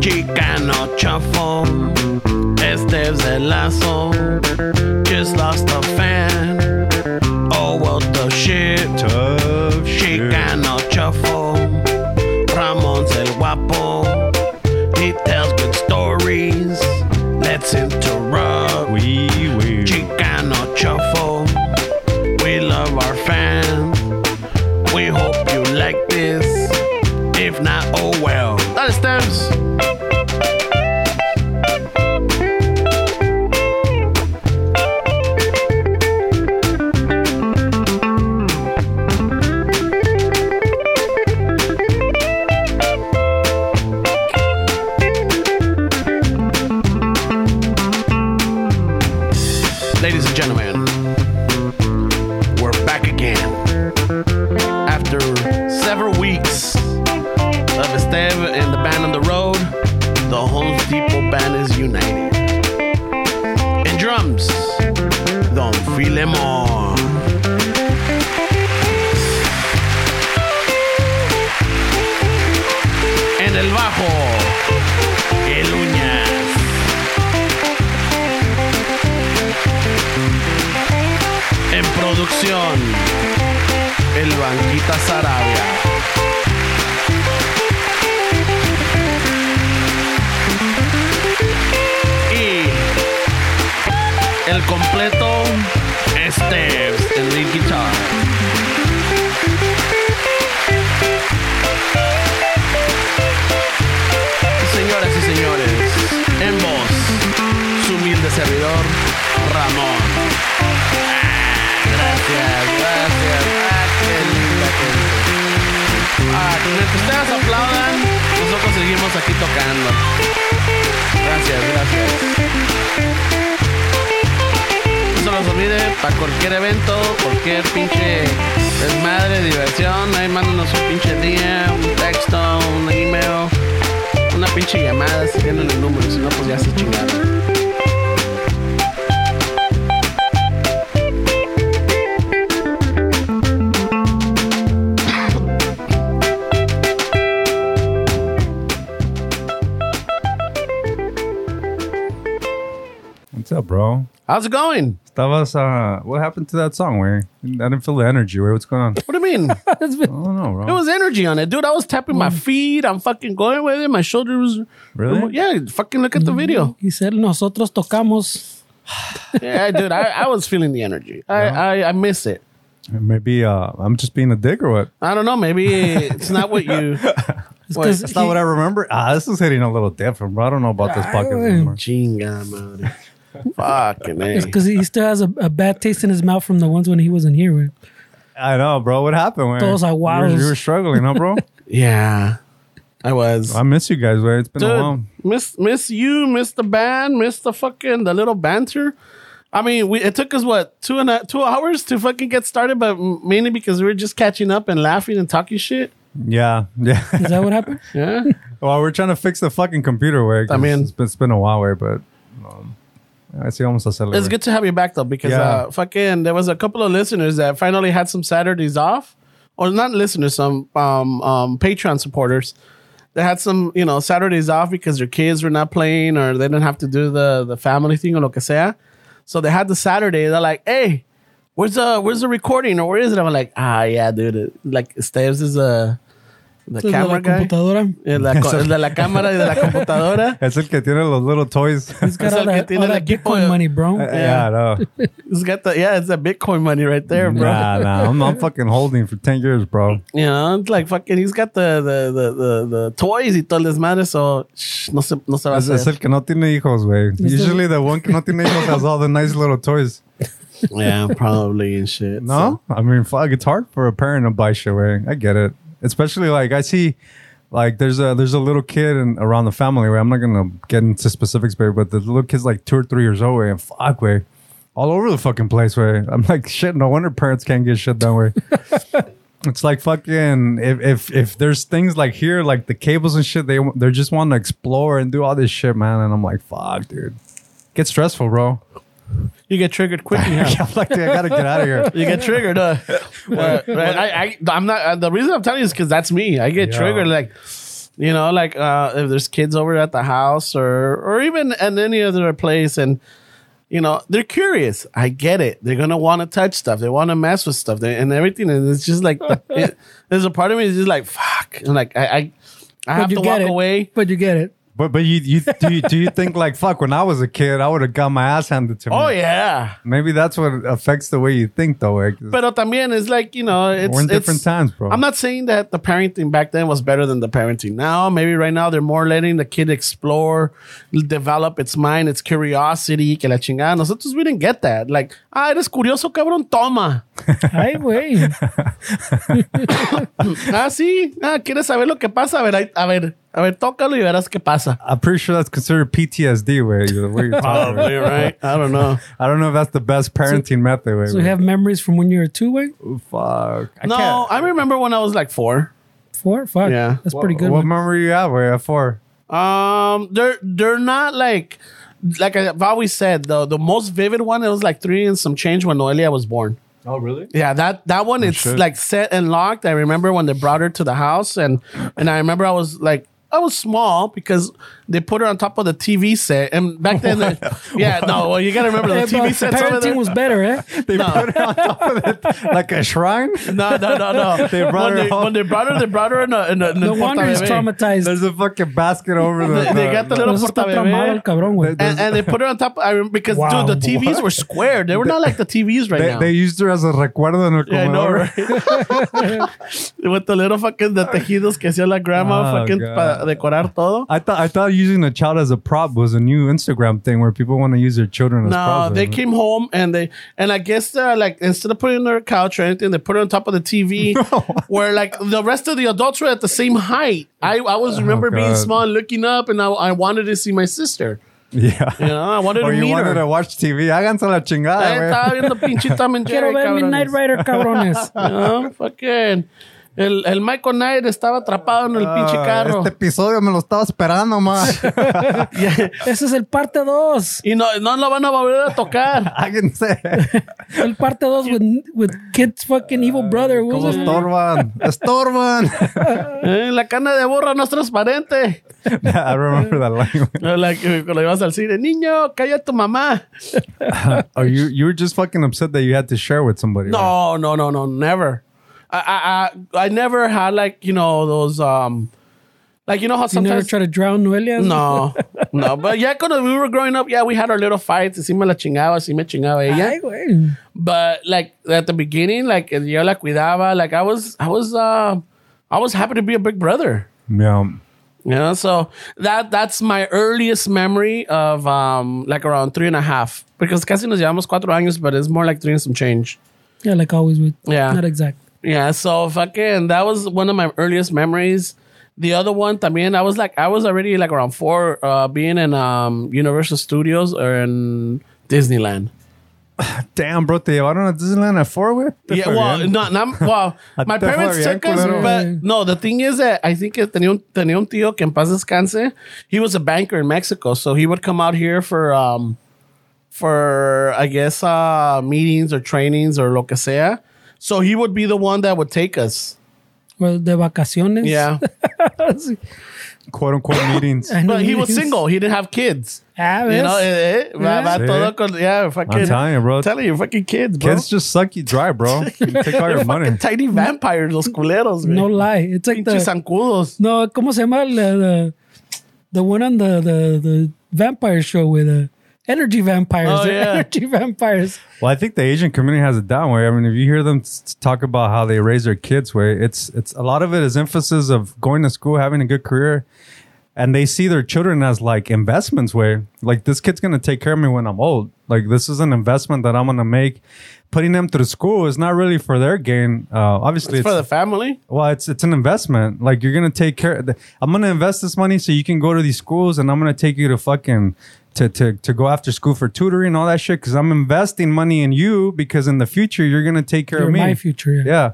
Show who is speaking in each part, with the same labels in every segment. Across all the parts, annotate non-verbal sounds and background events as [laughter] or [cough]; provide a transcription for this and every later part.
Speaker 1: Chicano shuffle. Esteves el lazo. Just lost a fan. Oh, what the shit.
Speaker 2: Tough shit.
Speaker 1: Chicano shuffle. Ramon's el guapo. He tells good stories. Let's interrupt.
Speaker 2: We will.
Speaker 1: Chicano Shuffle. We love our fans. We hope you like this. If not, oh well. Dale, Stems. Ladies and gentlemen, we're back again. After several weeks of Esteve and the band on the road, the Home Depot band is united. And drums, Don Filemon. En el bajo, el uñas. En producción, el Banquita Sarabia. Y el completo, Esteves, el lead guitar. Señoras y señores, en voz, su humilde servidor, Ramón. Gracias, gracias. Ah, qué linda, qué linda. Ah, mientras ustedes aplaudan, nosotros seguimos aquí tocando. Gracias, gracias. No se los olvide, para cualquier evento, cualquier pinche desmadre, diversión, ahí mándanos un pinche día, un texto, un email, una pinche llamada si tienen el número, si no, pues ya se chingaron.
Speaker 2: What's up, bro?
Speaker 1: How's it going?
Speaker 2: Estabas, uh, what happened to that song? Where I didn't feel the energy. Where what's going on?
Speaker 1: What do you mean?
Speaker 2: I don't know, bro.
Speaker 1: There was energy on it, dude. I was tapping my feet. I'm fucking going with it. My shoulders.
Speaker 2: Really?
Speaker 1: Yeah. Fucking look at the video.
Speaker 3: Y ser nosotros tocamos.
Speaker 1: Yeah, dude. I, I was feeling the energy. I, I I miss it.
Speaker 2: Maybe uh, I'm just being a dick or what?
Speaker 1: I don't know. Maybe it's not what you.
Speaker 3: Es
Speaker 1: Wait,
Speaker 3: que es-
Speaker 2: That's not what I remember. Ah, this is hitting a little different, bro. I don't know about this podcast
Speaker 3: Ay,
Speaker 2: anymore.
Speaker 1: Chinga madre. Fucking man.
Speaker 3: It's because he still has a, a bad taste in his mouth from the ones when he wasn't here. güey.
Speaker 2: I know, bro. What happened? Where
Speaker 3: Todos aguados.
Speaker 2: You were- you were struggling, huh, bro?
Speaker 1: Yeah, I was.
Speaker 2: I miss you guys, man. It's been a while.
Speaker 1: Dude, miss miss you, miss the band, miss the fucking the little banter. I mean, we it took us what two and a, two hours to fucking get started, but mainly because we were just catching up and laughing and talking shit.
Speaker 2: Yeah, yeah. [laughs]
Speaker 3: Is
Speaker 1: [laughs]
Speaker 3: that what happened?
Speaker 1: Yeah.
Speaker 2: well, we're trying to fix the fucking computer, where
Speaker 1: I mean-
Speaker 2: it's been, it's been a while, where, but um, I see almost a celebrity.
Speaker 1: It's good to have you back though, because
Speaker 2: Yeah.
Speaker 1: uh, fucking there was a couple of listeners that finally had some Saturdays off, or not listeners, some um, um, Patreon supporters. They had some, you know, Saturdays off because their kids were not playing or they didn't have to do the the family thing or lo que sea. So they had the Saturday. They're like, hey, where's the where's the recording or where is it? I'm like, ah, yeah, dude. it- Like Steves is a the
Speaker 3: Entonces, de
Speaker 1: camera
Speaker 3: la
Speaker 1: guy.
Speaker 3: computadora.
Speaker 1: El de la co- el de la cámara y de la computadora.
Speaker 2: It's el que tiene los little toys.
Speaker 3: He's got
Speaker 1: Es
Speaker 3: all
Speaker 1: el que
Speaker 3: that,
Speaker 1: tiene
Speaker 3: all
Speaker 1: el
Speaker 3: oh, that
Speaker 1: equipo
Speaker 3: Bitcoin
Speaker 1: de-
Speaker 3: money,
Speaker 2: [laughs]
Speaker 3: bro.
Speaker 2: yeah, I know.
Speaker 1: It's got the yeah, it's that Bitcoin money right there, [laughs] bro.
Speaker 2: Nah, nah. I'm, I'm fucking holding for 10 years, bro.
Speaker 1: You know, it's like fucking, he's got the the the the, the toys y todo el desmadre, so shh, no se no se va a
Speaker 2: Es, es
Speaker 1: hacer.
Speaker 2: el que no tiene hijos, güey. Usually the one que no tiene hijos has all the nice little toys.
Speaker 1: Yeah, probably and shit.
Speaker 2: [laughs] No? I mean, fuck, it's hard for a parent to buy shit, way. I get it. Especially like I see like there's a there's a little kid in, around the family where I'm not gonna get into specifics, babe, but the little kid's like two or three years old, way, and fuck, way, all over the fucking place, way. I'm like, shit, no wonder parents can't get shit done, way. It's like fucking if, if if there's things like here like the cables and shit they they just want to explore and do all this shit man and I'm like fuck dude get stressful bro
Speaker 1: So you get triggered quickly. huh?
Speaker 2: [laughs] I'm like dude, I gotta get out of here
Speaker 1: You get triggered.
Speaker 2: [laughs]
Speaker 1: Uh, [laughs] right, right. I, I I'm not uh, the reason I'm telling you is because that's me. I get
Speaker 2: Yeah.
Speaker 1: triggered like you know like uh if there's kids over at the house or or even at any other place and you know they're curious i get it they're gonna want to touch stuff they want to mess with stuff they, and everything and it's just
Speaker 2: [laughs]
Speaker 1: like it- there's a part of me is just like fuck and like i i, I have to walk
Speaker 3: it.
Speaker 1: away
Speaker 3: But you get it.
Speaker 2: But but you you do you, do you think like fuck? When I was a kid, I would have got my ass handed to me.
Speaker 1: oh yeah
Speaker 2: Maybe that's what affects the way you think, though. Like,
Speaker 1: Pero también it's like, you know, it's
Speaker 2: We're in
Speaker 1: it's-
Speaker 2: different times, bro.
Speaker 1: I'm not saying that the parenting back then was better than the parenting now. Maybe right now they're more letting the kid explore, develop its mind, its curiosity, que la chingada. Nosotros we didn't get that. Like, ah, eres curioso, cabrón, toma.
Speaker 3: Ay,
Speaker 1: [laughs]
Speaker 3: güey.
Speaker 1: ah, [laughs] sí. Ah, quieres saber lo que pasa. A ver, ahí- a ver, a ver, tócalo y verás qué pasa.
Speaker 2: I'm pretty sure that's considered PTSD. Way you're, what you're talking about.
Speaker 1: right. [laughs] I don't know.
Speaker 2: I don't know if that's the best parenting method. Way,
Speaker 3: So you have memories from when you were two, way
Speaker 2: fuck. I
Speaker 1: no,
Speaker 2: can't-
Speaker 1: I remember when I was like four.
Speaker 3: Four? Fuck.
Speaker 1: Yeah.
Speaker 3: That's pretty good.
Speaker 2: What
Speaker 3: one.
Speaker 2: memory you have? Way at four.
Speaker 1: Um, they're they're not like like I've always said the the most vivid one. It was like three and some change when Noelia was born.
Speaker 2: Oh really?
Speaker 1: Yeah, that that one it's
Speaker 2: shit.
Speaker 1: like set and locked. I remember when they brought her to the house, and and I remember I was like. I was small because they put her on top of the TV set, and back then, the- yeah, no, well, you gotta remember the
Speaker 3: Yeah,
Speaker 1: TV
Speaker 3: but
Speaker 1: sets over there.
Speaker 3: parenting was better, eh?
Speaker 2: [laughs] They put it on top of it like a shrine.
Speaker 1: [laughs] [laughs] no, no, no, no.
Speaker 2: [laughs] They brought
Speaker 1: when,
Speaker 2: her
Speaker 1: they,
Speaker 2: home.
Speaker 1: when they brought her, they brought her in a. In a in a
Speaker 3: No wonder he's
Speaker 1: portabebé.
Speaker 3: traumatized.
Speaker 2: There's a fucking basket over the.
Speaker 1: They- they got the
Speaker 3: Por
Speaker 1: little
Speaker 3: eso está
Speaker 1: portabebé.
Speaker 3: traumado el cabrón, güey. Eh,
Speaker 1: and, and they put her on top. I remember because
Speaker 3: Wow,
Speaker 1: dude, the TVs were square. They were not like the TVs right
Speaker 2: They,
Speaker 1: now.
Speaker 2: they used her as a recuerdo en el
Speaker 1: Yeah, I know,
Speaker 2: comedor. [laughs]
Speaker 1: right? [laughs] With the little fucking the tejidos que hacía la grandma
Speaker 2: Oh,
Speaker 1: fucking
Speaker 2: God.
Speaker 1: para decorar todo.
Speaker 2: I thought I thought using a child as a prop was a new Instagram thing where people want to use their children as
Speaker 1: No,
Speaker 2: props.
Speaker 1: they came home and they and I guess uh, like instead of putting it on their couch or anything, they put it on top of the TV
Speaker 2: [laughs]
Speaker 1: where like the rest of the adults were at the same height. I, I always remember being
Speaker 2: Oh, God.
Speaker 1: small and looking up and I, I wanted to see my sister. You
Speaker 2: yeah.
Speaker 1: know, I wanted
Speaker 2: Or
Speaker 1: to
Speaker 2: Oh, you
Speaker 1: meet
Speaker 2: wanted
Speaker 1: her.
Speaker 2: to watch TV. Háganse la
Speaker 1: Ahí
Speaker 2: chingada,
Speaker 1: estaba
Speaker 2: güey.
Speaker 1: viendo pinche Tom
Speaker 3: [laughs]
Speaker 1: and
Speaker 3: Quiero
Speaker 1: Jerry,
Speaker 3: ver
Speaker 1: cabrones. [laughs]
Speaker 3: Midnight Rider, cabrones.
Speaker 1: No, fucking. El, el Michael Knight estaba atrapado en el pinche
Speaker 2: Ah,
Speaker 1: carro.
Speaker 2: Este episodio me lo estaba esperando, ma. [laughs]
Speaker 3: Ese es el parte 2.
Speaker 1: Y no, no lo van a volver a tocar. [laughs]
Speaker 2: Háganse.
Speaker 3: El parte 2 with, with Kid's fucking evil brother. güey.
Speaker 2: ¿Cómo estorban? ¡Estorban!
Speaker 1: [laughs] Eh, la cana de burra no es transparente.
Speaker 2: I remember that line.
Speaker 1: No, la que- Cuando ibas al cine, niño, calla a tu mamá.
Speaker 2: Are Oh, you you were just fucking upset that you had to share with somebody? right?
Speaker 1: No, no, no, no, never. I, I, I, I never had like, you know, those, um, like, you know how
Speaker 3: You never
Speaker 1: sometimes.
Speaker 3: try to drown Noelia?
Speaker 1: [laughs]
Speaker 3: [laughs]
Speaker 1: No, no, but yeah, cuando we were growing up, yeah, we had our little fights. Así me la chingaba, así me chingaba ella.
Speaker 3: Ay, güey.
Speaker 1: but like at the beginning, like yo la cuidaba, like I was, I was, uh, I was happy to be a big brother.
Speaker 2: Yeah.
Speaker 1: You know, so that that's my earliest memory of um like around three and a half because casi nos llevamos cuatro años, but it's more like three and some change.
Speaker 3: Yeah, like always with.
Speaker 1: Yeah.
Speaker 3: Not exact.
Speaker 1: Yeah, so fucking that was one of my earliest memories. The other one, también, I was like, I was already like around four, uh, being in um Universal Studios or in Disneyland.
Speaker 2: Damn, bro, te llevaron a Disneyland at four with?
Speaker 1: Yeah, well, no, not,
Speaker 2: [laughs]
Speaker 1: well, my
Speaker 2: Te fue
Speaker 1: parents
Speaker 2: bien,
Speaker 1: took us,
Speaker 2: culero.
Speaker 1: but no, the thing is that I think it- tenía un, tenía un tío que en paz descanse. He was a banker in Mexico, so he would come out here for, um, for I guess, uh, meetings or trainings or lo que sea. So he would be the one that would take us.
Speaker 3: Well, de vacaciones. [laughs]
Speaker 1: Yeah.
Speaker 3: Sí.
Speaker 2: quote unquote
Speaker 1: [laughs]
Speaker 2: meetings.
Speaker 3: I know
Speaker 1: but he
Speaker 3: it
Speaker 1: was
Speaker 3: is.
Speaker 1: single. He didn't have kids.
Speaker 3: Ah,
Speaker 1: You
Speaker 3: ¿ves?
Speaker 1: know, eh, eh, va, va
Speaker 2: Sí.
Speaker 1: todo con, yeah, fucking.
Speaker 2: telling you, bro.
Speaker 1: telling you, fucking kids, bro.
Speaker 2: Kids just suck you
Speaker 1: [laughs]
Speaker 2: dry, bro. You take all your money.
Speaker 1: Tiny vampires, los culeros, güey.
Speaker 3: no lie. It's like
Speaker 1: Pinches
Speaker 3: the.
Speaker 1: zancudos.
Speaker 3: No, ¿cómo se llama? The, the, the one on the, the, the vampire show with the energy vampires.
Speaker 1: Oh,
Speaker 3: [laughs] They're
Speaker 1: yeah.
Speaker 3: Energy vampires.
Speaker 2: Well, I think the Asian community has it down way. I mean, if you hear them s- s- talk about how they raise their kids, way it's it's a lot of it is emphasis of going to school, having a good career, and they see their children as like investments. Way like this kid's gonna take care of me when I'm old. Like this is an investment that I'm gonna make. Putting them through school is not really for their gain. Uh, obviously,
Speaker 1: For the family.
Speaker 2: Well, it's it's an investment. Like you're gonna take care. Of the, I'm gonna invest this money so you can go to these schools, and I'm gonna take you to fucking to to to go after school for tutoring and all that shit. Because I'm investing money in you because in the future you're gonna take care
Speaker 3: They're
Speaker 2: of me.
Speaker 3: my future. Yeah.
Speaker 2: Yeah.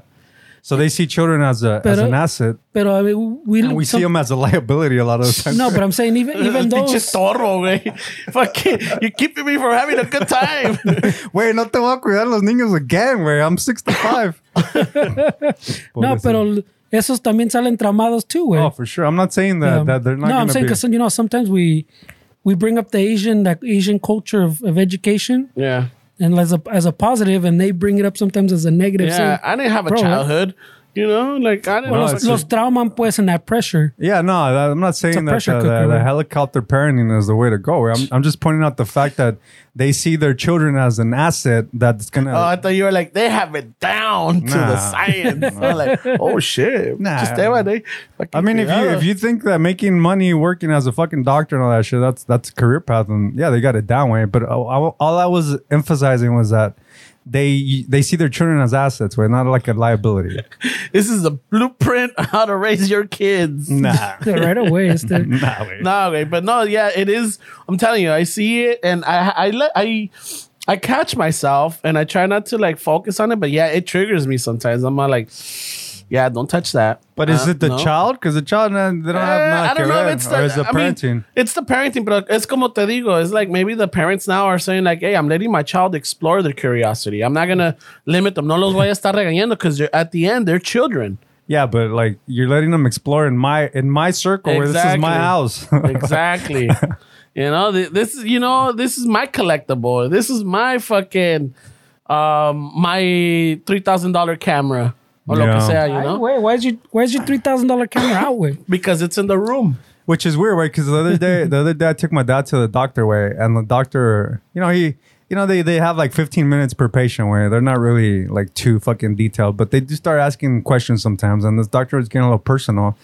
Speaker 2: So they see children as a as
Speaker 3: Pero-
Speaker 2: an asset,
Speaker 3: Pero I mean, we,
Speaker 2: and we see 'em. them as a liability a lot of the time.
Speaker 3: No,
Speaker 2: [laughs]
Speaker 3: but I'm saying even
Speaker 1: [laughs]
Speaker 3: even
Speaker 1: Pinches
Speaker 3: those.
Speaker 1: toro, güey. [laughs] Fucking, you're keeping me from having a good
Speaker 3: [laughs]
Speaker 1: time.
Speaker 2: Wait, no te [laughs]
Speaker 3: [laughs]
Speaker 2: voy a cuidar los niños again. Wait, I'm 65.
Speaker 3: No, pero esos también salen tramados too, güey.
Speaker 2: Oh, for sure. I'm not saying that
Speaker 3: Um,
Speaker 2: Uh, that they're not.
Speaker 3: no, I'm
Speaker 2: gonna
Speaker 3: saying
Speaker 2: be-
Speaker 3: because you know sometimes we we bring up the Asian that Asian culture of, of education
Speaker 1: Yeah.
Speaker 3: and as a as a positive, and they bring it up sometimes as a negative.
Speaker 1: Yeah.
Speaker 3: saying,
Speaker 1: I didn't have a
Speaker 3: Bro, what-
Speaker 1: childhood. You know, like I didn't.
Speaker 2: No,
Speaker 1: I was
Speaker 2: it's
Speaker 1: like,
Speaker 3: Los trauman pues in
Speaker 2: [laughs]
Speaker 3: that pressure.
Speaker 2: Yeah, no, that, I'm not saying that
Speaker 3: pressure
Speaker 2: the,
Speaker 3: cooker,
Speaker 2: the- the
Speaker 3: right?
Speaker 2: helicopter parenting is the way to go. I'm, I'm just pointing out the fact that they see their children as an asset that's gonna.
Speaker 1: oh, I thought you were like they have it down to the
Speaker 2: [laughs] Nah.
Speaker 1: science. I'm like, oh shit.
Speaker 2: Nah.
Speaker 1: Just that way they.
Speaker 2: I mean, if you if you think that making money working as a fucking doctor and all that shit, that's that's a career path, and yeah, they got it down way. But all, all- all I was emphasizing was that they they see their children as assets, right? Not like
Speaker 1: [laughs]
Speaker 2: a liability.
Speaker 1: this is a blueprint on how to raise your kids.
Speaker 2: nah,
Speaker 3: Yeah, right away. It's
Speaker 2: [laughs]
Speaker 3: the-
Speaker 2: nah, wait.
Speaker 1: No, okay, but no, yeah, it is. I'm telling you, I see it, and I, I, let- I, I catch myself, and I try not to like focus on it, but yeah, it triggers me sometimes. I'm uh, like, yeah, don't touch that.
Speaker 2: But is
Speaker 1: Uh,
Speaker 2: it the
Speaker 1: no.
Speaker 2: child? Because the child, nah, they don't have.
Speaker 1: Eh,
Speaker 2: nada
Speaker 1: I
Speaker 2: que
Speaker 1: don't know
Speaker 2: ver.
Speaker 1: if it's the,
Speaker 2: Or is it
Speaker 1: I mean,
Speaker 2: parenting.
Speaker 1: it's the parenting, but it's como te digo. It's like maybe the parents now are saying like, hey, I'm letting my child explore their curiosity. I'm not gonna limit them. No los voy a estar regañando because at the end they're children.
Speaker 2: Yeah, but like you're letting them explore in my in my circle where this is
Speaker 1: Exactly.
Speaker 2: my house. [laughs]
Speaker 1: Exactly. you know, th- this is you know, this is my collectible. This is my fucking um my three thousand dollar camera. Or lo que
Speaker 2: Yeah.
Speaker 1: sea, you
Speaker 3: Ay,
Speaker 1: know?
Speaker 3: güey, why is your where's your three thousand dollar camera out, way?
Speaker 1: Because it's in the
Speaker 2: [laughs]
Speaker 1: room.
Speaker 2: Which is weird, right? Because the other day, the other day, I took my dad to the doctor, way, and the doctor, you know, he, you know, they they have like 15 minutes per patient, where they're not really like too fucking detailed, but they do start asking questions sometimes, and this doctor was getting a little personal,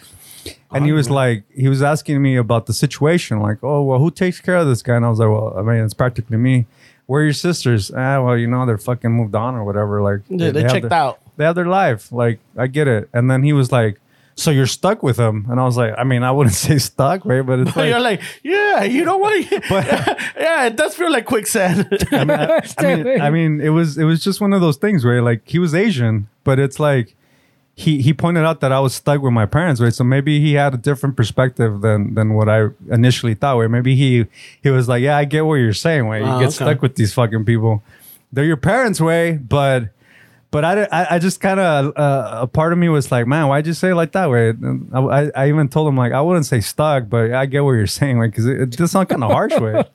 Speaker 2: and he was like, he was asking me about the situation, like, oh well, who takes care of this guy? And I was like, well, I mean, it's practically me. Where are your sisters? Ah, well, you know, they're fucking moved on or whatever. Like,
Speaker 1: Yeah, they
Speaker 2: have
Speaker 1: checked
Speaker 2: their-
Speaker 1: out.
Speaker 2: They have their life. Like, I get it. And then he was like, so you're stuck with him. And I was like, I mean, I wouldn't [laughs] say stuck, right? But it's
Speaker 1: So
Speaker 2: like,
Speaker 1: you're like, yeah, you know what?
Speaker 2: [laughs] But-
Speaker 1: [laughs] yeah, it does feel like quicksand. [laughs]
Speaker 2: I
Speaker 3: [laughs]
Speaker 2: mean, I, I mean, I mean, it was, it was just one of those things where like he was Asian, but it's like, he, he pointed out that I was stuck with my parents, right? So maybe he had a different perspective than than what I initially thought. Where maybe he he was like, "Yeah, I get what you're saying. Way you
Speaker 1: Ah,
Speaker 2: get
Speaker 1: okay.
Speaker 2: stuck with these fucking people. They're your parents, way, but But I, di- I, I just kind of uh, a part of me was like, man, why'd you say it like that way? And I, I, I even told him like I wouldn't say stuck, but I get what you're saying, like because it, it does sound kind of harsh way.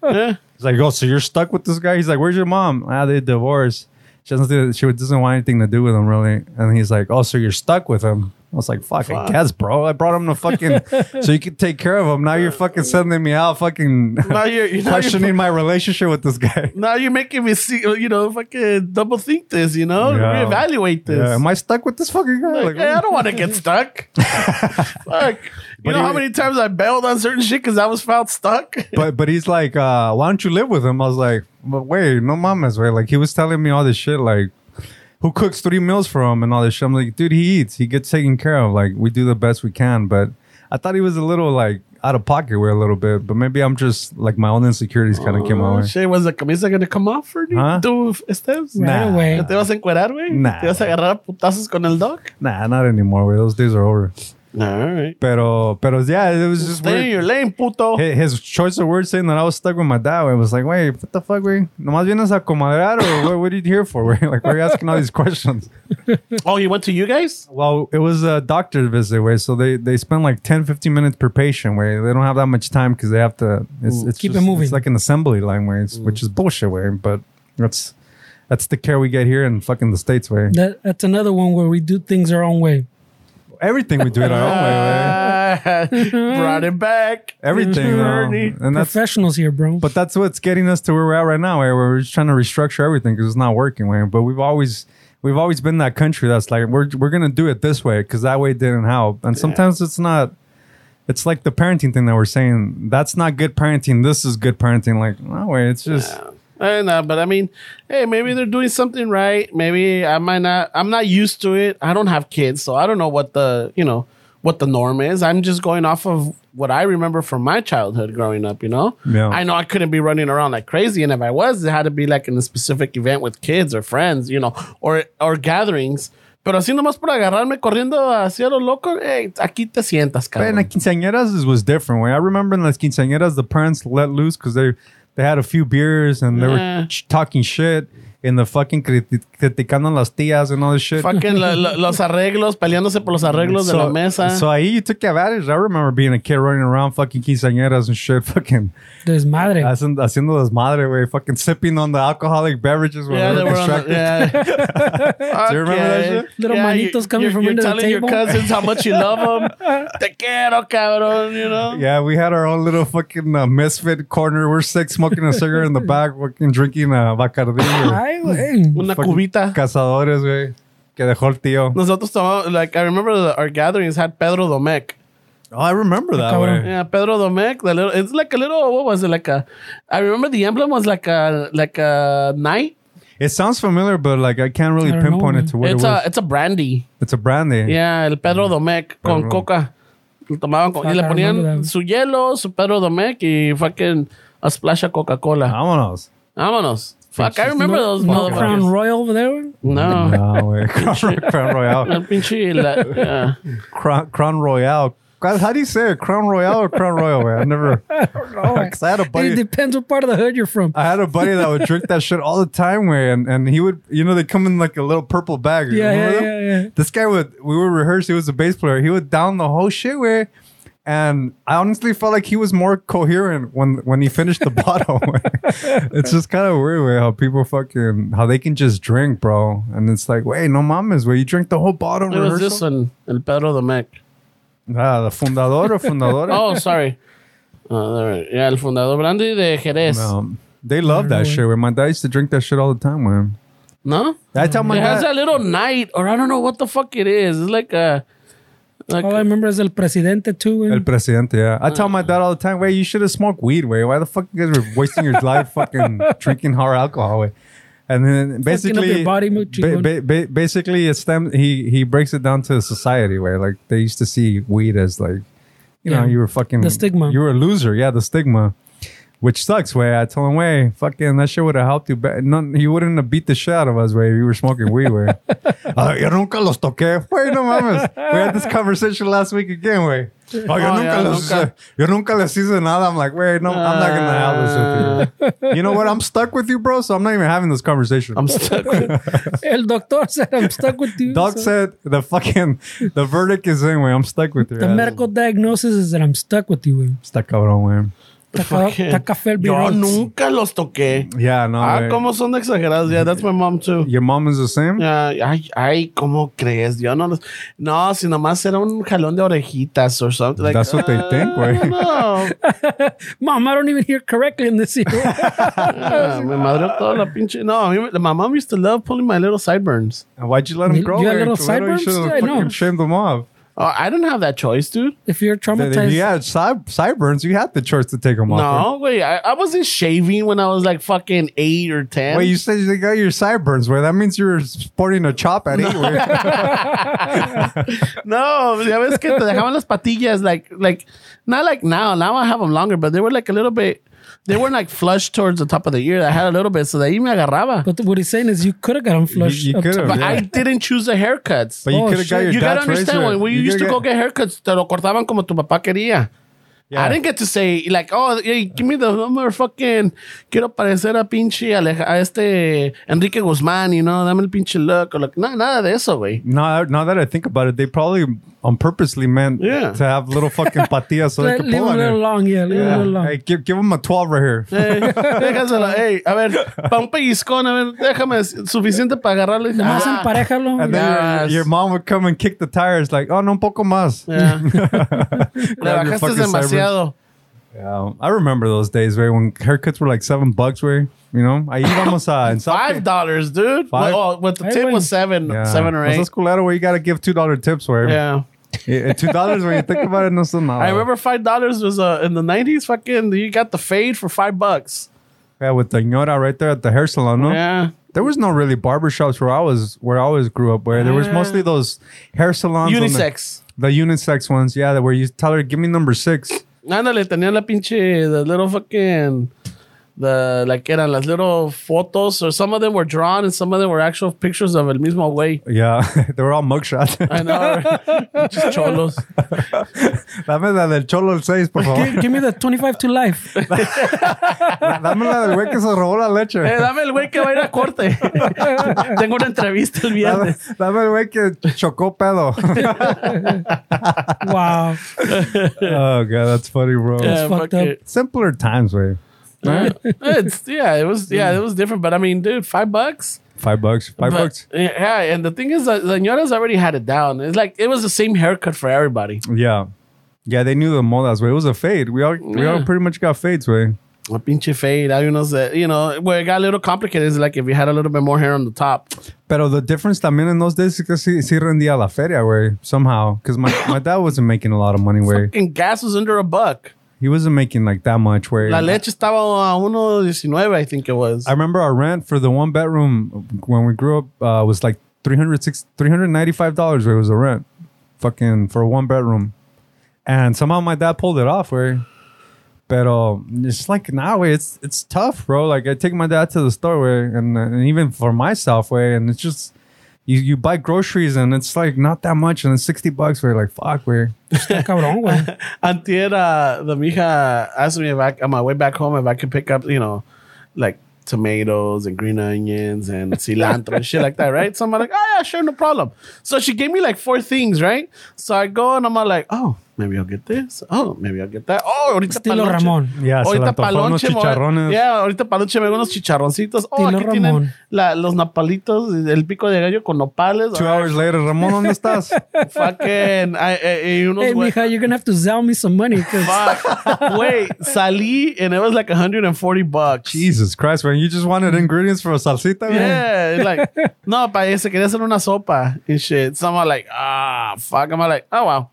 Speaker 2: He's like, oh, so you're stuck with this guy? He's like, where's your mom? Ah, they divorced. She doesn't do- she doesn't want anything to do with him really. And he's like, oh, so you're stuck with him? I was like, fuck, I guess, bro. I brought him to fucking
Speaker 1: [laughs]
Speaker 2: so you could take care of him. Now you're fucking sending me out, fucking
Speaker 1: now you're, you know, you're
Speaker 2: [laughs] questioning my relationship with this guy.
Speaker 1: now you're making me see, you know, fucking double think this, you know,
Speaker 2: Yeah.
Speaker 1: reevaluate this.
Speaker 2: Yeah, am I stuck with this fucking guy?
Speaker 1: Like,
Speaker 2: Like,
Speaker 1: hey, I don't want to get
Speaker 2: [laughs]
Speaker 1: stuck. Fuck. You
Speaker 2: But
Speaker 1: know
Speaker 2: he-
Speaker 1: how many times I bailed on certain shit because I was found stuck?
Speaker 2: [laughs] but but he's like, uh, why don't you live with him? I was like, but wait, no mamas, way. Like he was telling me all this shit, like who cooks three meals for him and all this shit. I'm like, dude, he eats, he gets taken care of. Like we do the best we can. But I thought he was a little like out of pocket way a little bit. But maybe I'm just like my own insecurities kind of came my way.
Speaker 1: Oh, Shit, was the camisa going to come off for you?
Speaker 2: Huh?
Speaker 1: Tú, Esteves?
Speaker 2: Nah.
Speaker 3: Right away.
Speaker 1: ¿Te vas a encuerar, güey?
Speaker 2: Nah.
Speaker 1: ¿Te vas a agarrar a putazos con el dog?
Speaker 2: Nah, not anymore. Way. Those days are over.
Speaker 1: All right.
Speaker 2: Pero pero yeah, it was just
Speaker 1: Stay in
Speaker 2: weird.
Speaker 1: your lane, puto.
Speaker 2: Hi- His choice of words saying that I was stuck with my dad. It was like, wait, what the fuck, wey? Nomás vienes a comadrar or what, what are you here for? Wey? [laughs] Like, why are you asking all these questions?
Speaker 1: Oh, you went to you
Speaker 2: [laughs]
Speaker 1: guys? [laughs]
Speaker 2: Well, it was a doctor visit, way. So they they spend like 10, 15 minutes per patient, way. They don't have that much time because they have to. It's, it's
Speaker 3: Keep
Speaker 2: just-
Speaker 3: it moving.
Speaker 2: It's like an assembly line, way, it's- which is bullshit, way. But that's that's the care we get here in fucking the states, way.
Speaker 3: That, that's another one where we do things our own way.
Speaker 2: Everything we do it our own way, way.
Speaker 3: [laughs]
Speaker 1: Ah, brought it back.
Speaker 2: Everything,
Speaker 1: Journey.
Speaker 2: though. and that's.
Speaker 3: Professionals here, bro.
Speaker 2: But that's what's getting us to where we're at right now, way, where we're just trying to restructure everything because it's not working, way. But we've always. We've always been that country that's like we're we're gonna do it this way because that way didn't help, and sometimes it's not it's like the parenting thing that we're saying. That's not good parenting. This is good parenting. Like, no way. It's just
Speaker 1: I know, Eh, but I mean, hey, maybe they're doing something right. Maybe I might not. I'm not used to it. I don't have kids, so I don't know what the you know what the norm is. I'm just going off of what I remember from my childhood growing up. You know,
Speaker 2: Yeah.
Speaker 1: I know I couldn't be running around like crazy, and if I was, it had to be like in a specific event with kids or friends, you know, or or gatherings. Pero así nomás por agarrarme corriendo hacia lo loco, hey, aquí te sientas,
Speaker 2: But in the
Speaker 1: cabrón.
Speaker 2: quinceañeras it was different. Way I remember in las quinceañeras, the parents let loose because they they had a few beers and they
Speaker 1: Yeah.
Speaker 2: were ch- talking shit. in the fucking criti- criticando las tías and all this shit.
Speaker 1: Fucking lo- lo- los arreglos, peleándose por los arreglos de la mesa.
Speaker 2: so ahí you took advantage. I remember being a kid running around fucking quinceañeras and shit, [laughs] fucking
Speaker 3: Desmadre.
Speaker 2: hacen, haciendo desmadre, way, fucking sipping on the alcoholic beverages when
Speaker 1: yeah,
Speaker 2: they
Speaker 1: they
Speaker 2: were
Speaker 1: were on the,
Speaker 2: distracted.
Speaker 1: yeah.
Speaker 2: [laughs] Do you remember that shit?
Speaker 3: Little manitos coming
Speaker 1: you're,
Speaker 3: from
Speaker 1: you're
Speaker 3: under the
Speaker 1: telling
Speaker 3: table.
Speaker 1: your cousins how much you
Speaker 3: [laughs]
Speaker 1: love them. Te quiero, cabrón, you know?
Speaker 2: Yeah, we had our own little fucking uh, misfit corner. We're sick, smoking a cigarette in the back, fucking drinking uh, Bacardi. or
Speaker 3: Ay, güey.
Speaker 1: Una
Speaker 2: fucking
Speaker 1: cubita.
Speaker 2: Cazadores, güey. Que dejó el tío.
Speaker 1: Nosotros tomamos, like, I remember the, our gatherings had Pedro Domecq.
Speaker 2: Oh, I remember that,
Speaker 3: Cabrón.
Speaker 2: way.
Speaker 1: Yeah, Pedro Domecq. The little, it's like a little, what was it? Like a, I remember the emblem was like a, like a knight.
Speaker 2: It sounds familiar, but like I can't
Speaker 3: I
Speaker 2: really
Speaker 3: don't know,
Speaker 2: pinpoint
Speaker 3: man.
Speaker 2: it to what
Speaker 1: it's
Speaker 2: it
Speaker 1: a,
Speaker 2: was.
Speaker 1: it's a brandy.
Speaker 2: it's a brandy.
Speaker 1: Yeah, el Pedro Domecq con
Speaker 2: Pedro.
Speaker 1: coca. Lo tomaban con, y
Speaker 3: Fuck,
Speaker 1: le ponían
Speaker 3: I Ah, remember that.
Speaker 1: su hielo, su Pedro Domecq y fucking a splash of Coca-Cola.
Speaker 2: Vámonos.
Speaker 1: Vámonos. Fuck, I remember
Speaker 3: no,
Speaker 1: those
Speaker 3: no
Speaker 1: motherfuckers.
Speaker 3: Crown Royal over there. güey.
Speaker 1: No.
Speaker 2: Ah, güey. [laughs] Crown, Crown Royale.
Speaker 1: El [laughs] pinche. la- yeah.
Speaker 2: Crown, Crown Royale. God, How do you say it? Crown Royale or Crown Royal? Way? I never. Because I had a
Speaker 3: It
Speaker 2: buddy.
Speaker 3: depends what part of the hood you're from.
Speaker 2: I had a buddy that would drink that shit all the time, way, and, and he would, you know, they come in like a little purple bag.
Speaker 3: yeah,
Speaker 2: Remember
Speaker 3: yeah,
Speaker 2: them?
Speaker 3: yeah, yeah.
Speaker 2: This guy would we would rehearse. He was a bass player. He would down the whole shit way, and I honestly felt like he was more coherent when when he finished the [laughs] bottle. wey. it's just kind of weird way how people fucking how they can just drink, bro. And it's like, wait, no mames, way you drink the whole bottle
Speaker 1: It was this
Speaker 2: rehearsal.
Speaker 1: one, El Pedro Domecq.
Speaker 2: Ah, the fundador or fundadora.
Speaker 1: Oh, sorry. [laughs] Oh, there it- yeah, el fundador brandy de Jerez. No?
Speaker 2: Um, they love that shit. Way my dad used to drink that shit all the time. Man, I tell Oh my
Speaker 1: It has
Speaker 2: dad.
Speaker 1: that little knight, or I don't know what the fuck it is. It's like a. Like,
Speaker 3: All I remember is El Presidente, too. güey.
Speaker 2: El presidente, yeah. I tell my dad all the time, wait, you should have smoked weed, way. Why the fuck you guys were wasting your
Speaker 3: [laughs]
Speaker 2: life fucking drinking hard alcohol, way? And then basically,
Speaker 3: your body, mo-
Speaker 2: ba- ba- ba- basically, it stems. He he breaks it down to society, where like they used to see weed as like, you know,
Speaker 3: Yeah.
Speaker 2: you were fucking
Speaker 3: The stigma.
Speaker 2: You were a loser, yeah, the stigma, which sucks. Way I tell him, way fucking that shit would have helped you. Be- none, you wouldn't have beat the shit out of us, way if you were smoking weed, way.
Speaker 3: [laughs]
Speaker 2: "Ah, yo nunca los toqué. Wey, no mames. We had this conversation last week again, way. Oh, yo,
Speaker 1: Oh,
Speaker 2: nunca
Speaker 1: yeah,
Speaker 2: los,
Speaker 1: nunca. Ah.
Speaker 2: yo nunca les hice nada. I'm like, wait, no, I'm not gonna have this with you. You know what? I'm stuck with you, bro. So I'm not even having this conversation.
Speaker 3: [laughs]
Speaker 1: I'm stuck.
Speaker 3: El doctor said, I'm stuck with you.
Speaker 2: Doc
Speaker 3: so
Speaker 2: said the fucking the verdict is in, way. I'm stuck with you.
Speaker 3: the medical diagnosis is that I'm stuck with you. güey.
Speaker 2: Está cabrón, güey.
Speaker 3: Taca-
Speaker 1: Fucking-
Speaker 3: Tacafel
Speaker 1: Yo
Speaker 3: Birol.
Speaker 1: nunca los toqué.
Speaker 2: Yeah, no.
Speaker 1: Ah,
Speaker 2: güey.
Speaker 1: como son de exagerados. Yeah, that's my mom too.
Speaker 2: Your mom is the same.
Speaker 1: Ah, ay, ay, ¿cómo crees? Yo no los. No, si nomás era un jalón de orejitas or something. Like,
Speaker 2: That's what they
Speaker 1: ah,
Speaker 2: think,
Speaker 1: [laughs]
Speaker 2: güey.
Speaker 1: No,
Speaker 3: Mom, I don't even hear correctly in this year.
Speaker 1: Ah, me madreó toda la pinche. No, a mí, my mom used to love pulling my little sideburns.
Speaker 2: And why'd you let him
Speaker 3: You-
Speaker 2: grow?
Speaker 3: you had
Speaker 2: güey?
Speaker 3: little
Speaker 2: Toledo, You
Speaker 3: sideburns?
Speaker 2: should have
Speaker 3: I know.
Speaker 2: fucking shamed him off.
Speaker 1: Oh, I didn't have that choice, dude.
Speaker 3: [laughs] if you're traumatized,
Speaker 2: If you had side, sideburns, you had the choice to take them off.
Speaker 1: No, wait, I, I wasn't shaving when I was like fucking eight or ten.
Speaker 2: Wait, you said you got your sideburns, way. That means you're sporting a chop at eight, way.
Speaker 1: no, ya ves que te dejaban las patillas like like not like now. Now I have them longer, but they were like a little bit. They weren't like flush towards the top of the ear. I had a little bit, so de ahí me agarraba.
Speaker 3: but what he's saying is you could have got him flushed.
Speaker 2: you
Speaker 3: up
Speaker 2: could
Speaker 3: top.
Speaker 2: have.
Speaker 1: But I didn't choose the haircuts. [laughs]
Speaker 2: But you
Speaker 3: Oh,
Speaker 2: could have got
Speaker 3: shit.
Speaker 2: your
Speaker 1: you gotta
Speaker 2: dad's
Speaker 1: understand
Speaker 2: razor.
Speaker 1: when we
Speaker 2: You
Speaker 1: used to
Speaker 2: coulda
Speaker 1: go get
Speaker 2: got-
Speaker 1: haircuts, te lo cortaban como tu papá quería. I didn't get to say like, oh, hey, give me the number, fucking. Quiero parecer a pinche Aleja, a este Enrique Guzmán, you know, dame el pinche look. o lo- no, nada de eso, güey.
Speaker 2: Now, now that I think about it, they probably on purposely meant
Speaker 1: Yeah.
Speaker 2: to have little fucking patillas so they
Speaker 3: Let-
Speaker 2: could
Speaker 3: leave him
Speaker 2: pull
Speaker 3: a
Speaker 2: on
Speaker 3: little
Speaker 2: it.
Speaker 3: long, yeah. Leave him a little long.
Speaker 2: Hey, give, give him a 12 right here.
Speaker 1: Eh, [laughs] déjaselo, hey, a ver, pa' un pellizcón, a ver, déjame suficiente para agarrarle.
Speaker 3: Nomás
Speaker 1: Ah,
Speaker 3: emparejalo.
Speaker 2: And then your,
Speaker 1: Yes.
Speaker 2: your mom would come and kick the tires like, oh, no, un poco más. [laughs]
Speaker 1: yeah. Le
Speaker 2: Grab your
Speaker 1: bajaste
Speaker 2: fucking
Speaker 1: demasiado.
Speaker 2: Yeah, I remember those days, way when haircuts were like seven bucks, way, you know? Ahí íbamos a... En
Speaker 1: [laughs]
Speaker 2: South
Speaker 1: Five dollars, dude.
Speaker 2: Five?
Speaker 1: Well, oh, with the
Speaker 3: Ay,
Speaker 1: tip
Speaker 3: güey.
Speaker 1: was seven,
Speaker 2: Yeah.
Speaker 1: seven or
Speaker 2: Pues
Speaker 1: eight.
Speaker 2: es culero, güey. You gotta give $2 tips, way.
Speaker 1: Yeah.
Speaker 2: Eh, eh, $2 when you think about it, no son nada.
Speaker 1: I remember five dollars was uh, in the nineties. Fucking, you got the fade for five bucks.
Speaker 2: Yeah, with the ñora right there at the hair salon, no?
Speaker 1: Yeah,
Speaker 2: There was no really barbershops where I was where I always grew up. Where there was mostly those hair salons, on the-
Speaker 1: unisex.
Speaker 2: the, unisex ones. Yeah, that where you tell her, give me number six.
Speaker 1: Ándale, tenía la pinche the little fucking the like eran las little photos or some of them were drawn and some of them were actual pictures of el mismo way.
Speaker 2: Yeah, [laughs] they were all mugshots.
Speaker 1: [laughs] I know, right? just cholos.
Speaker 2: Dame la del Cholo el 6, por
Speaker 1: [laughs]
Speaker 2: favor. [laughs]
Speaker 3: Give, give me the 25 to life.
Speaker 2: Dame la del güey que se robó la leche.
Speaker 1: Eh, dame el güey que va a ir a corte. [laughs] Tengo una entrevista el
Speaker 2: [laughs]
Speaker 1: [laughs]
Speaker 2: Dame,
Speaker 1: viernes.
Speaker 2: dame el güey que chocó pedo. [laughs]
Speaker 1: [laughs]
Speaker 3: Wow.
Speaker 2: oh, God, that's funny, bro.
Speaker 1: Yeah,
Speaker 3: fucked
Speaker 1: fuck
Speaker 3: up.
Speaker 1: it.
Speaker 2: Simpler times, güey.
Speaker 1: [laughs] Yeah. It's- yeah, it was yeah, it was different. But I mean, dude, five bucks.
Speaker 2: Five bucks. Five
Speaker 1: But-
Speaker 2: bucks.
Speaker 1: Yeah, and the thing is that Zanora's already had it down. It's like it was the same haircut for everybody.
Speaker 2: Yeah. Yeah, they knew the modas, way. It was a fade. We all we all
Speaker 1: Yeah.
Speaker 2: pretty much got fades, way.
Speaker 1: A pinche fade. I know that you know where it got a little complicated is like if you had a little bit more hair on the top.
Speaker 2: Pero the difference también in those days is que sí, sí rendía la feria, way, somehow. Because my, my dad wasn't making a lot of money, way.
Speaker 1: And gas was under a buck.
Speaker 2: He wasn't making like that much, way.
Speaker 1: La leche estaba a 1.19, I think it was.
Speaker 2: I remember our rent for the one bedroom when we grew up uh, was like 306 $395 where it was a rent fucking for a one bedroom. And somehow my dad pulled it off where but it's like now way it's it's tough, bro. Like I take my dad to the store where and, and even for myself way and it's just you, you buy groceries and it's like not that much and it's 60 bucks where like fuck where
Speaker 3: Está cabrón, güey.
Speaker 1: Antier, uh, the mija asked me if I, on my way back home if I could pick up, you know, like tomatoes and green onions and
Speaker 3: [laughs]
Speaker 1: cilantro and shit like that, right? So I'm like, oh yeah, sure, no problem. So she gave me like four things, right? So I go and I'm like, oh, maybe I'll get this. Oh, maybe I'll get that. Oh, ahorita
Speaker 3: Estilo
Speaker 1: pa'l lonche-
Speaker 3: Ramón.
Speaker 2: yeah so
Speaker 1: Ahorita
Speaker 2: unos
Speaker 1: palonche,
Speaker 2: chicharrones
Speaker 1: yeah, ahorita palonche me hago unos chicharroncitos. Oh,
Speaker 3: Estilo
Speaker 1: aquí tienen
Speaker 3: Ramón.
Speaker 1: la- los napalitos, el pico de gallo con nopales.
Speaker 2: two hours later Ramon ¿dónde estás?
Speaker 1: [laughs] Fucking, I, I, y unos
Speaker 3: Hey,
Speaker 1: hue- [laughs]
Speaker 3: mija, you're gonna have to sell me some money. 'cause-
Speaker 1: Fuck. Wait, salí and it was like 140 bucks.
Speaker 2: Jesus Christ man you just wanted ingredients for a salsita man?
Speaker 1: Mm. Yeah, like no, parece quería hacer una sopa and shit. So I'm like, ah, fuck. I'm like, oh wow,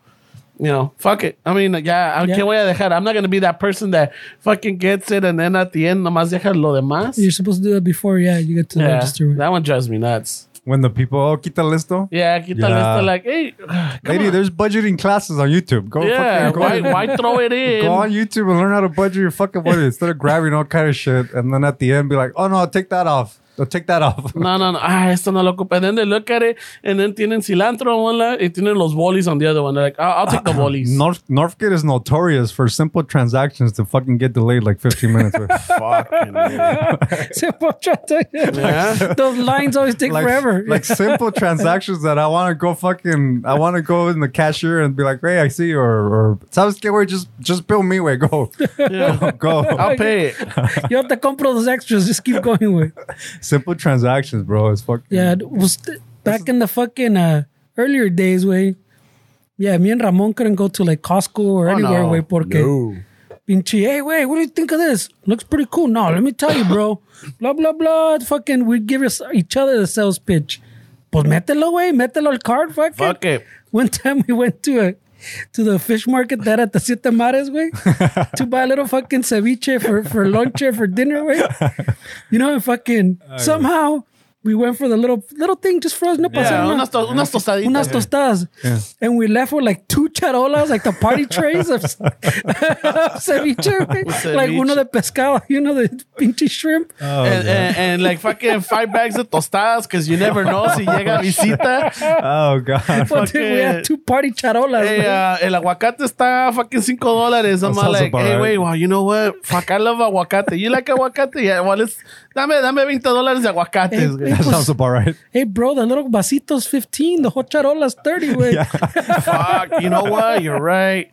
Speaker 1: you know, fuck it. I mean, ah, yeah, I
Speaker 3: Yeah.
Speaker 1: can't wait dejar. I'm not gonna be that person that fucking gets it and then at the end nomás deja lo demás.
Speaker 3: You're supposed to do that before, yeah, you get to
Speaker 1: Yeah,
Speaker 3: register.
Speaker 1: that one drives me nuts.
Speaker 2: when the people oh quita listo
Speaker 1: Yeah, quita
Speaker 2: Yeah.
Speaker 1: lista, like, hey, [sighs] come
Speaker 2: lady
Speaker 1: on.
Speaker 2: there's budgeting classes on youtube go
Speaker 1: yeah,
Speaker 2: fucking, go,
Speaker 1: why, why throw it in? [laughs]
Speaker 2: go on youtube and learn how to budget your fucking budget instead of grabbing all kind of shit and then at the end be like oh no take that off oh, take that off [laughs]
Speaker 1: No, no, no. Ah, esto no lo ocupa. And then they look at it, and then tienen cilantro on one lado, y tienen los bolis on the other one. They're like, I'll, I'll take the bolis.
Speaker 2: North Northgate is notorious for simple transactions to fucking get delayed like
Speaker 1: [laughs]
Speaker 2: 15 minutes.
Speaker 1: Fucking idiot.
Speaker 3: [laughs] Se pocha-
Speaker 1: yeah.
Speaker 3: [laughs] Those lines always take
Speaker 2: like,
Speaker 3: forever.
Speaker 2: like simple transactions that I want to go fucking, I want to go in the cashier and be like, hey, I see you, or, or sabes que, güey, just, just bill me, way, go,
Speaker 1: yeah.
Speaker 2: [laughs] go.
Speaker 1: [laughs] I'll pay it.
Speaker 3: you have to compro those extras. Just keep going with.
Speaker 2: simple transactions, bro. It's fucking,
Speaker 3: Yeah, it was th- back in the fucking uh, earlier days, way. Yeah, me and Ramon couldn't go to like Costco or
Speaker 1: Oh,
Speaker 3: anywhere,
Speaker 1: no.
Speaker 3: way, porque pinche, hey, wait, what do you think of this? Looks pretty cool. No, let me tell you,
Speaker 1: [laughs]
Speaker 3: bro. blah, blah, blah. Fucking, we give us, each other the sales pitch. Pues mételo, güey, mételo al card, fucking.
Speaker 1: Fuck it.
Speaker 3: One time we went to a to the fish market that at the Siete Mares,
Speaker 1: [laughs]
Speaker 3: way, to buy a little fucking ceviche for for lunch or for dinner, way. You know, and fucking somehow we went for the little little thing just for us. No
Speaker 1: [laughs]
Speaker 3: pasó [laughs]
Speaker 1: Yeah,
Speaker 3: nada.
Speaker 1: unas, to- unas tostaditas.
Speaker 3: Unas tostadas. And we left with like two charolas, like the party trays of, of
Speaker 2: [laughs]
Speaker 3: [laughs] ceviche, güey.
Speaker 1: Ceviche.
Speaker 3: Like uno de pescado, [laughs] you know, the pinchy shrimp.
Speaker 2: Ah,
Speaker 1: and, and, and like fucking five bags of tostadas because you never know si [laughs] llega visita.
Speaker 2: Oh,
Speaker 3: [laughs]
Speaker 2: God.
Speaker 3: But dude, we had two party charolas.
Speaker 1: Hey,
Speaker 3: güey.
Speaker 1: uh, el aguacate está fucking cinco dólares. I'm
Speaker 2: That sounds
Speaker 1: like,
Speaker 2: about
Speaker 1: hey,
Speaker 2: right.
Speaker 1: wait, well, you know what? Fuck, I love aguacate. You like aguacate? Yeah, well, it's, dame, dame 20 dólares de aguacates. güey.
Speaker 2: That sounds about right.
Speaker 3: hey, bro, the little vasito's 15, the whole charola's
Speaker 2: [laughs]
Speaker 3: 30, güey.
Speaker 1: fuck, you know what? You're right.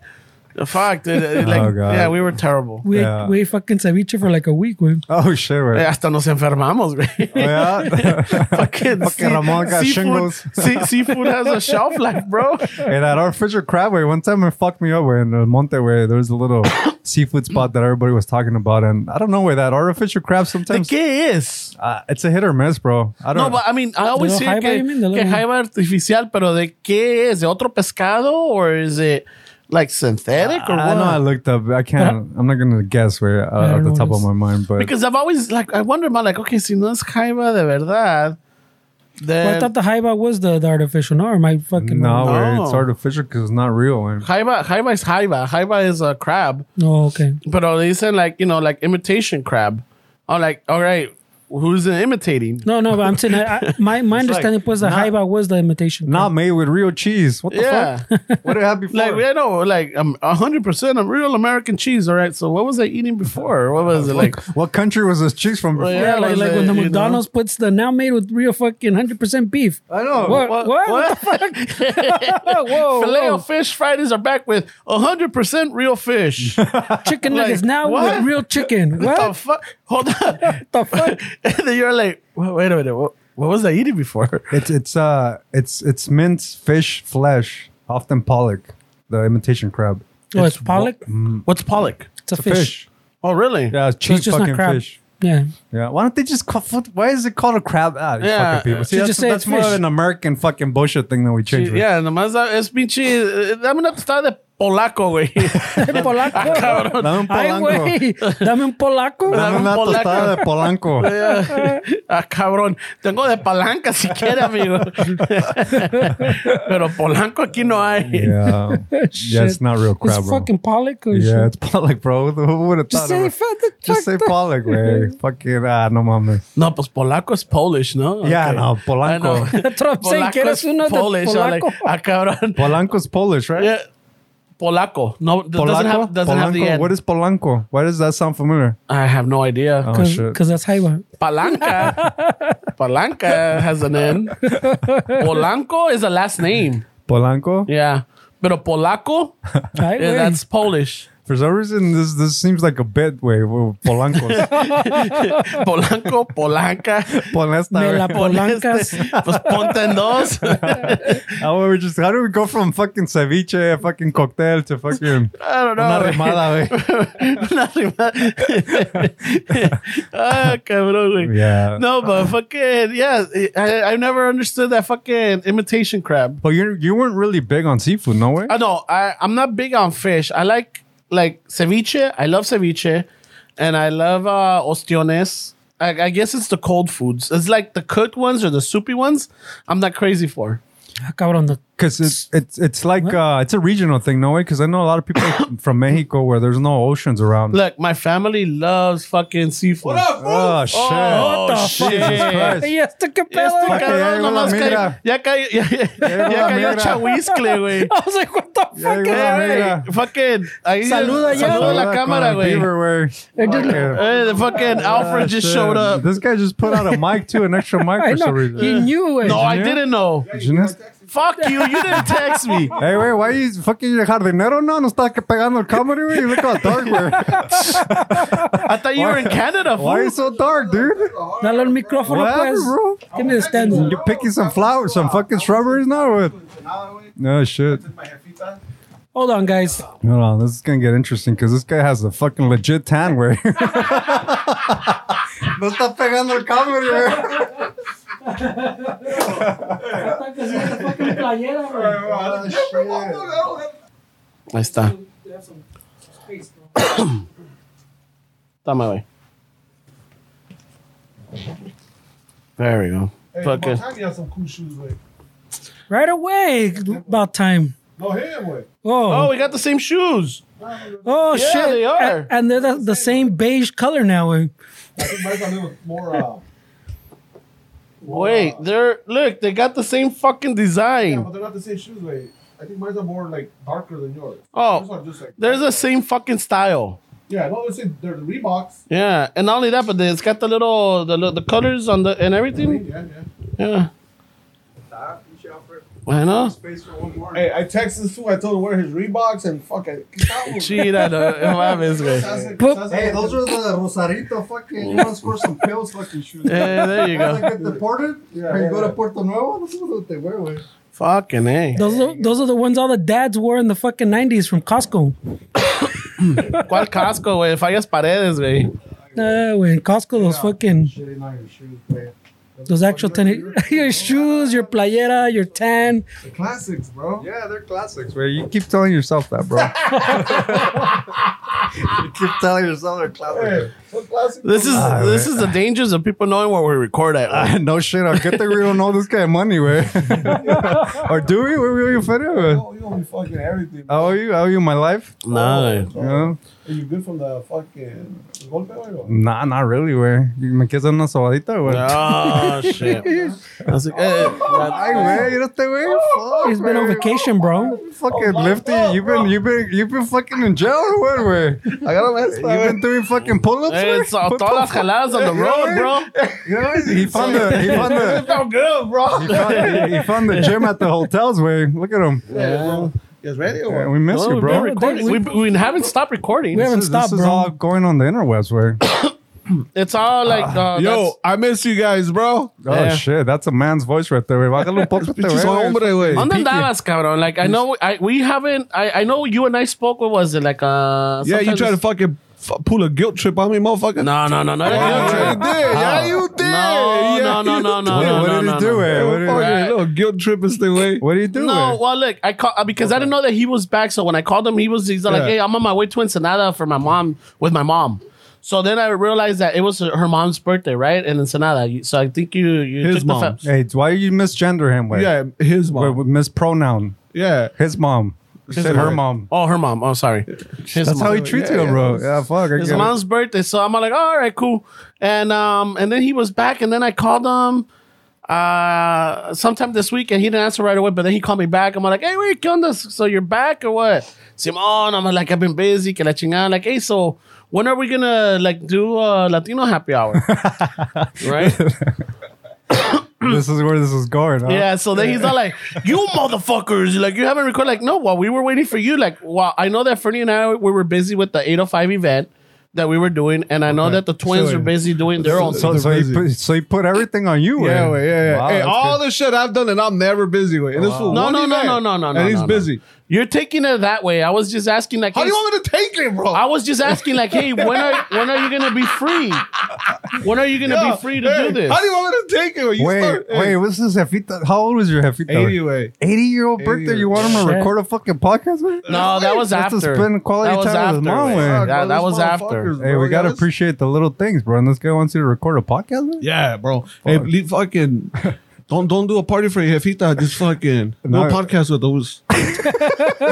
Speaker 1: Fuck, dude. Uh, Like,
Speaker 2: Oh, God.
Speaker 1: yeah, we were terrible.
Speaker 3: We,
Speaker 2: Yeah.
Speaker 3: ate, we ate fucking ceviche for like a week, güey.
Speaker 2: Oh shit,
Speaker 1: Eh,
Speaker 2: right.
Speaker 1: Hasta nos enfermamos,
Speaker 2: [laughs]
Speaker 1: güey.
Speaker 2: Yeah. [laughs]
Speaker 1: Fucking sea-
Speaker 2: Ramon got
Speaker 1: seafood,
Speaker 2: shingles.
Speaker 1: sea- seafood has a shelf life, bro.
Speaker 2: and at our Fisher Crab Way, one time it fucked me up. Way in El Monte Way, there was a little [coughs] seafood spot that everybody was talking about, and I don't know where that artificial crab
Speaker 1: ¿De
Speaker 2: sometimes
Speaker 1: qué es?
Speaker 2: uh, it's a hit or miss, bro. I
Speaker 1: No,
Speaker 2: don't.
Speaker 1: but I mean, I always
Speaker 3: little
Speaker 1: hear
Speaker 3: jaiba,
Speaker 1: que,
Speaker 3: you mean? The
Speaker 1: que
Speaker 3: little-
Speaker 1: jaiba artificial, pero ¿de qué es? ¿De otro pescado? Or is it like synthetic or
Speaker 2: I, I know Ah, I
Speaker 1: what?
Speaker 2: looked up. I can't. I'm not gonna guess where
Speaker 3: I
Speaker 2: uh,
Speaker 3: don't
Speaker 2: at the
Speaker 3: know
Speaker 2: top
Speaker 3: what
Speaker 2: of
Speaker 3: it
Speaker 2: my mind, but
Speaker 1: Because I've always, like, I wonder about, like, okay, si no es jaiba de verdad,
Speaker 3: Well, I
Speaker 1: then
Speaker 3: thought the jaiba was the, the artificial. No, am I fucking
Speaker 2: no,
Speaker 3: wrong?
Speaker 2: Way, it's
Speaker 1: No.
Speaker 2: artificial because it's not real. Way.
Speaker 1: jaiba, jaiba is jaiba. Jaiba is a crab.
Speaker 3: No, Oh, okay.
Speaker 1: But they said like you know like imitation crab. I'm like, all right, who's it imitating?
Speaker 3: No, no, but I'm saying I,
Speaker 2: [laughs]
Speaker 3: I, my my
Speaker 1: like,
Speaker 3: understanding was the
Speaker 2: not-
Speaker 3: jaiba was the imitation.
Speaker 2: Not made with real cheese. What the
Speaker 1: Yeah.
Speaker 2: [laughs] fuck? What did I have
Speaker 1: [laughs]
Speaker 2: before?
Speaker 1: Like I know, like I'm hundred percent. I'm real American cheese. All right. So what was I eating before? What was it like?
Speaker 2: what country was this cheese from?
Speaker 1: Well,
Speaker 2: before?
Speaker 3: yeah,
Speaker 1: Yeah,
Speaker 3: like,
Speaker 1: was
Speaker 3: like
Speaker 1: it,
Speaker 3: when the
Speaker 1: you know?
Speaker 3: McDonald's puts the now made with real fucking hundred percent beef.
Speaker 2: I know.
Speaker 3: What? What?
Speaker 2: [laughs]
Speaker 3: what? the fuck?
Speaker 2: Oh,
Speaker 3: whoa!
Speaker 1: Filet
Speaker 3: whoa.
Speaker 1: of fish Fridays are back with hundred percent real
Speaker 2: [laughs]
Speaker 1: fish. what
Speaker 3: chicken nuggets
Speaker 1: like,
Speaker 3: now
Speaker 1: what?
Speaker 3: with real chicken. What
Speaker 1: the fuck? Hold on. [laughs]
Speaker 2: [laughs]
Speaker 3: the fuck?
Speaker 1: and then you're like, well, wait a minute. What, what was I eating before? [laughs]
Speaker 2: It's it's uh it's it's minced fish flesh, often pollock, the imitation crab.
Speaker 3: Oh, it's pollock.
Speaker 1: What's pollock?
Speaker 3: It's a
Speaker 2: It's a
Speaker 3: fish.
Speaker 1: Oh, really?
Speaker 2: Yeah, it's
Speaker 3: So
Speaker 2: cheap
Speaker 3: it's just not
Speaker 2: fucking
Speaker 3: crab.
Speaker 2: fish. [laughs]
Speaker 3: Yeah,
Speaker 2: Yeah. Why don't they just call? What, why is it called a crab? Ah, these
Speaker 1: Yeah.
Speaker 2: fucking people. See,
Speaker 3: Should
Speaker 2: that's,
Speaker 3: just say
Speaker 2: that's
Speaker 3: it's
Speaker 2: more of
Speaker 3: fish.
Speaker 2: an American fucking bullshit thing that we change. with.
Speaker 1: Yeah, nomás ah, es pinche. eh, Dame una tostada de polaco,
Speaker 2: [laughs]
Speaker 1: güey. [laughs]
Speaker 3: polaco.
Speaker 2: Dame un
Speaker 3: Ay,
Speaker 2: polanco.
Speaker 3: güey,
Speaker 2: [laughs]
Speaker 3: dame un polaco. Ah,
Speaker 2: Dame
Speaker 1: Dame un
Speaker 2: una tostada de polanco.
Speaker 3: [laughs]
Speaker 1: [laughs] ah, cabrón. Tengo de palanca si quiere,
Speaker 2: [laughs]
Speaker 1: amigo. Pero polanco aquí no hay.
Speaker 2: Yeah.
Speaker 3: [laughs]
Speaker 2: yeah, it's
Speaker 3: Shit.
Speaker 2: not real crab.
Speaker 3: It's
Speaker 2: bro.
Speaker 3: fucking pollock or
Speaker 2: yeah,
Speaker 3: shit.
Speaker 2: it's pollock, bro. Who would have thought?
Speaker 3: Just
Speaker 2: of
Speaker 3: say
Speaker 2: it?
Speaker 3: fuck the
Speaker 2: Just say
Speaker 3: fuck the- [laughs]
Speaker 2: pollock, güey. Fucking ah, no mames.
Speaker 1: No, pues polaco es Polish, ¿no?
Speaker 2: Yeah,
Speaker 1: Ok.
Speaker 2: no,
Speaker 1: I know.
Speaker 2: polanco.
Speaker 3: [laughs] That's what I'm saying, que eres
Speaker 1: es
Speaker 3: uno de
Speaker 1: Polish. I'm like,
Speaker 3: polaco.
Speaker 1: ah, cabrón.
Speaker 2: Polanco's Polish,
Speaker 1: [laughs]
Speaker 2: right?
Speaker 1: Yeah. Polaco. No, it doesn't
Speaker 2: Polanco.
Speaker 1: have, doesn't have the
Speaker 2: Polanco?
Speaker 1: end.
Speaker 2: What is polanco? Why does that sound familiar?
Speaker 1: I have no idea.
Speaker 2: Oh shit.
Speaker 3: Because that's jaiba. [laughs]
Speaker 1: Palanca. Palanca has an N. Polanco is a last name.
Speaker 2: Polanco.
Speaker 1: Yeah. But Polaco,
Speaker 3: Ay,
Speaker 1: yeah,
Speaker 3: güey.
Speaker 1: that's Polish.
Speaker 2: For some reason, this this seems like a bit. Wait, whoa,
Speaker 1: [laughs]
Speaker 2: Polanco.
Speaker 1: Polanco, Polanca.
Speaker 2: [laughs]
Speaker 3: Me
Speaker 2: Polesta.
Speaker 3: la
Speaker 2: right?
Speaker 3: polancas.
Speaker 1: Pues ponte en [laughs] dos.
Speaker 2: How do we just? How do we go from fucking ceviche, fucking cocktail to
Speaker 1: [laughs]
Speaker 2: fucking
Speaker 1: I don't
Speaker 2: una
Speaker 1: know. güey.
Speaker 2: remada,
Speaker 1: [laughs]
Speaker 2: güey?
Speaker 1: Una rima- ah, cabrón, güey. [laughs]
Speaker 2: Yeah.
Speaker 1: No, but fucking, yeah. I, I've never understood that fucking imitation crab.
Speaker 2: But you you weren't really big on seafood, no way.
Speaker 1: I know. I I'm not big on fish. I like like ceviche. I love ceviche, and I love uh, ostiones. I, I guess it's the cold foods. It's like the cooked ones or the soupy ones. I'm not crazy for.
Speaker 3: Ah, cabrón. the-
Speaker 2: Because it's it's it's like uh, it's a regional thing, no way. Because I know a lot of
Speaker 1: [coughs]
Speaker 2: people from Mexico where there's no oceans around.
Speaker 1: Look, my family loves fucking seafood.
Speaker 2: Oh shit!
Speaker 1: Oh,
Speaker 3: the
Speaker 1: shit.
Speaker 2: Jesus Christ.
Speaker 3: Ay, este qué
Speaker 1: Este
Speaker 3: pedo, güey.
Speaker 2: fucking- ya
Speaker 1: cabrón
Speaker 2: llegó la
Speaker 1: nomás cayó,
Speaker 2: migra.
Speaker 1: ya cayó, ya, ya-
Speaker 2: llegó
Speaker 1: ya
Speaker 2: la
Speaker 1: cayó
Speaker 2: migra.
Speaker 3: [laughs]
Speaker 1: chahuiscle, güey.
Speaker 3: I was like, what the
Speaker 2: Yeah,
Speaker 3: fuck?
Speaker 2: you
Speaker 1: Eh,
Speaker 2: [laughs]
Speaker 1: güey,
Speaker 2: la migra.
Speaker 1: Fucking, ahí
Speaker 3: Saluda ya.
Speaker 1: saluda a la
Speaker 2: Saluda con
Speaker 1: cámara,
Speaker 2: el
Speaker 1: güey.
Speaker 2: beaver, güey.
Speaker 3: just-
Speaker 2: Fucking-
Speaker 1: Eh, the fucking Alfred just
Speaker 2: Shit.
Speaker 1: showed up.
Speaker 2: This guy just put out a mic too, an extra
Speaker 1: [laughs]
Speaker 2: mic
Speaker 3: I
Speaker 2: for some
Speaker 3: know. You
Speaker 2: reason.
Speaker 3: knew it.
Speaker 1: No, I
Speaker 2: Engineer?
Speaker 1: didn't know.
Speaker 2: You know?
Speaker 1: Fuck you. You didn't text me.
Speaker 2: Hey, wait, why you fucking your jardinero? No, no está que pegando el cámara, güey. Look how dark we're.
Speaker 1: I thought you were in Canada.
Speaker 2: Why are you
Speaker 1: Fool.
Speaker 2: so dark, dude?
Speaker 3: Dale el micrófono,
Speaker 2: What happened,
Speaker 3: pues.
Speaker 2: bro?
Speaker 3: Give me the stand.
Speaker 2: You're picking some flowers, some fucking strawberries now? or What? No shit.
Speaker 3: Hold on, guys.
Speaker 2: Hold on, this is gonna get interesting because this guy has a fucking legit tan where. [laughs] no está pegando el cámara. Oh,
Speaker 4: Oh,
Speaker 1: Ahí está. Toma, güey. There we go. Fucking.
Speaker 5: Tommy has some cool shoes, like.
Speaker 3: Right away. About time.
Speaker 5: No, him, like.
Speaker 1: Oh,
Speaker 3: Oh,
Speaker 1: we got the same shoes.
Speaker 3: oh,
Speaker 1: yeah,
Speaker 3: shit.
Speaker 1: they are.
Speaker 3: And, and they're the, the same beige color now. güey.
Speaker 5: I think mine's a little more, uh,
Speaker 1: Wait, they're look. They got the same fucking
Speaker 5: yeah,
Speaker 1: design.
Speaker 5: but they're not the same shoes, like. I think mine's are more, like, darker than yours.
Speaker 1: Oh,
Speaker 5: Yours are just, like,
Speaker 1: They're the same fucking style.
Speaker 5: Yeah, no, it's in, they're the Reeboks.
Speaker 1: Yeah, and not only that, but they- it's got the little the li- the colors on the and
Speaker 4: Hmm.
Speaker 1: everything.
Speaker 5: Yeah, yeah.
Speaker 1: Yeah. I know.
Speaker 5: Hey, I texted this fool. I told him wear his Reeboks and fuck it.
Speaker 1: Chida, no, no mames, güey.
Speaker 5: Hey, those are.
Speaker 4: the Rosarito fucking. You want to score some pills fucking shoes.
Speaker 1: Yeah, Eh, there you
Speaker 4: Once I
Speaker 1: go.
Speaker 4: get deported,
Speaker 5: Yeah,
Speaker 4: I
Speaker 5: yeah,
Speaker 4: go
Speaker 5: yeah.
Speaker 4: to Puerto Nuevo. This is what they wear, with.
Speaker 1: Fucking eh.
Speaker 3: Those, are, those are the ones all the dads wore in the fucking 90s from Costco.
Speaker 1: ¿Cuál casco, güey? Fallas paredes, güey.
Speaker 3: Uh, when Costco, those fucking,
Speaker 4: Shitting on your shoes, man.
Speaker 3: those actual tennis, [laughs] your shoes, your playera, your tan.
Speaker 5: Classics, bro.
Speaker 2: Yeah, they're classics, where you keep telling yourself that, bro. [laughs] you keep telling yourself they're classics.
Speaker 5: Hey, what classics?
Speaker 1: This is
Speaker 2: Ah,
Speaker 1: this
Speaker 2: güey.
Speaker 1: is the dangers of people knowing where we record at. güey.
Speaker 2: no shit, I get that we don't know this guy money, way. [laughs] or do
Speaker 1: Uh,
Speaker 2: we? Where we you funny?
Speaker 5: Oh, you owe me fucking everything.
Speaker 2: I owe you, I owe you my life.
Speaker 1: No.
Speaker 2: You know?
Speaker 5: Are you good from the fucking golpe, güey? or-
Speaker 2: Nah, not really, güey. You- ¿Me quieres dar una sobadita, güey? [laughs]
Speaker 1: Oh shit! I was like, eh, that-
Speaker 2: Ay, güey, mira este güey. Fuck,
Speaker 3: Oh, He's been on
Speaker 2: güey.
Speaker 3: vacation, bro.
Speaker 2: Fucking lifty, you've been, you've been, you've been fucking in jail, güey, güey. I got a mess, You've been doing fucking pull-ups, güey.
Speaker 1: it's all
Speaker 2: What the
Speaker 1: Eh, todas las
Speaker 2: fuck?
Speaker 1: jaladas on the road, bro.
Speaker 2: You know, he found the, he found the,
Speaker 5: It's not good, bro.
Speaker 2: he found, he found the gym at the hotels, way. Look at him.
Speaker 5: Yeah. Yes, ready
Speaker 2: Yeah,
Speaker 5: or
Speaker 2: we miss
Speaker 1: No,
Speaker 2: you,
Speaker 1: we've been
Speaker 2: bro.
Speaker 3: re-
Speaker 1: recording. We, we haven't stopped recording.
Speaker 3: We
Speaker 2: This
Speaker 3: haven't
Speaker 2: is, this
Speaker 3: stopped,
Speaker 2: is
Speaker 3: bro.
Speaker 2: all going on the interwebs, way.
Speaker 1: It's all like
Speaker 2: Ah.
Speaker 1: uh,
Speaker 5: Yo, I miss you guys, bro.
Speaker 2: Oh
Speaker 1: Yeah.
Speaker 2: shit, that's a man's voice right there. Wey. Bájale un poco este,
Speaker 5: Pinches
Speaker 2: wey.
Speaker 5: hombre, güey.
Speaker 1: On the Dallas, cabrón. Like I know, I we haven't. I I know you and I spoke. What was it like? Uh,
Speaker 5: Yeah, you
Speaker 1: sometimes
Speaker 5: try to fucking f- pull a guilt trip on me, motherfucker.
Speaker 1: No, no, no, no. not a guilt
Speaker 5: Yeah, Oh, you
Speaker 1: trip.
Speaker 5: did. Yeah, you
Speaker 1: No, no, no,
Speaker 5: did. Yeah, you
Speaker 1: no, no,
Speaker 2: What,
Speaker 1: no,
Speaker 2: what
Speaker 1: no,
Speaker 2: did
Speaker 1: no,
Speaker 2: he do,
Speaker 1: no.
Speaker 2: wey? What
Speaker 5: What
Speaker 2: did-
Speaker 1: Right.
Speaker 5: little guilt trip is the way.
Speaker 2: What do you do?
Speaker 1: No,
Speaker 2: No,
Speaker 1: well, look, I call uh, because I didn't know that he was back. So when I called him, he was he's like,
Speaker 5: Yeah.
Speaker 1: "Hey, I'm on my way to Ensenada for my mom with my mom." So then I realized that it was her mom's birthday, right? In Ensenada. You- So I think you you
Speaker 5: His
Speaker 1: took
Speaker 5: mom.
Speaker 1: the fa-
Speaker 2: hey, why you misgender him? Way?
Speaker 5: Yeah, his
Speaker 2: Wey,
Speaker 5: mom.
Speaker 2: with mispronoun.
Speaker 5: yeah.
Speaker 2: His mom. She said her mom.
Speaker 5: mom.
Speaker 1: Oh, her mom. Oh, sorry. His
Speaker 2: That's
Speaker 1: mom.
Speaker 2: how he treats
Speaker 5: Yeah,
Speaker 2: you,
Speaker 5: yeah.
Speaker 2: bro. Yeah, fuck. I
Speaker 1: his
Speaker 2: get it.
Speaker 1: mom's birthday. So I'm like, all right, cool. And um, and then he was back, and then I called him uh sometime this week, and he didn't answer right away. But then he called me back. I'm like, hey, where you come this? So you're back or what? Simon, I'm like, I've been busy. Que la chingada. Like, hey, so when are we gonna like do a Latino happy hour? right?
Speaker 2: This is where this is going. Huh?
Speaker 1: Yeah, so then he's not
Speaker 5: [laughs]
Speaker 1: like, you motherfuckers, like you haven't recorded. Like, no, while we were waiting for you, like, wow, I know that Fernie and I we were busy with the 805 event that we were doing, and I know that the twins
Speaker 5: So-
Speaker 1: were busy doing their own.
Speaker 2: So, so, he
Speaker 5: busy.
Speaker 2: put, so he put everything on you.
Speaker 5: Yeah,
Speaker 2: wey.
Speaker 5: wait, yeah, yeah.
Speaker 2: Wow,
Speaker 5: hey,
Speaker 2: that's
Speaker 5: all
Speaker 2: good.
Speaker 5: the shit I've done, and I'm never busy with. And this fool,
Speaker 1: No,
Speaker 5: one
Speaker 1: no, no,
Speaker 5: event,
Speaker 1: no, no, no, no,
Speaker 5: And he's
Speaker 1: no, no.
Speaker 5: busy.
Speaker 1: You're taking it that way. I was just asking like,
Speaker 5: How
Speaker 1: hey,
Speaker 5: do you want me to take it, bro?
Speaker 1: I was just asking like, hey, when are when are you gonna be free? When are you gonna
Speaker 5: Yeah,
Speaker 1: be free to
Speaker 5: hey,
Speaker 1: do this?
Speaker 5: How do you want me to take it? You
Speaker 2: Wait,
Speaker 5: start,
Speaker 2: wait, what's this Jefita? How old was your Jefita?
Speaker 5: Hey, anyway,
Speaker 2: 80 year old birthday. You want him to
Speaker 3: Shit.
Speaker 2: record a fucking podcast, man?
Speaker 1: no, that was
Speaker 2: That's to
Speaker 1: after.
Speaker 2: spend quality
Speaker 1: that was
Speaker 2: time with his
Speaker 1: after.
Speaker 2: mom,
Speaker 1: man.
Speaker 2: man.
Speaker 1: Yeah, that
Speaker 5: These
Speaker 1: was after.
Speaker 5: motherfuckers,
Speaker 2: Hey,
Speaker 5: bro,
Speaker 2: we gotta
Speaker 5: yeah, this-
Speaker 2: appreciate the little things, bro. And this guy wants you to record a podcast. Man?
Speaker 5: Yeah, bro. Hey,
Speaker 2: [laughs]
Speaker 5: leave fucking. Don't don't do a party for your jefita. Just fucking no,
Speaker 2: No.
Speaker 5: podcast
Speaker 2: [laughs]
Speaker 5: with those.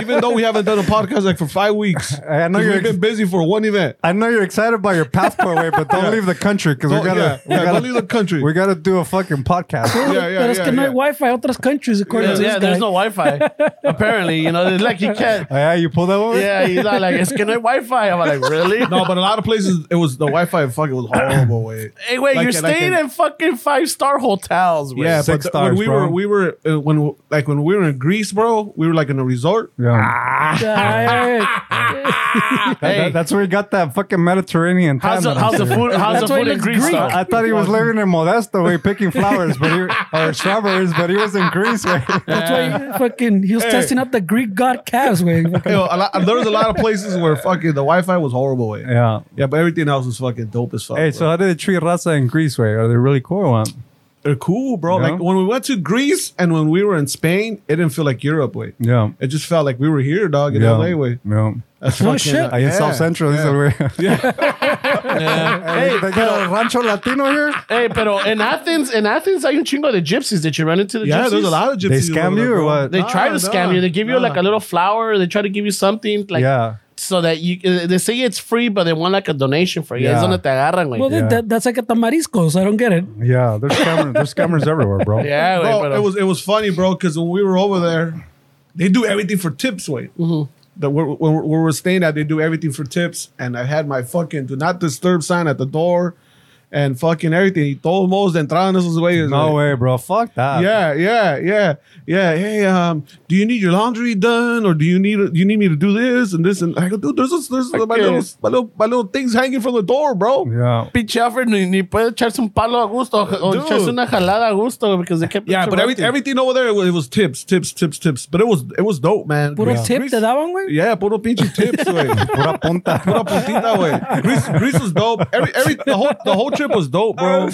Speaker 5: Even though we haven't done a podcast like for five weeks,
Speaker 2: Hey, [laughs] I know
Speaker 5: 'Cause
Speaker 2: you're.
Speaker 5: we've
Speaker 2: Ex-
Speaker 5: been busy for one event.
Speaker 2: I know you're excited about your passport, way, but don't leave the country because we
Speaker 5: Don't,
Speaker 2: gotta.
Speaker 5: yeah,
Speaker 2: we
Speaker 5: yeah,
Speaker 2: gotta
Speaker 5: don't leave the country.
Speaker 2: we gotta do a fucking podcast.
Speaker 5: yeah, yeah,
Speaker 3: Pero es
Speaker 5: yeah,
Speaker 3: que no hay
Speaker 5: yeah.
Speaker 3: Wi-Fi otros countries, according
Speaker 1: Yeah,
Speaker 3: to this
Speaker 1: yeah,
Speaker 3: guy.
Speaker 1: there's no Wi-Fi. Apparently, you know, like you can't.
Speaker 2: Oh, yeah, you pull that one.
Speaker 1: Yeah, he's not like, it's connect Wi-Fi. I'm like, really?
Speaker 5: No, but a lot of places it was the Wi-Fi.
Speaker 2: [coughs]
Speaker 5: Fucking was horrible. Wait.
Speaker 1: Hey, wait,
Speaker 5: Like
Speaker 1: you're
Speaker 5: it, like
Speaker 1: staying
Speaker 5: it.
Speaker 1: in fucking five star hotels. Wait.
Speaker 5: Yeah,
Speaker 2: Six
Speaker 5: but th-
Speaker 2: stars,
Speaker 5: when we
Speaker 2: bro.
Speaker 5: were we were uh, when like when we were in Greece, bro, we were like in a resort.
Speaker 2: Yeah. That-
Speaker 1: Hey,
Speaker 2: that- that's where he got that fucking Mediterranean.
Speaker 1: how's the,
Speaker 2: time that I'm
Speaker 1: how's the
Speaker 2: saying.
Speaker 1: food? How's the
Speaker 3: That's why
Speaker 1: food
Speaker 3: he
Speaker 1: in
Speaker 3: looks
Speaker 1: Greece?
Speaker 3: Greek.
Speaker 1: though?
Speaker 2: I thought he was living in Modesto, way picking flowers, but he, or strawberries, but he was in Greece, way.
Speaker 3: That's why fucking he was testing out the Greek god calves, way.
Speaker 5: You know, a lot, there was a lot of places where fucking the Wi-Fi was horrible. Wait.
Speaker 2: Yeah.
Speaker 5: Yeah, but everything else was fucking dope as fuck.
Speaker 2: Hey,
Speaker 5: bro.
Speaker 2: so how do they treat Raza in Greece, way? Are they really cool? Or what?
Speaker 5: they're cool, bro.
Speaker 2: Yeah.
Speaker 5: Like when we went to Greece and when we were in Spain, it didn't feel like Europe. Wait,
Speaker 2: Yeah.
Speaker 5: it just felt like we were here, dog, in
Speaker 2: Yeah.
Speaker 5: LA. Wait,
Speaker 2: Yeah.
Speaker 5: that's
Speaker 3: No
Speaker 5: fucking.
Speaker 3: shit.
Speaker 5: uh,
Speaker 2: I in South Central. These are where. [laughs] Hey, they got a Rancho Latino here.
Speaker 1: hey, pero in Athens, in Athens, hay un chingo de gypsies. Did you run into the gypsies?
Speaker 5: Yeah, there's a lot of gypsies.
Speaker 2: They scam
Speaker 5: over there,
Speaker 2: you or
Speaker 5: bro.
Speaker 2: what?
Speaker 1: They try to
Speaker 5: Nah,
Speaker 1: scam
Speaker 5: nah,
Speaker 1: you. They give you
Speaker 5: nah.
Speaker 1: like a little flower. They try to give you something like
Speaker 2: yeah.
Speaker 1: so that you. uh, They say it's free, but they want like a donation for you.
Speaker 2: Yeah.
Speaker 1: Es donde te agarran, güey.
Speaker 3: Well,
Speaker 2: Yeah.
Speaker 3: that, that, that's like at the mariscos. I don't get it.
Speaker 2: Yeah. There's scammers,
Speaker 5: [laughs]
Speaker 2: there's scammers everywhere, bro.
Speaker 1: yeah, güey,
Speaker 5: Bro,
Speaker 1: pero-
Speaker 5: it was it was funny, bro, because when we were over there, they do everything for tips. Wait, that where, where, where we're staying at, they do everything for tips. And I had my fucking do not disturb sign at the door, and fucking everything. Y todos modos de entrada en esos güeyes.
Speaker 2: No
Speaker 5: güey.
Speaker 2: way, bro. Fuck that.
Speaker 5: Yeah, yeah, yeah, yeah. Hey, um, do you need your laundry done, or do you need do you need me to do this and this? And I go, dude, there's this, there's my
Speaker 1: Okay.
Speaker 5: little my little my little things hanging from the door, bro.
Speaker 2: Yeah.
Speaker 1: pinche Alfred ni, ni puede echarse un palo a gusto o
Speaker 5: Dude.
Speaker 1: echarse una jalada a gusto güey, because they kept
Speaker 5: Yeah, but every,
Speaker 1: interrupting.
Speaker 5: everything over there it was, it was tips, tips, tips, tips. But it was it was dope, man.
Speaker 3: Puro
Speaker 5: Greece-
Speaker 3: tip te daban, güey.
Speaker 5: Yeah, puro pinche tips, güey.
Speaker 2: Pura punta.
Speaker 5: Pura puntita, güey. Greece, Greece was dope. Every, every the whole the whole trip was dope, bro.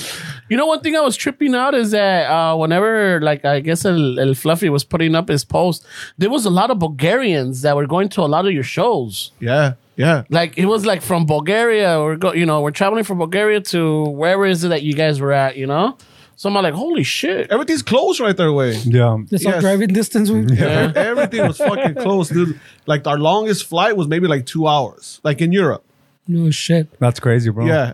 Speaker 1: You know, one thing I was tripping out is that uh, whenever, like, I guess El, El Fluffy was putting up his post, there was a lot of Bulgarians that were going to a lot of your shows.
Speaker 5: Yeah, yeah.
Speaker 1: Like, it was like from Bulgaria, or go, you know, we're traveling from Bulgaria to wherever is it that you guys were at, you know? So I'm like, holy shit.
Speaker 5: Everything's closed right there, way.
Speaker 2: Yeah.
Speaker 3: It's all
Speaker 5: Yes.
Speaker 3: driving distance. Way.
Speaker 1: Yeah.
Speaker 5: Everything was fucking closed, dude. Like our longest flight was maybe like two hours, like in Europe.
Speaker 3: No shit.
Speaker 2: That's crazy, bro.
Speaker 5: Yeah,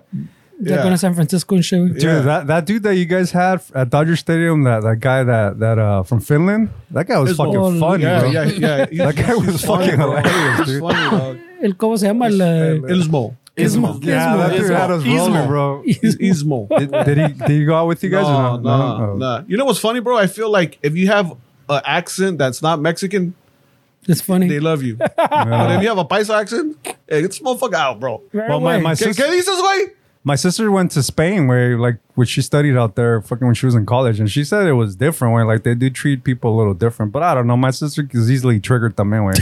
Speaker 3: They're
Speaker 5: Yeah.
Speaker 3: going to San Francisco and shit. way.
Speaker 2: Dude,
Speaker 5: Yeah.
Speaker 2: that, that dude that you guys had at Dodger Stadium, that, that guy that that uh from Finland, that guy was
Speaker 5: It's
Speaker 2: fucking
Speaker 3: all-
Speaker 2: funny,
Speaker 5: yeah,
Speaker 2: bro.
Speaker 5: yeah, yeah. [laughs]
Speaker 2: That guy was fucking hilarious,
Speaker 5: He's
Speaker 2: dude.
Speaker 5: funny, dog.
Speaker 3: El cómo se llama el uh,
Speaker 5: Ismo.
Speaker 1: Ismo.
Speaker 2: Yeah, that dude
Speaker 1: Ismo.
Speaker 2: had us rolling, [laughs] bro.
Speaker 5: He's Ismo.
Speaker 2: Did, did he did he go out with you guys?
Speaker 5: no,
Speaker 2: or
Speaker 5: no,
Speaker 2: not?
Speaker 5: no,
Speaker 2: Oh.
Speaker 5: You know what's funny, bro? I feel like if you have an accent that's not Mexican,
Speaker 3: it's funny.
Speaker 2: [laughs]
Speaker 5: they love you. But if you have a paisa accent, hey, it's motherfucker out, bro.
Speaker 3: Right
Speaker 2: Well, my,
Speaker 3: away.
Speaker 2: my,
Speaker 5: ¿Qué,
Speaker 2: sis-
Speaker 5: qué dices,
Speaker 2: [laughs]
Speaker 5: güey?
Speaker 2: my sister went to Spain where like when she studied out there fucking when she was in college and she said it was different where like they do treat people a little different but I don't know my sister is easily triggered
Speaker 1: [laughs]
Speaker 2: the man way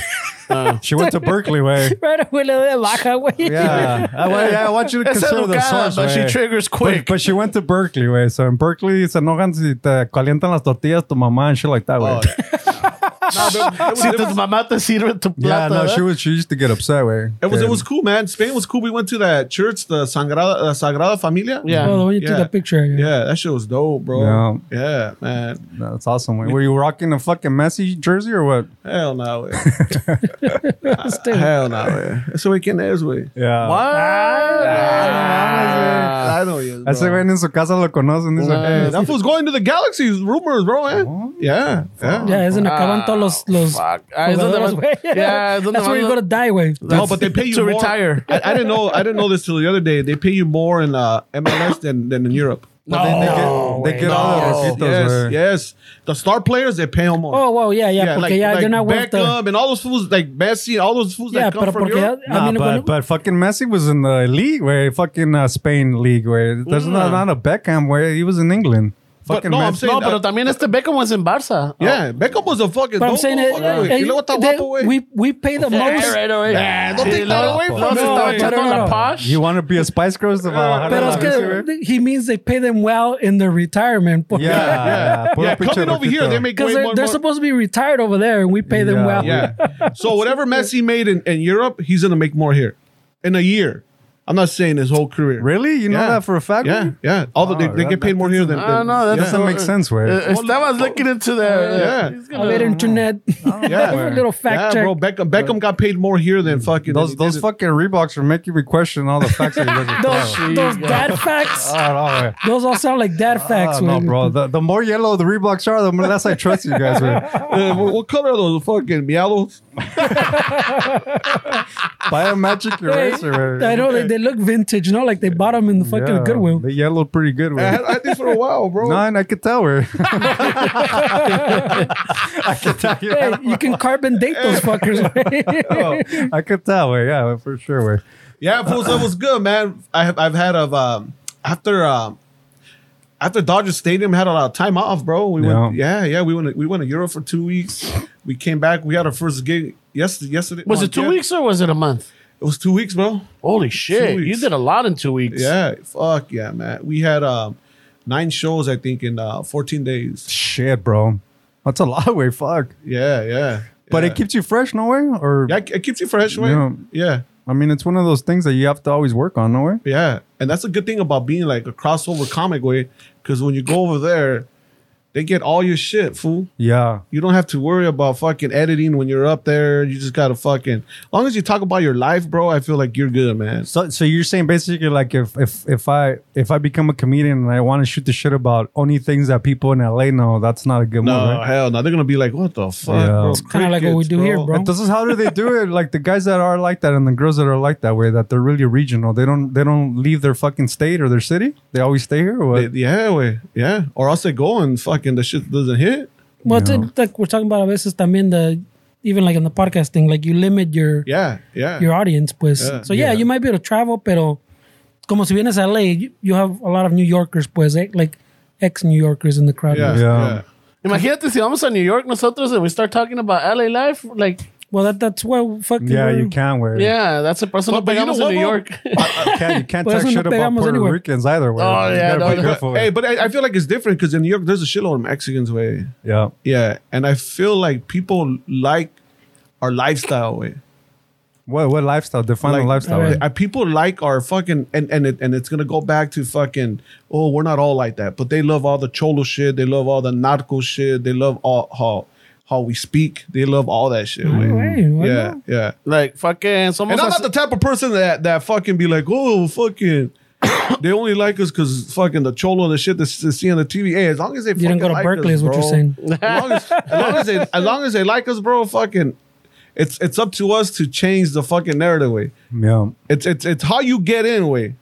Speaker 2: she went to Berkeley way
Speaker 3: right away, la de baja, güey. [laughs]
Speaker 2: yeah I, wa- yeah, I want you to
Speaker 1: It's
Speaker 2: consider the
Speaker 1: educada,
Speaker 2: source
Speaker 1: but
Speaker 2: way.
Speaker 1: she triggers
Speaker 2: but,
Speaker 1: quick.
Speaker 2: but she went to Berkeley way so in Berkeley se enojan si te calientan las tortillas tu mamá and shit like that way
Speaker 5: Oh, No, but it was-
Speaker 1: Si
Speaker 5: it
Speaker 1: tus
Speaker 5: was-
Speaker 1: mamá te sirve tu
Speaker 2: [laughs] yeah
Speaker 1: plata.
Speaker 2: no she
Speaker 1: ¿verdad?
Speaker 2: was she used to get upset way
Speaker 5: it was it was cool, man. Spain was cool. We went to that church, the Sagrada, uh, Sagrada Familia.
Speaker 1: Yeah.
Speaker 3: Oh, the one you took
Speaker 5: Yeah.
Speaker 3: the picture. Yeah.
Speaker 5: yeah, that shit was dope, bro.
Speaker 2: Yeah.
Speaker 5: Yeah, man.
Speaker 2: that's awesome way. were you rocking a fucking messy jersey or what
Speaker 5: Hell [laughs] no, way.
Speaker 3: Este,
Speaker 5: hell no, way. Ese güey quién es, güey.
Speaker 2: yeah
Speaker 1: What? Ah,
Speaker 3: Ah,
Speaker 5: I know you.
Speaker 2: Ese güey en su casa lo conocen. Dice,
Speaker 1: No.
Speaker 5: Hey, that fool's going to the galaxies. Rumors, bro, man.
Speaker 2: Oh.
Speaker 5: Yeah, yeah.
Speaker 3: yeah, es donde acaban todos los. los
Speaker 1: Fuck. Ah, es donde
Speaker 3: jugadores,
Speaker 1: van-
Speaker 3: güey.
Speaker 1: Yeah, es donde
Speaker 3: That's where
Speaker 1: van
Speaker 3: you're
Speaker 1: los-
Speaker 3: going to die, güey.
Speaker 5: No,
Speaker 3: [laughs]
Speaker 5: but they pay you
Speaker 1: to
Speaker 5: more.
Speaker 1: retire.
Speaker 5: I, I didn't know. I didn't know this till the other day. They pay you more in uh, MLS than, than in Europe.
Speaker 2: But then they
Speaker 1: No,
Speaker 2: get,
Speaker 1: güey,
Speaker 2: they
Speaker 3: Oh,
Speaker 2: get all
Speaker 1: no.
Speaker 2: the roquitos,
Speaker 5: yes,
Speaker 2: güey.
Speaker 5: yes. The star players they pay them more.
Speaker 3: Oh, wow, yeah, yeah. porque ya they're not worth the.
Speaker 5: Beckham and all those fools like Messi, all those fools
Speaker 3: Yeah,
Speaker 5: that come
Speaker 3: pero
Speaker 5: from
Speaker 3: porque ya.
Speaker 5: Europe.
Speaker 2: Nah,
Speaker 3: I mean,
Speaker 2: but,
Speaker 3: when-
Speaker 2: but fucking Messi was in the league, way fucking uh, Spain league, way. There's
Speaker 3: Mm.
Speaker 2: not, not a Beckham, way. He was in England. Fucking
Speaker 5: no, I'm
Speaker 2: Messi.
Speaker 5: saying-
Speaker 1: No, pero también este Beckham was en Barça.
Speaker 5: Yeah, Beckham was a fucking.
Speaker 3: Oh. But I'm
Speaker 5: dope
Speaker 3: saying it.
Speaker 5: motherfucker, güey.
Speaker 3: eh,
Speaker 5: Y luego está
Speaker 3: they-
Speaker 5: guapo, güey.
Speaker 3: we we pay the
Speaker 1: Yeah,
Speaker 3: most.
Speaker 1: right away.
Speaker 5: Nah, don't
Speaker 1: Sí,
Speaker 5: take that
Speaker 1: luego-
Speaker 5: away from
Speaker 1: luego se
Speaker 5: me,
Speaker 1: estaba
Speaker 5: güey.
Speaker 1: echando
Speaker 3: No, no,
Speaker 1: la
Speaker 3: no.
Speaker 1: posh.
Speaker 2: you want to be a Spice Girls of uh, Guadalajara?
Speaker 3: Pero es
Speaker 2: Messi, güey?
Speaker 3: que he means they pay them well in their retirement. porque-
Speaker 2: Yeah, yeah. Puro
Speaker 5: yeah,
Speaker 2: pinche
Speaker 5: coming over
Speaker 2: roquito.
Speaker 5: here, they make way
Speaker 3: Because they're,
Speaker 5: more.
Speaker 3: they're
Speaker 5: more-
Speaker 3: supposed to be retired over there, and we pay them
Speaker 2: Yeah.
Speaker 3: well.
Speaker 5: Yeah. so whatever Messi made in, in Europe, he's gonna make more here in a year. I'm not saying his whole career.
Speaker 2: Really? You know
Speaker 5: Yeah.
Speaker 2: that for a fact?
Speaker 5: Yeah,
Speaker 2: güey?
Speaker 5: yeah. All the, they,
Speaker 2: Wow,
Speaker 5: they
Speaker 2: that-
Speaker 5: get paid more here than.
Speaker 1: I don't
Speaker 5: than-
Speaker 1: know. That
Speaker 5: yeah.
Speaker 1: doesn't
Speaker 2: Doesn't make sense, way.
Speaker 1: Uh, Esteban's looking into that.
Speaker 5: Yeah.
Speaker 1: He's
Speaker 3: A little
Speaker 1: gonna-
Speaker 3: internet, [laughs] a
Speaker 5: Yeah.
Speaker 3: little fact check.
Speaker 5: yeah, bro. Beckham Beckham got paid more here than fucking
Speaker 2: those
Speaker 5: than he
Speaker 2: those
Speaker 5: did-
Speaker 2: fucking Reeboks are making me question all the facts that
Speaker 3: [laughs]
Speaker 2: you guys are
Speaker 3: those,
Speaker 2: throwing.
Speaker 3: those dad facts.
Speaker 2: I don't know, güey.
Speaker 3: Those all sound like dad
Speaker 5: Ah,
Speaker 3: facts.
Speaker 2: Oh, eh. Ah, no,
Speaker 3: man.
Speaker 2: bro. The, the more yellow the Reeboks are, the less I trust you guys.
Speaker 3: [laughs]
Speaker 2: With.
Speaker 5: Uh, what, what color are those
Speaker 2: [laughs]
Speaker 5: fucking yellows?
Speaker 2: Buy a magic
Speaker 3: Hey,
Speaker 2: eraser.
Speaker 3: I know they, they look vintage, you know, like they bought them in the fucking Goodwill.
Speaker 2: They yellowed pretty good.
Speaker 5: I had,
Speaker 2: With.
Speaker 5: I had these for a while, bro.
Speaker 2: Nine, I could tell her. [laughs] I could tell you.
Speaker 3: Hey, you can carbon
Speaker 5: [laughs]
Speaker 3: date those fuckers.
Speaker 2: Oh, I could tell her. Yeah, for sure. Way.
Speaker 5: Yeah, fools, that was good, man. I have, I've had of um, after um, after Dodger Stadium had a lot of time off, bro. We went, yeah, yeah. We went, to- we went to Europe for two weeks. We came back. We had our first gig yesterday. Yesterday
Speaker 1: Was
Speaker 5: no,
Speaker 1: it two
Speaker 5: yeah.
Speaker 1: weeks or was it a month?
Speaker 5: It was two weeks, bro.
Speaker 1: Holy shit! You
Speaker 5: weeks.
Speaker 1: did a lot in two weeks.
Speaker 5: Yeah, fuck yeah, man. We had um, nine shows, I think, in uh, fourteen days.
Speaker 2: Shit, bro. That's a lot. Way. Fuck.
Speaker 5: Yeah, yeah.
Speaker 2: But
Speaker 5: yeah.
Speaker 2: it keeps you fresh, no way. Or
Speaker 5: yeah, it keeps you fresh, right?
Speaker 2: Yeah.
Speaker 5: yeah.
Speaker 2: I mean, it's one of those things that you have to always work on, no way.
Speaker 5: Yeah, and that's a good thing about being like a crossover comic way, because when you go over there, they get all your shit, fool.
Speaker 2: Yeah.
Speaker 5: You don't have to worry about fucking editing when you're up there. You just gotta fucking, as long as you talk about your life, bro. I feel like you're good, man.
Speaker 2: So, so you're saying basically like if if if I if I become a comedian and I want to shoot the shit about only things that people in LA know, that's not a good
Speaker 5: No,
Speaker 2: move. Right?
Speaker 5: hell no. They're gonna be like, what the fuck?
Speaker 2: Yeah.
Speaker 5: bro?
Speaker 2: It's
Speaker 3: [laughs] kinda like what we
Speaker 5: Crickets,
Speaker 3: do here, bro.
Speaker 2: This is how do they do it? Like the guys that are like that and the girls that are like that, way that they're really regional. They don't they don't leave their fucking state or their city. They always stay here. Or
Speaker 5: They-
Speaker 2: what?
Speaker 5: yeah, we, yeah. Or else they go and fucking the shit doesn't hit.
Speaker 3: well, it's
Speaker 2: Yeah.
Speaker 3: like- like we're talking about a veces también the, even like in the podcast thing, like you limit your
Speaker 5: Yeah, yeah.
Speaker 3: your audience, pues.
Speaker 5: Yeah.
Speaker 3: so yeah,
Speaker 5: Yeah.
Speaker 3: you might be able to travel, pero como si vienes a LA, you, you have a lot of New Yorkers, pues, eh? like ex-New Yorkers in the crowd.
Speaker 5: yeah,
Speaker 2: Yeah.
Speaker 5: yeah,
Speaker 1: Imagínate si vamos a New York nosotros and we start talking about LA life. Like,
Speaker 3: Well, that, that's why fucking
Speaker 2: yeah,
Speaker 3: we're-
Speaker 2: you can't wear.
Speaker 1: yeah, that's a person.
Speaker 5: But- but you
Speaker 1: pegamos
Speaker 5: know
Speaker 1: in New
Speaker 5: what,
Speaker 1: York. [laughs]
Speaker 2: you can't, you can't
Speaker 3: Por
Speaker 2: talk
Speaker 3: eso no
Speaker 2: shit about
Speaker 3: pegamos
Speaker 2: Puerto
Speaker 3: anywhere.
Speaker 2: Ricans either. Way.
Speaker 1: Oh,
Speaker 2: You
Speaker 1: yeah,
Speaker 2: gotta
Speaker 1: no,
Speaker 2: be
Speaker 1: no.
Speaker 2: careful,
Speaker 5: Hey,
Speaker 2: way.
Speaker 5: but I, I feel like it's different because in New York there's a shitload of Mexicans way.
Speaker 2: yeah,
Speaker 5: Yeah, and I feel like people like our lifestyle way.
Speaker 2: What what lifestyle? Define
Speaker 5: Like,
Speaker 2: the lifestyle.
Speaker 3: alright.
Speaker 5: uh, people like our fucking and and it, and it's gonna go back to fucking oh we're not all like that but they love all the cholo shit they love all the narco shit they love all how how we speak they love all that shit
Speaker 3: No
Speaker 5: man.
Speaker 3: way, why
Speaker 5: yeah
Speaker 3: not?
Speaker 5: yeah
Speaker 1: Like fucking somos
Speaker 5: and I'm not the type of person that that fucking be like
Speaker 3: [coughs]
Speaker 5: oh fucking they only like us because fucking the cholo and the shit that's they see on the TV hey as long as they
Speaker 3: You don't
Speaker 5: fucking
Speaker 3: go to
Speaker 5: like
Speaker 3: Berkeley,
Speaker 5: us,
Speaker 3: is what you're
Speaker 5: bro.
Speaker 3: saying.
Speaker 5: as long as, as long as they as long as they like us bro fucking it's it's up to us to change the fucking narrative way.
Speaker 2: yeah.
Speaker 5: It's it's it's how you get in, way.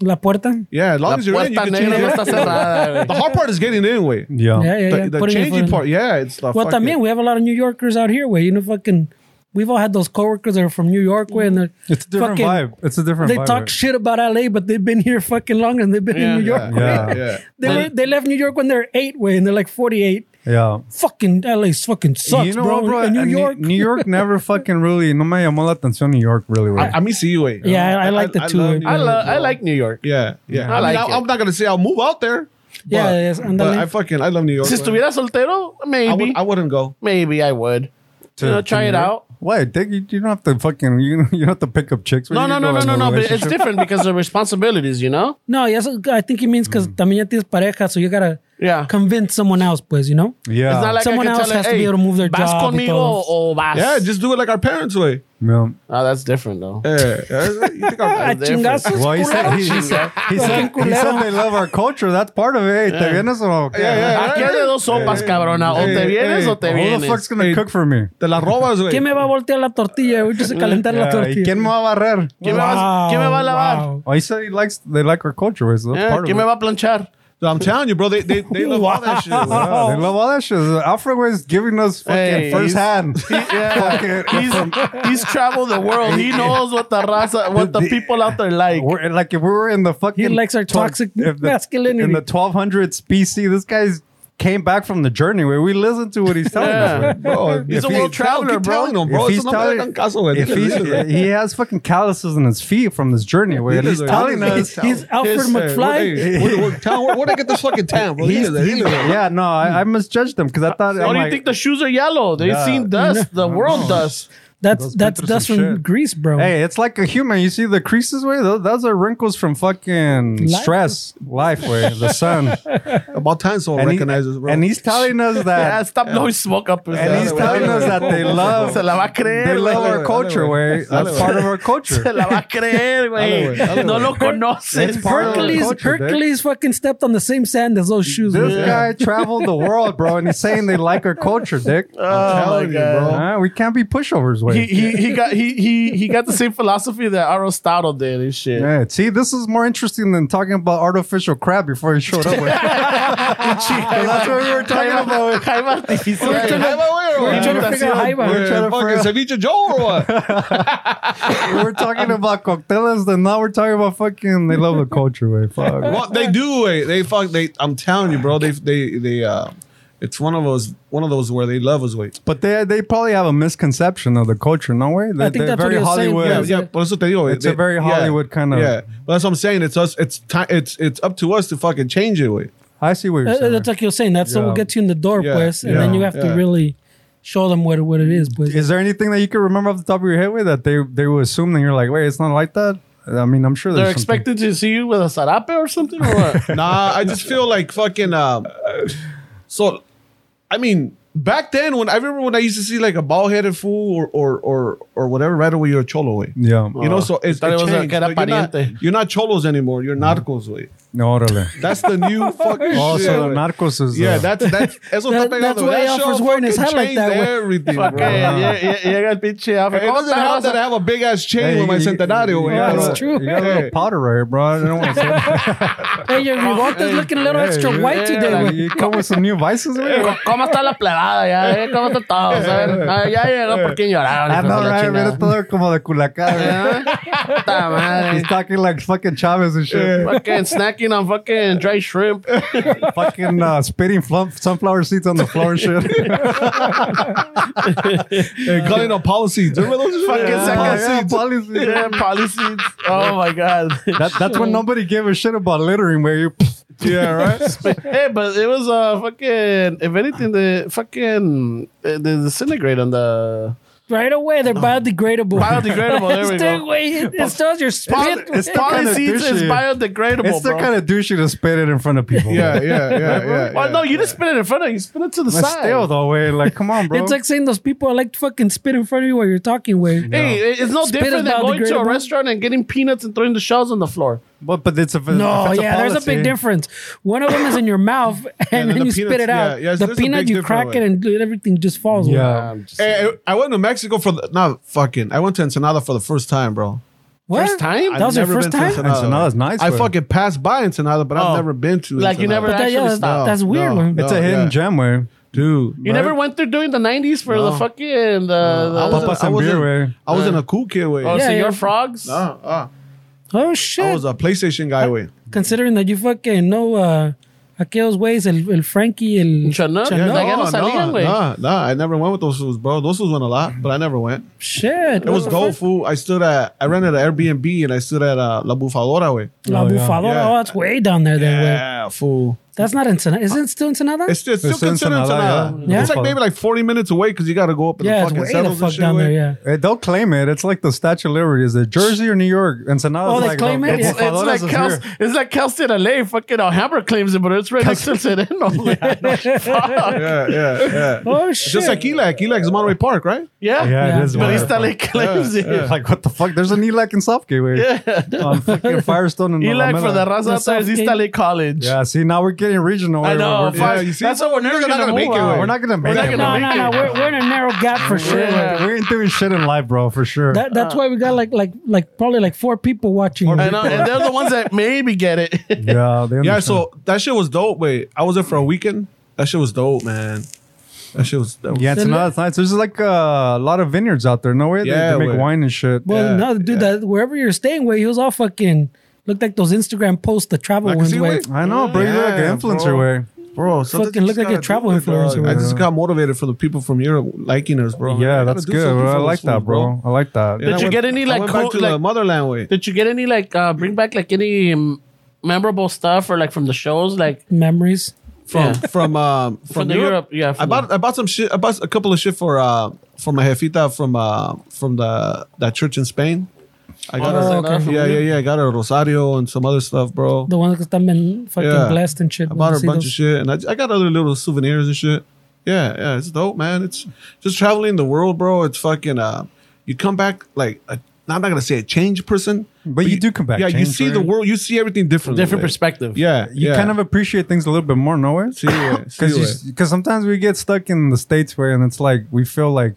Speaker 3: La puerta.
Speaker 5: Yeah, as long as you're in, you
Speaker 1: puerta
Speaker 5: can change
Speaker 1: negra no está
Speaker 5: it.
Speaker 1: cerrada,
Speaker 5: The
Speaker 1: güey.
Speaker 5: hard part is getting in, way.
Speaker 2: Yeah.
Speaker 3: Yeah, yeah, yeah.
Speaker 5: The, the
Speaker 3: Putting it
Speaker 5: changing
Speaker 3: for-
Speaker 5: part, yeah, it's the
Speaker 3: Well,
Speaker 5: fucking-
Speaker 3: también we have a lot of New Yorkers out here. Way you know, fucking, we've all had those coworkers that are from New York. Way and they're
Speaker 2: It's a different
Speaker 3: fucking-
Speaker 2: vibe. It's a different
Speaker 3: They
Speaker 2: vibe.
Speaker 3: talk shit about LA, but they've been here fucking longer than they've been
Speaker 1: Yeah.
Speaker 3: in New York. [laughs]
Speaker 5: Yeah, yeah,
Speaker 2: Yeah.
Speaker 5: yeah.
Speaker 3: They were, they left New York when they're eight. Way and they're like forty eight.
Speaker 2: yeah.
Speaker 3: Fucking LA fucking sucks,
Speaker 2: you know
Speaker 3: bro.
Speaker 2: what, bro?
Speaker 3: And New
Speaker 2: Uh, New-
Speaker 3: York.
Speaker 2: New York never fucking really. No me llamó la atención New York really. güey.
Speaker 5: I, I mean, see you, way.
Speaker 3: Yeah, I- I like eh. that too,
Speaker 5: love
Speaker 3: way.
Speaker 5: New
Speaker 1: I
Speaker 5: York,
Speaker 1: love. I
Speaker 5: bro.
Speaker 1: like New York.
Speaker 5: Yeah, yeah.
Speaker 1: I
Speaker 5: I,
Speaker 1: like
Speaker 5: mean, I,
Speaker 1: it.
Speaker 5: I'm not gonna say I'll move out there.
Speaker 3: Yeah,
Speaker 5: but,
Speaker 3: yes,
Speaker 5: but
Speaker 3: ándale.
Speaker 5: I fucking I love New York.
Speaker 1: Si
Speaker 5: man.
Speaker 1: estuviera soltero,
Speaker 5: I,
Speaker 1: maybe,
Speaker 5: would, I wouldn't go.
Speaker 1: maybe I would.
Speaker 2: To-
Speaker 1: you know,
Speaker 2: to
Speaker 1: try
Speaker 2: New
Speaker 1: it
Speaker 2: York?
Speaker 1: out.
Speaker 2: Wait, Dick, you, you don't have to fucking. You, you don't have to pick up chicks.
Speaker 1: No,
Speaker 2: You
Speaker 1: no,
Speaker 2: can
Speaker 1: no,
Speaker 2: go
Speaker 1: no,
Speaker 2: in
Speaker 1: no,
Speaker 2: a
Speaker 1: no. But it's
Speaker 2: relationship.
Speaker 1: different because of responsibilities, you
Speaker 2: [laughs]
Speaker 1: know.
Speaker 3: No, yes, I think he means
Speaker 2: Mm.
Speaker 3: because también ya tienes pareja, so you gotta
Speaker 1: Yeah.
Speaker 3: convince someone else, pues, you know?
Speaker 2: Yeah.
Speaker 1: It's not like
Speaker 3: Someone
Speaker 1: I can
Speaker 3: else
Speaker 1: tell her,
Speaker 3: has to
Speaker 1: "Hey,
Speaker 3: be able to move their
Speaker 1: vas
Speaker 3: job y
Speaker 1: conmigo
Speaker 3: todo."
Speaker 1: o vas.
Speaker 5: Yeah, just do it like our parents way.
Speaker 2: Yeah.
Speaker 1: oh, that's different though.
Speaker 5: Yeah, yeah.
Speaker 3: [laughs]
Speaker 5: You think I'm-
Speaker 3: A
Speaker 1: different.
Speaker 3: chingazos,
Speaker 2: Well, he said,
Speaker 3: culero.
Speaker 2: he, he said, he, said,
Speaker 3: Fucking
Speaker 2: he
Speaker 3: culero.
Speaker 2: said they love our culture. That's part of it. Hey, te vienes o qué?
Speaker 5: yeah,
Speaker 1: Aquí hay de dos sopas, cabrona. O te
Speaker 5: Hey,
Speaker 1: vienes
Speaker 5: hey,
Speaker 1: o te
Speaker 2: Who the
Speaker 1: vienes.
Speaker 2: fuck's gonna cook for me?
Speaker 5: Te la robas, way.
Speaker 3: ¿Quién me va a voltear la tortilla? Yo sé calentar la
Speaker 2: Yeah, ¿Y
Speaker 3: tortilla.
Speaker 2: quién me va a barrer?
Speaker 1: ¿Quién me va- quién me va a lavar?
Speaker 3: Wow.
Speaker 2: Oh, he said he likes they like our culture. So that's
Speaker 1: Yeah,
Speaker 2: part of it.
Speaker 1: Eh, ¿Quién me va a planchar?
Speaker 5: I'm telling you, bro. They they,
Speaker 3: [laughs]
Speaker 5: they love all that shit. güey.
Speaker 2: Yeah, they love all that shit. Alfred was giving us fucking
Speaker 1: Hey, he's-
Speaker 2: first hand.
Speaker 1: Yeah.
Speaker 2: Fucking-
Speaker 1: he's, he's traveled the world.
Speaker 2: [laughs]
Speaker 1: He knows what the raza, what the people out there like.
Speaker 2: We're, and like if we were in the fucking
Speaker 3: He likes our
Speaker 2: twelve-
Speaker 3: toxic
Speaker 2: if
Speaker 3: masculinity.
Speaker 2: in the 1200 BC. This guy's came back from the journey where we listen to what he's telling us.
Speaker 1: Yeah.
Speaker 2: man. [laughs]
Speaker 5: Bro,
Speaker 1: He's a
Speaker 5: if he-
Speaker 1: world traveler,
Speaker 5: keep
Speaker 1: bro.
Speaker 5: telling him,
Speaker 2: if
Speaker 5: bro. Eso
Speaker 2: he's
Speaker 5: no me
Speaker 2: telling,
Speaker 5: hagan caso, güey.
Speaker 2: if he's, he has fucking calluses on his feet from this journey where
Speaker 5: Diles,
Speaker 2: he's
Speaker 5: güey.
Speaker 2: telling
Speaker 5: Diles,
Speaker 2: us.
Speaker 5: diles.
Speaker 3: He's Alfred
Speaker 5: Yes, sir.
Speaker 3: McFly.
Speaker 5: uh, What- hey, what- what town- Where where did I get this fucking town, bro?
Speaker 2: he's-
Speaker 5: Diles,
Speaker 2: he- [laughs]
Speaker 5: diles.
Speaker 2: yeah, no, I, I misjudged him because I thought.
Speaker 1: Why
Speaker 2: I'm
Speaker 1: do you
Speaker 2: like,
Speaker 1: think the shoes are yellow? They've
Speaker 2: Yeah.
Speaker 1: seen dust,
Speaker 2: [laughs]
Speaker 1: the world dust.
Speaker 3: That's
Speaker 2: Those
Speaker 3: that's
Speaker 2: pictures
Speaker 3: that's
Speaker 2: and
Speaker 3: from
Speaker 2: shit.
Speaker 3: Greece, bro.
Speaker 2: Hey, it's like a human. You see the creases way? Those, those are wrinkles from fucking
Speaker 3: Life.
Speaker 2: stress, life way, the [laughs] sun.
Speaker 5: About time someone
Speaker 2: and, he-
Speaker 5: recognizes, bro.
Speaker 2: and he's telling us
Speaker 1: Yeah,
Speaker 2: [laughs] that.
Speaker 1: stop blowing smoke up. his
Speaker 2: and
Speaker 1: ass,
Speaker 2: he's
Speaker 1: güey.
Speaker 2: telling us that
Speaker 1: [laughs]
Speaker 2: they love.
Speaker 1: Se la va a creer,
Speaker 2: They love
Speaker 1: güey.
Speaker 2: our culture way. That's part of our
Speaker 1: Se
Speaker 2: [laughs] culture.
Speaker 1: la va a creer,
Speaker 5: Dale,
Speaker 1: güey.
Speaker 5: güey, dale,
Speaker 1: No lo
Speaker 2: It's
Speaker 1: conoces.
Speaker 2: part of
Speaker 1: bro.
Speaker 2: the
Speaker 3: Hercules,
Speaker 2: culture, Dick.
Speaker 3: Hercules fucking stepped on the same sand as those shoes.
Speaker 2: This
Speaker 3: güey.
Speaker 2: guy traveled the world, bro, and he's saying they like our culture,
Speaker 3: [laughs]
Speaker 2: Dick.
Speaker 3: Uh,
Speaker 1: Oh, my
Speaker 5: telling you, bro.
Speaker 1: God.
Speaker 2: Uh, we can't be pushovers
Speaker 1: He,
Speaker 2: way.
Speaker 1: he, he got he, he he got the same philosophy that Aristotle did and shit. [laughs]
Speaker 2: Yeah, see, this is more interesting than talking about artificial crab before he showed up. With.
Speaker 3: [laughs]
Speaker 2: that's what we were talking about.
Speaker 1: Jaiba
Speaker 5: [laughs]
Speaker 1: artificial.
Speaker 5: Hey,
Speaker 1: Jaiba-
Speaker 5: Jaiba, where,
Speaker 3: We're
Speaker 5: bro?
Speaker 3: trying to figure out how he
Speaker 2: We're
Speaker 3: was.
Speaker 2: trying to
Speaker 5: Fucking ceviche Joe
Speaker 2: [laughs]
Speaker 5: or what?
Speaker 2: We were talking about coctelas, and now we're talking about fucking. They love the culture way.
Speaker 3: [laughs]
Speaker 2: Fuck.
Speaker 5: what they do, wait. They fuck. They. I'm telling you, bro. They. They. They. Uh, it's one of those. One of those where they love us, wait.
Speaker 2: But they they probably have a misconception of the culture. No way. They,
Speaker 3: I think
Speaker 2: they're
Speaker 3: that's what
Speaker 2: very
Speaker 3: he was saying,
Speaker 2: Hollywood.
Speaker 5: Yeah,
Speaker 3: Is
Speaker 5: yeah.
Speaker 3: it-
Speaker 5: Por eso te digo,
Speaker 2: It's a very Hollywood kind of-
Speaker 5: Yeah, but that's what I'm saying. It's us. It's time. It's it's up to us to fucking change it. Wait.
Speaker 2: I see what you're
Speaker 3: Uh,
Speaker 2: saying.
Speaker 3: that's like you're saying. That's what
Speaker 2: Yeah.
Speaker 3: gets you in the door,
Speaker 5: Yeah,
Speaker 3: pues, and
Speaker 5: yeah,
Speaker 3: then you have to
Speaker 5: yeah.
Speaker 3: really show them what what it is, pues.
Speaker 2: Is there anything that you can remember off the top of your head with that they they will assume that you're like, wait, it's not like that. I mean, I'm sure
Speaker 1: They're
Speaker 2: there's something.
Speaker 1: expected to see you with a sarape or something or
Speaker 5: [laughs]
Speaker 1: what?
Speaker 5: Nah, I just feel like fucking. Um, so, I mean, back then when I remember when I used to see like a bald headed fool or or or or whatever right away you're a cholo way.
Speaker 2: Yeah.
Speaker 5: You know, so it's
Speaker 1: thought
Speaker 5: it
Speaker 1: it was a
Speaker 5: changed.
Speaker 1: cara
Speaker 5: Like, you're,
Speaker 1: pariente.
Speaker 5: not, you're not cholos anymore. You're narcos way.
Speaker 2: No, órale.
Speaker 5: [laughs] That's the new fucking
Speaker 2: Oh,
Speaker 5: shit.
Speaker 2: so
Speaker 5: way.
Speaker 2: Narcos is.
Speaker 5: yeah,
Speaker 2: uh,
Speaker 5: that's that's eso está
Speaker 3: That-
Speaker 5: pegando.
Speaker 3: that's why
Speaker 5: That
Speaker 3: Alfred's
Speaker 5: show
Speaker 3: wearing his
Speaker 5: fucking
Speaker 3: hat like that,
Speaker 5: changed
Speaker 3: güey.
Speaker 5: Everything, bro.
Speaker 1: Fucking lle- lle- llega el pinche Alfred.
Speaker 5: It
Speaker 1: ¿Cómo
Speaker 5: doesn't
Speaker 1: está,
Speaker 5: help
Speaker 1: raza?
Speaker 5: that I have a big ass chain
Speaker 2: Hey,
Speaker 5: with my
Speaker 2: you-
Speaker 5: centenario. güey.
Speaker 2: Yeah,
Speaker 5: I
Speaker 3: that's
Speaker 5: don't-
Speaker 3: true.
Speaker 2: You got a little
Speaker 5: Hey.
Speaker 2: powder right here, bro. I don't want to say
Speaker 3: Hey, your revolt is looking a little
Speaker 2: Hey,
Speaker 3: extra
Speaker 2: you-
Speaker 3: white
Speaker 1: yeah,
Speaker 3: today,
Speaker 1: like
Speaker 3: güey.
Speaker 2: You come with some new vices, güey?
Speaker 1: ¿Cómo- ¿Cómo está la plebada ya? eh? ¿Cómo está todo? O
Speaker 5: [laughs]
Speaker 1: sea, ah, Ya llegó por quién lloraron.
Speaker 2: Ah, I
Speaker 5: Ah,
Speaker 1: hijos de
Speaker 2: know,
Speaker 1: la
Speaker 2: right?
Speaker 1: chingada.
Speaker 2: Mira todo como de culacán.
Speaker 1: ¿Eh? Puta madre.
Speaker 5: [laughs]
Speaker 2: He's talking like fucking Chavez and shit.
Speaker 1: Fucking snacking on fucking dry
Speaker 5: [laughs]
Speaker 1: shrimp.
Speaker 2: fucking uh, spitting flump, sunflower seeds on the floor and shit.
Speaker 5: Hey, calling on policies. Remember
Speaker 2: [laughs]
Speaker 5: those
Speaker 1: Fucking
Speaker 5: fucking
Speaker 1: second
Speaker 2: Oh, Yeah,
Speaker 5: policies?
Speaker 2: policy.
Speaker 1: Yeah, policies. Oh my god.
Speaker 2: That, that's when nobody gave a shit about littering, where you. [laughs]
Speaker 5: Yeah, right.
Speaker 1: hey, but it was uh fucking if anything the fucking uh, the disintegrate eh, on the
Speaker 3: right away. They're biodegradable.
Speaker 1: Biodegradable, there we
Speaker 3: [laughs] Stay
Speaker 1: go.
Speaker 3: away. It, it stirs your [laughs] spit.
Speaker 2: it's
Speaker 3: away.
Speaker 2: that
Speaker 1: Poly
Speaker 2: kinda
Speaker 1: seeds is
Speaker 2: douchey.
Speaker 1: biodegradable,
Speaker 2: It's the
Speaker 1: bro.
Speaker 2: kind of douchey to spit it in front of people.
Speaker 5: Yeah, yeah, yeah, yeah.
Speaker 1: well,
Speaker 5: yeah.
Speaker 1: no, you didn't spit it in front of you. you Spit it to the
Speaker 2: But
Speaker 1: side.
Speaker 2: still, though, way like, come on, bro.
Speaker 3: It's like saying those people like to fucking spit in front of you while you're talking. Way
Speaker 1: Hey, it- it's no
Speaker 3: Spit
Speaker 1: different
Speaker 3: is
Speaker 1: than going to a
Speaker 3: biodegradable.
Speaker 1: restaurant and getting peanuts and throwing the shells on the floor.
Speaker 2: but but it's a if
Speaker 3: no,
Speaker 2: it's
Speaker 3: yeah, there's a
Speaker 2: policy-
Speaker 3: big difference. One of them is in your mouth, [laughs] and,
Speaker 5: then
Speaker 3: then
Speaker 5: the
Speaker 3: you spit
Speaker 5: peanuts-
Speaker 3: it out.
Speaker 5: yeah, yes,
Speaker 3: the
Speaker 5: there's a
Speaker 3: peanut,
Speaker 5: big
Speaker 3: you
Speaker 5: difference,
Speaker 3: crack
Speaker 5: way.
Speaker 3: it, and everything just falls. way.
Speaker 2: Yeah,
Speaker 1: Um, just-
Speaker 5: Hey, Eh, I I went to Mexico for the, not fucking. I went to Ensenada for the first time, bro.
Speaker 3: What?
Speaker 1: First time?
Speaker 3: That was your
Speaker 5: never
Speaker 3: first
Speaker 5: been to
Speaker 3: time.
Speaker 5: Ensenada.
Speaker 2: Ensenada's nice.
Speaker 5: I
Speaker 2: way.
Speaker 5: fucking passed by Ensenada, but
Speaker 1: Oh.
Speaker 5: I've never been to.
Speaker 1: Like, you
Speaker 5: Ensenada.
Speaker 1: never-
Speaker 3: But that, yeah,
Speaker 1: Actually,
Speaker 3: that's,
Speaker 1: no,
Speaker 3: that's weird.
Speaker 5: no.
Speaker 3: man.
Speaker 2: It's a
Speaker 5: No,
Speaker 2: hidden
Speaker 5: yeah.
Speaker 2: gem, way.
Speaker 5: dude.
Speaker 1: You never went through during the 90s for the
Speaker 5: No.
Speaker 1: fucking. The, the,
Speaker 5: I wasn't,
Speaker 2: Papa
Speaker 5: I
Speaker 2: San
Speaker 5: wasn't,
Speaker 2: Beer, way.
Speaker 5: I wasn't a cool kid way.
Speaker 1: oh,
Speaker 3: Yeah,
Speaker 1: so
Speaker 3: yeah.
Speaker 1: your frogs?
Speaker 5: No, uh,
Speaker 3: oh
Speaker 5: I
Speaker 3: shit!
Speaker 5: was a PlayStation guy way.
Speaker 3: Considering that you fucking know uh, aquellos ways, el, el Frankie, el
Speaker 1: Chanel?
Speaker 3: Chanel.
Speaker 1: Like, I don't salían, güey.
Speaker 5: no, no, I never went with those fools, bro. Those fools went a lot, but I never went.
Speaker 3: shit.
Speaker 5: It was dope, fool. I stood at, I rented an Airbnb and I stood at uh, La Bufadora way.
Speaker 3: La
Speaker 2: Oh, yeah.
Speaker 3: Bufadora.
Speaker 5: Yeah.
Speaker 3: Oh, that's way down there. Then way.
Speaker 5: Yeah, fool.
Speaker 3: That's not Ensenada. Isn't it still Ensenada?
Speaker 5: It's, it's still
Speaker 2: It's in
Speaker 5: considered
Speaker 2: Ensenada,
Speaker 5: Ensenada.
Speaker 3: yeah.
Speaker 5: It's like maybe like 40 minutes away because you got to go up in
Speaker 3: yeah,
Speaker 5: the
Speaker 3: it's
Speaker 5: fucking
Speaker 3: way the
Speaker 5: settles and
Speaker 3: fuck
Speaker 5: shit.
Speaker 3: down
Speaker 5: way.
Speaker 3: there. Yeah.
Speaker 2: Hey, don't Eh, claim it. It's like the Statue of Liberty. Is it Jersey or New York? Ensenada's
Speaker 3: Oh, they
Speaker 2: like,
Speaker 3: claim
Speaker 2: no,
Speaker 3: it?
Speaker 2: it's
Speaker 3: Yeah.
Speaker 1: It's, it's
Speaker 2: Ensenada's
Speaker 1: like
Speaker 2: is
Speaker 1: Cal,
Speaker 2: here.
Speaker 1: it's like Cal State LA. Fucking Alhambra claims it, but it's right next to Sereno. [laughs] Yeah,
Speaker 5: Yeah, yeah, yeah.
Speaker 3: Oh shit!
Speaker 5: [laughs] Just like Elac. Elac is Monterey Park, right?
Speaker 1: yeah.
Speaker 2: Yeah,
Speaker 3: Yeah.
Speaker 2: it is.
Speaker 1: But
Speaker 2: way.
Speaker 1: East LA claims it.
Speaker 2: Like, what the fuck? There's an E ELAC in Southgate, way.
Speaker 1: Yeah.
Speaker 2: [laughs]
Speaker 1: E
Speaker 2: On fucking Firestone and
Speaker 1: Elac
Speaker 2: Alameda.
Speaker 1: for the Raza out there is East LA College.
Speaker 2: Yeah, see, now we're getting regional.
Speaker 1: I know.
Speaker 2: We're,
Speaker 1: fuck.
Speaker 5: you see?
Speaker 1: That's what we're never
Speaker 5: We're not
Speaker 1: going to
Speaker 5: gonna
Speaker 1: make it.
Speaker 5: make it,
Speaker 2: we're
Speaker 1: out.
Speaker 2: not gonna make
Speaker 1: not
Speaker 2: it.
Speaker 1: gonna
Speaker 3: no, no, no. We're, we're in a narrow gap for sure.
Speaker 2: We're,
Speaker 1: Yeah.
Speaker 2: we ain't doing shit in life, bro, for sure.
Speaker 3: That, that's why we got like like like probably like four people watching.
Speaker 2: Four
Speaker 1: I know. And they're the ones that maybe get it.
Speaker 2: yeah, they
Speaker 5: Yeah,
Speaker 2: understand.
Speaker 5: so that shit was dope. Wait, I was there for a weekend. That shit was dope, man. That shit was. That was
Speaker 2: yeah, it's
Speaker 3: So
Speaker 2: not. It's nice. There's like uh, a lot of vineyards out there. No way they-
Speaker 5: Yeah,
Speaker 2: they, make
Speaker 5: way.
Speaker 2: wine and shit.
Speaker 3: Well,
Speaker 5: Yeah,
Speaker 3: no, dude, that wherever you're staying, way he was all fucking looked like those Instagram posts, the travel
Speaker 5: Like,
Speaker 3: ones,
Speaker 5: see,
Speaker 3: way.
Speaker 5: wait.
Speaker 2: I know, bro. You're like
Speaker 5: Yeah,
Speaker 2: an influencer,
Speaker 5: bro.
Speaker 2: way.
Speaker 5: bro. sometimes
Speaker 3: Fucking
Speaker 5: you
Speaker 3: look
Speaker 5: just
Speaker 3: like a
Speaker 5: gotta
Speaker 3: travel
Speaker 5: do it, dog.
Speaker 3: influencer,
Speaker 5: I
Speaker 2: bro.
Speaker 5: just got motivated for the people from Europe liking us, bro.
Speaker 2: Yeah,
Speaker 5: I gotta
Speaker 2: that's
Speaker 5: do
Speaker 2: good.
Speaker 5: something
Speaker 2: Bro.
Speaker 5: for
Speaker 2: I
Speaker 5: those
Speaker 2: like
Speaker 5: fools,
Speaker 2: that, bro. I like that.
Speaker 5: And I
Speaker 1: you
Speaker 5: went-
Speaker 1: get any, like,
Speaker 5: I went
Speaker 1: cool-
Speaker 5: back to the
Speaker 1: like-
Speaker 5: motherland
Speaker 1: [laughs]
Speaker 5: way?
Speaker 1: Did you get any like uh bring back like any um, memorable stuff or like from the shows like
Speaker 3: Memories.
Speaker 5: from
Speaker 1: Yeah.
Speaker 5: from um from,
Speaker 1: the Europe, yeah,
Speaker 5: I
Speaker 1: [laughs] from
Speaker 5: bought I bought some shit. I bought a couple of shit for uh for my jefita from uh from the that church in Spain. I got
Speaker 1: Oh,
Speaker 5: her,
Speaker 1: okay.
Speaker 5: yeah yeah yeah. I got her rosario and some other stuff, bro.
Speaker 3: The ones that have been fucking
Speaker 5: Yeah.
Speaker 3: blessed and shit.
Speaker 5: I bought her a
Speaker 3: See
Speaker 5: bunch
Speaker 3: those-
Speaker 5: of shit, and I, I got other little souvenirs and shit. Yeah, yeah, it's dope, man. It's just traveling the world, bro. It's fucking. Uh, you come back like a, I'm not gonna say a changed person,
Speaker 2: But you do come back
Speaker 5: Yeah, you
Speaker 2: changed,
Speaker 5: see
Speaker 2: right?
Speaker 5: the world, you see everything differently.
Speaker 1: different perspective?
Speaker 5: Yeah,
Speaker 2: you
Speaker 5: yeah.
Speaker 2: kind of appreciate things a little bit more, no way?
Speaker 5: see
Speaker 2: [laughs]
Speaker 5: it, see
Speaker 2: Because
Speaker 5: it.
Speaker 2: sometimes we get stuck in the states where and it's like we feel like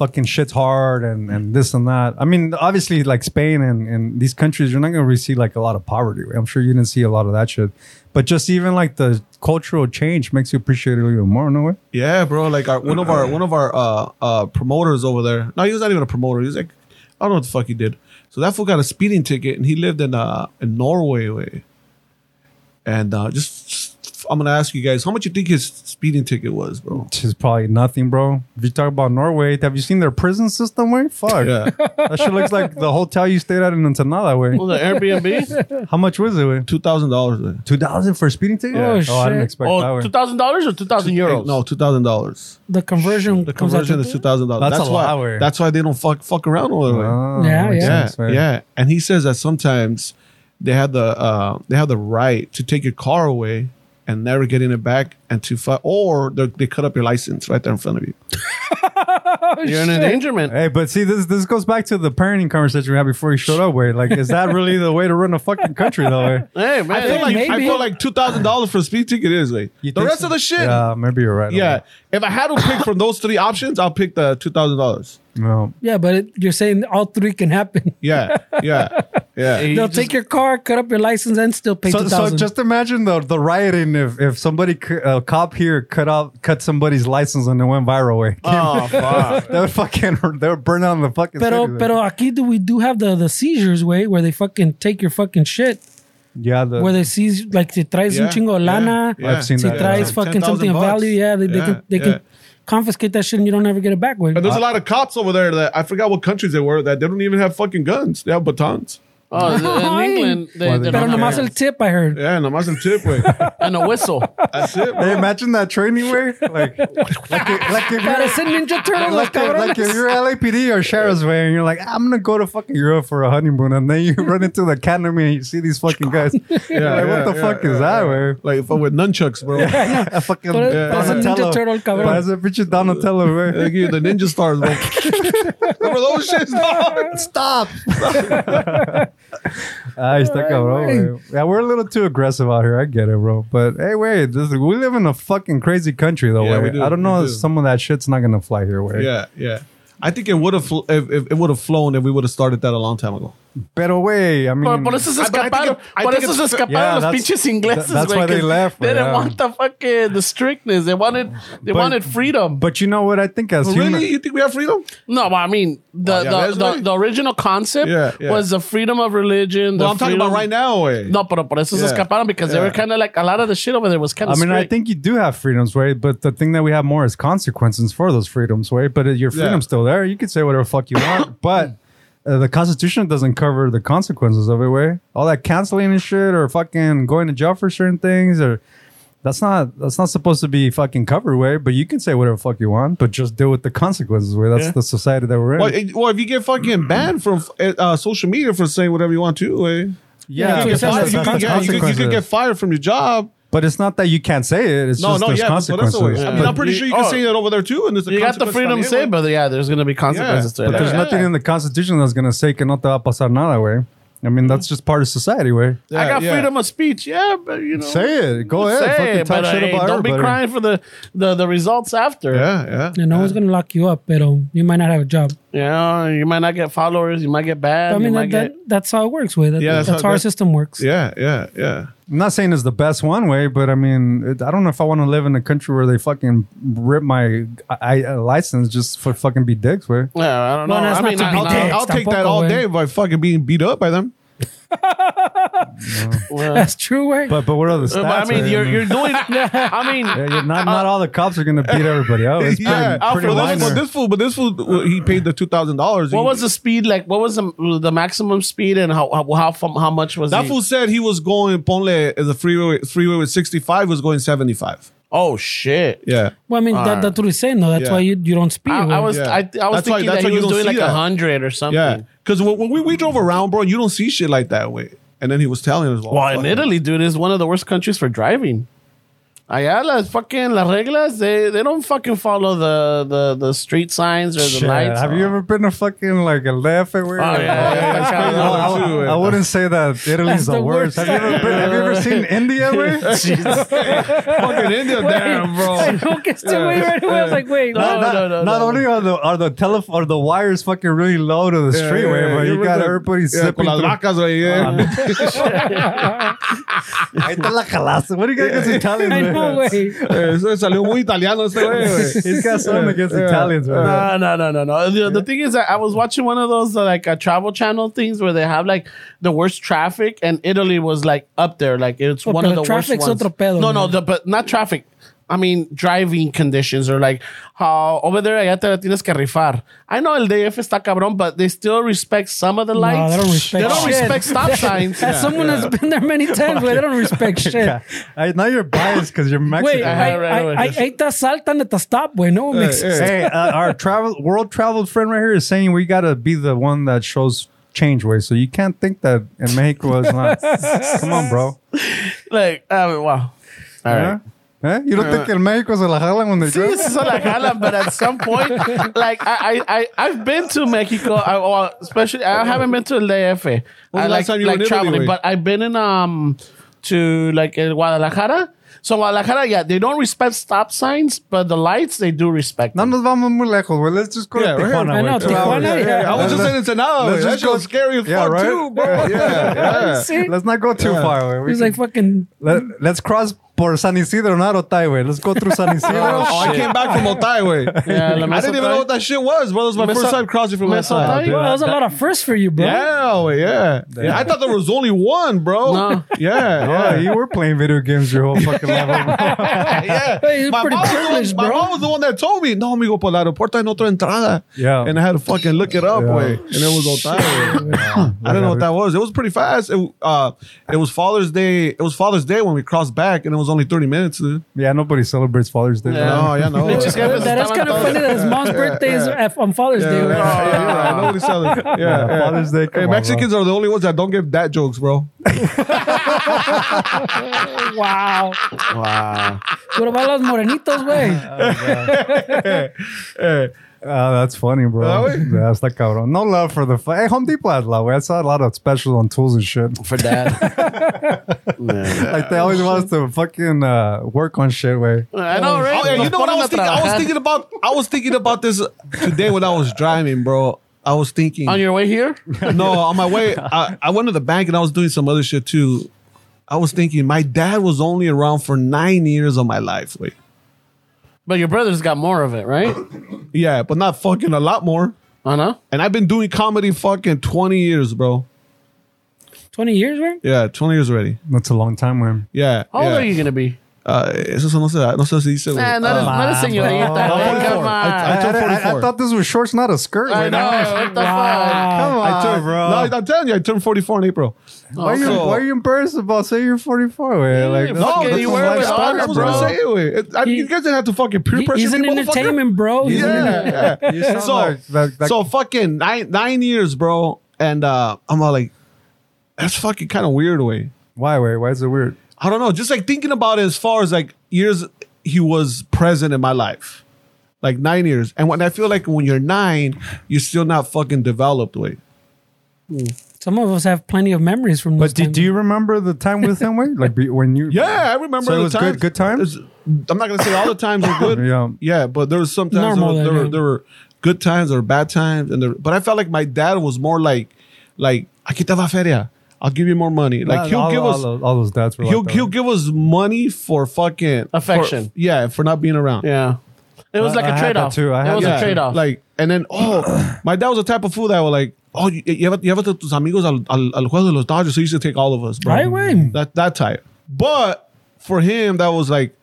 Speaker 2: fucking shit's hard and,
Speaker 5: Mm.
Speaker 2: and this and that. I mean, obviously, like Spain and, and these countries, you're not gonna really see like a lot of poverty. I'm sure you didn't see a lot of that shit, but just even like the cultural change makes you appreciate it a little more, no way?
Speaker 5: Yeah, bro. Like our one of our
Speaker 2: Uh-uh.
Speaker 5: one of our uh uh promoters over there. No, he was not even a promoter. He was like, I don't know what the fuck he did. So that fool got a speeding ticket, and he lived in uh in Norway way. And uh just I'm gonna ask you guys, how much you think his speeding ticket was, bro?
Speaker 2: Which is probably nothing, bro. If you talk about Norway, have you seen their prison system, way? Fuck,
Speaker 5: Yeah,
Speaker 2: [laughs] that shit looks like the hotel you stayed at in Ensenada, way.
Speaker 1: Well, the [laughs] Airbnb?
Speaker 2: How much was it, way?
Speaker 5: two thousand dollars.
Speaker 2: Two thousand for a speeding ticket?
Speaker 3: Oh,
Speaker 2: oh, I
Speaker 3: shit.
Speaker 2: didn't expect that.
Speaker 1: oh,
Speaker 2: way.
Speaker 1: two thousand dollars or two thousand euros?
Speaker 5: No, two thousand dollars.
Speaker 3: The conversion.
Speaker 5: The
Speaker 3: comes out
Speaker 5: conversion
Speaker 3: to-
Speaker 5: is two thousand dollars.
Speaker 2: That's a
Speaker 5: why.
Speaker 2: lot, way.
Speaker 5: That's why they don't fuck fuck around over there.
Speaker 2: Oh,
Speaker 3: Yeah,
Speaker 2: makes
Speaker 3: yeah.
Speaker 5: yeah,
Speaker 2: sense, man.
Speaker 5: yeah. And he says that sometimes they have the uh, they have the right to take your car away and never getting it back, and to fight, or they they cut up your license right there in front of you.
Speaker 1: you're in endangerment.
Speaker 2: Hey, but see, this this goes back to the parenting conversation we had before you showed up. Where like, is that really the way to run a fucking country, though? eh? way?
Speaker 1: Hey man,
Speaker 5: I feel like I
Speaker 3: maybe.
Speaker 5: feel like two thousand dollars for a speed ticket is like
Speaker 2: You
Speaker 5: the
Speaker 2: think
Speaker 5: rest
Speaker 2: so?
Speaker 5: of the shit. Yeah.
Speaker 2: Yeah, maybe you're right. on that.
Speaker 5: if I had to pick from those three options, I'll pick the two thousand dollars.
Speaker 2: No.
Speaker 3: Yeah, but it, you're saying all three can
Speaker 5: [laughs]
Speaker 3: happen.
Speaker 5: Yeah, yeah, yeah. [laughs]
Speaker 1: Hey,
Speaker 3: They'll
Speaker 1: you
Speaker 3: take your car, cut up your license, and still pay
Speaker 2: So,
Speaker 3: two
Speaker 2: so
Speaker 3: thousand.
Speaker 2: just imagine the the rioting if if somebody c- a cop here cut out cut somebody's license and it went viral. Way
Speaker 3: Uh,
Speaker 1: oh fuck.
Speaker 2: that would fucking [laughs] they would burn down the fucking.
Speaker 3: pero
Speaker 2: city,
Speaker 3: pero aquí do we do have the the seizures way where they fucking take your fucking shit
Speaker 2: yeah, the,
Speaker 3: where they seize like si traes
Speaker 5: Yeah,
Speaker 3: un chingo de
Speaker 5: yeah,
Speaker 3: lana,
Speaker 5: yeah.
Speaker 2: I've seen
Speaker 3: si
Speaker 2: that, yeah.
Speaker 3: traes
Speaker 5: Ten
Speaker 3: fucking
Speaker 5: thousand
Speaker 3: something of
Speaker 5: bucks.
Speaker 3: value, yeah, they, they
Speaker 5: Yeah,
Speaker 3: can they
Speaker 5: yeah.
Speaker 3: can confiscate that shit and you don't ever get it back way.
Speaker 5: And there's a lot of cops over there that I forgot what countries they were that they don't even have fucking guns. They have batons.
Speaker 1: Oh, [laughs] in
Speaker 3: Ay.
Speaker 1: England, they,
Speaker 2: Well,
Speaker 1: they
Speaker 2: they
Speaker 3: Pero
Speaker 1: don't have
Speaker 2: don't
Speaker 3: nomás el
Speaker 1: that.
Speaker 3: tip, I heard.
Speaker 5: Yeah, nomás el tip, [laughs] güey.
Speaker 1: and a whistle.
Speaker 5: That's it,
Speaker 2: Hey,
Speaker 5: bro.
Speaker 2: imagine that train you wear. Like, like, if- like if you're
Speaker 3: Parecen
Speaker 5: [laughs]
Speaker 3: Ninja Turtles,
Speaker 2: [laughs] like, if- like if
Speaker 3: cabrones.
Speaker 2: you're LAPD or sheriff's way and you're like, I'm gonna go to fucking Europe for a honeymoon, and
Speaker 5: [laughs]
Speaker 2: then you run into the academy and you see these fucking guys.
Speaker 5: Yeah,
Speaker 2: like,
Speaker 5: yeah,
Speaker 2: what the
Speaker 5: yeah,
Speaker 2: fuck
Speaker 5: yeah,
Speaker 2: is that, way?
Speaker 5: Like fuck with nunchucks, bro.
Speaker 2: [laughs] A fucking
Speaker 3: Pare- parece Ninja
Speaker 2: Donatello.
Speaker 3: Turtle, cabrón.
Speaker 2: Parece pinche Donatello,
Speaker 5: [laughs] They
Speaker 2: güey.
Speaker 5: give you the ninja stars, bro. Remember those shits, dog?
Speaker 2: Stop! Ay, está cabrón, güey. Yeah, we're a little too aggressive out here. I get it, bro. But hey, wait, this, we live in a fucking crazy country, though,
Speaker 5: Yeah,
Speaker 2: güey.
Speaker 5: we do,
Speaker 2: I don't
Speaker 5: we
Speaker 2: know.
Speaker 5: do.
Speaker 2: if Some of that shit's not gonna fly here, way.
Speaker 5: Yeah, yeah. I think it would have fl- if, if it would have flown if we would have started that a long time ago.
Speaker 2: Pero, way, oh, I mean,
Speaker 1: Por, por eso se
Speaker 5: I- but I think
Speaker 1: escaparon.
Speaker 5: it- I
Speaker 1: Por
Speaker 5: think
Speaker 1: eso se
Speaker 5: it's-
Speaker 1: escaparon
Speaker 2: Yeah,
Speaker 1: los
Speaker 2: that's-
Speaker 1: pinches ingleses.
Speaker 2: that's
Speaker 1: güey,
Speaker 2: why they
Speaker 1: 'cause
Speaker 2: left,
Speaker 1: They
Speaker 2: güey,
Speaker 1: didn't
Speaker 2: yeah.
Speaker 1: want the fucking the strictness. They wanted they
Speaker 2: But-
Speaker 1: wanted freedom.
Speaker 2: but you know what? I think as human-
Speaker 5: Really? You think we have freedom?
Speaker 1: no, but I mean the
Speaker 5: Oh, yeah,
Speaker 1: the,
Speaker 5: that's
Speaker 1: the,
Speaker 5: right.
Speaker 1: the original concept
Speaker 5: Yeah, yeah.
Speaker 1: was the freedom of religion. the
Speaker 5: Well, I'm talking about
Speaker 1: freedom-
Speaker 5: right now, eh. way.
Speaker 1: No, pero por eso se
Speaker 5: Yeah.
Speaker 1: escaparon because they
Speaker 5: Yeah.
Speaker 1: were kind of like a lot of the shit over there was kind
Speaker 2: I
Speaker 1: of.
Speaker 2: mean, I think you do have freedoms, right? But the thing that we have more is consequences for those freedoms, right? But uh, your
Speaker 5: Yeah.
Speaker 2: freedom's still there. You can say whatever fuck you
Speaker 5: [coughs]
Speaker 2: want, but uh, the Constitution doesn't cover the consequences of it, way. All that canceling and shit, or fucking going to jail for certain things, or that's not that's not supposed to be fucking covered, way. But you can say whatever fuck you want, but just deal with the consequences, way. That's
Speaker 1: Yeah.
Speaker 2: the society that we're in.
Speaker 5: Well, it- well, if you get fucking banned from uh, social media for saying whatever you want to, way.
Speaker 2: yeah,
Speaker 5: You,
Speaker 3: That's-
Speaker 5: get fired.
Speaker 3: that's
Speaker 5: you, could, yeah, you could- you could get fired from your job.
Speaker 2: but it's not that you can't say it. It's
Speaker 5: No,
Speaker 2: just
Speaker 5: no,
Speaker 2: there's
Speaker 5: yeah. but- but that's the way.
Speaker 2: consequences.
Speaker 5: I
Speaker 2: But-
Speaker 5: mean, I'm pretty
Speaker 1: you-
Speaker 5: sure you can
Speaker 1: oh.
Speaker 5: say that over there too. And there's a
Speaker 1: you got the
Speaker 5: consequence
Speaker 1: freedom
Speaker 5: también,
Speaker 1: to say,
Speaker 5: güey.
Speaker 1: but yeah, there's gonna be consequences to
Speaker 5: but
Speaker 1: it.
Speaker 2: There's
Speaker 1: Yeah.
Speaker 5: Yeah.
Speaker 2: nothing in the Constitution that's gonna say que no te va a pasar nada, way. I mean, that's just part of society, way.
Speaker 1: I got
Speaker 5: Yeah, yeah.
Speaker 1: freedom of speech. Yeah, but you know,
Speaker 2: Say it. Go ahead.
Speaker 1: Say
Speaker 2: Fucking
Speaker 1: it,
Speaker 2: talk
Speaker 1: but,
Speaker 2: shit
Speaker 1: hey,
Speaker 2: about
Speaker 1: don't be
Speaker 2: everybody.
Speaker 1: crying for the the, the results after.
Speaker 5: Yeah, yeah.
Speaker 3: And no one's going to lock you up, pero you might not have a job.
Speaker 1: You know, you might not get followers. You might get banned.
Speaker 3: I mean,
Speaker 1: you
Speaker 3: that,
Speaker 1: might
Speaker 3: that,
Speaker 1: get,
Speaker 3: that's how it works, way. That,
Speaker 5: Yeah, that's
Speaker 3: that's,
Speaker 5: how-
Speaker 3: how our
Speaker 5: that's-
Speaker 3: system works.
Speaker 5: Yeah, yeah, yeah.
Speaker 2: I'm not saying it's the best one way, but I mean, it, I don't know if I want to live in a country where they fucking rip my I, I, license just for fucking be dicks, way.
Speaker 1: yeah, I don't know.
Speaker 3: Well, that's
Speaker 1: I
Speaker 3: not
Speaker 1: mean,
Speaker 3: to be
Speaker 1: I,
Speaker 5: I'll,
Speaker 1: no,
Speaker 5: take,
Speaker 3: Thanks,
Speaker 5: I'll take that
Speaker 3: tampoco,
Speaker 5: all
Speaker 3: güey.
Speaker 5: day by fucking being beat up by them.
Speaker 1: well,
Speaker 3: [laughs] That's true, way.
Speaker 2: But but what are the stats?
Speaker 1: but I mean,
Speaker 2: right?
Speaker 1: you're you're doing.
Speaker 3: [laughs]
Speaker 1: I mean,
Speaker 2: Yeah, you're not not all the cops are gonna [laughs] beat everybody up. It's pretty,
Speaker 5: Yeah,
Speaker 2: pretty
Speaker 5: Alfred, this,
Speaker 2: minor.
Speaker 5: but this fool, but this fool, well, he paid the two thousand dollars.
Speaker 1: what was the speed like? What was the, the maximum speed and how how how, fum- how much was
Speaker 5: that
Speaker 1: he-
Speaker 5: fool said he was going Ponle the freeway freeway with sixty five was going seventy five.
Speaker 1: Oh shit!
Speaker 5: Yeah,
Speaker 3: well, I mean, that, that's what he's saying, though. That's why
Speaker 5: uh, Yeah.
Speaker 3: you, you don't speed.
Speaker 1: I,
Speaker 3: way.
Speaker 1: I
Speaker 3: [laughs]
Speaker 1: was
Speaker 5: Yeah.
Speaker 1: I, I was
Speaker 5: That's why-
Speaker 1: thinking
Speaker 5: that's
Speaker 1: that he
Speaker 5: why you
Speaker 1: was
Speaker 5: don't
Speaker 1: doing like
Speaker 5: see that.
Speaker 1: a hundred or something.
Speaker 5: yeah. Because when, when we, we drove around, bro, you don't see shit like that way. And then he was telling us,
Speaker 1: Well, in
Speaker 5: fucking-
Speaker 1: Italy, dude, is one of the worst countries for driving. Allá las fucking las reglas, they, they don't fucking follow the, the, the street signs or the
Speaker 2: Shit,
Speaker 1: lights.
Speaker 2: have you ever been a fucking like a left at where?
Speaker 1: Oh, yeah,
Speaker 2: I,
Speaker 5: [laughs]
Speaker 1: yeah,
Speaker 2: I- I- I wouldn't say that Italy's
Speaker 3: That's
Speaker 2: the,
Speaker 3: the
Speaker 2: worst.
Speaker 3: worst.
Speaker 2: Have, you ever been, have you ever seen India? Where? [laughs]
Speaker 5: fucking India, damn,
Speaker 3: I
Speaker 5: bro.
Speaker 3: noticed it, way, right away. I was like,
Speaker 5: [laughs]
Speaker 3: wait,
Speaker 1: No,
Speaker 3: what?
Speaker 2: not,
Speaker 1: no, no,
Speaker 2: not
Speaker 1: no.
Speaker 2: only are the are the tele are the wires fucking really low to the
Speaker 5: Yeah,
Speaker 2: streetway,
Speaker 5: yeah,
Speaker 2: but
Speaker 5: yeah,
Speaker 2: you got
Speaker 5: with the-
Speaker 2: everybody
Speaker 5: yeah, con
Speaker 2: slipping
Speaker 5: las
Speaker 2: through.
Speaker 5: vacas, right? Yeah. [laughs]
Speaker 2: Ahí está la calaza. What do you got against Italians?
Speaker 3: [laughs] I
Speaker 2: man?
Speaker 3: know, way.
Speaker 5: Eh, eso salió muy italiano este güey,
Speaker 2: [laughs]
Speaker 5: güey.
Speaker 2: He's got something against Italians, man. [laughs]
Speaker 1: No, Ah, no, no, no, no. The, the thing is, that I was watching one of those uh, like uh, travel channel things where they have like the worst traffic, and Italy was like up there. Like it's
Speaker 3: Oh,
Speaker 1: one of
Speaker 3: pero
Speaker 1: the
Speaker 3: traffic's
Speaker 1: worst ones.
Speaker 3: otro pedo,
Speaker 1: no, no,
Speaker 3: man.
Speaker 1: the, but not traffic. I mean, driving conditions or like how over there, allá te la tienes que rifar. I know el DF está cabrón, but they still respect some of the lights.
Speaker 3: they don't respect
Speaker 1: They don't
Speaker 3: shit.
Speaker 1: respect
Speaker 3: [laughs]
Speaker 1: stop signs.
Speaker 3: As someone that's been there
Speaker 5: [laughs]
Speaker 3: many times, way, they don't respect shit.
Speaker 2: Yeah. I, now you're biased because you're Mexican.
Speaker 3: Wait,
Speaker 1: Ajá, right,
Speaker 3: I, I,
Speaker 1: right.
Speaker 3: I, ahí te asaltan at the stop, güey. No, makes [laughs] sense.
Speaker 2: hey, uh, our travel world traveled friend right here is saying we gotta be the one that shows change way. So you can't think that in Mexico is not. Come on, bro.
Speaker 1: like, I mean, wow. All right.
Speaker 2: Huh? Huh? You don't
Speaker 5: Eh.
Speaker 2: think in Mexico se la jalan when they
Speaker 1: Sí,
Speaker 2: drive?
Speaker 1: se la jalan, but at some point, like I, I, I I've been to Mexico, I, well, especially I haven't been to El DF.
Speaker 5: was
Speaker 1: I
Speaker 5: the last
Speaker 1: like,
Speaker 5: time you were
Speaker 1: like
Speaker 5: in Italy,
Speaker 1: traveling,
Speaker 5: güey?
Speaker 1: but I've been in um to like in Guadalajara. So Guadalajara, yeah, they don't respect stop signs, but the lights they do respect.
Speaker 2: No Ah, nos vamos muy lejos, güey. Let's just go
Speaker 5: Yeah,
Speaker 2: to
Speaker 5: right here.
Speaker 2: Tijuana,
Speaker 3: I
Speaker 2: güey.
Speaker 3: know,
Speaker 2: Two hours.
Speaker 3: Tijuana, yeah.
Speaker 5: I was just saying Ensenada,
Speaker 2: Let's
Speaker 5: güey. That
Speaker 2: just
Speaker 5: shit
Speaker 2: go-
Speaker 5: was scary as
Speaker 2: Yeah,
Speaker 5: fuck,
Speaker 2: right?
Speaker 5: too, bro. Yeah, yeah.
Speaker 3: See?
Speaker 2: Let's not go too far, güey. We
Speaker 3: He's
Speaker 2: can-
Speaker 3: like fucking
Speaker 2: Let, let's cross por San Isidro, not Otay, güey. Let's go
Speaker 5: [laughs]
Speaker 2: through San Isidro.
Speaker 5: Oh, I came back from Otay, güey.
Speaker 1: Yeah, la
Speaker 5: I didn't even know what that shit was, bro. It was my
Speaker 1: Meso-
Speaker 5: first time crossing from that
Speaker 1: Mesotai?
Speaker 5: side.
Speaker 3: Well, that was a lot of firsts for you, bro.
Speaker 5: Yeah, wait, yeah. yeah. I thought there was only one, bro.
Speaker 1: No.
Speaker 5: Yeah,
Speaker 2: Oh,
Speaker 5: yeah.
Speaker 2: [laughs] you were playing video games your whole fucking fucking
Speaker 5: [laughs]
Speaker 2: level. bro.
Speaker 5: yeah.
Speaker 3: Hey, you're
Speaker 5: my,
Speaker 3: pretty
Speaker 5: mom was the one-
Speaker 3: privileged,
Speaker 5: my
Speaker 3: bro.
Speaker 5: mom was the one that told me, no, amigo, por el aeropuerto hay otra entrada.
Speaker 2: Yeah.
Speaker 5: And I had to fucking look it up,
Speaker 2: Yeah.
Speaker 5: way. And it was Otario. [laughs] I don't know what that was. It was pretty fast. It, uh, it was Father's Day. It was Father's Day when we crossed back, and it was only 30 minutes, dude.
Speaker 2: Yeah, nobody celebrates Father's Day.
Speaker 1: Yeah.
Speaker 5: No, yeah, no.
Speaker 1: Bitches
Speaker 5: Yeah,
Speaker 1: got-
Speaker 3: That- that is kind of funny that his mom's birthday is af- on Father's
Speaker 5: yeah,
Speaker 3: Day.
Speaker 5: yeah,
Speaker 3: bro.
Speaker 5: yeah, yeah. Nobody's selling.
Speaker 2: [laughs]
Speaker 5: Yeah,
Speaker 2: Yeah,
Speaker 5: yeah.
Speaker 2: Father's Day. come
Speaker 5: Hey,
Speaker 2: on, bro.
Speaker 5: Mexicans are the only ones that don't get dad jokes, bro.
Speaker 3: Wow.
Speaker 1: Wow.
Speaker 3: What about los morenitos, güey?
Speaker 2: Ah, that's funny, bro.
Speaker 5: ¿Verdad, güey?
Speaker 2: Yeah, está cabrón. No love for the. F- hey, Home Depot has love, güey. I saw a lot of specials on tools and shit.
Speaker 1: For that. Yeah.
Speaker 2: Like, they
Speaker 5: oh,
Speaker 2: always want us to fucking uh, work on shit, way.
Speaker 1: [laughs] I know, right?
Speaker 5: Oh, yeah, you know what I was thinking? I was thinking about I was thinking about this today when I was driving, bro. I was thinking
Speaker 1: On your way here?
Speaker 5: [laughs] no, on my way, I, I went to the bank and I was doing some other shit too. I was thinking my dad was only around for nine years of my life. Wait.
Speaker 1: But your brother's got more of it, right? Uh-huh.
Speaker 5: Yeah, but not fucking a lot more.
Speaker 1: I know.
Speaker 5: And I've been doing comedy fucking 20 years, bro.
Speaker 3: 20 years, güey?
Speaker 5: Yeah, 20 years already.
Speaker 2: That's a long time, man.
Speaker 5: Yeah.
Speaker 1: How old
Speaker 5: yeah.
Speaker 1: are you Eh, going to be? Oh,
Speaker 5: Uh, eso no sé, no sé si dice. güey.
Speaker 1: Man, that is,
Speaker 5: Uh,
Speaker 1: that is señorita.
Speaker 2: bro.
Speaker 1: eh, Come
Speaker 5: I-
Speaker 1: on.
Speaker 5: I took 44.
Speaker 2: thought this was shorts, not a skirt.
Speaker 1: I
Speaker 2: güey.
Speaker 1: know. What the fuck?
Speaker 2: Come on,
Speaker 5: I turned,
Speaker 2: bro.
Speaker 5: No, I'm telling you, I turned 44 in April.
Speaker 2: why, are you,
Speaker 5: so-
Speaker 2: why are you embarrassed about saying you're 44, way? Like,
Speaker 1: fuck it, you
Speaker 2: some
Speaker 1: wear it with
Speaker 2: lifestyle,
Speaker 1: honor,
Speaker 5: That's what I'm
Speaker 1: bro.
Speaker 5: saying. Wait. It, I, you guys didn't have to fucking peer
Speaker 3: He-
Speaker 5: pressure
Speaker 3: he's
Speaker 5: me,
Speaker 3: an
Speaker 5: motherfucker.
Speaker 3: entertainment, bro. He's an entertainment.
Speaker 5: Yeah. [laughs]
Speaker 2: sound
Speaker 5: so,
Speaker 2: like that- that-
Speaker 5: so fucking nine nine years, bro. And uh, I'm all like, that's fucking kind of weird way.
Speaker 2: Why, way? Why is it weird?
Speaker 5: I don't know. Just like thinking about it as far as like years he was present in my life. Like nine years. And when I feel like when you're nine, you're still not fucking developed way.
Speaker 3: Some of us have plenty of memories from this
Speaker 2: But do,
Speaker 3: time.
Speaker 2: do you remember the time with him, way? Like, be, when you.
Speaker 5: [laughs] Yeah, I remember
Speaker 2: So it
Speaker 5: the
Speaker 2: was good-
Speaker 5: times.
Speaker 2: good times?
Speaker 5: It's- I'm not gonna say all the times were good.
Speaker 2: [laughs] Yeah.
Speaker 5: yeah, but there was sometimes
Speaker 3: Normal, I
Speaker 5: there, were, there, were,
Speaker 3: mean.
Speaker 5: there were good times or bad times, and there, but I felt like my dad was more like like aquí te va feria. I'll give you more money. Like he'll
Speaker 2: all,
Speaker 5: give
Speaker 2: all,
Speaker 5: us
Speaker 2: All, all those dads were
Speaker 5: he'll
Speaker 2: like that.
Speaker 5: he'll give us money for fucking for-
Speaker 1: Affection.
Speaker 5: yeah, for not being around.
Speaker 1: Yeah. It was
Speaker 2: I-
Speaker 1: like
Speaker 2: I
Speaker 1: a
Speaker 2: had that
Speaker 1: trade off. It
Speaker 2: too. I had
Speaker 1: was
Speaker 2: that
Speaker 1: a
Speaker 2: too.
Speaker 1: trade off.
Speaker 5: Like and then oh, my dad was the type of fool that was like oh you you llevate llevate a tus amigos al al, al juego de los Dodgers. So he used to take all of us, bro.
Speaker 3: Right, güey?
Speaker 5: that that type. But for him, that was like,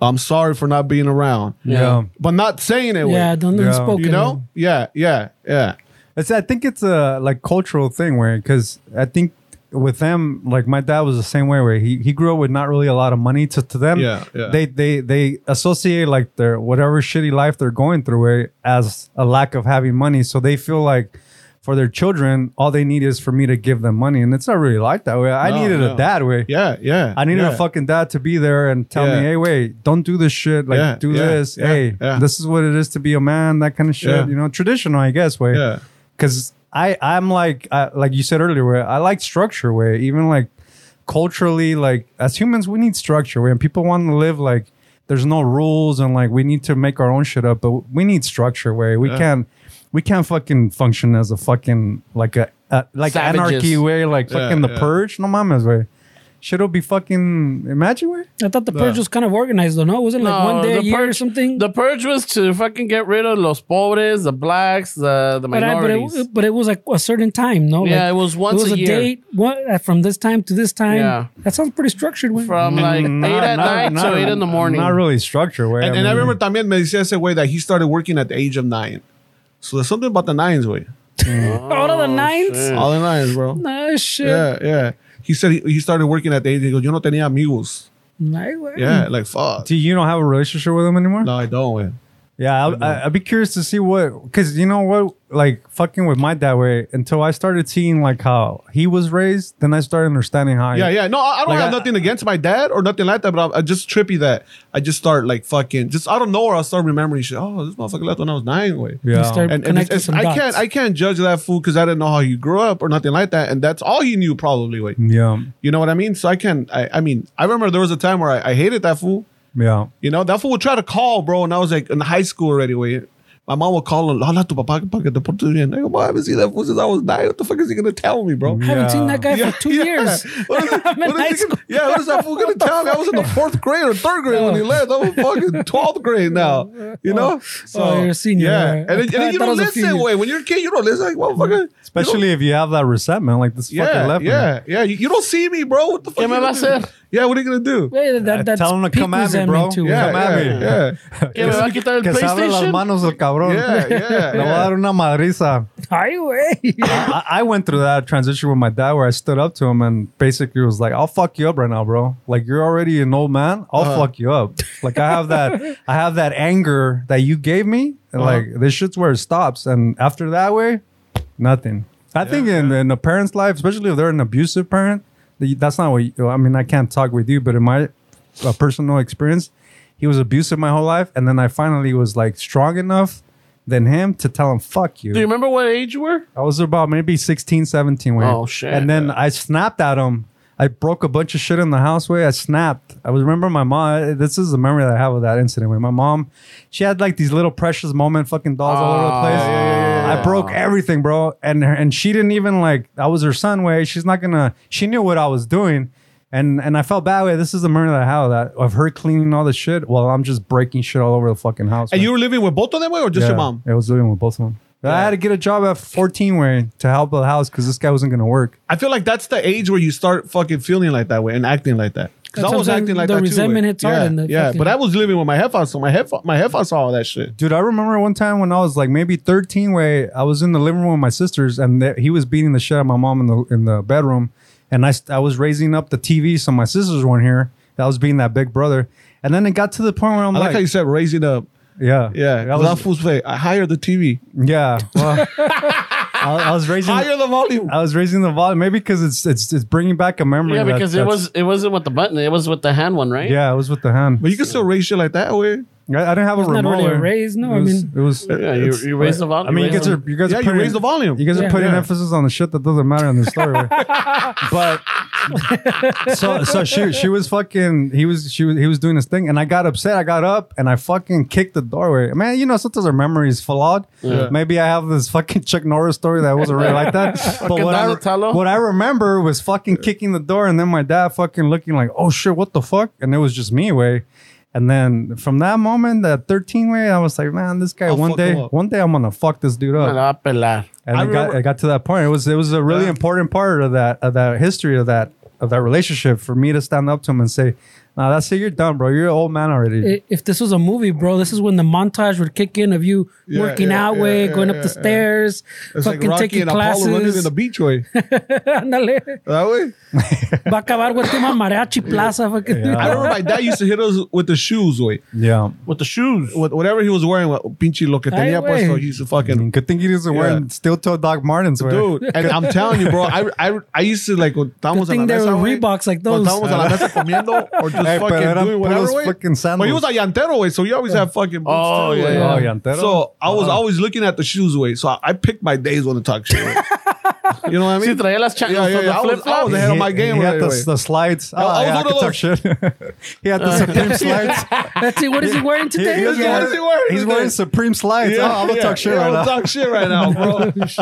Speaker 5: I'm sorry for not being around,
Speaker 2: Yeah.
Speaker 5: but not saying it.
Speaker 3: Yeah,
Speaker 5: Yeah,
Speaker 3: don't
Speaker 2: Yeah.
Speaker 3: unspoken.
Speaker 5: you know, yeah, yeah, yeah.
Speaker 2: It's, I think it's a like cultural thing where because I think with them, like my dad was the same way where he, he grew up with not really a lot of money. To to them,
Speaker 5: Yeah, yeah.
Speaker 2: they they they associate like their whatever shitty life they're going through eh, as a lack of having money. So they feel like for their children, all they need is for me to give them money, and it's not really like that way. I
Speaker 5: No,
Speaker 2: needed
Speaker 5: no.
Speaker 2: a dad way.
Speaker 5: Yeah, yeah.
Speaker 2: I needed
Speaker 5: yeah.
Speaker 2: a fucking dad to be there and tell
Speaker 5: Yeah.
Speaker 2: me, hey, wait, don't do this shit. Like,
Speaker 5: Yeah,
Speaker 2: do
Speaker 5: yeah,
Speaker 2: this.
Speaker 5: yeah,
Speaker 2: hey,
Speaker 5: yeah.
Speaker 2: this is what it is to be a man. That kind of shit.
Speaker 5: Yeah.
Speaker 2: You know, traditional, I guess. Way
Speaker 5: Yeah.
Speaker 2: because I I'm like I, like you said earlier, where I like structure, where even like culturally, like as humans, we need structure, where people want to live like there's no rules and like we need to make our own shit up, but we need structure, where we can't we can't fucking function as a fucking like a, a like
Speaker 1: Savages.
Speaker 2: anarchy way, like fucking the
Speaker 5: yeah.
Speaker 2: purge, no mames way. Shit'll be fucking imagine way.
Speaker 3: I thought the purge was kind of organized, though, no? Wasn't it like
Speaker 1: No,
Speaker 3: one day a
Speaker 1: the
Speaker 3: year or
Speaker 1: purge-
Speaker 3: something?
Speaker 1: The purge was to fucking get rid of los pobres, the blacks, the, the
Speaker 3: but, I, but,
Speaker 1: minorities.
Speaker 3: it, but it was like a certain time, no?
Speaker 1: Yeah,
Speaker 3: Like,
Speaker 1: it was once a year.
Speaker 3: date one, uh, from this time to this time.
Speaker 1: Yeah.
Speaker 3: That sounds pretty structured. Way.
Speaker 1: From like eight
Speaker 2: Mm, Not-
Speaker 1: at
Speaker 2: not-
Speaker 1: night
Speaker 2: not-
Speaker 1: to eight in the morning.
Speaker 2: Not really structure way.
Speaker 5: And, and I remember también me decía ese way that he started working at the age of nine. So there's something about the nines way.
Speaker 3: Out
Speaker 1: Oh,
Speaker 3: of the nines?
Speaker 5: All the nines, bro.
Speaker 3: Mm. Nah, shit.
Speaker 5: Yeah, yeah. He said he, he started working at the age. He goes, "Yo no tenía amigos."
Speaker 3: Nah, güey.
Speaker 5: Yeah, like fuck.
Speaker 2: Do you don't have a relationship with him anymore?
Speaker 5: No, I don't. Way.
Speaker 2: Yeah, I, I, I'd be curious to see what, because you know what, like fucking with my dad way until I started seeing like how he was raised, then I started understanding how.
Speaker 5: Yeah, yeah. No, I, I don't
Speaker 2: Like,
Speaker 5: have
Speaker 2: I-
Speaker 5: nothing against my dad or nothing like that, but I'm, i just trippy that I just start like fucking just out of nowhere I'll start remembering shit. Oh, this motherfucker left when I was nine. Way.
Speaker 2: Yeah.
Speaker 3: You start
Speaker 5: And, and it's,
Speaker 3: connecting
Speaker 5: it's,
Speaker 3: some
Speaker 5: I
Speaker 3: dots.
Speaker 5: can't I can't judge that fool because I didn't know how he grew up or nothing like that, and that's all he knew probably. Way.
Speaker 2: yeah,
Speaker 5: You know what I mean? So I can I, I mean I remember there was a time where I, I hated that fool.
Speaker 2: yeah.
Speaker 5: You know that fool would try to call, bro, and I was like in high school already. Way. My mom would call and hola tu papá que pa que te portes bien. I go, "Ma, I haven't seen that fool since I was nine. What the fuck is he gonna tell me, bro?
Speaker 3: I haven't seen
Speaker 2: [laughs] Yeah.
Speaker 3: that guy [laughs] for two
Speaker 5: Yeah.
Speaker 3: years.
Speaker 5: [laughs] What
Speaker 3: [laughs]
Speaker 5: is,
Speaker 3: I'm in
Speaker 5: what is
Speaker 3: high
Speaker 5: he
Speaker 3: school.
Speaker 5: gonna, yeah, what is that fool gonna tell me? I was in the fourth grade or third grade when he left. I'm in
Speaker 3: [laughs]
Speaker 5: fucking twelfth grade now. You know?
Speaker 3: oh, you're a senior.
Speaker 5: Yeah.
Speaker 3: Alright.
Speaker 5: And, then- and
Speaker 3: I
Speaker 5: then you
Speaker 3: thought it
Speaker 5: don't
Speaker 3: was a
Speaker 5: listen
Speaker 3: few
Speaker 5: that
Speaker 3: years.
Speaker 5: way. When you're a kid, you don't listen like motherfucker.
Speaker 2: Especially if you have that resentment, like this
Speaker 5: You don't-
Speaker 2: fucking left.
Speaker 5: [laughs] yeah, yeah, yeah. You, you don't see me, bro. What the fuck?
Speaker 1: ¿Qué me
Speaker 5: you
Speaker 1: va a
Speaker 5: doing?
Speaker 1: hacer?
Speaker 5: Yeah, what are you gonna do?
Speaker 3: Wait, that, that's
Speaker 2: Uh, Tell him to
Speaker 3: peak
Speaker 2: come at me,
Speaker 3: resentment
Speaker 2: bro.
Speaker 3: too, güey.
Speaker 5: Yeah,
Speaker 2: Come at me.
Speaker 5: yeah,
Speaker 1: ¿Que me va a quitar el
Speaker 2: Que se abra las
Speaker 1: PlayStation?
Speaker 2: manos el cabrón.
Speaker 5: yeah, yeah, yeah,
Speaker 2: [laughs] Le voy a dar una madriza.
Speaker 3: Ay, [laughs] güey.
Speaker 2: I, I went through that transition with my dad where I stood up to him and basically was like, I'll fuck you up right now, bro. Like you're already an old man. I'll fuck you up. Like I have that I have that anger that you gave me. And like this shit's where it stops. And after that way, nothing. I think in, in a parent's life, especially if they're an abusive parent, the- that's not what you, I mean, I can't talk with you, but in my uh, personal experience, he was abusive my whole life. And then I finally was like strong enough than him to tell him, fuck you.
Speaker 1: Do you remember what age you were?
Speaker 2: I was about maybe 16, 17 when.
Speaker 1: Oh, shit.
Speaker 2: And then I snapped at him. I broke a bunch of shit in the house way. I snapped. I was remember my mom. This is the memory that I have of that incident. When my mom, she had like these little precious moment fucking dolls all over the place. I broke everything, bro. And her, and she didn't even like. I was her son way. She's not gonna. She knew what I was doing. And and I felt bad way. This is the memory that I have of that of her cleaning all the shit while I'm just breaking shit all over the fucking house.
Speaker 5: And
Speaker 2: way.
Speaker 5: you were living with both of them, way, or just
Speaker 2: Yeah,
Speaker 5: your mom?
Speaker 2: I was living with both of them. But I had to get a job at 14 way to help the house because this guy wasn't going to work.
Speaker 5: I feel like that's the age where you start fucking feeling like that way and acting like that. Because
Speaker 3: That's
Speaker 5: I
Speaker 3: what
Speaker 5: was
Speaker 3: I'm saying,
Speaker 5: acting like
Speaker 3: the
Speaker 5: that
Speaker 3: resentment
Speaker 5: too.
Speaker 3: hits
Speaker 5: yeah,
Speaker 3: hard in the
Speaker 5: yeah.
Speaker 3: fucking-
Speaker 5: But I was living with my headphones, so my head my headphones saw all that shit.
Speaker 2: Dude, I remember one time when I was like maybe 13 way, I was in the living room with my sisters and they, he was beating the shit out of my mom in the in the bedroom. And I, st- I was raising up the TV so my sisters weren't here. I was being that big brother. And then it got to the point where I'm
Speaker 5: I like
Speaker 2: like,
Speaker 5: how you said raising up.
Speaker 2: yeah,
Speaker 5: Yeah,
Speaker 2: I
Speaker 5: that
Speaker 2: was,
Speaker 5: fool's play. I higher the TV,
Speaker 2: yeah.
Speaker 5: [laughs]
Speaker 2: Well, I, I was raising,
Speaker 5: higher the volume.
Speaker 2: I was raising the volume. Maybe because it's, it's it's bringing back a memory.
Speaker 1: Yeah,
Speaker 2: that-
Speaker 1: because it
Speaker 2: that's-
Speaker 1: was it wasn't with the button, it was with the hand one, right?
Speaker 2: Yeah, it was with the hand.
Speaker 5: But you can still raise shit like that way.
Speaker 2: I, I didn't have a
Speaker 3: It's not
Speaker 2: remote.
Speaker 3: really a
Speaker 2: or-
Speaker 3: raise, no,
Speaker 2: it
Speaker 3: I
Speaker 2: was,
Speaker 3: mean-
Speaker 2: it was.
Speaker 1: Yeah, you,
Speaker 2: it's-
Speaker 1: you raised the volume.
Speaker 2: I mean, you
Speaker 1: raised
Speaker 2: guys are
Speaker 1: the-
Speaker 2: you guys
Speaker 5: Yeah,
Speaker 2: are
Speaker 5: you
Speaker 2: putting,
Speaker 5: raise the volume.
Speaker 2: You guys
Speaker 3: Yeah.
Speaker 2: are putting
Speaker 5: Yeah.
Speaker 2: emphasis on the shit that doesn't matter in the story. but so so she she was fucking. He was she was he was doing this thing, and I got upset. I got up and I fucking kicked the doorway. Man, you know sometimes our memory is flawed. Maybe I have this fucking Chuck Norris story that wasn't really like
Speaker 5: [laughs]
Speaker 2: that. but what I,
Speaker 1: Donatello.
Speaker 2: what I remember was fucking kicking the door, and then my dad fucking looking like, "Oh shit, what the fuck?" And it was just me way. And then from that moment, that 13 way, I was like, man, this guy,
Speaker 5: I'll
Speaker 2: one
Speaker 5: fuck him
Speaker 2: day,
Speaker 5: up."
Speaker 2: one day I'm gonna fuck this dude
Speaker 1: Me
Speaker 2: up.
Speaker 1: la va a pelar.
Speaker 2: And
Speaker 5: I
Speaker 2: I got,
Speaker 5: remember-
Speaker 2: I got to that point. It was it was a really
Speaker 5: Yeah.
Speaker 2: important part of that of that history of that of that relationship for me to stand up to him and say, "Nah, that's it. You're done, bro. You're an old man already."
Speaker 3: I- If this was a movie, bro, this is when the montage would kick in of you
Speaker 5: Yeah,
Speaker 3: working
Speaker 5: yeah,
Speaker 3: out,
Speaker 5: yeah,
Speaker 3: way,
Speaker 5: yeah,
Speaker 3: going up
Speaker 5: yeah,
Speaker 3: the
Speaker 5: yeah.
Speaker 3: stairs,
Speaker 5: It's like
Speaker 3: fucking
Speaker 5: Rocky
Speaker 3: taking
Speaker 5: and Apollo running in
Speaker 3: classes.
Speaker 5: the beach way.
Speaker 3: [laughs] Ándale.
Speaker 5: That way.
Speaker 3: Va a acabar with him on Mariachi Plaza. Fucking
Speaker 5: I remember my dad used to hit us with the shoes way.
Speaker 2: yeah.
Speaker 1: With the shoes.
Speaker 5: With Whatever he was wearing, what- pinche lo que
Speaker 3: Ay,
Speaker 5: tenía
Speaker 3: güey.
Speaker 5: puesto, he used to fucking
Speaker 2: Good thing he doesn't
Speaker 5: Yeah.
Speaker 2: wearing steel toe Doc Martens. wear.
Speaker 5: dude. And I'm telling you, bro, I I, I used to like when estábamos
Speaker 3: thing
Speaker 5: en la
Speaker 3: there
Speaker 5: mesa,
Speaker 3: were
Speaker 5: güey,
Speaker 3: Reeboks like
Speaker 5: Cuando
Speaker 3: those. uh,
Speaker 5: estábamos en la mesa comiendo or just
Speaker 2: [laughs] Hey, pero
Speaker 5: fucking
Speaker 2: eran
Speaker 5: doing whatever,
Speaker 2: puros
Speaker 5: güey.
Speaker 2: fucking
Speaker 5: But he was a
Speaker 2: sandals.
Speaker 5: llantero, way, so he always had fucking boots
Speaker 1: Oh,
Speaker 5: too,
Speaker 1: yeah,
Speaker 5: güey.
Speaker 1: yeah.
Speaker 2: Oh, llantero.
Speaker 5: So I was
Speaker 2: Oh.
Speaker 5: always looking at the shoes way. So I, I picked my days when to talk shit. güey. you know what
Speaker 1: Si
Speaker 2: [laughs]
Speaker 5: I mean?
Speaker 1: traía las chanclas
Speaker 5: Yeah, yeah, yeah. I
Speaker 1: the
Speaker 5: was-
Speaker 1: flip
Speaker 5: I was
Speaker 1: flops.
Speaker 5: ahead of my game
Speaker 2: He
Speaker 5: right
Speaker 2: had the,
Speaker 5: away.
Speaker 2: the slides. Oh,
Speaker 5: I
Speaker 2: yeah,
Speaker 5: was
Speaker 2: I
Speaker 5: one of Uh,
Speaker 2: could talk shit. [laughs] he had the
Speaker 5: [laughs]
Speaker 2: Supreme slides.
Speaker 3: [laughs] Let's see, what is he wearing
Speaker 2: He-
Speaker 3: today?
Speaker 2: he was
Speaker 5: Yeah, what is he wearing
Speaker 2: He's
Speaker 5: today?
Speaker 2: wearing Supreme slides. Oh, I'm gonna talk shit
Speaker 5: yeah,
Speaker 2: right
Speaker 5: I'ma
Speaker 2: now.
Speaker 5: talk shit right
Speaker 2: [laughs]
Speaker 5: now, bro.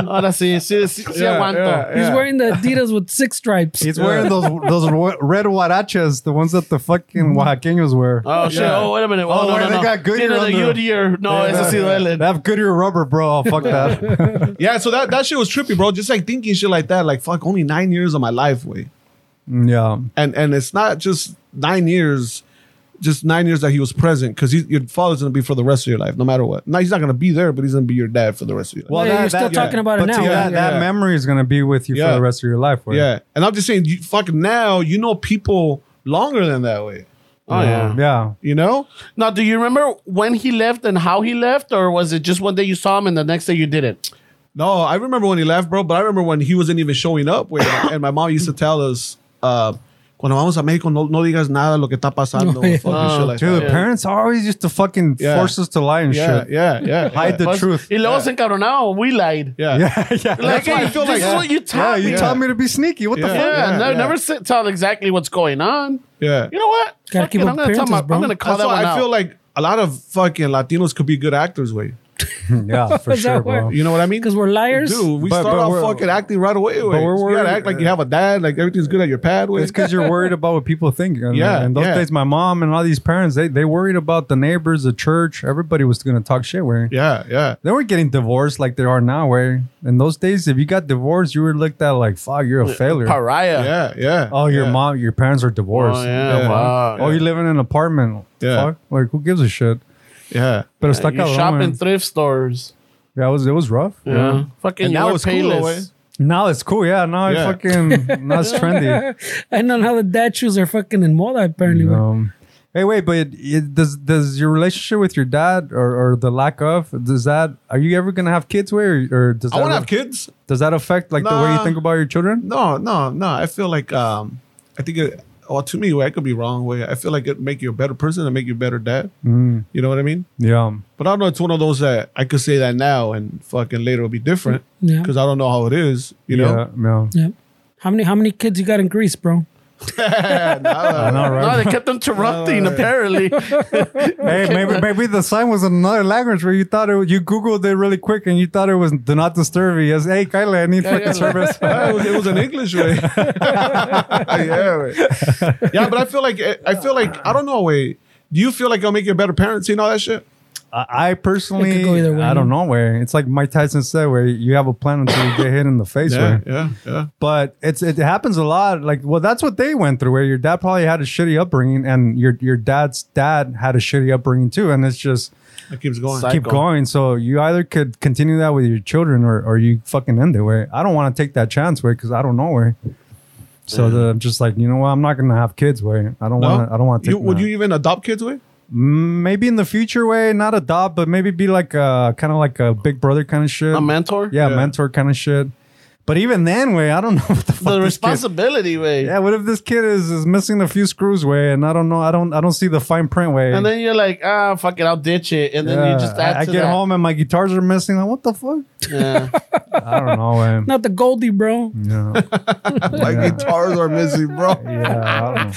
Speaker 1: Ahora sí, sí, sí, sí
Speaker 5: Yeah,
Speaker 1: aguanto.
Speaker 5: yeah,
Speaker 3: He's
Speaker 5: yeah.
Speaker 3: wearing the Adidas with six stripes.
Speaker 2: He's wearing those those wa- red huarachas, the ones that the fucking Oaxaqueños wear.
Speaker 1: Oh shit!
Speaker 5: Yeah.
Speaker 1: Oh wait a minute! Oh,
Speaker 2: Oh,
Speaker 1: no,
Speaker 2: wait,
Speaker 1: no,
Speaker 2: they
Speaker 1: no.
Speaker 2: got Goodyear
Speaker 1: Tiene
Speaker 2: on
Speaker 1: the
Speaker 2: there.
Speaker 1: Goodyear.
Speaker 5: Oh,
Speaker 1: No,
Speaker 2: Yeah,
Speaker 1: eso sí
Speaker 2: yeah.
Speaker 1: duele.
Speaker 2: They have Goodyear rubber, bro.
Speaker 3: [laughs]
Speaker 2: Oh, fuck that. [laughs]
Speaker 5: Yeah, so that, that shit was trippy, bro. Just like thinking shit like that, like fuck, only nine years of my life, way.
Speaker 2: yeah.
Speaker 5: And and it's not just nine years, just nine years that he was present, because your father's gonna be for the rest of your life, no matter what. Now he's not gonna be there, but he's gonna be your dad for the rest of your life.
Speaker 3: Well, Yeah, you're still talking about it
Speaker 2: but
Speaker 3: now,
Speaker 2: see, That,
Speaker 5: yeah.
Speaker 2: that
Speaker 5: Yeah.
Speaker 2: memory is gonna be with you
Speaker 5: Yeah.
Speaker 2: for the rest of your life. right?
Speaker 5: yeah, and I'm just saying, you fucking now you know people longer than that way,
Speaker 1: Oh yeah.
Speaker 2: Yeah.
Speaker 5: you know?
Speaker 1: Now, do you remember when he left and how he left, or was it just one day you saw him and the next day you didn't?
Speaker 5: No, I remember when he left, bro. But I remember when he wasn't even showing
Speaker 2: [coughs]
Speaker 5: up. Wait, and my mom used to tell us, uh, "Cuando vamos a México, no, no digas nada lo que
Speaker 2: [laughs]
Speaker 5: está pasando."
Speaker 3: Oh, yeah.
Speaker 5: fucking shit like
Speaker 2: Dude,
Speaker 5: that.
Speaker 2: parents always used to fucking
Speaker 5: Yeah.
Speaker 2: force us to lie and
Speaker 5: Yeah,
Speaker 2: shit.
Speaker 5: yeah, yeah.
Speaker 2: Hide the
Speaker 1: Was-
Speaker 2: truth.
Speaker 1: Y luego se encabronado. We lied.
Speaker 2: [laughs]
Speaker 5: yeah.
Speaker 2: Yeah, yeah.
Speaker 1: Like,
Speaker 5: why I
Speaker 1: hey,
Speaker 5: feel
Speaker 1: this
Speaker 5: like-
Speaker 1: is what you
Speaker 2: Yeah,
Speaker 1: taught
Speaker 2: you
Speaker 1: me.
Speaker 2: taught me to be sneaky. What the
Speaker 5: Yeah.
Speaker 2: fuck?
Speaker 1: Yeah,
Speaker 5: Yeah,
Speaker 1: no,
Speaker 5: yeah.
Speaker 1: never sit, tell exactly what's going on.
Speaker 5: yeah.
Speaker 1: You know what?
Speaker 3: Gotta
Speaker 1: Fuck
Speaker 3: keep
Speaker 1: it, I'm gonna tell
Speaker 3: appearances,
Speaker 1: my, I'm
Speaker 3: bro.
Speaker 1: gonna call
Speaker 5: That's
Speaker 1: that
Speaker 5: why
Speaker 1: one
Speaker 5: I feel
Speaker 1: out.
Speaker 5: like a lot of fucking Latinos could be good actors. Way Mm,
Speaker 2: yeah, [laughs] for
Speaker 3: Is that
Speaker 2: sure, bro.
Speaker 3: where-
Speaker 5: You know what I mean?
Speaker 3: Because we're liars.
Speaker 5: Dude, we
Speaker 2: But-
Speaker 5: start
Speaker 2: but
Speaker 5: off
Speaker 2: we're-
Speaker 5: fucking acting right away. But
Speaker 2: we're
Speaker 5: you
Speaker 2: worried-
Speaker 5: gotta act like you have a dad, like everything's good at your pad. Way.
Speaker 2: It's because you're worried about what people think. And,
Speaker 5: Yeah,
Speaker 2: and those
Speaker 5: yeah.
Speaker 2: days, my mom and all these parents, they they worried about the neighbors, the church. Everybody was gonna talk shit. Where
Speaker 5: Yeah, yeah.
Speaker 2: they weren't getting divorced like they are now. Where in those days, if you got divorced, you were looked at like, "Fuck, you're a failure."
Speaker 1: Pariah.
Speaker 5: Yeah, yeah.
Speaker 2: Oh, your
Speaker 5: yeah.
Speaker 2: mom, your parents are divorced.
Speaker 1: Oh, yeah, wow.
Speaker 2: Oh, you live in an apartment.
Speaker 5: Yeah.
Speaker 2: Fuck. Like, who gives a shit?
Speaker 5: Yeah.
Speaker 2: But it's
Speaker 1: You
Speaker 2: stuck out.
Speaker 1: shop
Speaker 2: long,
Speaker 1: in
Speaker 2: man.
Speaker 1: thrift stores.
Speaker 2: Yeah, it was it was rough.
Speaker 1: Yeah. Fucking
Speaker 5: And
Speaker 1: you
Speaker 5: now
Speaker 1: were
Speaker 5: it's cool, way.
Speaker 1: payless.
Speaker 2: Now it's cool. Yeah. Now
Speaker 5: Yeah.
Speaker 2: I fucking now
Speaker 5: [laughs]
Speaker 2: it's trendy.
Speaker 3: and on how the dad shoes are fucking in moda apparently. güey.
Speaker 2: Um, hey, wait, but it, it, does does your relationship with your dad or, or the lack of does that are you ever gonna have kids? Where or does
Speaker 5: I
Speaker 2: that
Speaker 5: want to have kids.
Speaker 2: does that affect like the way you
Speaker 5: Nah.
Speaker 2: think about your children?
Speaker 5: No, no, no. I feel like um, I think it. Well, to me, way I could be wrong. Way I feel like it make you a better person and make you a better dad.
Speaker 2: Mm,
Speaker 5: You know what I mean?
Speaker 2: yeah,
Speaker 5: But I don't know. It's one of those that I could say that now and fucking later it'll be different
Speaker 3: Yeah.
Speaker 5: because I don't know how it is. You know?
Speaker 2: yeah, yeah.
Speaker 3: Yeah. How many how many kids you got in Greece, bro?
Speaker 2: I
Speaker 5: [laughs]
Speaker 2: know,
Speaker 1: No,
Speaker 2: right?
Speaker 1: they kept
Speaker 5: Uh,
Speaker 1: interrupting, apparently.
Speaker 2: hey, maybe maybe the sign was in another language where you thought it. was- You googled it really quick and you thought it was do not disturb. me." Yes, hey, Kyla, I need fucking
Speaker 1: Kyla.
Speaker 2: service.
Speaker 5: Yeah, it, was, it was an English
Speaker 2: [laughs]
Speaker 5: way. yeah, way. yeah, but I feel like I feel like I don't know. Way, do you feel like it'll make you a better parent seeing all that shit?
Speaker 2: I I
Speaker 3: It
Speaker 2: personally,
Speaker 3: could go either way.
Speaker 2: I don't know where. It's like Mike Tyson said, where you have a plan until you get hit in the face.
Speaker 5: Yeah,
Speaker 2: where-
Speaker 5: yeah, yeah.
Speaker 2: but it's it happens a lot. Like, well, that's what they went through. Where your dad probably had a shitty upbringing, and your your dad's dad had a shitty upbringing too. And it's just
Speaker 5: It keeps going.
Speaker 1: Psych-
Speaker 2: keep
Speaker 1: Cycle.
Speaker 2: going. So you either could continue that with your children, or or you fucking end it. Way I don't want to take that chance. Way because I don't know where. So the, I'm just like you know what I'm not gonna have kids. Way I don't
Speaker 5: No?
Speaker 2: want to. I don't want to.
Speaker 5: You, would you even adopt kids? Way?
Speaker 2: maybe in the future? Way not adopt, but maybe be like a kind of like a big brother kind of shit.
Speaker 1: A mentor?
Speaker 2: yeah,
Speaker 5: Yeah.
Speaker 2: mentor kind of shit. But even then, way I don't [laughs] know what the fuck
Speaker 1: The
Speaker 2: this kid-
Speaker 1: responsibility way.
Speaker 2: yeah, what if this kid is, is missing a few screws way and I don't know I don't I don't see the fine print way.
Speaker 1: And then you're like, ah, fuck it, I'll ditch it. And then
Speaker 2: Yeah,
Speaker 1: you just add
Speaker 2: I, I
Speaker 1: to
Speaker 2: get
Speaker 1: that.
Speaker 2: home and my guitars are missing. Like, what the fuck? [laughs]
Speaker 1: Yeah.
Speaker 2: I don't know, man.
Speaker 3: Not the Goldie, bro.
Speaker 2: Yeah,
Speaker 5: [laughs] My guitars are missing, bro.
Speaker 2: yeah, I don't know.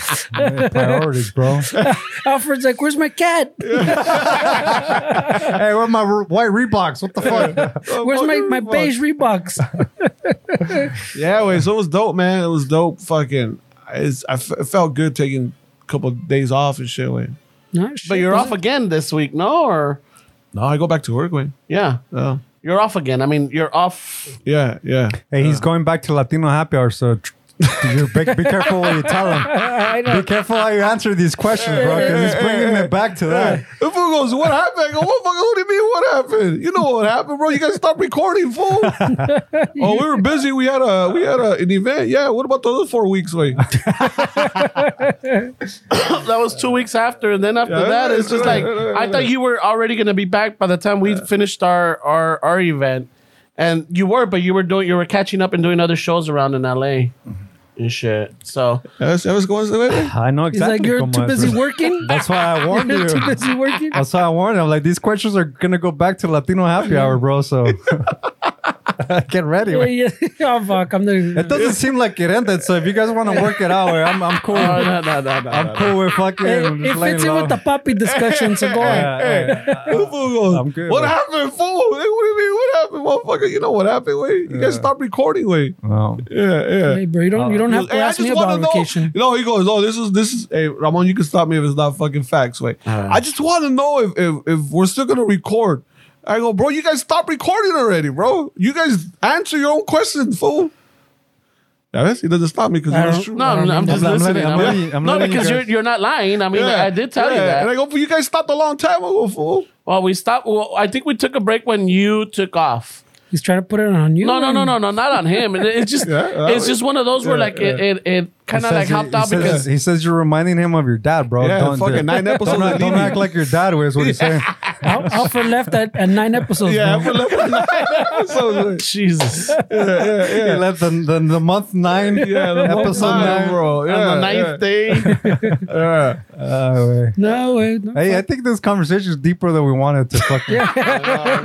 Speaker 2: Man, priorities, bro. hey,
Speaker 3: Alfred's like, where's my cat?
Speaker 2: where are my r- white Reeboks? What the fuck?
Speaker 5: Oh,
Speaker 3: Where's my, my beige Reeboks?
Speaker 5: Yeah, wait. So it was dope, man. It was dope. Fucking, it's, I f- it felt good taking a couple of days off and shit. Wait.
Speaker 3: No, shit,
Speaker 1: but you're
Speaker 3: was
Speaker 1: off again this week, no? Or,
Speaker 5: No, I go back to work. Wait.
Speaker 1: yeah.
Speaker 5: Oh,
Speaker 1: You're off again. I mean, you're off. [laughs]
Speaker 5: yeah, yeah.
Speaker 2: hey, he's going back to Latino happy hour, so tr- you're, be, be careful what you tell him.
Speaker 3: I
Speaker 2: Be
Speaker 3: know.
Speaker 2: careful how you answer these questions, bro, because he's bringing it back to that.
Speaker 5: The fool goes, "What happened?" I go, "What fucking? Who do you mean? What happened? You know what happened, bro? You guys stop
Speaker 2: [laughs]
Speaker 5: recording, fool. oh, we were busy. We had a we had a, an event. Yeah. What about the other four weeks? Wait.
Speaker 1: That was two weeks after. And then after
Speaker 5: Yeah.
Speaker 1: that, it's just like, I thought you were already going to be back by the time we finished our, our, our event. And you were, but you were doing, you were catching up and doing other shows around in LA
Speaker 2: Mm-hmm.
Speaker 1: and shit.
Speaker 2: [laughs]
Speaker 1: So,
Speaker 5: That's that was going. Wait,
Speaker 2: I know
Speaker 3: He's
Speaker 2: exactly.
Speaker 3: like, you're
Speaker 2: cómo
Speaker 3: too
Speaker 2: es,
Speaker 3: busy
Speaker 2: bro.
Speaker 3: working?
Speaker 2: That's why I warned
Speaker 3: [laughs] You're
Speaker 2: you.
Speaker 3: too
Speaker 2: [laughs]
Speaker 3: busy working?
Speaker 2: That's why I warned him. Like these questions are gonna go back to Latino Happy Hour, bro. So [laughs] get ready.
Speaker 3: Yeah,
Speaker 2: man.
Speaker 3: yeah. [laughs] Oh, fuck. I'm the.
Speaker 2: It doesn't seem like it ended. So if you guys want to work it out, eh, I'm I'm cool.
Speaker 1: oh, no, no, no, no.
Speaker 2: I'm cool with fucking.
Speaker 3: It,
Speaker 2: just
Speaker 3: it
Speaker 2: laying
Speaker 3: fits in
Speaker 2: low.
Speaker 3: with the puppy discussion,
Speaker 2: [laughs]
Speaker 3: so go on.
Speaker 2: Yeah, yeah.
Speaker 5: The fool goes,
Speaker 2: I'm good,
Speaker 5: What
Speaker 2: wait.
Speaker 5: happened, fool? Hey, what do you mean? What happened, motherfucker? You know what happened? Wait, you guys stop recording. Wait.
Speaker 2: Well,
Speaker 5: Yeah, yeah.
Speaker 3: Hey, bro, you don't, you don't have to
Speaker 5: Hey,
Speaker 3: ask me
Speaker 5: wanna
Speaker 3: about
Speaker 5: know.
Speaker 3: vacation.
Speaker 5: No, he goes, oh, this is this is. Hey, Ramon, you can stop me if it's not fucking facts. Wait, I just want to know if, if if we're still gonna record. I go, bro, you guys stop recording already, bro. You guys answer your own question, fool. Yeah, that's- he doesn't stop me because
Speaker 3: I
Speaker 5: it was
Speaker 3: don't-
Speaker 5: true.
Speaker 1: No, I'm, I'm just
Speaker 2: I'm letting-
Speaker 1: listening.
Speaker 2: I'm
Speaker 1: I'm-
Speaker 2: letting- I'm
Speaker 1: no,
Speaker 2: letting you
Speaker 1: because
Speaker 2: guys-
Speaker 1: you're, you're not lying. I mean,
Speaker 5: Yeah,
Speaker 1: I did tell you
Speaker 5: yeah.
Speaker 1: that.
Speaker 5: And I go, but you guys stopped a long time ago, fool.
Speaker 1: Well, we stopped. Well, I think we took a break when you took off.
Speaker 3: He's trying to put it on you.
Speaker 1: No, no, no, no, no, not on him. It- It's just,
Speaker 5: [laughs] Yeah,
Speaker 1: it's just one of those where like it, it, it kind of like
Speaker 2: says-
Speaker 1: helped out
Speaker 2: says-
Speaker 1: because
Speaker 2: he says you're reminding him of your dad, bro.
Speaker 5: Yeah,
Speaker 2: don't
Speaker 5: fucking nine episodes
Speaker 2: Don't,
Speaker 5: of
Speaker 2: act- don't
Speaker 5: Leaving.
Speaker 2: act like your dad was what
Speaker 5: [laughs]
Speaker 2: he's saying.
Speaker 3: Al- Alfred left at, at nine episodes.
Speaker 5: Yeah, [laughs]
Speaker 3: bro.
Speaker 5: for like nine episodes. [laughs]
Speaker 1: Jesus.
Speaker 2: [laughs] He left the, the, the month nine
Speaker 5: Yeah, the month
Speaker 2: episode
Speaker 5: nine,
Speaker 2: nine,
Speaker 5: bro. Yeah,
Speaker 1: on the ninth
Speaker 5: [laughs]
Speaker 1: day,
Speaker 5: Yeah.
Speaker 2: Oh, wait.
Speaker 3: No, wait. No.
Speaker 2: Hey, I think this conversation is deeper than we wanted to fucking. [laughs] yeah.
Speaker 5: [laughs]
Speaker 2: wait.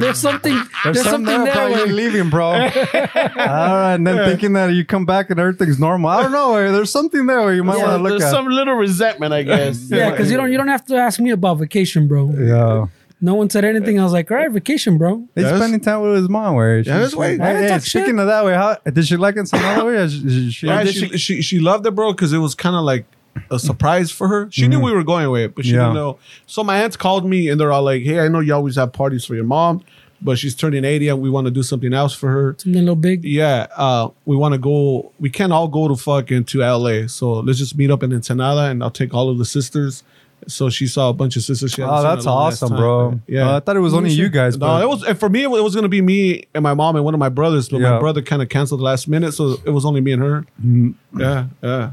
Speaker 3: There's something. There's, something there.
Speaker 2: bro. You're
Speaker 3: wait.
Speaker 2: leaving,
Speaker 3: [laughs]
Speaker 2: bro. All right, and then thinking that you come back and everything's normal. I don't know. eh, There's something there where you might
Speaker 1: yeah,
Speaker 2: want to look
Speaker 1: there's
Speaker 2: at.
Speaker 1: some little resentment, I guess.
Speaker 3: Yeah, because you don't you don't have to ask me about vacation, bro.
Speaker 2: yeah,
Speaker 3: No one said anything. I was like, all right, vacation, bro.
Speaker 2: He's
Speaker 5: Yes.
Speaker 2: spending time with his mom. Where
Speaker 5: Yes,
Speaker 2: she's-
Speaker 5: wait.
Speaker 3: I didn't
Speaker 2: Hey,
Speaker 3: talk
Speaker 2: speaking of that, way, how did she like it some other way? or she- she- she-
Speaker 5: Yeah,
Speaker 2: did
Speaker 5: she,
Speaker 2: she-
Speaker 5: she, she loved it, bro, because it was kind of like a surprise for her. She knew we were going away, but she
Speaker 2: Mm-hmm. Yeah.
Speaker 5: didn't know. So my aunts called me and they're all like, "Hey, I know you always have parties for your mom, but she's turning eighty and we want to do something else for her.
Speaker 3: Something a little big.
Speaker 5: Yeah, uh, we want to go. We can't all go to fucking to L.A. So let's just meet up in Ensenada, and I'll take all of the sisters." So she saw a bunch of sisters. She hadn't
Speaker 2: Oh,
Speaker 5: seen
Speaker 2: that's
Speaker 5: in a long ass
Speaker 2: awesome,
Speaker 5: time.
Speaker 2: bro.
Speaker 5: Yeah,
Speaker 2: Uh, I thought it was only you guys.
Speaker 5: no,
Speaker 2: but-
Speaker 5: it was and for me. It was gonna be me and my mom and one of my brothers, but
Speaker 2: Yeah. Mm.
Speaker 5: my brother kind of canceled last minute, so it was only me and her. Yeah, yeah.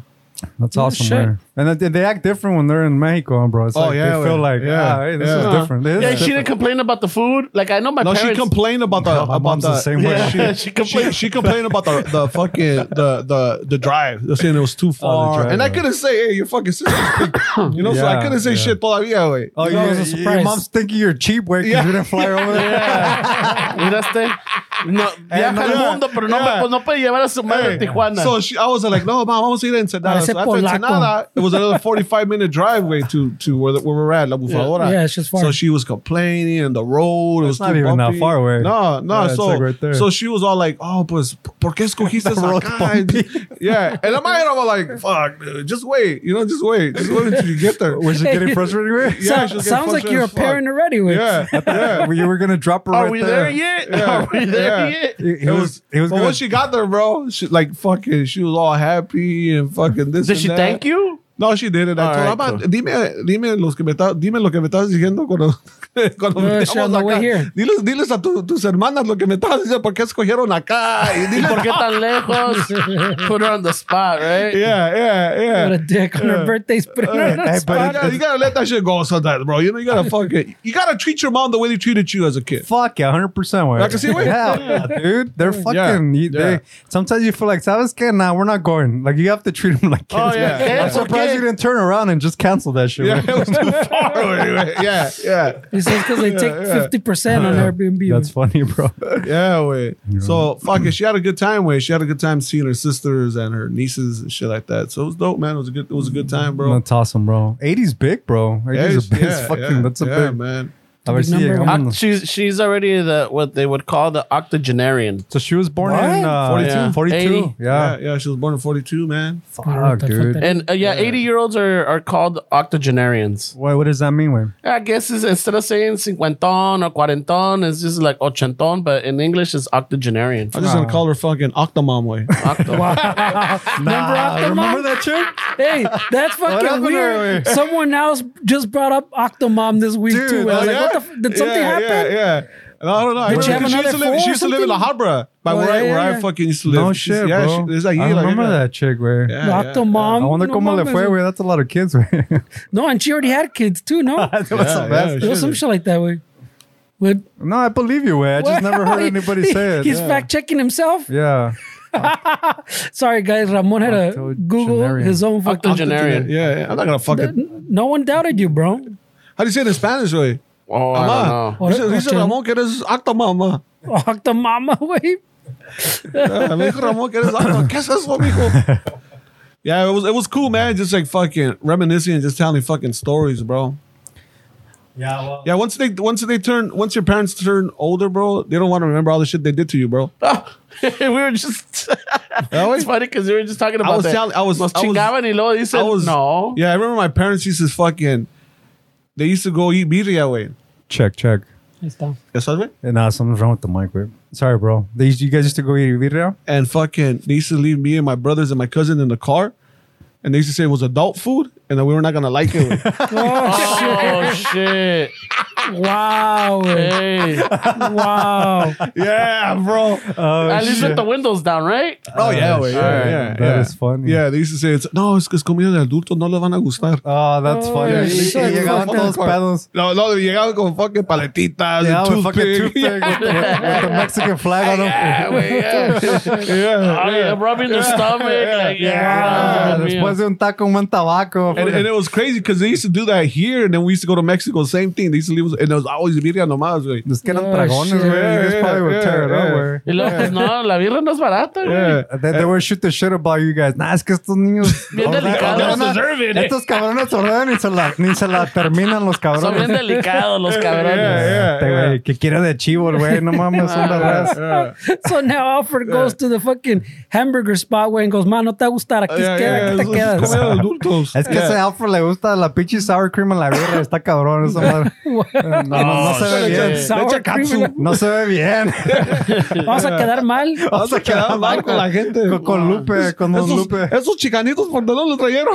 Speaker 2: That's
Speaker 3: Oh,
Speaker 2: awesome,
Speaker 3: shit.
Speaker 2: man. And they, they act different when they're in Mexico, bro. It's
Speaker 5: Oh,
Speaker 2: like
Speaker 5: yeah,
Speaker 2: they feel
Speaker 5: man.
Speaker 2: like, yeah,
Speaker 5: Yeah,
Speaker 2: hey, this
Speaker 5: yeah.
Speaker 2: is different. This
Speaker 1: Yeah,
Speaker 2: is
Speaker 1: she didn't
Speaker 2: different.
Speaker 1: complain about the food. Like I know my
Speaker 5: No, she
Speaker 1: parents.
Speaker 5: complained about the
Speaker 2: my
Speaker 5: about
Speaker 2: mom's
Speaker 5: the,
Speaker 2: the same way.
Speaker 1: yeah,
Speaker 5: [laughs]
Speaker 1: she
Speaker 5: She, she,
Speaker 1: complained.
Speaker 5: she complained about the the fucking the the the drive. They're saying it was too far,
Speaker 2: Oh, drive,
Speaker 5: and I
Speaker 2: yeah.
Speaker 5: couldn't say, "Hey, your fucking sister,"
Speaker 2: [coughs]
Speaker 5: you know. so
Speaker 2: Yeah,
Speaker 5: I couldn't say
Speaker 2: yeah.
Speaker 5: shit. But like, yeah, wait.
Speaker 2: Oh,
Speaker 3: Yeah, it was a
Speaker 2: yeah, your
Speaker 3: surprise.
Speaker 2: mom's thinking you're cheap, way, because
Speaker 5: Yeah.
Speaker 2: you didn't fly over there.
Speaker 1: Miraste,
Speaker 5: [laughs]
Speaker 1: no, viaja al
Speaker 5: Eh, no,
Speaker 1: mundo, pero no,
Speaker 5: yeah.
Speaker 1: pues no puede llevar a su madre a Tijuana.
Speaker 5: So she, I was like, "No, mom, I want to see Ensenada."
Speaker 3: Parece
Speaker 5: So after
Speaker 3: polaco.
Speaker 5: Ensenada, it
Speaker 2: [laughs]
Speaker 5: was another forty-five minute driveway to to where, the, where we're at, La Bufadora.
Speaker 3: Yeah, it's just far.
Speaker 5: So she was complaining, and the road it was
Speaker 2: not
Speaker 5: too
Speaker 2: even that
Speaker 5: bumpy.
Speaker 2: far away.
Speaker 5: No, no.
Speaker 2: Yeah, it's
Speaker 5: so
Speaker 2: like right there.
Speaker 5: so she was all like, "Oh, pues, ¿por
Speaker 2: [laughs]
Speaker 5: qué escogiste
Speaker 2: road's bumpy.
Speaker 5: acá?" yeah, and in my head, I was like, "Fuck, dude, just wait, you know, just wait, just wait until you
Speaker 2: [laughs]
Speaker 5: get there."
Speaker 2: Was she getting frustrated with?
Speaker 3: So-
Speaker 5: Yeah, she'll get
Speaker 3: sounds like
Speaker 5: frustrated
Speaker 3: you're a
Speaker 5: as fuck.
Speaker 3: parent already. With.
Speaker 5: Yeah, yeah.
Speaker 2: you [laughs] were gonna drop her
Speaker 1: Are
Speaker 2: right
Speaker 1: we
Speaker 2: there.
Speaker 1: there, yet? Are we there
Speaker 5: yeah.
Speaker 1: yet?
Speaker 2: He, he
Speaker 5: It
Speaker 2: was. He was
Speaker 5: but
Speaker 2: gonna,
Speaker 5: once she got there, bro, she like fucking, she was all happy and fucking this.
Speaker 1: Did
Speaker 5: and
Speaker 1: she
Speaker 5: that.
Speaker 1: thank
Speaker 5: [laughs]
Speaker 1: you?
Speaker 5: No, she didn't. I
Speaker 1: All
Speaker 5: told her,
Speaker 1: right,
Speaker 5: "Ama, dime, dime, los que me está, dime lo que me estás diciendo cuando, [laughs] cuando
Speaker 3: No,
Speaker 5: veníamos
Speaker 3: Sheldon,
Speaker 5: acá.
Speaker 3: we're here.
Speaker 5: Diles, diles a tu- tus hermanas lo que me estás diciendo, por qué escogieron acá. Y
Speaker 1: ¿Y
Speaker 5: diles-
Speaker 1: por qué tan lejos? Put her on the spot, [laughs]
Speaker 5: [laughs]
Speaker 1: right?
Speaker 5: yeah, yeah, yeah.
Speaker 3: [laughs] What a dick on her birthday's put her on the
Speaker 2: Hey,
Speaker 5: You
Speaker 3: spot.
Speaker 2: but-
Speaker 5: gotta, you gotta let that shit go sometimes, bro. You know,
Speaker 1: [laughs]
Speaker 5: you gotta fucking, you gotta treat your mom the way they treated you as a kid.
Speaker 2: Fuck yeah, hundred percent.
Speaker 5: I can see it.
Speaker 2: yeah, dude. They're fucking. you-
Speaker 5: yeah.
Speaker 2: They, sometimes you feel like, "Sabes que? Nah, we're not going." Like you have to treat them [laughs] like kids.
Speaker 1: Oh, yeah.
Speaker 2: man.
Speaker 1: Eh,
Speaker 2: I'm
Speaker 1: ¿por
Speaker 2: surprised
Speaker 1: qué?
Speaker 2: you didn't turn around and just cancel that shit.
Speaker 5: Yeah, [laughs]
Speaker 2: man.
Speaker 5: it was too far. Anyway. Yeah, yeah.
Speaker 3: He says because they take
Speaker 5: yeah.
Speaker 3: fifty percent on Airbnb.
Speaker 2: That's funny,
Speaker 5: [laughs]
Speaker 2: bro.
Speaker 5: Yeah, wait. So fucking, she had a good time. Wait, she had a good time seeing her sisters and her nieces and shit like that. So it was dope, man. It was a good, it was a good time, bro.
Speaker 2: That's awesome, bro. 80s big, bro. 80s is
Speaker 5: Yeah,
Speaker 2: big. it's
Speaker 5: yeah,
Speaker 2: fucking.
Speaker 5: yeah,
Speaker 2: that's a
Speaker 5: yeah,
Speaker 2: big.
Speaker 5: man.
Speaker 2: I would
Speaker 3: Big
Speaker 2: see it.
Speaker 3: number.
Speaker 2: I'm on
Speaker 1: Oct-
Speaker 2: the-
Speaker 1: she's she's already the what they would call the octogenarian.
Speaker 2: So she was born in
Speaker 3: What?
Speaker 2: uh,
Speaker 5: 42?
Speaker 2: 42.
Speaker 1: Yeah. 80.
Speaker 5: Yeah,
Speaker 2: Yeah.
Speaker 5: yeah. She was born in '42, man.
Speaker 2: Fuck, dude.
Speaker 1: And uh, yeah, eighty year olds are, are called octogenarians.
Speaker 2: Why, what does that mean, man?
Speaker 1: I guess it's, instead of saying cincuenton or cuarenton, it's just like ochenton, but in English it's octogenarian.
Speaker 5: I'm just gonna call her fucking Octomom
Speaker 2: [laughs]
Speaker 5: way.
Speaker 1: Octo-
Speaker 5: [laughs]
Speaker 3: Remember Octomom?
Speaker 2: remember that chick?
Speaker 3: [laughs] Hey, that's fucking
Speaker 2: happened
Speaker 3: weird. Someone else just brought up Octomom this week
Speaker 2: Dude,
Speaker 3: too. I was
Speaker 5: Oh,
Speaker 3: like, what the? F- did something
Speaker 5: yeah,
Speaker 3: happen?
Speaker 5: Yeah, yeah. And I don't know. I
Speaker 3: Did she have
Speaker 5: remember she used to
Speaker 3: another
Speaker 5: live.
Speaker 3: four
Speaker 5: She
Speaker 3: or
Speaker 5: used to live in La
Speaker 3: something?
Speaker 5: Habra, by
Speaker 3: Oh,
Speaker 5: where, I,
Speaker 3: yeah,
Speaker 5: where
Speaker 3: yeah.
Speaker 5: I fucking used to live.
Speaker 2: No
Speaker 5: She's-
Speaker 2: shit,
Speaker 5: yeah,
Speaker 2: bro.
Speaker 5: She, it's like,
Speaker 2: I
Speaker 5: yeah, like,
Speaker 2: remember
Speaker 5: yeah.
Speaker 2: that chick, güey.
Speaker 5: Yeah,
Speaker 3: The
Speaker 5: yeah.
Speaker 3: Octomom.
Speaker 2: I wonder
Speaker 3: no
Speaker 2: cómo le
Speaker 3: mames.
Speaker 2: fue, güey. That's a lot of kids, güey. [laughs]
Speaker 3: No, and she already had kids too. No,
Speaker 2: That was the
Speaker 5: Yeah,
Speaker 2: best.
Speaker 3: [laughs] it was some shit like that. Way. But
Speaker 2: No, I believe you, güey. I just never
Speaker 3: [laughs]
Speaker 2: heard anybody say it.
Speaker 3: He's
Speaker 2: yeah.
Speaker 3: fact checking himself.
Speaker 2: Yeah.
Speaker 3: Sorry, guys. Ramon had to
Speaker 2: Octogenarian.
Speaker 3: Google his own fucking.
Speaker 1: octogenarian.
Speaker 5: Yeah, yeah. I'm not gonna fucking.
Speaker 3: No one doubted you, bro.
Speaker 5: How do you say it in Spanish, way?
Speaker 1: Oh, I don't know.
Speaker 5: Dice, dice Ramón que eres Octomom.
Speaker 3: Octomama, [laughs] way.
Speaker 5: Yeah, me dijo Ramón que eres Octomom. ¿Qué es eso, mijo?
Speaker 2: [laughs]
Speaker 5: Yeah, it was it was cool, man. Just like fucking reminiscing and just telling fucking stories, bro.
Speaker 2: Yeah, well.
Speaker 5: Yeah, once they once they turn once your parents turn older, bro, they don't want to remember all the shit they did to you,
Speaker 2: [laughs]
Speaker 5: bro.
Speaker 1: [laughs] we were just. it's funny because we were just talking about
Speaker 5: was
Speaker 1: that.
Speaker 5: telling- I was-
Speaker 1: Nos
Speaker 5: I was-
Speaker 1: chingaban y luego dicen,
Speaker 5: I was
Speaker 1: no.
Speaker 5: Yeah, I remember my parents used to fucking. They used to go eat birria way.
Speaker 2: Check, check.
Speaker 5: That's what I mean.
Speaker 2: And nah, something's wrong with the mic, güey. Sorry, bro. They used, you guys used to go eat birria?
Speaker 5: And fucking, they used to leave me and my brothers and my cousin in the car, and they used to say it was adult food, and that we were not gonna like
Speaker 2: [laughs]
Speaker 5: it. wey.
Speaker 1: Oh
Speaker 5: [laughs]
Speaker 1: shit!
Speaker 3: Wow. wey.
Speaker 1: Hey,
Speaker 5: Oh,
Speaker 3: Wow.
Speaker 5: yeah, bro.
Speaker 2: Oh,
Speaker 1: at least with
Speaker 2: shit.
Speaker 1: the windows down, right?
Speaker 5: oh yeah, wey, yeah,
Speaker 1: Alright,
Speaker 5: yeah,
Speaker 2: that
Speaker 5: yeah.
Speaker 2: is funny.
Speaker 5: Yeah, they used to say it's no, es que es comida de adulto, no le van a gustar.
Speaker 2: Oh, that's
Speaker 3: Oh,
Speaker 2: funny.
Speaker 3: yeah,
Speaker 2: At least
Speaker 3: shit.
Speaker 2: they llegaban
Speaker 3: Fucking
Speaker 2: todos
Speaker 5: car.
Speaker 2: pedos.
Speaker 5: No, no, llegaban con fucking paletitas,
Speaker 2: Yeah,
Speaker 5: yeah,
Speaker 2: with fucking
Speaker 5: toothpick.
Speaker 2: toothpick
Speaker 5: Yeah,
Speaker 2: with,
Speaker 5: [laughs]
Speaker 2: with- with
Speaker 3: [laughs]
Speaker 2: the Mexican flag on them. [laughs]
Speaker 1: Yeah, güey, yeah.
Speaker 5: [laughs]
Speaker 1: Oh,
Speaker 5: yeah.
Speaker 1: yeah, rubbing the stomach. like,
Speaker 2: Yeah,
Speaker 1: yeah. Dios
Speaker 2: después
Speaker 1: mío.
Speaker 2: de un taco, un buen tabaco.
Speaker 5: And, and it was crazy because they used to do that here, and then we used to go to Mexico. Same thing. They used to leave us shoes, and it was always birria nomás, güey.
Speaker 2: Los que eran
Speaker 3: Oh,
Speaker 2: dragones,
Speaker 3: shit.
Speaker 2: güey. You guys
Speaker 5: Yeah,
Speaker 2: probably would
Speaker 5: yeah,
Speaker 2: tear it up,
Speaker 5: yeah.
Speaker 2: güey.
Speaker 1: Y luego, pues no, la birra no es barata, güey.
Speaker 5: Yeah.
Speaker 2: They, they would shoot the shit about you guys. Nah, es que estos niños.
Speaker 1: Bien
Speaker 2: ordenan-
Speaker 1: delicados.
Speaker 2: ordenan-
Speaker 1: Don't
Speaker 2: Estos cabrones ordenan y se la, ni se la terminan los
Speaker 1: Son bien
Speaker 2: cabrones.
Speaker 1: delicados los cabrones.
Speaker 5: Yeah,
Speaker 2: Este,
Speaker 5: yeah,
Speaker 2: güey, que quiere de chivo, el güey. No mames,
Speaker 1: Ah,
Speaker 2: son de raza.
Speaker 5: yeah.
Speaker 3: So now Alfred goes to the fucking hamburger spot, güey, and goes, man, no te va a gustar. Aquí
Speaker 5: Yeah,
Speaker 3: se queda,
Speaker 5: yeah,
Speaker 3: aquí te
Speaker 5: eso es
Speaker 3: quedas.
Speaker 5: comida [laughs] de adultos.
Speaker 2: Es que
Speaker 5: Yeah.
Speaker 2: ese Alfred le gusta la pinche sour cream en la birra. Está cabrón esa madre.
Speaker 5: [laughs]
Speaker 2: No, no,
Speaker 5: Oh,
Speaker 2: no se ve
Speaker 1: shit.
Speaker 2: bien.
Speaker 1: Sour
Speaker 3: Sour cream.
Speaker 2: No se ve bien.
Speaker 5: [laughs]
Speaker 2: [laughs]
Speaker 3: Vamos a quedar mal. [laughs]
Speaker 5: Vas a quedar mal con la gente.
Speaker 2: Con, con Lupe, con Don
Speaker 5: Esos,
Speaker 2: Lupe.
Speaker 5: esos chicanitos por no los [laughs] trajeron.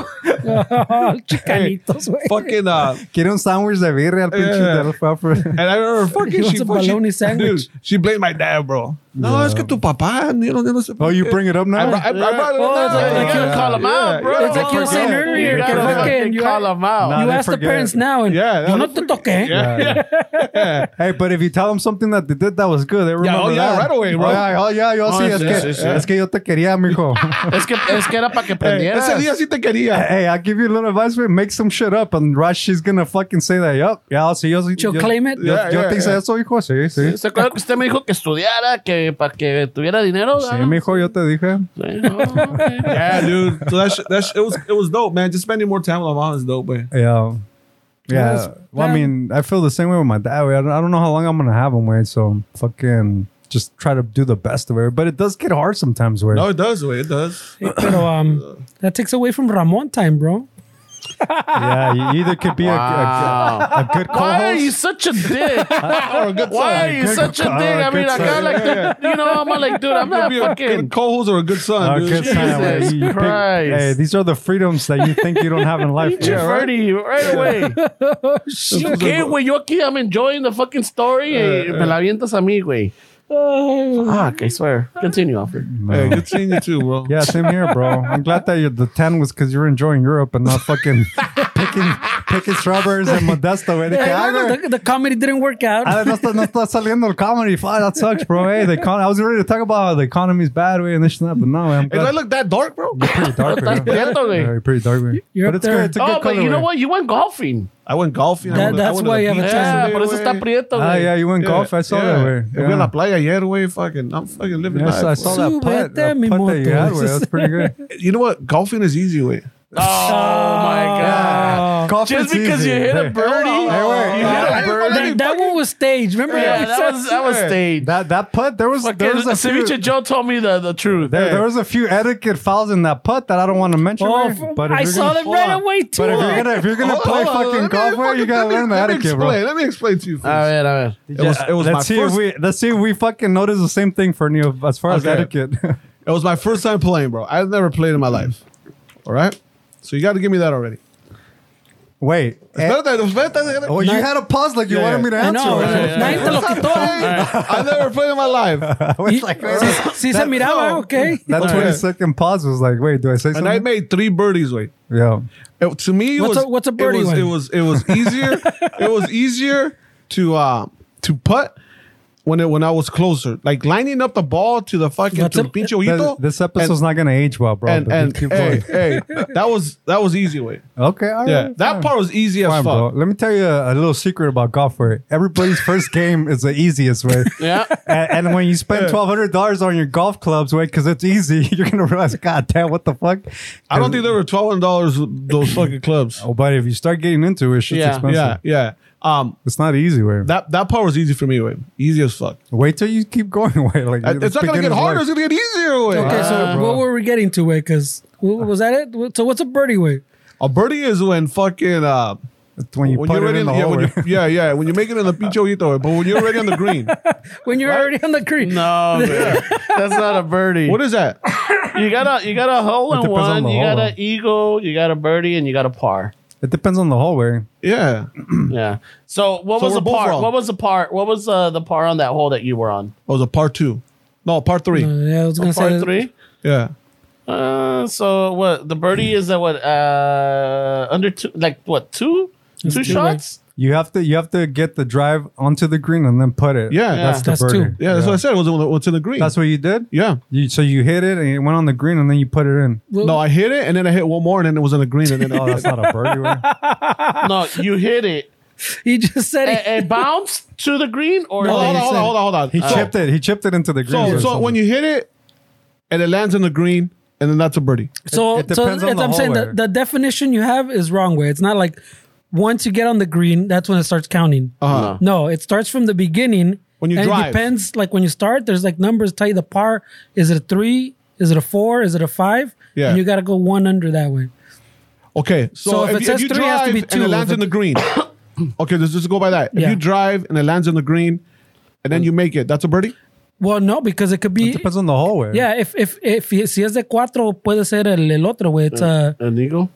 Speaker 3: Oh, Chicanitos, güey.
Speaker 5: fucking, uh,
Speaker 2: Quiere un sándwich de birria al pinche
Speaker 5: Yeah.
Speaker 2: de Alfred.
Speaker 5: [laughs] and I remember fucking
Speaker 3: He wants
Speaker 5: she,
Speaker 3: a
Speaker 5: fucking-
Speaker 3: bologna sandwich.
Speaker 5: Dude, she blamed my dad, bro. No, es que tu papá, you know, no sé
Speaker 2: Oh,
Speaker 5: por
Speaker 2: you
Speaker 5: qué.
Speaker 2: bring it up
Speaker 5: I,
Speaker 2: now?
Speaker 5: brought- I, brought- I brought it
Speaker 3: Oh,
Speaker 5: up.
Speaker 3: it's like
Speaker 1: You
Speaker 3: you-
Speaker 1: gotta call them out, bro.
Speaker 3: It's like you were saying earlier,
Speaker 1: You
Speaker 3: que
Speaker 1: gotta
Speaker 3: fucking
Speaker 1: fucking
Speaker 3: you-
Speaker 1: call them out.
Speaker 2: No,
Speaker 3: you
Speaker 2: they
Speaker 3: ask the
Speaker 2: forget.
Speaker 3: parents now, and
Speaker 5: Yeah,
Speaker 3: yo no
Speaker 5: no, they
Speaker 3: te toqué.
Speaker 2: Hey, but if you tell them something that they did that was good, they remember
Speaker 5: oh, yeah,
Speaker 2: that.
Speaker 5: right away,
Speaker 2: Oh,
Speaker 5: bro.
Speaker 2: yeah, oh, yeah, yo
Speaker 1: Oh,
Speaker 2: sí, es,
Speaker 1: sí,
Speaker 2: que,
Speaker 1: sí, sí.
Speaker 2: es que yo te quería, mijo.
Speaker 5: [laughs]
Speaker 1: Es que, es que era para que
Speaker 5: Eh,
Speaker 1: prendieras.
Speaker 5: Ese día sí te quería.
Speaker 2: hey, I'll give you a little advice, man. Make some shit up, and Rush, she's gonna fucking say that. Yup, yeah, I'll see you.
Speaker 3: She'll claim it.
Speaker 2: Yo,
Speaker 5: Yeah,
Speaker 2: yo
Speaker 5: yeah,
Speaker 2: te hice
Speaker 5: yeah.
Speaker 2: eso, hijo. Sí, sí.
Speaker 1: ¿Se acuerda que usted me dijo que estudiara, que para que tuviera dinero?
Speaker 2: Sí,
Speaker 1: ah?
Speaker 2: mijo, yo te dije.
Speaker 1: Sí, no,
Speaker 5: [laughs]
Speaker 1: ok.
Speaker 5: Yeah, dude. So that, sh- that sh- it was it was dope, man. Just spending more time with my mom is dope, man.
Speaker 2: Yeah. Yeah.
Speaker 3: Yes,
Speaker 2: well, I mean, I feel the same way with my dad. güey. I don't, I don't know how long I'm going to have him, wait. So fucking just try to do the best of it. But it does get hard sometimes, where
Speaker 5: No, it does, way it does.
Speaker 3: Pero, um, that takes away from Ramon time, bro.
Speaker 2: yeah, you either could be a- a, a, a, good co
Speaker 1: Why are you
Speaker 2: host.
Speaker 1: such a dick? Why are you
Speaker 2: Oh, Good-
Speaker 1: such a dick?
Speaker 2: oh,
Speaker 1: I mean,
Speaker 2: good
Speaker 1: I got
Speaker 2: son.
Speaker 1: like, the, you know, I'm like, dude, I'm not
Speaker 5: Be a good
Speaker 1: fucking.
Speaker 5: co-host or a Ah, good son,
Speaker 2: A
Speaker 5: dude.
Speaker 2: Oh, good time, güey.
Speaker 1: Jesus
Speaker 2: You pick-
Speaker 1: Christ.
Speaker 2: hey, these are the freedoms that you think you don't have in life.
Speaker 1: You're
Speaker 2: güey.
Speaker 1: right, right away. ¿Qué, güey? Yo aquí, I'm enjoying the fucking story. y me la avientas a mí, güey. Fuck, I swear. Continue, Alfred.
Speaker 5: Hey, good seeing you too, bro.
Speaker 2: Um, [laughs] Yeah, same here, bro. I'm glad that you the 10 was because you're enjoying Europe and
Speaker 1: [laughs]
Speaker 2: not fucking picking, picking strawberries and Modesto. güey. De que, "Ah, güey,
Speaker 3: The, the comedy didn't work out.
Speaker 2: Ah, no, está, no está saliendo el comedy. Fuck, that sucks, bro. Hey, the econ- I was ready to talk about how the economy's bad, way, and this and that, but no, way, I'm
Speaker 5: Hey, do I
Speaker 2: glad.
Speaker 5: look that dark, bro?
Speaker 2: pretty dark,
Speaker 1: Estás [laughs]
Speaker 2: way.
Speaker 1: prieto,
Speaker 2: Yeah,
Speaker 1: güey.
Speaker 2: you're pretty dark, way.
Speaker 3: You're
Speaker 2: But
Speaker 3: up
Speaker 2: it's good.
Speaker 3: there.
Speaker 2: It's a good
Speaker 1: Oh, but
Speaker 2: color,
Speaker 1: you know
Speaker 2: way.
Speaker 1: what? You went golfing.
Speaker 5: [laughs] I went golfing. I
Speaker 3: That-
Speaker 5: went to- I
Speaker 3: that's
Speaker 5: went to
Speaker 3: why
Speaker 5: the
Speaker 3: you have a
Speaker 5: beach
Speaker 3: chance
Speaker 1: Yeah,
Speaker 5: today,
Speaker 1: por eso
Speaker 5: güey.
Speaker 1: está prieto,
Speaker 2: Ah,
Speaker 1: güey.
Speaker 2: yeah, you went
Speaker 5: Yeah,
Speaker 2: golf. I saw
Speaker 5: yeah.
Speaker 2: that, way.
Speaker 5: Fui a la
Speaker 2: Yeah.
Speaker 5: playa ayer, güey. Fucking, I'm fucking living
Speaker 2: Yes, I
Speaker 5: life.
Speaker 2: saw
Speaker 5: güey.
Speaker 2: that
Speaker 3: Súbete,
Speaker 2: putt, that
Speaker 3: mi
Speaker 2: putt that you had, way. That was pretty good. [laughs]
Speaker 5: You know what? Golfing is easy, way.
Speaker 1: Oh, my God.
Speaker 2: Golf
Speaker 1: Just
Speaker 2: is
Speaker 1: because
Speaker 2: easy.
Speaker 1: you hit
Speaker 2: Hey,
Speaker 1: a birdie,
Speaker 2: Hey,
Speaker 5: Oh,
Speaker 2: wait.
Speaker 1: you hit
Speaker 5: Yeah.
Speaker 1: a birdie.
Speaker 3: That, that one was staged. Remember
Speaker 1: Yeah, that was that was staged.
Speaker 2: That that putt, there was there
Speaker 1: Fucking
Speaker 2: was a few,
Speaker 1: Ceviche Joe told me the, the truth.
Speaker 2: there, there was a few etiquette fouls in that putt that I don't want to mention.
Speaker 3: Oh,
Speaker 2: way,
Speaker 3: f-
Speaker 2: but if
Speaker 3: I
Speaker 2: you're
Speaker 3: saw
Speaker 2: gonna-
Speaker 3: them right away too.
Speaker 2: But if you're gonna if you're gonna
Speaker 5: Hold
Speaker 2: play
Speaker 5: on, hold on,
Speaker 2: fucking
Speaker 5: let me
Speaker 2: golf, way, you
Speaker 5: fucking-
Speaker 2: gotta
Speaker 5: let me-
Speaker 2: learn the
Speaker 5: let me
Speaker 2: etiquette, bro.
Speaker 5: explain, Let me explain to you.
Speaker 1: A
Speaker 5: first.
Speaker 1: ver, a ver.
Speaker 5: [laughs] It was, it was
Speaker 2: let's
Speaker 5: my
Speaker 2: see
Speaker 5: first.
Speaker 2: if we let's see if we fucking notice the same thing for you as far as
Speaker 5: Okay.
Speaker 2: etiquette. [laughs]
Speaker 5: It was my first time playing, bro. I've never played in my life. All right? So you got to give me that already.
Speaker 2: Wait, eh,
Speaker 5: Espérate, espérate.
Speaker 2: oh, you had a pause like you
Speaker 5: Yeah,
Speaker 2: wanted me to
Speaker 3: I
Speaker 2: answer.
Speaker 3: know.
Speaker 2: right?
Speaker 3: Nadie te lo quitó.
Speaker 5: I've never played in
Speaker 2: [laughs]
Speaker 5: my life.
Speaker 2: I was
Speaker 3: Y-
Speaker 2: like,
Speaker 3: sí- Sí se miraba,
Speaker 5: no.
Speaker 3: okay.
Speaker 2: that
Speaker 5: Okay.
Speaker 2: twenty second pause was like, wait, do I say
Speaker 5: And I
Speaker 2: something?
Speaker 5: made three birdies, wait.
Speaker 2: yeah,
Speaker 5: It- to me, it
Speaker 3: What's
Speaker 5: was,
Speaker 3: a- what's a birdie
Speaker 5: it was,
Speaker 3: win?
Speaker 5: it was it was easier.
Speaker 3: [laughs]
Speaker 5: it was easier to uh, to putt when it when I was closer, like lining up the ball to the fucking
Speaker 3: What's
Speaker 5: to
Speaker 3: a-
Speaker 5: the pinche
Speaker 2: this,
Speaker 5: ojito.
Speaker 2: this episode's not gonna age well, bro.
Speaker 5: and
Speaker 2: but
Speaker 5: and,
Speaker 2: keep
Speaker 5: and hey, hey, that was that was easy way.
Speaker 2: going. okay, all right,
Speaker 5: Yeah, that
Speaker 2: fine.
Speaker 5: part was easy as
Speaker 2: Fine, bro.
Speaker 5: fuck.
Speaker 2: Let me tell you a, a little secret about golf. Where everybody's first game is the easiest
Speaker 5: [laughs]
Speaker 2: way.
Speaker 1: Yeah.
Speaker 2: And, and when you spend twelve hundred dollars on your golf clubs, wait, because it's easy, [laughs] you're gonna realize, god damn, what the fuck?
Speaker 5: I don't think there were twelve hundred dollars those fucking clubs.
Speaker 2: Oh, but if you start getting into it, shit's
Speaker 1: Yeah,
Speaker 2: expensive.
Speaker 5: Yeah, yeah. Um,
Speaker 2: It's not easy, way.
Speaker 5: that that part was easy for me, way easy as fuck.
Speaker 2: Wait till you keep going. [laughs] Wait, like
Speaker 5: Uh, It's not gonna get harder. It's gonna get easier. Way.
Speaker 3: Okay, so what were we getting to, way? Because was that it? So what's a birdie way?
Speaker 5: a birdie is when fucking uh,
Speaker 2: It's when you
Speaker 5: when
Speaker 2: put
Speaker 5: you're
Speaker 2: it
Speaker 5: ready.
Speaker 2: in the
Speaker 5: yeah,
Speaker 2: hole.
Speaker 5: when you,
Speaker 2: where-
Speaker 5: yeah, yeah. When you make it in the pinche ojito, but when you're already on the green,
Speaker 3: [laughs] When you're already on the creek.
Speaker 1: No, man. that's not a birdie.
Speaker 5: what is that?
Speaker 1: you got a you got a hole in
Speaker 2: depends
Speaker 1: one,
Speaker 2: on the
Speaker 1: you got
Speaker 2: hole.
Speaker 1: an eagle, you got a birdie, and you got a par.
Speaker 2: It depends on the hallway.
Speaker 5: Yeah, it
Speaker 1: Yeah. So what
Speaker 5: So
Speaker 1: was the
Speaker 5: we're both
Speaker 1: par?
Speaker 5: wrong.
Speaker 1: What was the par? What was uh, the par on that hole that you were on?
Speaker 2: Oh,
Speaker 5: was a part two, no part three.
Speaker 3: Uh, yeah, I was gonna
Speaker 1: Par
Speaker 3: say
Speaker 1: three.
Speaker 5: Yeah,
Speaker 1: Uh, so what the birdie is at what uh under two like what two two
Speaker 3: two,
Speaker 1: shots?
Speaker 2: You have to you have to get the drive onto the green and then put it.
Speaker 5: Yeah.
Speaker 2: that's the
Speaker 3: That's
Speaker 2: birdie.
Speaker 3: two.
Speaker 5: yeah. That's what I said. It was in the- it's in the green.
Speaker 2: That's what you did.
Speaker 5: yeah.
Speaker 2: You, so you hit it and it went on the green and then you put it in.
Speaker 3: Well,
Speaker 5: No,
Speaker 2: [laughs]
Speaker 5: I uh,
Speaker 3: Oh,
Speaker 5: hit it and then I hit one more and then it was in the green and then
Speaker 2: Oh, that's not a birdie. way.
Speaker 1: No, you hit it
Speaker 3: He just said
Speaker 1: it,
Speaker 3: it.
Speaker 1: it bounced to the green or
Speaker 5: Hold on,
Speaker 1: they-
Speaker 5: hold on, hold on, hold on.
Speaker 2: He
Speaker 3: Oh.
Speaker 5: So-
Speaker 2: chipped it. He chipped it into the green.
Speaker 5: So, so when you hit it and it lands in the green, and then that's a birdie.
Speaker 3: So,
Speaker 2: it
Speaker 3: so
Speaker 2: depends on
Speaker 3: as
Speaker 2: the
Speaker 3: I'm saying, the,
Speaker 2: hallway.
Speaker 3: the definition you have is wrong way. It's not like once you get on the green, that's when it starts counting.
Speaker 5: Uh-huh.
Speaker 3: No, it starts from the beginning.
Speaker 5: When you
Speaker 3: and
Speaker 5: drive.
Speaker 3: it depends. Like when you start, there's like numbers tell you the par. Is it a three? Is it a four? Is it a five?
Speaker 5: Yeah.
Speaker 3: And you got to go one under that way.
Speaker 5: Okay, so,
Speaker 3: So if it
Speaker 5: you-
Speaker 3: says
Speaker 5: you
Speaker 3: three, it has to
Speaker 5: drive
Speaker 3: be
Speaker 5: and
Speaker 3: two.
Speaker 5: it lands
Speaker 3: If
Speaker 5: in the
Speaker 3: it-
Speaker 5: green. [coughs] okay, let's just go by that. If
Speaker 3: Yeah. Mm.
Speaker 5: you drive and it lands in the green, and then you make it, that's a birdie.
Speaker 3: Well, no, because it could be.
Speaker 2: it depends on the hallway.
Speaker 3: Yeah, if if if si es de cuatro puede ser el, el otro way. It's uh,
Speaker 1: An eagle?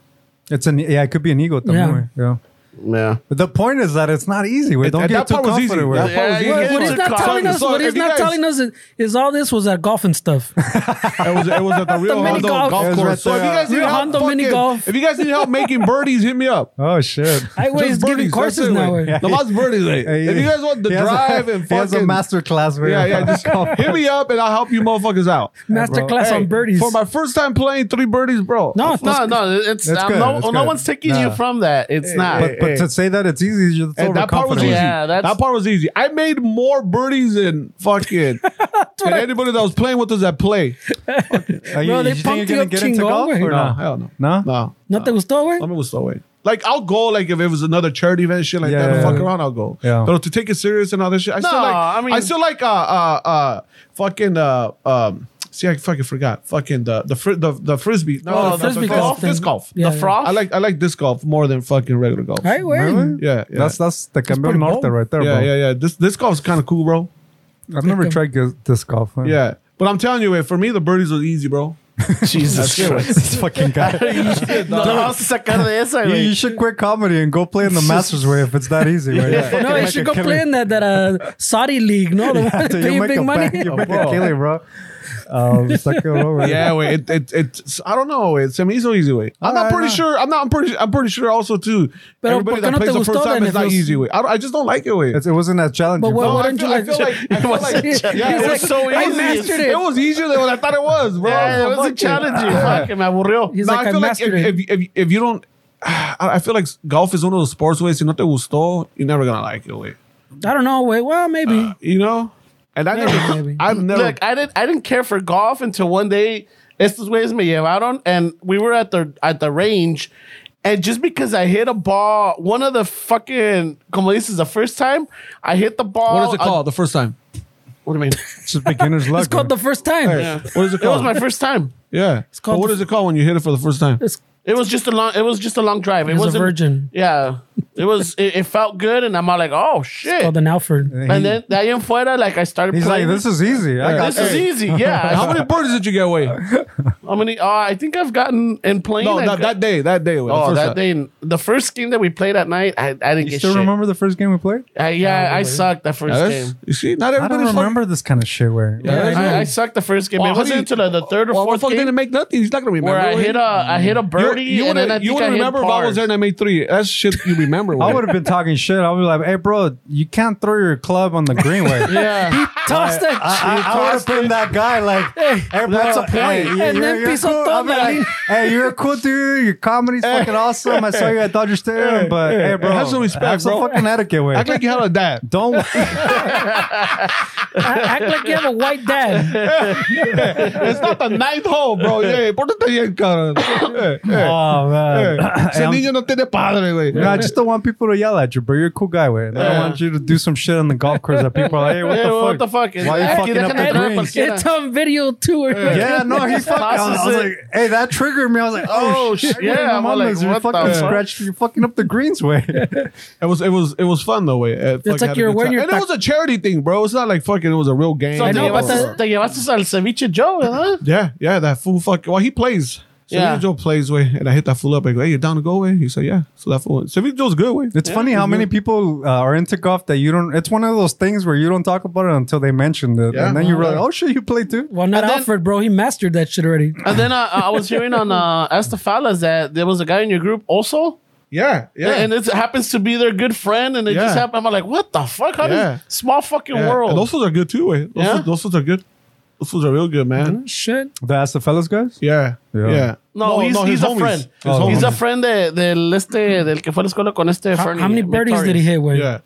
Speaker 2: it's an yeah. It could be an ego.
Speaker 3: Yeah.
Speaker 2: Yeah. yeah.
Speaker 1: Yeah.
Speaker 2: But the point is that it's not easy. We
Speaker 5: It-
Speaker 2: don't
Speaker 5: and
Speaker 2: get
Speaker 5: that
Speaker 2: too
Speaker 5: part was easy.
Speaker 2: confident with
Speaker 5: That
Speaker 2: it.
Speaker 5: part
Speaker 1: Yeah,
Speaker 5: was easy.
Speaker 1: you
Speaker 3: What,
Speaker 1: get
Speaker 3: what he's
Speaker 1: too
Speaker 3: not
Speaker 1: confident.
Speaker 3: telling us,
Speaker 5: So
Speaker 3: what he's
Speaker 5: if you
Speaker 3: not
Speaker 5: guys-
Speaker 3: telling us is, is all this was at golf and [laughs] stuff.
Speaker 5: It was, it was at
Speaker 3: [laughs]
Speaker 5: the Rio
Speaker 3: mini
Speaker 5: Hondo
Speaker 3: golf.
Speaker 5: golf,
Speaker 2: It was
Speaker 5: course.
Speaker 2: right
Speaker 5: so if you
Speaker 2: there.
Speaker 5: guys need
Speaker 3: Rio
Speaker 5: help,
Speaker 3: Hondo mini
Speaker 5: fucking-
Speaker 3: golf.
Speaker 5: if you guys need help making birdies, hit me up.
Speaker 2: Oh
Speaker 5: [laughs]
Speaker 2: shit.
Speaker 3: I was
Speaker 5: Just
Speaker 3: giving
Speaker 5: birdies, that's
Speaker 3: courses
Speaker 5: it,
Speaker 3: now.
Speaker 5: way.
Speaker 3: eh.
Speaker 5: The last birdies, way. If you guys want the
Speaker 2: He has a-
Speaker 5: drive and
Speaker 2: [laughs] he has a
Speaker 5: fucking-
Speaker 2: master class. where-
Speaker 5: Yeah, yeah.
Speaker 2: [laughs]
Speaker 5: Just hit me up and I'll help you motherfuckers out.
Speaker 3: Masterclass
Speaker 5: Hey,
Speaker 3: on birdies.
Speaker 5: For my first time playing three birdies, bro.
Speaker 3: no, it's
Speaker 1: No,
Speaker 3: not.
Speaker 1: no, it's,
Speaker 2: That's
Speaker 1: um,
Speaker 2: good,
Speaker 1: no,
Speaker 2: that's
Speaker 1: no
Speaker 2: good.
Speaker 1: one's taking
Speaker 2: Nah.
Speaker 1: you from that. It's not.
Speaker 2: But, but to say that it's easy, you're just
Speaker 5: And that part
Speaker 2: overconfident.
Speaker 5: was easy.
Speaker 2: with it.
Speaker 1: Yeah, that's-
Speaker 5: that part was easy. I made more birdies than
Speaker 3: [laughs]
Speaker 5: fucking than anybody that was playing with us at play.
Speaker 2: Are you,
Speaker 3: Bro, they
Speaker 2: you think you're
Speaker 3: pumped you
Speaker 2: gonna
Speaker 3: up
Speaker 2: get into
Speaker 3: chingón,
Speaker 2: golf
Speaker 3: güey.
Speaker 2: or
Speaker 5: No,
Speaker 2: no?
Speaker 5: hell no.
Speaker 2: No?
Speaker 5: No.
Speaker 3: ¿No te gustó,
Speaker 5: I
Speaker 3: güey?
Speaker 5: mean, it was so way. Like I'll go, like if it was another charity event, shit like
Speaker 2: Yeah,
Speaker 5: that, to
Speaker 2: yeah,
Speaker 5: fuck
Speaker 2: yeah.
Speaker 5: around, I'll go.
Speaker 2: Yeah.
Speaker 5: But to take it serious and all this shit, I still
Speaker 1: No,
Speaker 5: like,
Speaker 1: I
Speaker 5: I,
Speaker 1: mean-
Speaker 5: still like, uh, uh, uh, fucking, uh, um, see, I fucking forgot, fucking the the fri- the, the frisbee, no,
Speaker 1: Oh,
Speaker 5: no,
Speaker 1: the
Speaker 5: not
Speaker 1: frisbee golf
Speaker 5: disc
Speaker 3: thing.
Speaker 5: golf.
Speaker 3: Yeah,
Speaker 1: the
Speaker 3: yeah.
Speaker 1: frost?
Speaker 5: I like I like disc golf more than fucking regular golf.
Speaker 3: Ay, güey.
Speaker 2: Really?
Speaker 5: Yeah, yeah.
Speaker 2: That's that's the Campeón
Speaker 3: pretty
Speaker 2: Norte
Speaker 3: bold.
Speaker 2: right there,
Speaker 5: yeah,
Speaker 2: bro.
Speaker 5: yeah, yeah. This this golf's kind of cool, bro.
Speaker 2: I've never tried g- disc golf. huh?
Speaker 5: Yeah, but I'm telling you, man, for me, the birdies was easy, bro.
Speaker 1: Jesus Christ.
Speaker 2: this fucking
Speaker 3: [laughs]
Speaker 2: guy.
Speaker 1: [laughs] No la vamos a sacar de
Speaker 2: [laughs]
Speaker 1: esa,
Speaker 2: you,
Speaker 1: güey.
Speaker 2: you should quit comedy and go play in the Masters way if it's that easy. Right?
Speaker 5: Yeah.
Speaker 3: No, you should go
Speaker 2: [laughs]
Speaker 3: play in that, that uh, Saudi league,
Speaker 5: [laughs]
Speaker 3: no? The one that
Speaker 2: So
Speaker 3: [laughs] pay
Speaker 2: you
Speaker 3: you
Speaker 2: make
Speaker 3: big
Speaker 2: a
Speaker 3: money.
Speaker 2: bang, you
Speaker 3: [laughs]
Speaker 5: Oh,
Speaker 2: make a
Speaker 5: bro.
Speaker 2: killing, bro. Um, suck it over.
Speaker 5: Yeah, wait, it, it, it's I don't know, it's I mean, it's no easy way. I'm not
Speaker 2: Alright,
Speaker 5: pretty
Speaker 2: no.
Speaker 5: sure. I'm not. I'm pretty. I'm pretty sure also too.
Speaker 3: Pero ¿por qué
Speaker 5: everybody that
Speaker 3: no te
Speaker 5: plays the
Speaker 3: gustó
Speaker 5: first time
Speaker 3: then
Speaker 5: is
Speaker 3: if
Speaker 5: not
Speaker 3: it was-
Speaker 5: easy way. I, don't- I just don't like it way.
Speaker 2: It's, it wasn't that challenging.
Speaker 3: But what-
Speaker 2: bro.
Speaker 3: what-
Speaker 5: I
Speaker 3: didn't
Speaker 5: feel,
Speaker 3: you
Speaker 5: I feel like I feel like yeah,
Speaker 1: It was so
Speaker 5: I
Speaker 1: easy.
Speaker 5: mastered
Speaker 3: It
Speaker 5: It was easier than what I thought it was, bro.
Speaker 1: Yeah, it was a
Speaker 5: Fuck
Speaker 1: challenging. Fuck, me aburrió.
Speaker 3: He's
Speaker 5: No,
Speaker 3: like,
Speaker 5: I
Speaker 3: I
Speaker 5: feel like if,
Speaker 3: mastered it.
Speaker 5: if, if, if you don't, [sighs] I I feel like golf is one of those sports ways. Si no te gustó, you're never gonna like it. Way.
Speaker 3: I don't know, wait. Well, maybe.
Speaker 5: You know. And I
Speaker 3: Maybe,
Speaker 5: never,
Speaker 3: maybe.
Speaker 5: I've never.
Speaker 1: Look, I didn't I didn't care for golf until one day estos güeyes me llevaron and we were at the at the range and just because I hit a ball one of the fucking como dices the first time I hit the ball
Speaker 5: what is it
Speaker 1: a-
Speaker 5: called? the first time.
Speaker 1: what do you mean?
Speaker 2: It's just beginner's luck.
Speaker 3: [laughs] it's called
Speaker 2: bro.
Speaker 3: the first time.
Speaker 5: [laughs] What is it
Speaker 1: It was
Speaker 5: called?
Speaker 1: my first time.
Speaker 5: yeah. It's
Speaker 3: called
Speaker 5: what
Speaker 3: the-
Speaker 5: is it called when you hit it for the first time?
Speaker 3: It's,
Speaker 1: It was just a long it was just a long drive. It
Speaker 3: was a
Speaker 1: wasn't-
Speaker 3: virgin.
Speaker 1: Yeah. It was it, it felt good and I'm all like, "Oh shit."
Speaker 3: called an Alfred.
Speaker 1: and then de ahí en fuera like I started
Speaker 2: He's like,
Speaker 1: playing.
Speaker 2: this is easy. I got
Speaker 1: This is easy.
Speaker 5: [laughs]
Speaker 1: Yeah.
Speaker 5: How
Speaker 1: How
Speaker 5: many
Speaker 1: many
Speaker 5: birdies did you get away?
Speaker 1: how many uh, I think I've gotten in playing
Speaker 5: No,
Speaker 1: I've
Speaker 5: that,
Speaker 1: got-
Speaker 5: that day, that day. the
Speaker 1: Oh,
Speaker 5: first
Speaker 1: that
Speaker 5: time.
Speaker 1: day, the first game that we played at night, I, I didn't
Speaker 2: You
Speaker 1: get
Speaker 2: still
Speaker 1: shit.
Speaker 2: remember the first game we played?
Speaker 1: I, yeah, I sucked that first
Speaker 5: Yeah, that's-
Speaker 1: game.
Speaker 5: you see, not
Speaker 2: I don't
Speaker 5: everybody's fucking-
Speaker 2: remember this kind of shit. Where
Speaker 5: Yeah,
Speaker 1: I,
Speaker 5: I know.
Speaker 1: I sucked the first game.
Speaker 5: Well,
Speaker 1: it
Speaker 5: how do
Speaker 1: wasn't
Speaker 5: you-
Speaker 1: until the third or
Speaker 5: Well,
Speaker 1: fourth
Speaker 5: fuck didn't
Speaker 1: game
Speaker 5: make nothing. He's not gonna remember.
Speaker 1: where I
Speaker 5: will he?
Speaker 1: hit a I hit a
Speaker 5: You-
Speaker 1: birdie
Speaker 5: you
Speaker 1: and then I
Speaker 5: wouldn't- you
Speaker 1: think I hit
Speaker 5: wouldn't remember if I
Speaker 1: pars.
Speaker 5: was there and I made three. That's shit you remember.
Speaker 2: I
Speaker 5: Wade.
Speaker 2: would have been talking shit. I would be like, "Hey, bro, you can't throw your club on the
Speaker 3: [laughs]
Speaker 2: greenway."
Speaker 1: Yeah,
Speaker 3: Toss that
Speaker 2: I,
Speaker 5: Ah,
Speaker 3: shit.
Speaker 2: would have been that guy like, hey,
Speaker 1: that's a
Speaker 2: Hey,
Speaker 1: point.
Speaker 2: you-
Speaker 3: And then
Speaker 2: you're, you're
Speaker 3: piso
Speaker 2: cool. I'd be
Speaker 3: todo,
Speaker 2: like,
Speaker 3: man.
Speaker 2: hey, you're a cool dude. Your comedy's fucking awesome. I saw you at Dodger Stadium, but hey, bro,
Speaker 5: have some respect,
Speaker 2: have some
Speaker 5: bro.
Speaker 2: fucking etiquette. Way.
Speaker 5: Act like you had a [laughs] dad.
Speaker 2: Don't [laughs]
Speaker 5: ah.
Speaker 3: Act like you have a white
Speaker 5: [laughs]
Speaker 3: dad.
Speaker 5: It's not the ninth hole, bro. Yeah, [laughs] pórtate bien, cabrón. [laughs] Yeah,
Speaker 3: [laughs]
Speaker 5: yeah,
Speaker 2: Oh man.
Speaker 5: yeah.
Speaker 2: Hey,
Speaker 5: Ese
Speaker 2: I'm-
Speaker 5: niño no tiene padre, güey.
Speaker 2: no, I just don't want people to yell at you, bro. You're a cool guy, way. I don't want you to do some shit on the golf course that people are like, hey,
Speaker 1: [laughs]
Speaker 2: what,
Speaker 1: Yeah,
Speaker 2: the,
Speaker 1: what
Speaker 2: fuck?
Speaker 1: the fuck?
Speaker 2: Why are
Speaker 1: Hey,
Speaker 2: you fucking
Speaker 1: dejan
Speaker 2: up
Speaker 1: entrar a
Speaker 2: the greens?
Speaker 1: cualquiera.
Speaker 3: uh, It's on video too. or-
Speaker 2: Yeah, no, he fucking. I was, I was
Speaker 1: Process it.
Speaker 2: like, hey, that triggered me. I was like,
Speaker 1: Oh,
Speaker 2: oh shit,
Speaker 1: shit. [laughs] Yeah,
Speaker 2: I'm
Speaker 1: I'm like,
Speaker 2: you're
Speaker 1: what the fuck?
Speaker 2: fucking scratched. You're fucking up the greens way.
Speaker 5: It was it was it was fun though. Way it's
Speaker 3: like you're wearing your
Speaker 5: and it
Speaker 3: tac-
Speaker 5: was a charity thing, bro. It's not like fucking it was a real game.
Speaker 1: So
Speaker 3: I
Speaker 1: te
Speaker 3: know, but
Speaker 1: llevaste,
Speaker 3: the-
Speaker 1: te llevaste al ceviche Joe, ¿verdad?
Speaker 5: yeah, yeah, that fool fucking. Well, he plays. So
Speaker 1: Yeah.
Speaker 5: yeah. Joe plays way, and I hit that fool up. I go, hey, you down to go way? He said, yeah. So that fool, so Joe's good way.
Speaker 2: It's funny how many people uh, are into golf that you don't. It's one of those things where you don't talk about it until they mentioned it,
Speaker 5: Yeah.
Speaker 2: and then you realize, oh shit, you play too.
Speaker 3: Well, not
Speaker 1: And then-
Speaker 3: Alfred, bro. He mastered that shit already.
Speaker 1: And then uh, I was hearing on uh, Ask the Fellas that there was a guy in your group also.
Speaker 5: Yeah, yeah.
Speaker 1: Yeah, and it happens to be their good friend, and it
Speaker 5: Yeah.
Speaker 1: just happened. I'm like, what the fuck? How
Speaker 5: Yeah.
Speaker 1: does small fucking
Speaker 5: Yeah.
Speaker 1: world?
Speaker 5: And those ones are good too. Way. Those,
Speaker 1: Yeah?
Speaker 5: ones, those ones are good. Those fools are real good, man.
Speaker 3: Shit.
Speaker 2: The Ask the Fellas guys?
Speaker 5: Yeah,
Speaker 2: Mm-hmm. Yeah.
Speaker 5: yeah.
Speaker 1: No, he's,
Speaker 5: his
Speaker 1: he's a
Speaker 5: homies.
Speaker 1: friend.
Speaker 5: His
Speaker 2: Oh,
Speaker 1: he's a
Speaker 5: homies.
Speaker 1: friend de, del este, del que fue a la escuela con este
Speaker 3: How,
Speaker 1: Fernie
Speaker 3: how many birdies did he
Speaker 1: Victorious.
Speaker 3: hit, güey?
Speaker 5: Yeah.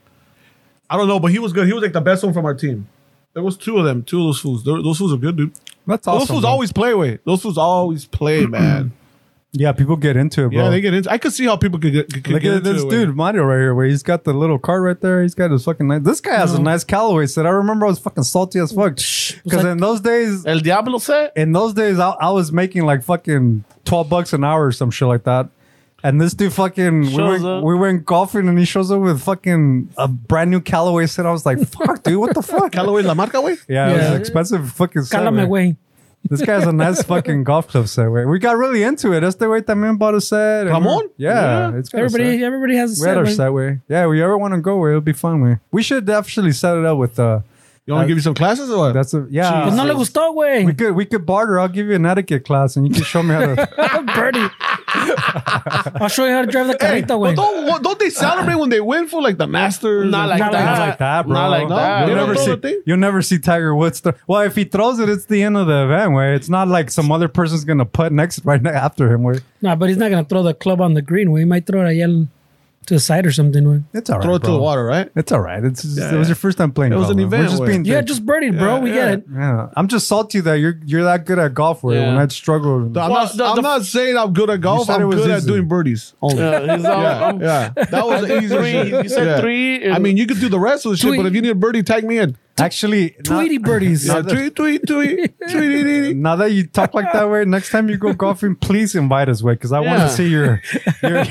Speaker 5: I don't know, but he was good. He was like the best one from our team. There was two of them, two of those fools. Those those fools are good, dude.
Speaker 2: That's
Speaker 5: those
Speaker 2: awesome.
Speaker 5: fools
Speaker 2: bro.
Speaker 5: always play with. Those fools
Speaker 2: [clears throat]
Speaker 5: always play, man.
Speaker 2: yeah, people get into it, bro.
Speaker 5: yeah, they get into. I could see how people could get, could, could
Speaker 2: Look
Speaker 5: get
Speaker 2: at
Speaker 5: into
Speaker 2: this
Speaker 5: it.
Speaker 2: dude, Mario, right here, where he's got the little cart right there. He's got his fucking nice. This guy has a nice Callaway set. I remember I was fucking salty as fuck. Because
Speaker 3: was like-
Speaker 2: in those days,
Speaker 1: El Diablo set?
Speaker 2: in those days, I, I was making like fucking 12 bucks an hour or some shit like that. And this dude fucking, we
Speaker 1: Shows
Speaker 2: went,
Speaker 1: up.
Speaker 2: we went golfing and he shows up with fucking a brand new Callaway set. I was
Speaker 3: [laughs]
Speaker 2: like, fuck, dude, what the fuck?
Speaker 5: Callaway La Marca, way.
Speaker 2: yeah, it was
Speaker 3: Yeah.
Speaker 2: an expensive fucking set.
Speaker 3: Cálame,
Speaker 2: man.
Speaker 3: güey.
Speaker 2: This guy's a
Speaker 3: [laughs]
Speaker 2: nice fucking golf club set. Wey. We got really into it. Este güey también bought a set.
Speaker 5: Come
Speaker 2: And-
Speaker 5: on.
Speaker 2: Yeah. It's got a set.
Speaker 3: Everybody, everybody has a
Speaker 2: We had
Speaker 3: set,
Speaker 2: our
Speaker 3: güey.
Speaker 2: set way. Yeah, we ever want to go where it'll be fun way. We should actually set it up with uh
Speaker 5: You want to give you some classes or what?
Speaker 2: that's a
Speaker 3: Pues no
Speaker 2: yeah.
Speaker 3: le gustó,
Speaker 2: We
Speaker 3: güey.
Speaker 2: could we could barter. I'll give you an etiquette class and you can show me how to
Speaker 3: Birdie. [laughs] I'll show you how to drive the
Speaker 5: Hey,
Speaker 3: carrito,
Speaker 5: but
Speaker 3: güey.
Speaker 5: don't what- don't they celebrate when they win for like the Masters?
Speaker 1: Not
Speaker 5: and-
Speaker 1: like
Speaker 3: Not
Speaker 1: that.
Speaker 3: like
Speaker 2: that, bro.
Speaker 1: Not like
Speaker 5: No,
Speaker 1: that.
Speaker 5: they
Speaker 2: You'll
Speaker 5: don't
Speaker 2: never
Speaker 5: throw the
Speaker 2: see
Speaker 5: thing?
Speaker 2: you'll never see Tiger Woods throw. Well, if he throws it, it's the end of the event where it's not like some other person's gonna put next right ne- after him where
Speaker 3: Nah, but he's not gonna throw the club on the green, güey. He might throw it allá to the side or something, güey.
Speaker 2: it's all right.
Speaker 5: throw it to the
Speaker 2: bro.
Speaker 5: water, right?
Speaker 2: It's all right. It's just, it
Speaker 5: Yeah.
Speaker 2: was your first time playing.
Speaker 5: It was
Speaker 2: golf,
Speaker 5: an
Speaker 2: man. We're
Speaker 5: event
Speaker 2: just
Speaker 5: where-
Speaker 2: being
Speaker 3: Yeah,
Speaker 2: thick.
Speaker 3: just birdied, bro. we
Speaker 5: yeah.
Speaker 3: get it.
Speaker 2: yeah. I'm just salty that you're you're that good at golf where
Speaker 1: Yeah.
Speaker 2: when I struggled.
Speaker 5: I'm,
Speaker 1: Well,
Speaker 5: not,
Speaker 1: the-
Speaker 5: I'm
Speaker 1: the-
Speaker 5: not saying I'm good at golf.
Speaker 2: said it
Speaker 5: I'm
Speaker 2: was
Speaker 5: good at
Speaker 2: easy.
Speaker 5: doing birdies only. Yeah,
Speaker 1: Yeah, he's all, I'm-
Speaker 5: yeah. that was
Speaker 1: [laughs]
Speaker 5: the easy.
Speaker 1: Uh, oh. Three.
Speaker 5: shit.
Speaker 1: You said
Speaker 5: Yeah.
Speaker 1: three. and-
Speaker 5: I mean, you could do the rest of the shit,
Speaker 3: Tweet.
Speaker 5: but if you need a birdie, tag me in.
Speaker 2: Actually, not- [laughs]
Speaker 3: Tweety birdies.
Speaker 5: Yeah,
Speaker 2: that-
Speaker 5: tweet, tweet, tweet, tweet, tweet,
Speaker 1: [laughs]
Speaker 5: tweet.
Speaker 2: Now that you talk like that way, next time you go golfing, please invite us, way, because I want
Speaker 1: Yeah.
Speaker 2: to see your, your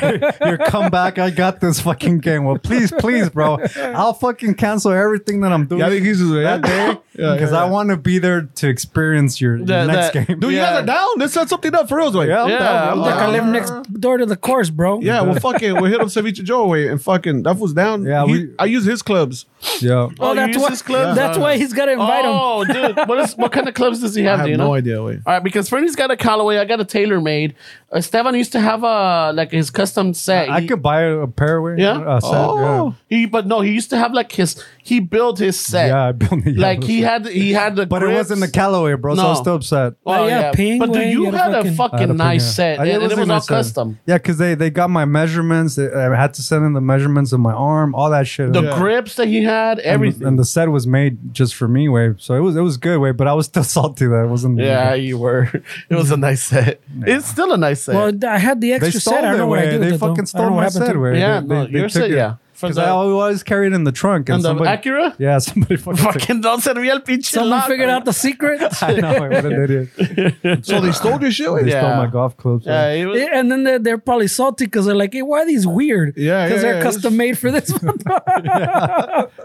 Speaker 2: your comeback. I got this fucking game. Well, please, please, bro, I'll fucking cancel everything that I'm doing
Speaker 5: Yeah, I think he's just
Speaker 2: that day
Speaker 5: Yeah,
Speaker 2: because I want to be there to experience your, your
Speaker 1: That-
Speaker 2: next
Speaker 1: that-
Speaker 2: game.
Speaker 5: Dude,
Speaker 1: Yeah.
Speaker 5: you guys are down. Let's set something up for real, Zoe.
Speaker 2: Yeah, I'm
Speaker 1: Yeah,
Speaker 2: down,
Speaker 1: I'm
Speaker 2: bro.
Speaker 3: Like I live next door to the course, bro.
Speaker 5: Yeah, well, fucking, we hit up Ceviche Joe away and fucking, that was down.
Speaker 2: Yeah,
Speaker 5: He-
Speaker 2: we-
Speaker 5: I use his clubs.
Speaker 2: yeah.
Speaker 1: Oh,
Speaker 3: Oh,
Speaker 1: you
Speaker 3: that's
Speaker 1: use
Speaker 3: why.
Speaker 1: his club?
Speaker 3: That's
Speaker 1: Yeah.
Speaker 3: why he's got to invite him.
Speaker 1: oh, dude, what is what kind of clubs does he
Speaker 5: I
Speaker 1: have?
Speaker 5: have
Speaker 1: do you
Speaker 5: no
Speaker 1: know?
Speaker 5: idea, way.
Speaker 1: All right, because Fernie's got a Callaway, I got a tailor made. Esteban used to have a like his custom set.
Speaker 2: I
Speaker 1: He-
Speaker 2: could buy a pair of
Speaker 1: Yeah?
Speaker 2: a set,
Speaker 5: Oh.
Speaker 1: He, but no, he used to have like his. He built his
Speaker 2: yeah.
Speaker 1: set.
Speaker 2: yeah, I built [laughs] it.
Speaker 1: like he had, he had the.
Speaker 2: but it wasn't the
Speaker 1: grips.
Speaker 2: Callaway, bro. So I was
Speaker 1: No.
Speaker 2: still upset.
Speaker 1: Oh
Speaker 3: Oh, yeah,
Speaker 1: yeah,
Speaker 3: penguin,
Speaker 1: but do you
Speaker 3: you had a
Speaker 1: had a
Speaker 2: I
Speaker 3: fucking-
Speaker 2: had
Speaker 1: fucking
Speaker 2: a Oh,
Speaker 1: nice
Speaker 2: Premier.
Speaker 1: set,
Speaker 2: I-
Speaker 1: and it
Speaker 2: a
Speaker 1: was all
Speaker 2: nice set.
Speaker 1: custom.
Speaker 2: Yeah, because they they got my measurements. I had to send in the measurements of my arm, all that shit.
Speaker 1: The
Speaker 2: And-
Speaker 1: grips that he had,
Speaker 2: and,
Speaker 1: everything.
Speaker 2: and the set was made just for me, way. So it was it was good, way. But I was still [laughs] salty that it wasn't.
Speaker 1: yeah, you were. [laughs] It was a nice set. It's still a nice set.
Speaker 3: Well, I had the
Speaker 2: they
Speaker 3: extra
Speaker 2: stole
Speaker 3: set. I don't
Speaker 2: their
Speaker 3: know what I
Speaker 2: way.
Speaker 3: did with
Speaker 2: They
Speaker 3: it, though.
Speaker 2: fucking
Speaker 3: I
Speaker 2: stole
Speaker 3: don't know
Speaker 2: my
Speaker 3: what happened
Speaker 2: set,
Speaker 3: to it.
Speaker 2: way.
Speaker 1: Yeah, no, your set, yeah. From
Speaker 2: Because
Speaker 1: the-
Speaker 2: I always carried it in the trunk. And,
Speaker 1: and the
Speaker 2: somebody,
Speaker 1: um, Acura,
Speaker 2: yeah, somebody [laughs] fucking. took-
Speaker 1: fucking don't servía el pinche
Speaker 3: Someone
Speaker 1: lock.
Speaker 3: figured out the secret,
Speaker 2: [laughs] I know, way,
Speaker 1: [laughs]
Speaker 2: what an idiot.
Speaker 5: So they stole your shit,
Speaker 2: They
Speaker 5: way?
Speaker 1: Yeah.
Speaker 2: stole my golf clubs.
Speaker 1: Yeah,
Speaker 2: way.
Speaker 1: it was,
Speaker 3: Yeah, Eh, and then they're, they're probably salty because they're like, "Hey, why are these weird?
Speaker 5: Yeah,
Speaker 3: because
Speaker 5: yeah,
Speaker 3: they're
Speaker 5: yeah.
Speaker 3: custom made for this." one.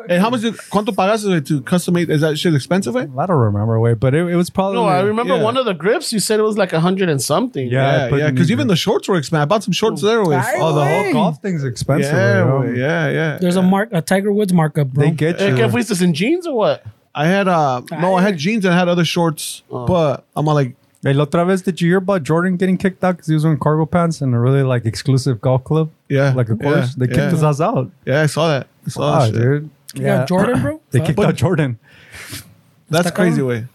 Speaker 5: And how much did, cuánto pagaste wey, to custom make? Is that shit expensive, way?
Speaker 2: I don't remember, way. But it, it was probably.
Speaker 1: no, I remember
Speaker 5: yeah.
Speaker 1: one of the grips. You said it was like a hundred and something.
Speaker 2: Yeah. I
Speaker 5: Yeah,
Speaker 2: put
Speaker 5: yeah,
Speaker 2: in
Speaker 5: because
Speaker 2: the-
Speaker 5: even the shorts were expensive. I bought some shorts there, way.
Speaker 3: I-
Speaker 2: Oh, the
Speaker 3: Way.
Speaker 2: whole golf thing's expensive.
Speaker 5: Yeah,
Speaker 2: way,
Speaker 5: wey, yeah, yeah.
Speaker 3: There's a mark, a Tiger Woods markup, bro.
Speaker 2: They get
Speaker 1: Eh,
Speaker 2: you.
Speaker 1: ¿Qué fuiste sin jeans or what?
Speaker 5: I had, uh, no, I had jeans and I had other shorts,
Speaker 2: Oh.
Speaker 5: but I'm all like,
Speaker 2: Hey, la otra vez, did you hear about Jordan getting kicked out because he was wearing cargo pants in a really like exclusive golf club?
Speaker 5: Yeah,
Speaker 2: like a
Speaker 5: yeah,
Speaker 2: course. they kicked
Speaker 5: yeah.
Speaker 2: his ass out.
Speaker 5: yeah, I saw that. I saw
Speaker 2: Wow,
Speaker 5: that shit.
Speaker 2: dude.
Speaker 3: You got Jordan, bro.
Speaker 2: They
Speaker 3: Fuck.
Speaker 2: kicked out Jordan. [clears throat]
Speaker 5: That's crazy, way.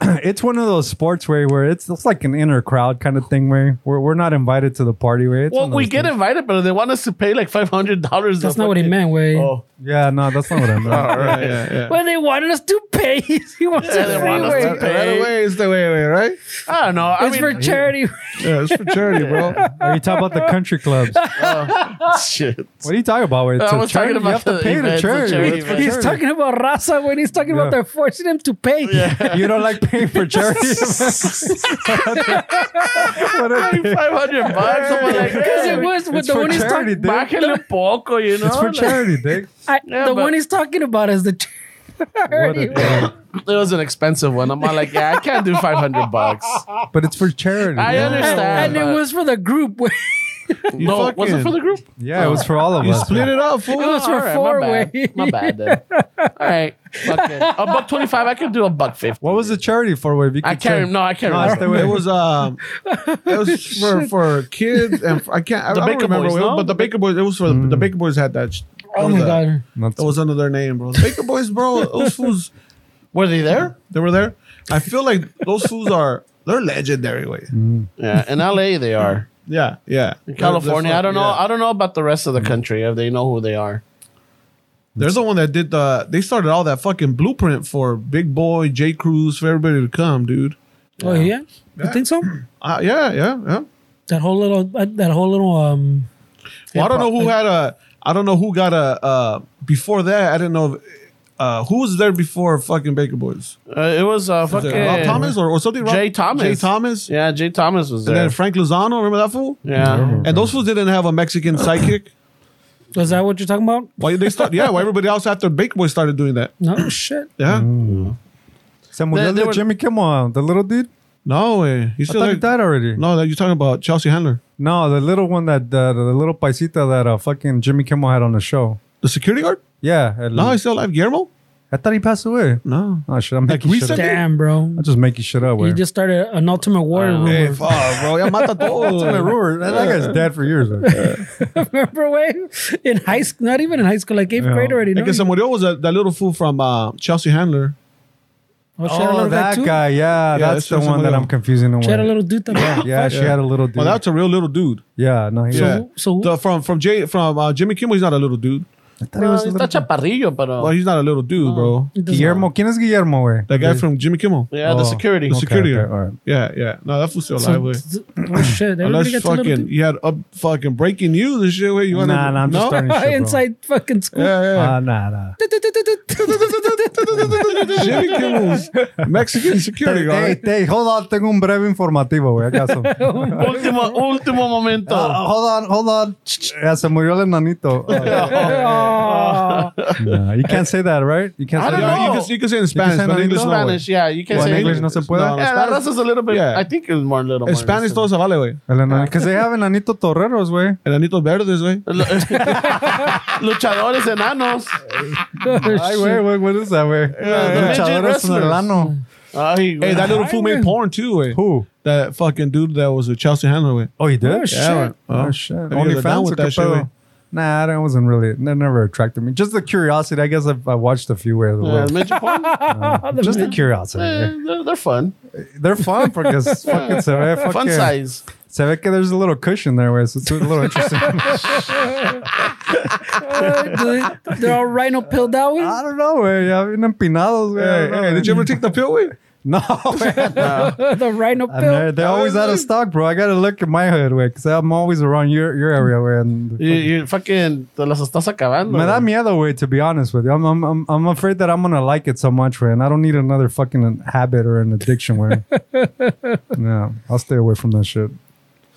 Speaker 2: It's one of those sports where, where it's, it's like an inner crowd kind of thing where we're, we're not invited to the party. Where it's
Speaker 1: Well,
Speaker 2: one of
Speaker 1: we
Speaker 2: those
Speaker 1: get
Speaker 2: things.
Speaker 1: invited, but they want us to pay like five hundred dollars.
Speaker 3: That's not what he meant, way.
Speaker 1: Oh,
Speaker 2: Yeah, no, that's not what
Speaker 1: [laughs]
Speaker 2: I meant.
Speaker 5: Right,
Speaker 3: [laughs]
Speaker 5: yeah, yeah.
Speaker 3: Well, they wanted us to pay. [laughs] he wants
Speaker 1: Yeah,
Speaker 3: a
Speaker 1: they
Speaker 3: free
Speaker 1: want us
Speaker 3: way.
Speaker 1: to
Speaker 3: It's
Speaker 1: pay.
Speaker 5: Right away is the way, way, right?
Speaker 1: I don't know. I mean,
Speaker 3: for charity.
Speaker 5: Yeah, it's for charity, bro.
Speaker 2: Are you talking about the
Speaker 1: [laughs]
Speaker 2: country clubs?
Speaker 1: [laughs]
Speaker 2: What
Speaker 1: shit. [laughs]
Speaker 2: are you talking about? Wait, it's
Speaker 1: I
Speaker 2: a
Speaker 1: was talking
Speaker 2: charity.
Speaker 1: about
Speaker 2: You have to
Speaker 1: the
Speaker 2: pay
Speaker 1: event,
Speaker 2: the
Speaker 1: it's a charity
Speaker 2: charity. It's for
Speaker 1: event.
Speaker 3: [laughs] He's
Speaker 1: [laughs]
Speaker 2: charity.
Speaker 3: talking about Raza when he's talking
Speaker 2: Yeah.
Speaker 3: about they're forcing him to pay.
Speaker 2: You don't like paying for
Speaker 1: [laughs]
Speaker 2: charity. What a dick.
Speaker 1: Five hundred bucks. I'm
Speaker 2: [laughs]
Speaker 1: like,
Speaker 3: Because it
Speaker 1: hey,
Speaker 3: was with
Speaker 2: It's
Speaker 3: the
Speaker 2: for
Speaker 3: one he's
Speaker 2: charity,
Speaker 3: talking.
Speaker 2: dude.
Speaker 1: bájale un poco, you know.
Speaker 2: It's for
Speaker 1: Like,
Speaker 2: charity, Dick.
Speaker 3: I-
Speaker 1: Yeah,
Speaker 3: the
Speaker 1: but-
Speaker 3: one he's talking
Speaker 1: [laughs]
Speaker 3: about is the
Speaker 2: What
Speaker 3: charity.
Speaker 2: a
Speaker 3: way.
Speaker 2: dick.
Speaker 1: It was an expensive one. I'm all like, yeah, I can't do five hundred bucks.
Speaker 2: [laughs] But it's for charity.
Speaker 1: I
Speaker 2: yeah.
Speaker 1: understand.
Speaker 3: and it
Speaker 1: but-
Speaker 3: was for the group. way.
Speaker 1: no, was it
Speaker 5: fucking-
Speaker 1: for the group?
Speaker 2: Yeah, it was for all of
Speaker 5: You
Speaker 2: us.
Speaker 5: split it up, fool.
Speaker 3: It was for
Speaker 1: my
Speaker 3: four
Speaker 1: bad.
Speaker 3: way.
Speaker 1: My bad. Then. All right, fuck it. a buck twenty-five. I could do a buck fifty.
Speaker 2: What was the charity for? Wave? You
Speaker 1: I can't.
Speaker 2: could check.
Speaker 1: rem- No, I can't.
Speaker 2: No,
Speaker 1: remember.
Speaker 2: that's the way.
Speaker 5: It was um,
Speaker 3: [laughs]
Speaker 5: it was for, for kids and for, I can't. I,
Speaker 1: The
Speaker 5: I don't
Speaker 1: Baker
Speaker 5: remember,
Speaker 1: Boys,
Speaker 5: it was-
Speaker 1: no?
Speaker 5: but the Baker Boys. It was for the, the Baker Boys had that. sh-
Speaker 3: Oh my
Speaker 5: that-
Speaker 3: god.
Speaker 2: Not
Speaker 5: It was under their name, bro. The Baker Boys, bro. Those fools,
Speaker 1: Were they there?
Speaker 5: they were there. I feel like those fools are they're legendary. Way.
Speaker 1: Yeah, in LA they are.
Speaker 5: Yeah, yeah.
Speaker 1: In [laughs] California, I don't know. I don't know about the rest of the country if they know who they are.
Speaker 5: There's the one that did the. They started all that fucking blueprint for Big Boy, J. Cruz, for everybody to come, dude.
Speaker 3: Oh yeah, I think so.
Speaker 5: Uh, yeah, yeah, yeah.
Speaker 3: That whole little, uh, that whole little, um,
Speaker 5: Well, I don't know who had a. I don't know who got a. Uh, before that, I didn't know. Uh, who was there before fucking Baker Boys?
Speaker 1: Uh, it was uh,
Speaker 5: Was
Speaker 1: fucking
Speaker 5: it Rob Thomas or, or something? Rob-
Speaker 1: Jay Thomas.
Speaker 5: Jay Thomas.
Speaker 1: Yeah, Jay Thomas was
Speaker 5: And
Speaker 1: there.
Speaker 5: then Frank Lozano. Remember that fool?
Speaker 1: yeah,
Speaker 5: And those fools didn't have a Mexican sidekick.
Speaker 3: is that what you're talking about?
Speaker 5: Why they start? Yeah, why everybody else after Baker Boys started doing that?
Speaker 3: No shit.
Speaker 5: Yeah.
Speaker 2: Se murió
Speaker 1: They-
Speaker 2: el
Speaker 1: they
Speaker 2: de
Speaker 1: were-
Speaker 2: Jimmy Kimmel, the little dude.
Speaker 5: No way.
Speaker 2: I
Speaker 5: He's still
Speaker 2: thought he
Speaker 5: like,
Speaker 2: died already. No,
Speaker 5: no. That you're talking about Chelsea Handler,
Speaker 2: the little one that uh, the little paisita that uh, fucking Jimmy Kimmel had on the show.
Speaker 5: the security guard.
Speaker 2: Yeah, el-
Speaker 5: No, he's still alive. Guillermo.
Speaker 2: I thought he passed away.
Speaker 5: No.
Speaker 2: Oh shit, I'm
Speaker 5: Like
Speaker 2: making shit
Speaker 5: recently?
Speaker 2: up.
Speaker 3: Damn, bro.
Speaker 2: I'm just making shit up.
Speaker 3: You
Speaker 2: Where?
Speaker 3: just started an Ultimate Warrior
Speaker 1: Wow.
Speaker 5: Hey,
Speaker 3: rumor.
Speaker 5: Eh, fuck, bro. Ya mata
Speaker 2: Ultimate
Speaker 5: todo.
Speaker 2: Roar. That that guy's dead for years. man.
Speaker 3: [laughs] Remember when in high school? Not even in high school, like eighth
Speaker 2: Yeah.
Speaker 3: grade already.
Speaker 5: I
Speaker 3: No?
Speaker 5: guess Samuel was a, that little fool from uh, Chelsea Handler.
Speaker 3: oh, she had a
Speaker 2: Oh,
Speaker 3: little guy
Speaker 2: that
Speaker 3: too?
Speaker 2: guy. Yeah,
Speaker 5: Yeah,
Speaker 2: that's
Speaker 5: that's
Speaker 2: the one
Speaker 5: from
Speaker 2: that
Speaker 5: somebody
Speaker 2: I'm
Speaker 5: else.
Speaker 2: confusing him
Speaker 3: She had a
Speaker 2: with.
Speaker 3: little dude. That
Speaker 2: Yeah, she had a little dude.
Speaker 5: Well, that's a real little dude.
Speaker 2: yeah, no, he
Speaker 5: Yeah.
Speaker 2: was.
Speaker 3: So
Speaker 5: The, from from Jay from uh, Jimmy Kimmel, he's not a little dude.
Speaker 2: I thought he
Speaker 1: well,
Speaker 2: was a
Speaker 1: está
Speaker 2: little
Speaker 1: Uh, chaparrillo, but uh,
Speaker 2: Oh.
Speaker 5: Well, he's not a little dude, bro.
Speaker 3: it doesn't-
Speaker 2: Guillermo. ¿Quién es Guillermo, güey?
Speaker 5: That guy from Jimmy Kimmel.
Speaker 1: yeah, the
Speaker 2: Oh.
Speaker 1: security.
Speaker 5: The security
Speaker 2: okay,
Speaker 5: guard.
Speaker 2: all right.
Speaker 5: Yeah, yeah. No, that fool's still alive.
Speaker 3: So,
Speaker 5: way.
Speaker 2: [laughs]
Speaker 3: oh shit! Everybody
Speaker 5: Unless
Speaker 3: gets a little
Speaker 5: fucking
Speaker 3: dude.
Speaker 5: he had up fucking breaking news and shit. Wait, you want
Speaker 2: Nah, nah, I'm just
Speaker 3: [laughs]
Speaker 2: starting shit, bro.
Speaker 3: Inside fucking school.
Speaker 5: [laughs] Yeah,
Speaker 1: Eh.
Speaker 5: yeah.
Speaker 2: Ah, nah, nah.
Speaker 5: Jimmy
Speaker 2: [laughs]
Speaker 5: Kimmel's Mexican security
Speaker 2: Hey,
Speaker 5: guard.
Speaker 2: hey, hold on. Tengo un breve informativo, güey. I got
Speaker 1: [laughs]
Speaker 2: some.
Speaker 1: último, último momento.
Speaker 2: Uh, hold on, hold on. Yeah, se murió
Speaker 1: [laughs]
Speaker 2: el enanito. Oh,
Speaker 3: [laughs] Oh.
Speaker 2: nah, you can't say that, right? You can't
Speaker 1: I
Speaker 2: say
Speaker 1: don't
Speaker 2: that.
Speaker 1: know.
Speaker 5: You can, you can say in Spanish,
Speaker 2: say it
Speaker 5: but
Speaker 2: in
Speaker 5: in English, no way.
Speaker 1: Spanish, yeah, you can
Speaker 2: Well,
Speaker 1: say
Speaker 2: in English no se puede. Eh,
Speaker 5: No,
Speaker 1: Yeah,
Speaker 5: Spanish-
Speaker 1: that's just a little bit.
Speaker 5: Yeah.
Speaker 1: I think it's more a little.
Speaker 5: In
Speaker 1: more
Speaker 5: Spanish,
Speaker 1: [laughs]
Speaker 5: todo se vale, güey.
Speaker 2: Because they have enanito torreros, güey.
Speaker 5: El Anito Verdes, güey.
Speaker 1: luchadores enanos.
Speaker 2: [laughs] Ay, güey, güey, what is that, güey?
Speaker 1: yeah.
Speaker 2: Luchadores
Speaker 1: Midget
Speaker 2: enano.
Speaker 1: Ay,
Speaker 5: Hey,
Speaker 1: güey.
Speaker 5: that little fool made porn too, güey.
Speaker 2: Who?
Speaker 5: That fucking dude that was a Chelsea handler, güey.
Speaker 2: Oh, he did?
Speaker 3: Oh, shit.
Speaker 5: Yeah, güey.
Speaker 2: Oh, shit.
Speaker 5: you
Speaker 2: Only
Speaker 5: ever done
Speaker 2: fans
Speaker 5: with
Speaker 2: or
Speaker 5: that
Speaker 2: that
Speaker 5: shit,
Speaker 1: eh.
Speaker 5: güey?
Speaker 2: Nah, that wasn't really, that never attracted me. Just the curiosity. I guess I've, I watched a few ways.
Speaker 1: Yeah, midget porn.
Speaker 2: Just the curiosity.
Speaker 1: Eh,
Speaker 2: güey.
Speaker 1: they're, they're fun.
Speaker 2: They're fun because
Speaker 1: [laughs]
Speaker 2: fucking se ve fucking.
Speaker 1: Fun size.
Speaker 2: Se ve que there's a little cushion there, güey. So it's a little
Speaker 5: [laughs]
Speaker 2: interesting.
Speaker 3: They- They're all rhino pilled out.
Speaker 2: I don't know, güey. Ya bien empinados, güey. I
Speaker 5: Hey,
Speaker 2: don't know,
Speaker 5: hey,
Speaker 2: güey.
Speaker 5: did you ever take the pill, güey?
Speaker 2: [laughs] No,
Speaker 5: [laughs]
Speaker 2: man.
Speaker 3: with? the rhino
Speaker 2: I'm there.
Speaker 3: pill.
Speaker 2: They're always out of stock, bro. I gotta look at my hood, way, because I'm always around your your area, way. And
Speaker 1: You, you fucking te las estás acabando.
Speaker 2: me da
Speaker 1: güey.
Speaker 2: miedo, way. To be honest with you, I'm I'm I'm, I'm afraid that I'm gonna like it so much, way, and I don't need another fucking habit or an addiction, way.
Speaker 5: [laughs]
Speaker 2: no, I'll stay away from that shit. [laughs]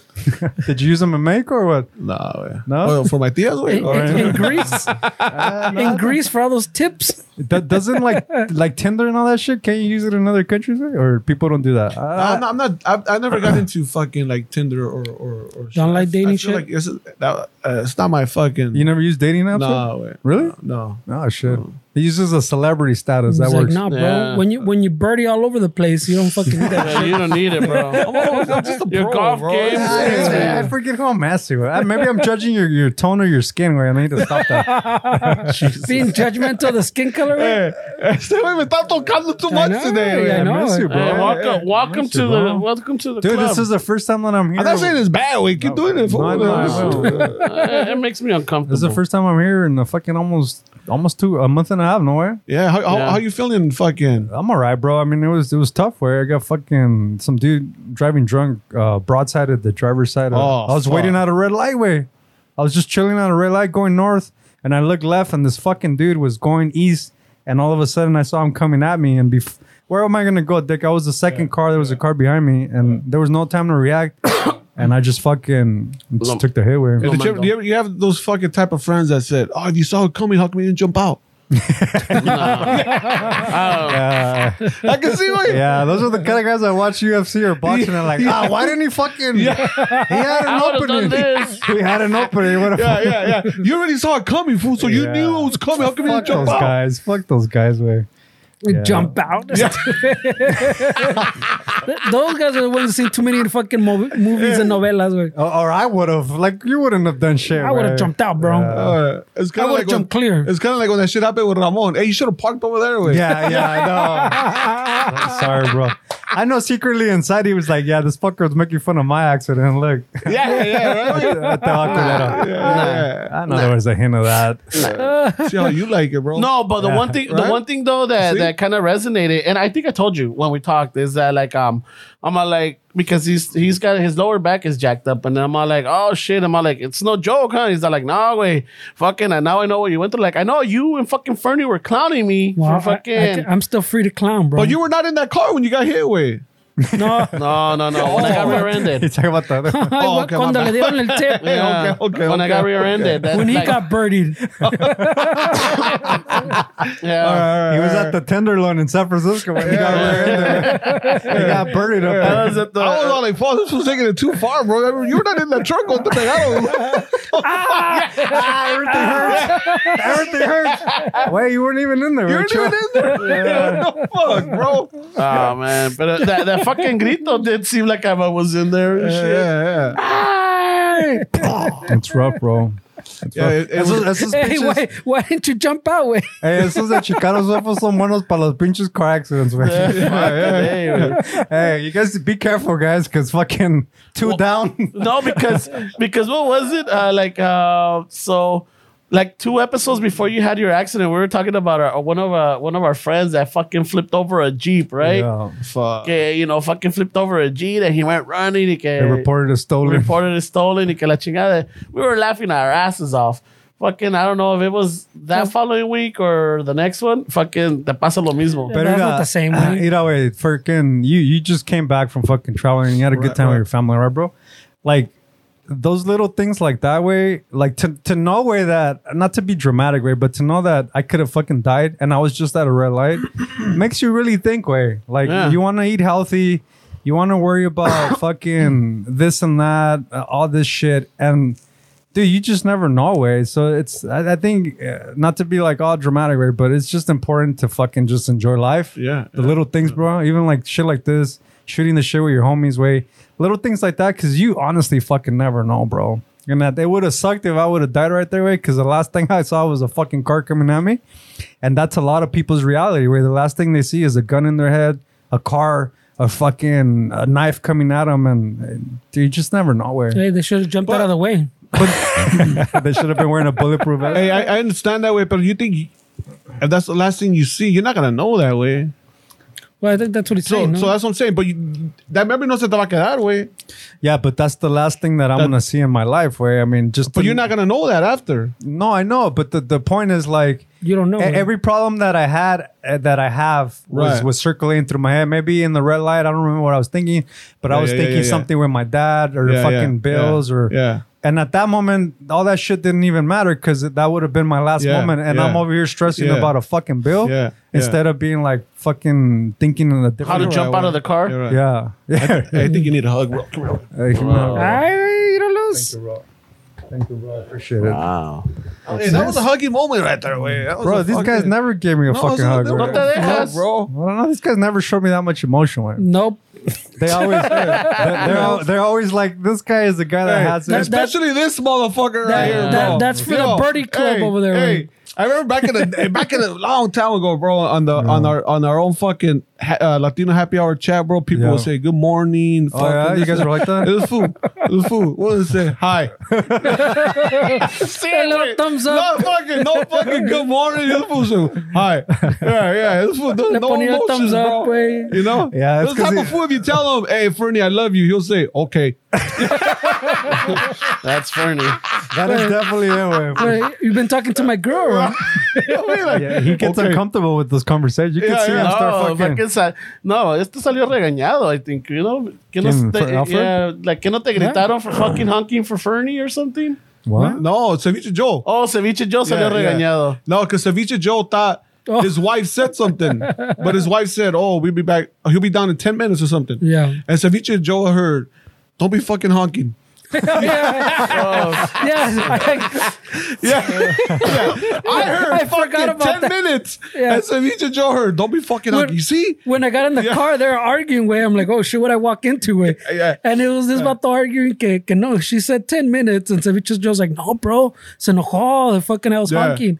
Speaker 2: Did you use them in Mexico or what?
Speaker 5: Nah, güey.
Speaker 2: No?
Speaker 5: Well, Oh, for my tías, güey.
Speaker 3: In,
Speaker 5: Or-
Speaker 3: in,
Speaker 2: [laughs]
Speaker 3: in Greece,
Speaker 2: Uh,
Speaker 3: in Greece for all those tips.
Speaker 2: That doesn't
Speaker 3: [laughs]
Speaker 2: like like Tinder and all that shit. Can you use it in other countries, way? or people don't do that? Uh,
Speaker 3: ah.
Speaker 5: I'm not. I'm not I've, I never got into fucking like Tinder or or, or shit.
Speaker 3: Don't like
Speaker 5: I- I
Speaker 3: dating shit?
Speaker 5: feel Like it's, that, uh, it's not my fucking.
Speaker 2: you never use dating apps?
Speaker 5: nah, güey.
Speaker 2: Really?
Speaker 5: No.
Speaker 2: Oh shit. He uses a celebrity status.
Speaker 3: It's
Speaker 2: That [laughs]
Speaker 3: like,
Speaker 2: works.
Speaker 3: nah, bro.
Speaker 1: Yeah.
Speaker 3: When you when you birdie all over the place, you don't fucking need
Speaker 1: [laughs]
Speaker 3: that
Speaker 1: Yeah, you don't need it,
Speaker 2: [laughs]
Speaker 1: bro. Your golf game.
Speaker 2: Yeah, yeah, I forget how messy. I, maybe I'm judging your, your tone or your skin. Where I need to stop
Speaker 3: [laughs]
Speaker 2: that.
Speaker 3: shit. Being jjudgmental, of the skin color.
Speaker 5: Hey, este güey me está tocando too
Speaker 3: I
Speaker 5: much
Speaker 3: know,
Speaker 5: today.
Speaker 3: yeah,
Speaker 5: güey.
Speaker 2: I,
Speaker 3: I know.
Speaker 2: miss you, bro.
Speaker 1: Hey, welcome, welcome
Speaker 2: Nice,
Speaker 1: to the
Speaker 2: bro.
Speaker 1: welcome to the
Speaker 2: Dude,
Speaker 1: club.
Speaker 2: this is the first time that I'm here.
Speaker 5: I'm not saying it's bad, güey. Keep doing it.
Speaker 2: No,
Speaker 5: fool.
Speaker 2: I know, I
Speaker 5: [laughs]
Speaker 2: know.
Speaker 1: Uh, it makes me uncomfortable.
Speaker 2: this is the first time I'm here in a fucking almost almost two a month and a half. Nowhere.
Speaker 5: Yeah. How, how,
Speaker 1: Yeah.
Speaker 5: how you feeling? Fucking.
Speaker 2: I'm all right, bro. I mean, it was it was tough. Where I got fucking some dude driving drunk, uh, broadsided the driver's side. Of,
Speaker 5: Oh,
Speaker 2: I was
Speaker 5: fuck.
Speaker 2: waiting at a red light. Way, I was just chilling at a red light going north, and I looked left, and this fucking dude was going east, and all of a sudden I saw him coming at me, and bef- where am I gonna go, Dick? I was the second car. There was a car behind me, and there was no time to react, [coughs] and I just fucking just
Speaker 1: Lump.
Speaker 2: took the hit. Way.
Speaker 5: Did you, ever, do you, ever, you have those fucking type of friends that said, "Oh, you saw it coming. How come you didn't jump out?"
Speaker 1: Uh,
Speaker 2: Yeah,
Speaker 5: I can see why.
Speaker 2: Uh, yeah, those are the kind of guys that watch UFC or boxing and like, ah, why didn't he fucking? He had an
Speaker 1: I would've done
Speaker 2: opening. [laughs]
Speaker 1: this.
Speaker 2: He had an opening. He would've
Speaker 5: Yeah, yeah, yeah. You already saw it coming, fool. So you
Speaker 2: Yeah.
Speaker 5: knew it was coming. How come you
Speaker 2: Fuck
Speaker 5: didn't
Speaker 2: those
Speaker 5: jump out?
Speaker 2: guys. Fuck those guys, way.
Speaker 3: Jump out. Th- [laughs] Those guys are the ones that seen too many fucking mov- movies and novelas, güey.
Speaker 2: Or, or I would have. Like, you wouldn't have done shit.
Speaker 3: I would have
Speaker 2: right?
Speaker 3: jumped out, bro.
Speaker 5: Uh, it's
Speaker 3: I
Speaker 5: kind
Speaker 3: would've
Speaker 5: of like when-
Speaker 3: jumped clear.
Speaker 5: It's kind of like when that shit happened with Ramon. Hey, you should have parked over there. With.
Speaker 2: Yeah, yeah, I
Speaker 5: [laughs]
Speaker 2: know. Sorry, bro. I know secretly inside he was like, yeah, this fucker was making fun of my accident. Look, [laughs]
Speaker 5: yeah, yeah, yeah,
Speaker 2: I
Speaker 5: right.
Speaker 2: th- I thought that up.
Speaker 5: Yeah,
Speaker 2: I know there was a hint of that. [laughs]
Speaker 5: yeah. See how you like it, bro.
Speaker 1: No, but the one thing, the
Speaker 5: Right?
Speaker 1: one thing though that
Speaker 5: See?
Speaker 1: that kind of resonated, and I think I told you when we talked is that like um, I'm all like because he's he's got his lower back is jacked up, and I'm all like oh shit, I'm all like it's no joke, huh? He's all like nah, way, fucking, and now I know what you went through. Like I know you and fucking Fernie were clowning me
Speaker 3: Well, I-
Speaker 1: for fucking.
Speaker 3: I, am still free to clown, bro.
Speaker 5: but you were not in that car when you got hit. With.
Speaker 3: no.
Speaker 1: no, no, no. When I got
Speaker 2: You
Speaker 1: rear-ended,
Speaker 2: talking about the [laughs] other one?
Speaker 3: Ay,
Speaker 5: Oh,
Speaker 3: güey,
Speaker 5: okay, my
Speaker 3: cuando
Speaker 5: bad.
Speaker 3: le dieron el tip,
Speaker 1: [laughs] Yeah.
Speaker 5: okay, [laughs] okay,
Speaker 1: When I got
Speaker 5: okay,
Speaker 1: rear-ended, that's
Speaker 3: when he
Speaker 1: like-
Speaker 3: got birdied.
Speaker 1: yeah.
Speaker 2: He was at the Tenderloin in San Francisco when he got rear-ended. He got buried up
Speaker 1: I
Speaker 2: there.
Speaker 1: was at the-
Speaker 5: [laughs] I was all like, "Fuck, this was taking it too far, bro. You were not in that truck with the Pegado."
Speaker 2: Ah, everything hurts. Everything hurts. Wait, you weren't even in there.
Speaker 5: [laughs] You
Speaker 2: were
Speaker 5: weren't even in there. [laughs] No fuck, bro.
Speaker 1: Oh man, but uh, that, that fucking grito did seem like I was in there. And shit.
Speaker 5: yeah, yeah.
Speaker 2: It's rough, bro. It's
Speaker 5: Yeah,
Speaker 2: rough.
Speaker 5: it- it
Speaker 2: Esos-
Speaker 5: was-
Speaker 2: esos
Speaker 3: [laughs] hey,
Speaker 2: pinches-
Speaker 3: why, why didn't you jump out, güey?
Speaker 2: Hey, esos de Chicanos Huevos son buenos para los pinches car accidents, güey. [laughs] Hey, you guys be careful, guys, because fucking two down.
Speaker 1: No, because because what was it? Uh, like uh, so, like two episodes before you had your accident, we were talking about our one of uh, one of our friends that fucking flipped over a jeep, right?
Speaker 2: Yeah.
Speaker 5: Fuck.
Speaker 1: Que, you know, fucking flipped over a jeep and he went running. And que,
Speaker 2: They reported a stolen.
Speaker 1: reported it stolen. And que la chingada. We were laughing our asses off. Fucking, I don't know if it was that following week or the next one. Fucking, te pasa lo mismo.
Speaker 3: But- That's not the same, güey.
Speaker 2: You know, wait, ah, fucking, you you just came back from fucking traveling. You had a good
Speaker 5: Right,
Speaker 2: time
Speaker 5: right.
Speaker 2: with your family, right, bro? Like those little things like that way, like to to know way that not to be dramatic way, but to know that I could have fucking died and I was just at a red
Speaker 5: [coughs]
Speaker 2: light, makes you really think way. Like
Speaker 1: Yeah.
Speaker 2: you want to eat healthy, you want to worry about [coughs] fucking this and that, uh, all this shit, and dude, you just never know, way. So it's, I, I think, uh, not to be like all dramatic, way, but it's just important to fucking just enjoy life.
Speaker 5: Yeah,
Speaker 2: the little things, bro. Even like shit like this, shooting the shit with your homies, way. Little things like that, because you honestly fucking never know, bro. And that they would have sucked if I would have died right there, way. Because the last thing I saw was a fucking car coming at me, and that's a lot of people's reality. Where the last thing they see is a gun in their head, a car. A fucking a knife coming at them, and, and dude, you just never know where.
Speaker 3: Hey, they should have jumped out of the way.
Speaker 2: they should have been wearing a bulletproof vest.
Speaker 5: Hey, I, I understand that way, but you think if that's the last thing you see, you're not gonna know that way.
Speaker 3: Well, I think that's what he's
Speaker 5: So,
Speaker 3: saying. no?
Speaker 5: so that's what I'm saying. But you, that memory no se te va a quedar, way.
Speaker 2: Yeah, but that's the last thing that I'm gonna see in my life. Where I mean, just
Speaker 5: But
Speaker 2: to-
Speaker 5: you're not gonna know that after.
Speaker 2: No, I know, but the, the point is like
Speaker 3: you don't know.
Speaker 2: e-
Speaker 3: güey.
Speaker 2: every problem that I had uh, that I have was
Speaker 5: Right.
Speaker 2: was circulating through my head. Maybe in the red light, I don't remember what I was thinking, but I
Speaker 5: Yeah,
Speaker 2: was
Speaker 5: yeah, yeah,
Speaker 2: thinking
Speaker 5: yeah, yeah.
Speaker 2: something with my dad or
Speaker 5: Yeah,
Speaker 2: fucking
Speaker 5: yeah,
Speaker 2: bills
Speaker 5: yeah,
Speaker 2: or
Speaker 5: yeah.
Speaker 2: And at that moment, all that shit didn't even matter because that would have been my last
Speaker 5: Yeah,
Speaker 2: moment. And
Speaker 5: yeah,
Speaker 2: I'm over here stressing
Speaker 5: yeah.
Speaker 2: about a fucking bill
Speaker 5: Yeah, yeah.
Speaker 2: instead of being like fucking thinking in a different.
Speaker 1: How to
Speaker 2: way.
Speaker 1: jump out of the car?
Speaker 5: You're right.
Speaker 2: Yeah, [laughs] yeah.
Speaker 5: Hey, I think you need a hug, bro. Come here.
Speaker 2: Like, no.
Speaker 3: Ay, güey, you don't lose.
Speaker 2: Thank you, bro. I appreciate it.
Speaker 1: Wow.
Speaker 5: Hey, that was a huggy moment right there, way. That was
Speaker 2: Bro,
Speaker 5: a
Speaker 2: these guys
Speaker 5: fucking-
Speaker 2: never gave me a
Speaker 5: No,
Speaker 2: fucking
Speaker 5: so-
Speaker 2: hug.
Speaker 5: no,
Speaker 2: bro.
Speaker 1: te dejas.
Speaker 5: bro.
Speaker 2: I don't know. These guys never showed me that much emotion. man.
Speaker 3: Nope.
Speaker 2: [laughs] They always, they're, they're, al- they're always like, this guy is the guy that
Speaker 5: Hey,
Speaker 2: has
Speaker 3: that's-
Speaker 2: it.
Speaker 5: especially this motherfucker
Speaker 3: That-
Speaker 5: right here,
Speaker 3: that-
Speaker 5: bro.
Speaker 3: that's for the
Speaker 5: Yo,
Speaker 3: birdie club
Speaker 5: hey,
Speaker 3: over there,
Speaker 5: Hey,
Speaker 3: man.
Speaker 5: I remember back in the [laughs] back in a long time ago, bro, on the on our on our own fucking ha- uh, Latino happy hour chat, bro. People
Speaker 2: Yeah.
Speaker 5: would say good morning.
Speaker 2: Oh, yeah?
Speaker 5: fucking-
Speaker 2: You guys were like
Speaker 5: It
Speaker 2: that?
Speaker 5: was food. It was food. What was it? Hi. [laughs]
Speaker 1: See,
Speaker 3: A little
Speaker 1: wait.
Speaker 3: thumbs up.
Speaker 5: No fucking, no fucking good morning. This fool said, hi. Yeah, yeah. This fool, no,
Speaker 3: Le
Speaker 5: no
Speaker 3: ponía
Speaker 5: emotions,
Speaker 3: thumbs up,
Speaker 5: bro.
Speaker 3: güey. [laughs]
Speaker 5: You know?
Speaker 2: Yeah, it's
Speaker 5: This type
Speaker 2: 'cause
Speaker 5: of
Speaker 2: he-
Speaker 5: fool, if you tell him, hey, Fernie, I love you, he'll say, okay.
Speaker 1: That's Fernie.
Speaker 2: That is definitely it. Way.
Speaker 3: Güey, You've been talking to my
Speaker 5: [laughs]
Speaker 3: girl, bro.
Speaker 2: Yeah, he gets
Speaker 5: Okay.
Speaker 2: uncomfortable with this conversation. You can
Speaker 5: Yeah,
Speaker 2: see
Speaker 5: yeah.
Speaker 2: him
Speaker 1: No,
Speaker 2: start fucking.
Speaker 1: Oh, fucking sa- no, este salió regañado, I think, you know? Que no
Speaker 2: ¿Quién?
Speaker 1: te,
Speaker 2: Fer- Alfred?
Speaker 1: yeah, like, que no te
Speaker 3: Yeah.
Speaker 1: gritaron for fucking honking for Fernie or something?
Speaker 5: [laughs]
Speaker 2: What?
Speaker 5: No, Ceviche Joe.
Speaker 1: Oh, Ceviche Joe salió
Speaker 5: Yeah, yeah.
Speaker 1: regañado.
Speaker 5: No, because Ceviche Joe thought
Speaker 3: Oh.
Speaker 5: his wife said something, but his wife said, "Oh, we'll be [laughs] back. He'll be down in ten minutes or something."
Speaker 3: Yeah.
Speaker 5: And Ceviche Joe heard, "Don't be fucking honking." [laughs]
Speaker 3: yeah,
Speaker 1: Oh,
Speaker 3: [laughs] I,
Speaker 5: Yeah. [laughs] I heard
Speaker 3: I
Speaker 5: fucking
Speaker 3: forgot about
Speaker 5: 10
Speaker 3: that.
Speaker 5: minutes.
Speaker 3: Yeah.
Speaker 5: And Ceviche Joe heard, don't be fucking
Speaker 3: We're-
Speaker 5: up. You see?
Speaker 3: when I got in the car, they were arguing. Way I'm like, oh shit, what I walk into it.
Speaker 5: Yeah.
Speaker 3: And it was this about the arguing cake. And no, she said ten minutes, and Ceviche Joe's like, no, bro, se enojó. The fucking I was
Speaker 5: Yeah.
Speaker 3: honking.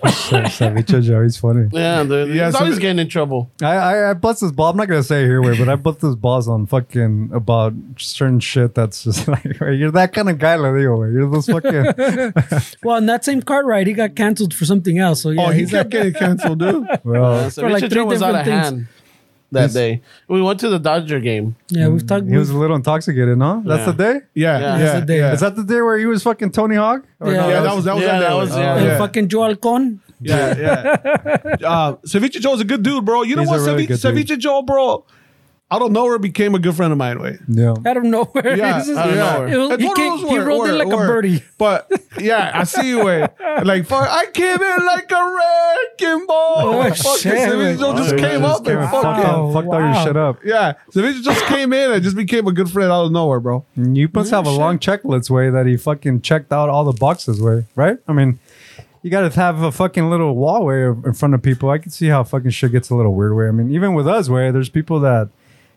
Speaker 2: Ceviche Joe, he's funny.
Speaker 1: yeah, dude.
Speaker 5: Yeah,
Speaker 1: he's
Speaker 5: so
Speaker 1: always
Speaker 5: the-
Speaker 1: getting in trouble.
Speaker 2: I, I, I bust his ball. I'm not gonna say it here, wait, but I bust his balls on fucking about certain shit that's just [laughs] like wait, you're that kind of guy, le digo, wait, You're this fucking.
Speaker 3: Well, in that same car ride, he got canceled for something else. So yeah,
Speaker 5: oh,
Speaker 3: he's
Speaker 5: he's not getting canceled, dude.
Speaker 1: Yeah,
Speaker 2: well,
Speaker 1: so
Speaker 3: For like
Speaker 1: Richard
Speaker 3: three
Speaker 1: Joe was out of
Speaker 3: different things.
Speaker 1: hand that day. We went to the Dodger game.
Speaker 3: yeah, we've talked.
Speaker 2: he was a little intoxicated, no? That's
Speaker 1: Yeah.
Speaker 2: the day.
Speaker 1: Yeah.
Speaker 5: Yeah. Yeah.
Speaker 1: That's
Speaker 5: yeah,
Speaker 3: the day.
Speaker 5: yeah.
Speaker 2: Is that the day where he was fucking Tony Hawk? Or
Speaker 3: Yeah.
Speaker 5: yeah, that was that was
Speaker 1: Yeah,
Speaker 5: that,
Speaker 1: that
Speaker 5: day.
Speaker 1: was-
Speaker 5: Oh,
Speaker 1: yeah.
Speaker 3: and
Speaker 5: yeah.
Speaker 3: fucking Joe Alcon.
Speaker 5: Yeah, yeah. uh, Ceviche Joe's a good dude, bro. You know
Speaker 2: He's a
Speaker 5: what,
Speaker 2: really
Speaker 5: Ceviche,
Speaker 2: good dude.
Speaker 5: Ceviche Joe, bro? Out of nowhere became a good friend of mine. Way.
Speaker 2: Yeah.
Speaker 3: out of nowhere. [laughs]
Speaker 5: Yeah,
Speaker 3: It's just-
Speaker 1: out of nowhere.
Speaker 3: it was-
Speaker 5: It's
Speaker 3: he,
Speaker 5: one of
Speaker 3: came,
Speaker 5: those
Speaker 3: he
Speaker 5: word-
Speaker 3: rolled in
Speaker 5: word-
Speaker 3: like a
Speaker 5: word.
Speaker 3: birdie.
Speaker 5: [laughs] But yeah, I see you. Way. Like fuck, I came in like a wrecking ball.
Speaker 3: Oh,
Speaker 5: Fucking
Speaker 3: shit,
Speaker 5: Ceviche Joe
Speaker 3: man.
Speaker 5: just
Speaker 2: Ceviche
Speaker 5: came
Speaker 2: Oh, just
Speaker 5: up and
Speaker 2: and
Speaker 5: fucking.
Speaker 2: fucked, all-
Speaker 3: Wow.
Speaker 2: fucked all your shit up.
Speaker 5: Yeah, Ceviche just came in and just became a good friend out of nowhere, bro.
Speaker 2: You must have a long checklist way that he fucking checked out all the boxes way, right? I mean, you got to have a fucking little wall way in front of people. I can see how fucking shit gets a little weird way. I mean, even with us way, there's people that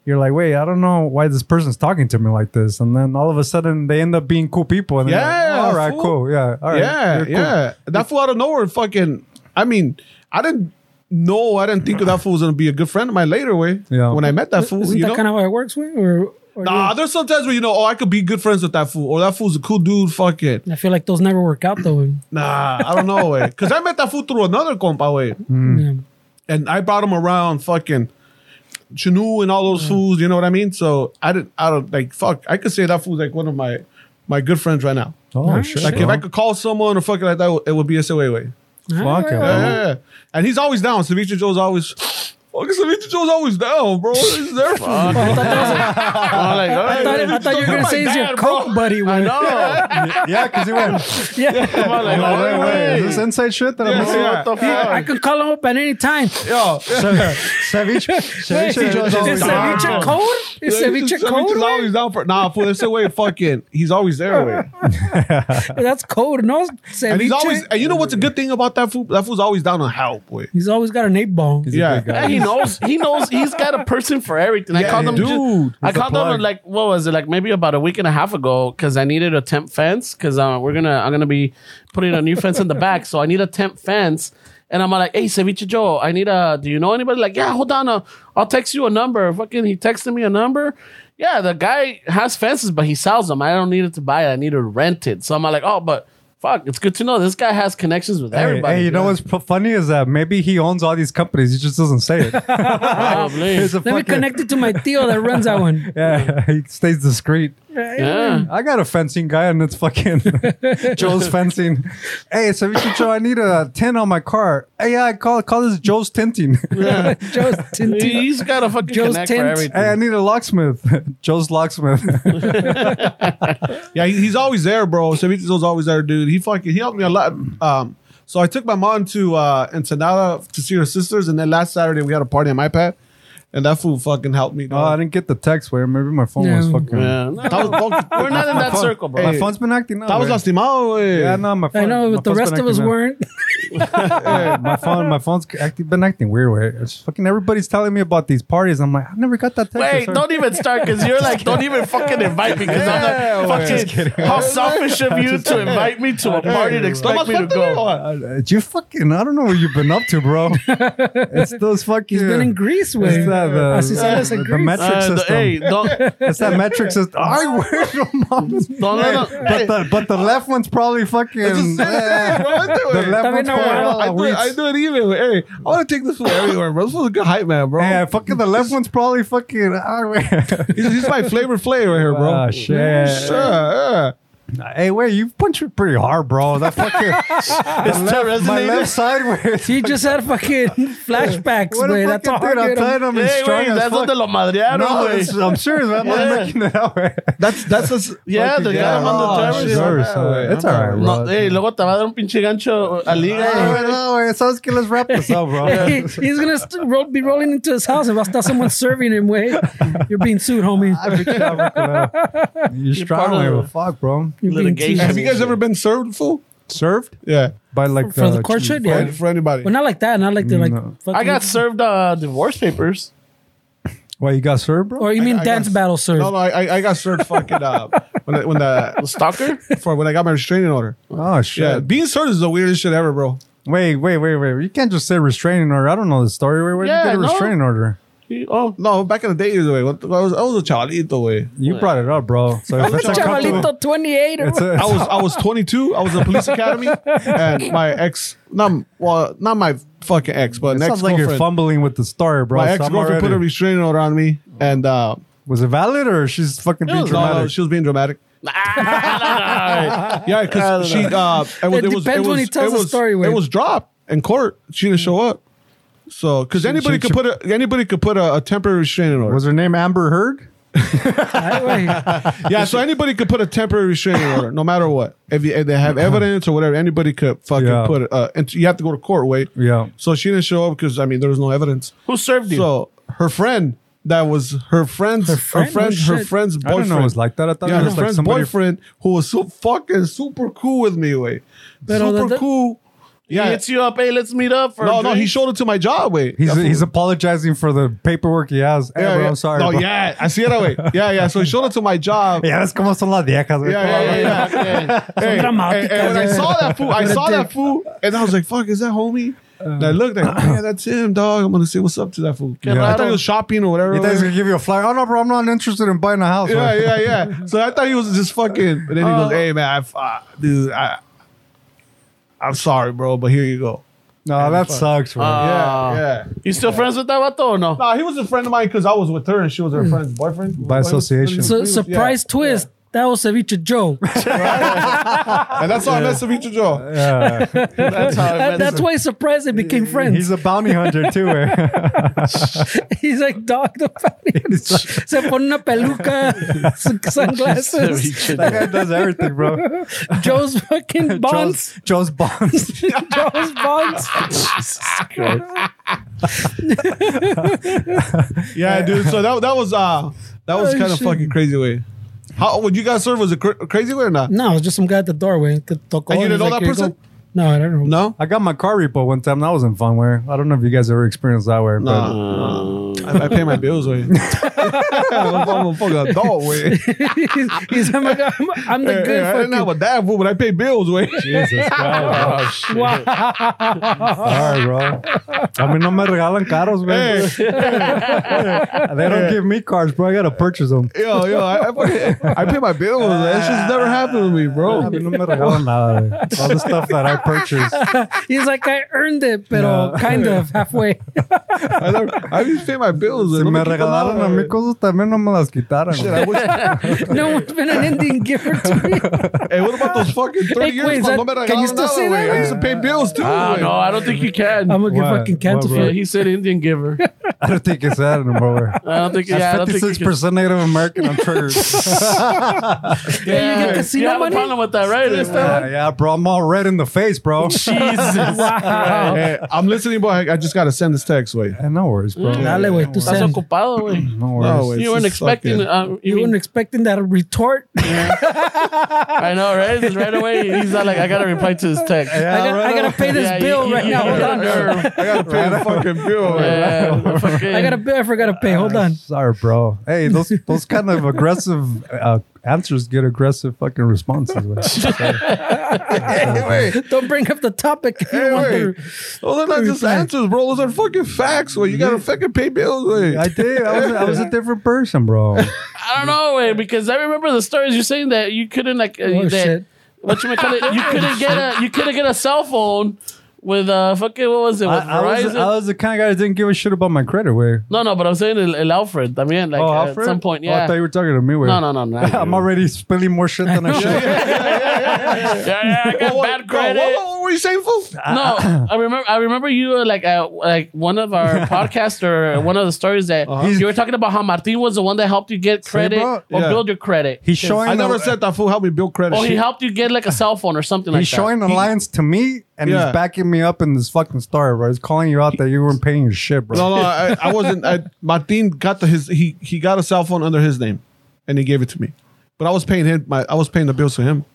Speaker 2: you're like, wait, I don't know why this person's talking to me like this, and then all of a sudden they end up being cool people. And they're like,
Speaker 5: Yeah,
Speaker 2: all right,
Speaker 5: fool.
Speaker 2: cool, yeah, all right,
Speaker 5: yeah,
Speaker 2: you're cool.
Speaker 5: yeah. That fool out of nowhere, fucking. I mean, I didn't know. I didn't think that fool was gonna be a good friend of mine later. Way.
Speaker 2: Yeah.
Speaker 5: When I met that fool,
Speaker 3: Isn't
Speaker 5: you
Speaker 3: that
Speaker 5: know.
Speaker 3: kind of how it works? Way? Or, or
Speaker 5: Nah, there's sometimes where you know, oh, I could be good friends with that fool, or that fool's a cool dude. Fuck it.
Speaker 3: I feel like those never work out though. way.
Speaker 5: Nah, I don't know, way. Because I met that fool through another compa, way. And I brought him around fucking Chinu and all those fools, you know what I mean? So I didn't, I don't, like, fuck, I could say that fool's like one of my my good friends right now.
Speaker 2: Oh
Speaker 3: Nice.
Speaker 2: shit!
Speaker 5: Like, if I could call someone or fucking like that, it would be S.O.A. way.
Speaker 3: Yeah.
Speaker 2: Fuck it.
Speaker 5: Yeah, yeah, yeah. And he's always down. Ceviche Joe's always, fucking Ceviche Joe's always down, bro. He's there for me.
Speaker 3: I thought, that was-
Speaker 1: I'm like, all
Speaker 3: I
Speaker 1: right,
Speaker 3: [laughs] thought-
Speaker 1: dude.
Speaker 3: I thought you were
Speaker 5: You're
Speaker 3: gonna
Speaker 5: my
Speaker 3: say he's your
Speaker 5: dad, bro.
Speaker 3: coke buddy.
Speaker 1: I
Speaker 3: way.
Speaker 1: know.
Speaker 2: yeah, because he went.
Speaker 3: [laughs] Yeah,
Speaker 1: I'm like,
Speaker 2: Like,
Speaker 1: all
Speaker 2: wait, wait,
Speaker 1: right.
Speaker 2: is this inside shit that I'm
Speaker 5: Yeah,
Speaker 2: missing?
Speaker 5: yeah.
Speaker 1: What the
Speaker 3: I
Speaker 1: fuck?
Speaker 3: can call him up at any time.
Speaker 5: Yo,
Speaker 2: Savage,
Speaker 3: Hey,
Speaker 2: Savage
Speaker 3: is
Speaker 2: "Ah."
Speaker 3: ceviche cold? Is ceviche
Speaker 5: Ceviche's
Speaker 3: cold? way?
Speaker 5: always down for nah. Fool, that's the way. Fucking, he's always there. Way.
Speaker 3: That's cold. No, ceviche.
Speaker 5: And he's always. And you know what's a good thing about that fool? That fool's always down to help. Way.
Speaker 3: He's always got an eight ball.
Speaker 2: He's a
Speaker 5: Yeah.
Speaker 2: good guy.
Speaker 1: Yeah, he knows. He knows. He's got a person for everything. I
Speaker 5: Yeah,
Speaker 1: called him. ju-
Speaker 2: dude,
Speaker 1: I
Speaker 2: he's a
Speaker 1: called him
Speaker 2: plug.
Speaker 1: like what was it? Like maybe about a week and a half ago because I needed a temp fence because uh, we're gonna I'm gonna be putting a new fence in the back, so I need a temp fence. And I'm like, hey, Ceviche Joe, I need a. Do you know anybody? Like, yeah, hold on, uh, I'll text you a number. Fucking, he texted me a number. Yeah, the guy has fences, but he sells them. I don't need it to buy it. I need to rent it. So I'm like, oh, but fuck, it's good to know this guy has connections with
Speaker 2: Hey,
Speaker 1: everybody.
Speaker 2: Hey, you know
Speaker 1: dude.
Speaker 2: what's p- funny is that maybe he owns all these companies. He just doesn't say it. [laughs]
Speaker 1: Probably.
Speaker 2: He's a
Speaker 3: Let me
Speaker 2: fucking-
Speaker 3: connect it to my tío that runs that
Speaker 5: [laughs]
Speaker 3: one. [laughs]
Speaker 2: Yeah, [laughs] he stays discreet.
Speaker 1: Yeah.
Speaker 2: I got a fencing guy, and it's fucking [laughs] Joe's fencing. Hey, Ceviche Joe, I need a tin on my car. Hey, yeah, I call call this Joe's tinting. [laughs]
Speaker 3: Joe's tinty.
Speaker 1: He's got a fucking
Speaker 3: Joe's
Speaker 1: connect
Speaker 3: tent.
Speaker 1: for everything.
Speaker 2: hey, I need a locksmith. [laughs] Joe's locksmith. [laughs]
Speaker 5: Yeah, he- he's always there, bro. Ceviche Joe's always there, dude. He fucking he helped me a lot. Um, so I took my mom to uh Ensenada to see her sisters, and then last Saturday we had a party on my pad, and that fool fucking helped me.
Speaker 2: oh, I
Speaker 5: dog.
Speaker 2: didn't get the text. Where maybe my phone was
Speaker 3: Yeah.
Speaker 2: fucking.
Speaker 1: Yeah, no,
Speaker 5: That was
Speaker 2: [laughs]
Speaker 1: we're not in
Speaker 5: [laughs]
Speaker 1: that circle, bro.
Speaker 2: My phone's been acting up.
Speaker 5: that was
Speaker 2: eh?
Speaker 1: Oh,
Speaker 5: lastimado. Way.
Speaker 2: Yeah, no, my phone.
Speaker 3: I know,
Speaker 2: my
Speaker 3: but the
Speaker 2: phone's
Speaker 3: rest
Speaker 2: been
Speaker 3: of us
Speaker 2: acting up.
Speaker 3: weren't.
Speaker 2: Yeah, my phone, my phone's acting, been acting weird. Way it's fucking everybody's telling me about these parties. I'm like, I never got that text.
Speaker 1: Wait,
Speaker 2: Sorry.
Speaker 1: don't even start because you're like, don't even fucking invite me because I'm like, fucking, how selfish of you to invite me to a party and expect
Speaker 5: Tomas,
Speaker 1: me to
Speaker 5: ¿cuánto
Speaker 1: go.
Speaker 5: [laughs] lleva?
Speaker 2: Uh, you fucking, I don't know what you've been up to, bro.
Speaker 3: [laughs]
Speaker 2: it's those fucking.
Speaker 3: He's been in Greece with.
Speaker 2: It's
Speaker 3: uh,
Speaker 2: that, the,
Speaker 3: Así sales en
Speaker 2: the
Speaker 3: Greece.
Speaker 2: metric
Speaker 1: Uh, the-
Speaker 2: system.
Speaker 1: hey, don't,
Speaker 2: It's that metric system. I wear no mom's.
Speaker 1: don't let him.
Speaker 2: But the, but the left one's probably fucking. eh, the left
Speaker 3: También
Speaker 2: one's
Speaker 3: no
Speaker 2: probably
Speaker 3: guardo.
Speaker 2: all
Speaker 5: I do, it,
Speaker 2: weeds.
Speaker 5: I do it even. Hey, I want to take this fool everywhere, bro. This fool's a good hype man, bro.
Speaker 2: Yeah, fucking the left one's probably fucking. I wear. [laughs] Uh,
Speaker 5: He's, he's my flavor flavor right here, bro.
Speaker 2: Oh, shit.
Speaker 5: Sure, yeah.
Speaker 2: Hey, wait, you punched me pretty hard, bro. That fucking
Speaker 1: It's still
Speaker 2: my
Speaker 1: resonating.
Speaker 2: left side
Speaker 3: [laughs]
Speaker 2: was.
Speaker 3: He just had fucking flashbacks,
Speaker 2: What
Speaker 3: güey.
Speaker 2: a
Speaker 3: That's
Speaker 2: fucking
Speaker 3: all
Speaker 2: dude!
Speaker 3: I
Speaker 2: I'm
Speaker 3: get him.
Speaker 2: telling him he's
Speaker 1: Hey,
Speaker 2: strong
Speaker 1: güey,
Speaker 2: as
Speaker 1: that's
Speaker 2: fuck.
Speaker 1: donde lo madrearon,
Speaker 2: No,
Speaker 1: güey.
Speaker 2: that's- I'm sure that
Speaker 1: Yeah.
Speaker 2: I'm making it that way.
Speaker 5: That's that's us.
Speaker 1: Yeah, the guy
Speaker 5: yeah.
Speaker 1: on the
Speaker 5: Oh,
Speaker 1: driver's
Speaker 5: shit.
Speaker 1: side.
Speaker 2: Sorry, sorry. It's all right, bro.
Speaker 1: No, hey, luego te va a dar un pinche gancho a liga.
Speaker 2: Hey,
Speaker 1: güey.
Speaker 2: no, güey, sabes que let's wrap this up, bro.
Speaker 3: [laughs] He- he's gonna st- roll, be rolling into his house and while start someone serving him, way. You're being sued, homie.
Speaker 5: [laughs]
Speaker 2: You're
Speaker 1: part
Speaker 2: strong,
Speaker 1: of
Speaker 2: like
Speaker 1: the-
Speaker 2: a fuck, bro.
Speaker 3: You're being
Speaker 1: Litigation.
Speaker 3: sued.
Speaker 5: Have you guys ever been served fool?
Speaker 2: Served
Speaker 5: Yeah,
Speaker 2: by like uh,
Speaker 3: For the court shit, yeah.
Speaker 5: for, for anybody.
Speaker 3: Well, not like that. Not like they're like.
Speaker 2: No.
Speaker 1: I got served uh, divorce papers.
Speaker 2: Why you got served, bro?
Speaker 3: Or you mean
Speaker 5: I
Speaker 3: dance
Speaker 5: got-
Speaker 3: battle, sir?
Speaker 5: No, no, I I- I got served fucking uh when I, when the
Speaker 1: Stalker?
Speaker 5: for when I got my restraining order.
Speaker 2: oh shit!
Speaker 5: Yeah, being served is the weirdest shit ever, bro.
Speaker 2: Wait, wait, wait, wait! You can't just say restraining order. I don't know the story. Wait, where
Speaker 1: Yeah,
Speaker 2: you get a
Speaker 1: no.
Speaker 2: restraining order?
Speaker 1: He- oh,
Speaker 5: No, back in the days, way I was I was a chavalito, way.
Speaker 2: You brought it up, bro. So if it's a couple,
Speaker 3: Chavalito 28. Or
Speaker 2: it's a,
Speaker 5: I was I was 22. I was in police academy, and my ex, not well, not my fucking ex, but
Speaker 2: it
Speaker 5: an ex
Speaker 2: sounds like you're
Speaker 5: girlfriend.
Speaker 2: fumbling with the story, bro.
Speaker 5: my
Speaker 2: So
Speaker 5: ex
Speaker 2: I'm
Speaker 5: girlfriend put a
Speaker 2: already-
Speaker 5: restraining order on me, and uh,
Speaker 2: was it valid or she's fucking
Speaker 1: It
Speaker 2: being
Speaker 1: was
Speaker 5: no, no,
Speaker 2: dramatic?
Speaker 5: she was being dramatic. yeah, because she uh, it, was-
Speaker 3: It
Speaker 5: was-
Speaker 3: depends when he tells
Speaker 5: it
Speaker 3: the
Speaker 5: was,
Speaker 3: story,
Speaker 5: It
Speaker 3: Wade.
Speaker 5: was dropped in court. She didn't show up. So, because anybody
Speaker 2: she-
Speaker 5: could
Speaker 2: she-
Speaker 5: put a anybody could put a, a temporary restraining order.
Speaker 2: Was her name Amber Heard?
Speaker 3: Highway.
Speaker 5: yeah, so anybody could put a temporary restraining
Speaker 2: [laughs]
Speaker 5: order, no matter what. If, you, if they have evidence or whatever, anybody could fucking
Speaker 2: Yeah.
Speaker 5: put. it, Uh, and you have to go to court. Wait.
Speaker 2: Yeah.
Speaker 5: So she didn't show up because I mean there was no evidence.
Speaker 1: who served you?
Speaker 5: So her friend, that was her friend's, her,
Speaker 3: friend?
Speaker 5: friend,
Speaker 3: Oh,
Speaker 5: her
Speaker 3: shit.
Speaker 2: I
Speaker 5: friend's
Speaker 2: didn't know it
Speaker 5: boyfriend.
Speaker 2: was like that. I thought
Speaker 5: yeah,
Speaker 2: it
Speaker 5: her
Speaker 2: was like
Speaker 5: friend's
Speaker 2: somebody.
Speaker 5: boyfriend who was so fucking super cool with me. Wait,
Speaker 3: Pero
Speaker 5: super
Speaker 3: the-
Speaker 5: cool.
Speaker 1: He
Speaker 5: Yeah.
Speaker 1: hits you up. Hey, let's meet up. For
Speaker 5: No,
Speaker 1: a
Speaker 5: no,
Speaker 1: drink.
Speaker 5: he showed it to my job. Wait,
Speaker 2: He's
Speaker 5: That's
Speaker 2: he's
Speaker 5: what-
Speaker 2: apologizing for the paperwork he has. Hey,
Speaker 5: yeah,
Speaker 2: bro,
Speaker 5: yeah.
Speaker 2: I'm sorry.
Speaker 5: No,
Speaker 2: bro.
Speaker 5: yeah, I see it that way. Yeah, yeah. So he showed it to my job.
Speaker 2: [laughs] Yeah, that's como son las viejas. eh? güey.
Speaker 5: Yeah, yeah, yeah, yeah.
Speaker 1: yeah.
Speaker 5: Hey,
Speaker 3: dramáticas,
Speaker 5: and- and when I
Speaker 3: güey.
Speaker 5: saw that fool, I saw that fool, and I was like, "Fuck, is that homie?" and
Speaker 2: Uh,
Speaker 5: I looked like, oh, "Yeah, that's him, dog." I'm gonna say what's up to that fool.
Speaker 1: Yeah.
Speaker 5: I thought he was shopping or whatever.
Speaker 2: He thinks
Speaker 5: whatever.
Speaker 2: he's gonna give you a flyer. Oh no, bro, I'm not interested in buying a house.
Speaker 5: yeah,
Speaker 2: bro.
Speaker 5: yeah, yeah. So I thought he was just fucking. But then he goes, "Hey, man, I, uh, dude, I, I'm sorry, bro, but here you go."
Speaker 2: [laughs] No, that sucks, bro.
Speaker 1: Uh,
Speaker 5: Yeah,
Speaker 1: Ah.
Speaker 5: yeah.
Speaker 1: You still friends with that vato or no?
Speaker 5: Nah, he was a friend of mine because I was with her and she was her friend's boyfriend.
Speaker 2: Hmm. By association.
Speaker 3: so, surprise twist. That was Ceviche Joe.
Speaker 5: and that's how I met Savita Joe.
Speaker 2: yeah.
Speaker 1: That's how I
Speaker 3: That-
Speaker 1: met
Speaker 3: that's
Speaker 1: him.
Speaker 3: why he's surprised they became friends.
Speaker 2: He's
Speaker 3: He's,
Speaker 2: a bounty hunter too. eh?
Speaker 3: like, dog, the [laughs]
Speaker 2: He's like-
Speaker 3: Se pone una [laughs] peluca, sun- sunglasses.
Speaker 2: [laughs] that guy does everything,
Speaker 1: [laughs]
Speaker 2: bro.
Speaker 3: Joe's fucking bonds.
Speaker 2: [laughs] Joe's, Joe's [laughs] bonds.
Speaker 3: Joe's bonds.
Speaker 5: Yeah, dude. So that that was uh that was
Speaker 3: Oh,
Speaker 5: kind of
Speaker 3: shit.
Speaker 5: fucking crazy way. How would you guys serve? Was it cra- crazy way or not?
Speaker 3: No, it was just some guy at the doorway. And you
Speaker 5: And you didn't know that person?
Speaker 3: No, I don't know.
Speaker 5: No.
Speaker 2: I got my car repo one time. That was in fun wear. I don't know if you guys ever experienced that wear, but
Speaker 5: I, I pay my bills way. I'm a fucking adult
Speaker 3: [laughs]
Speaker 5: way.
Speaker 3: he's, he's, I'm, a- I'm- I'm the
Speaker 5: Hey,
Speaker 3: [laughs]
Speaker 5: hey,
Speaker 3: good
Speaker 5: I didn't have
Speaker 3: fucking.
Speaker 5: a dad fool, but I pay bills way. [laughs]
Speaker 2: Jesus Christ.
Speaker 1: Oh, shit.
Speaker 2: All right, bro. I mean, no me regalan caros, man.
Speaker 5: Hey,
Speaker 2: They don't give me cars, bro. I gotta purchase them.
Speaker 5: yo, yo, I, I, fucking- I pay my bills. That's just never happened to me,
Speaker 2: I
Speaker 5: bro.
Speaker 2: mean, no me regalan nada. eh. All the stuff that I purchased.
Speaker 3: He's like, I earned it, pero
Speaker 2: No.
Speaker 3: kind of [laughs] halfway.
Speaker 5: I, never, I just pay my bills.
Speaker 2: Si
Speaker 5: güey. No
Speaker 2: me
Speaker 5: me quita
Speaker 2: regalaron
Speaker 5: nada,
Speaker 2: a
Speaker 5: güey.
Speaker 2: mí cosas, también no me las quitaron.
Speaker 5: Shit, I wish-
Speaker 3: no one's been an Indian giver to me.
Speaker 5: Hey, what about those fucking 30
Speaker 3: Hey,
Speaker 5: years?
Speaker 3: wait, is
Speaker 5: cuando
Speaker 3: that-
Speaker 5: me
Speaker 3: can you
Speaker 5: regalaron
Speaker 3: still
Speaker 5: nada,
Speaker 3: say that,
Speaker 5: güey? I
Speaker 3: güey?
Speaker 5: used to pay bills too.
Speaker 1: Ah,
Speaker 5: güey.
Speaker 1: no, I don't think you can.
Speaker 3: [laughs] I'm gonna get
Speaker 2: What?
Speaker 3: fucking canceled.
Speaker 2: What,
Speaker 1: yeah,
Speaker 3: for
Speaker 1: he said Indian giver.
Speaker 2: I don't think it's that anymore.
Speaker 1: [laughs] I don't think. Yeah, I
Speaker 2: I'm
Speaker 1: don't think you can.
Speaker 2: 56% Native American. I'm triggered.
Speaker 3: Hey, you get casino
Speaker 1: you have
Speaker 3: money?
Speaker 1: a problem with that, right?
Speaker 2: yeah, yeah, bro. I'm all red in the face, bro.
Speaker 1: [laughs] Jesus.
Speaker 3: Wow.
Speaker 5: Hey, I'm listening, but I, I just gotta send this text. Wait,
Speaker 2: Eh, no worries, bro.
Speaker 3: Dale, güey, tú
Speaker 1: Estás
Speaker 3: sabes.
Speaker 1: ocupado, güey.
Speaker 2: No worries.
Speaker 5: güey. It's
Speaker 1: You weren't
Speaker 5: just
Speaker 1: expecting.
Speaker 5: fucking-
Speaker 1: Uh,
Speaker 3: You weren't expecting that retort.
Speaker 1: I know, right? Just right
Speaker 3: [laughs]
Speaker 1: away, he's not like, I gotta reply to his text.
Speaker 3: I, got,
Speaker 2: right
Speaker 3: I gotta pay this
Speaker 1: Yeah, you-
Speaker 3: bill
Speaker 1: you-
Speaker 3: right
Speaker 1: you-
Speaker 3: now. Hold
Speaker 1: you're
Speaker 3: on.
Speaker 1: nerve.
Speaker 5: I gotta pay the fucking bill. güey.
Speaker 1: Yeah, fucking-
Speaker 3: [laughs] I got a bill I forgot to pay. Hold on.
Speaker 2: Sorry, bro. Hey, those those kind of aggressive uh, answers get aggressive fucking responses. güey.
Speaker 5: Hey, wait,
Speaker 3: Don't bring up the topic. if
Speaker 2: [laughs]
Speaker 3: you
Speaker 5: Hey,
Speaker 3: want to-
Speaker 5: wait. those are not just
Speaker 3: Reply.
Speaker 5: answers, bro. Those are fucking facts. Wait, you gotta fucking pay bills.
Speaker 1: [laughs]
Speaker 5: Wait, [laughs]
Speaker 2: I did. I was, I was a different person, bro.
Speaker 1: I don't know, way because I remember the stories you're saying that you couldn't like uh,
Speaker 3: Oh,
Speaker 1: that,
Speaker 3: shit. [laughs]
Speaker 1: what you call it, you couldn't get a you couldn't get a cell phone with uh fucking what was it? With
Speaker 2: I, I was,
Speaker 1: Verizon?
Speaker 2: I was the kind of guy that didn't give a shit about my credit, way.
Speaker 1: no, no, but I'm saying el, el Alfred. I mean, like
Speaker 2: oh,
Speaker 1: at
Speaker 2: Alfred?
Speaker 1: some point,
Speaker 2: Oh, I
Speaker 1: yeah.
Speaker 2: thought you were talking to me, way.
Speaker 1: no, no, no, no.
Speaker 2: [laughs] I'm already spilling more shit
Speaker 5: [laughs]
Speaker 2: than I should.
Speaker 1: yeah, yeah, I got bad credit.
Speaker 5: What, what were you saying, fool?
Speaker 1: No, I remember. I remember you uh, like uh, like one of our podcasts or one of the stories that you were talking about how Martin was the one that helped you get credit
Speaker 2: bro.
Speaker 1: or
Speaker 5: Yeah.
Speaker 1: build your credit.
Speaker 2: He's
Speaker 1: 'Cause-
Speaker 2: showing.
Speaker 5: I never
Speaker 2: the-
Speaker 5: said that fool helped me build credit.
Speaker 1: Oh, he
Speaker 5: Shit.
Speaker 1: helped you get like a cell phone or something like
Speaker 2: He's showing
Speaker 1: that.
Speaker 2: the lines to me, and
Speaker 5: Yeah.
Speaker 2: he's backing me up in this fucking story, bro. He's calling you out that you weren't paying your shit, bro.
Speaker 5: No, no, I,
Speaker 1: [laughs]
Speaker 5: I wasn't. I, Martin got the his he he got a cell phone under his name, and he gave it to me. But I was paying him. My I was paying the bills to
Speaker 2: [laughs]
Speaker 5: him.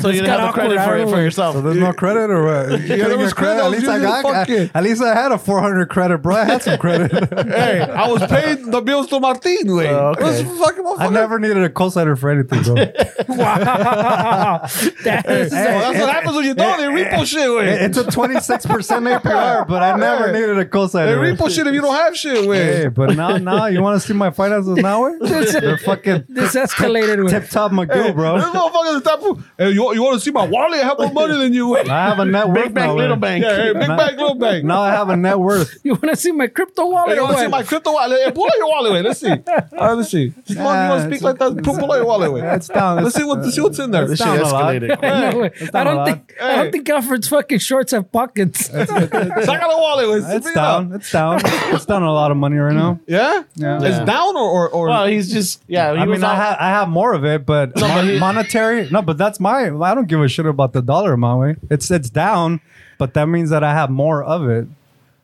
Speaker 1: So you didn't
Speaker 3: got
Speaker 1: have the credit for
Speaker 3: awkward,
Speaker 1: it for
Speaker 3: I
Speaker 1: yourself.
Speaker 2: So there's no credit, or what?
Speaker 5: [laughs]
Speaker 2: You couldn't
Speaker 5: there
Speaker 2: get
Speaker 5: was credit. I
Speaker 2: At
Speaker 5: was
Speaker 2: least I
Speaker 5: using
Speaker 2: got.
Speaker 5: fuck it.
Speaker 2: At least I had a 400 credit, bro. I had some
Speaker 5: [laughs]
Speaker 2: credit.
Speaker 5: Hey, I was paying the bills to Martin. Wait,
Speaker 1: Oh, okay.
Speaker 5: This fucking motherfucker.
Speaker 2: I never needed a co-signer for anything,
Speaker 5: [laughs]
Speaker 2: bro. It-
Speaker 3: Wow. That is
Speaker 5: Well, that's what happens when you don't. They repo shit. Wait,
Speaker 2: It's a 26 percent APR, but I never
Speaker 5: Hey.
Speaker 2: needed a
Speaker 5: they
Speaker 2: co-signer.
Speaker 5: repo shit if you don't have shit. Wait,
Speaker 2: Hey, but now, now you want to see my finances now?
Speaker 5: [laughs]
Speaker 2: eh? They're fucking
Speaker 3: this escalated with.
Speaker 2: tip top Magoo,
Speaker 5: this
Speaker 2: bro.
Speaker 5: motherfucker is the type of. Hey, you, you want to see my wallet? I have more money than you. Wait.
Speaker 2: I have a net worth
Speaker 1: Big bank,
Speaker 2: now.
Speaker 1: little
Speaker 2: eh?
Speaker 1: bank.
Speaker 5: Yeah, hey, big
Speaker 2: Nah.
Speaker 5: bag, little bag.
Speaker 2: Now I have a net worth.
Speaker 3: You want to see my crypto wallet?
Speaker 5: Hey, you
Speaker 3: or
Speaker 5: want to see
Speaker 3: what?
Speaker 5: my crypto wallet? Hey, pull out your wallet. Wait, let's see. All right, let's see. Just
Speaker 2: Nah,
Speaker 5: you want to speak
Speaker 2: it's-
Speaker 5: like that? Pull, pull out your wallet. Wait,
Speaker 2: It's down.
Speaker 5: let's see what see what's in there.
Speaker 1: This shit
Speaker 2: Sound a lot.
Speaker 1: escalated.
Speaker 3: No way. I
Speaker 2: not
Speaker 3: don't
Speaker 2: allowed.
Speaker 3: think I
Speaker 5: Hey.
Speaker 3: don't think Alfred's fucking shorts have pockets. [laughs]
Speaker 5: Suck out a wallet. Wait,
Speaker 2: It's
Speaker 5: speak up.
Speaker 2: down. It's down. It's down a lot of money right now.
Speaker 5: Yeah?
Speaker 2: Yeah.
Speaker 5: It's
Speaker 1: Yeah.
Speaker 5: down or or, or
Speaker 1: well, he's just yeah. He
Speaker 2: I
Speaker 1: was
Speaker 2: mean, I,
Speaker 1: out-
Speaker 2: ha- I have more of it, but
Speaker 1: No, but
Speaker 2: mon-
Speaker 1: he-
Speaker 2: monetary. No, but that's my. I don't give a shit about the dollar amount. Way. It's it's down, but that means that I have more of it.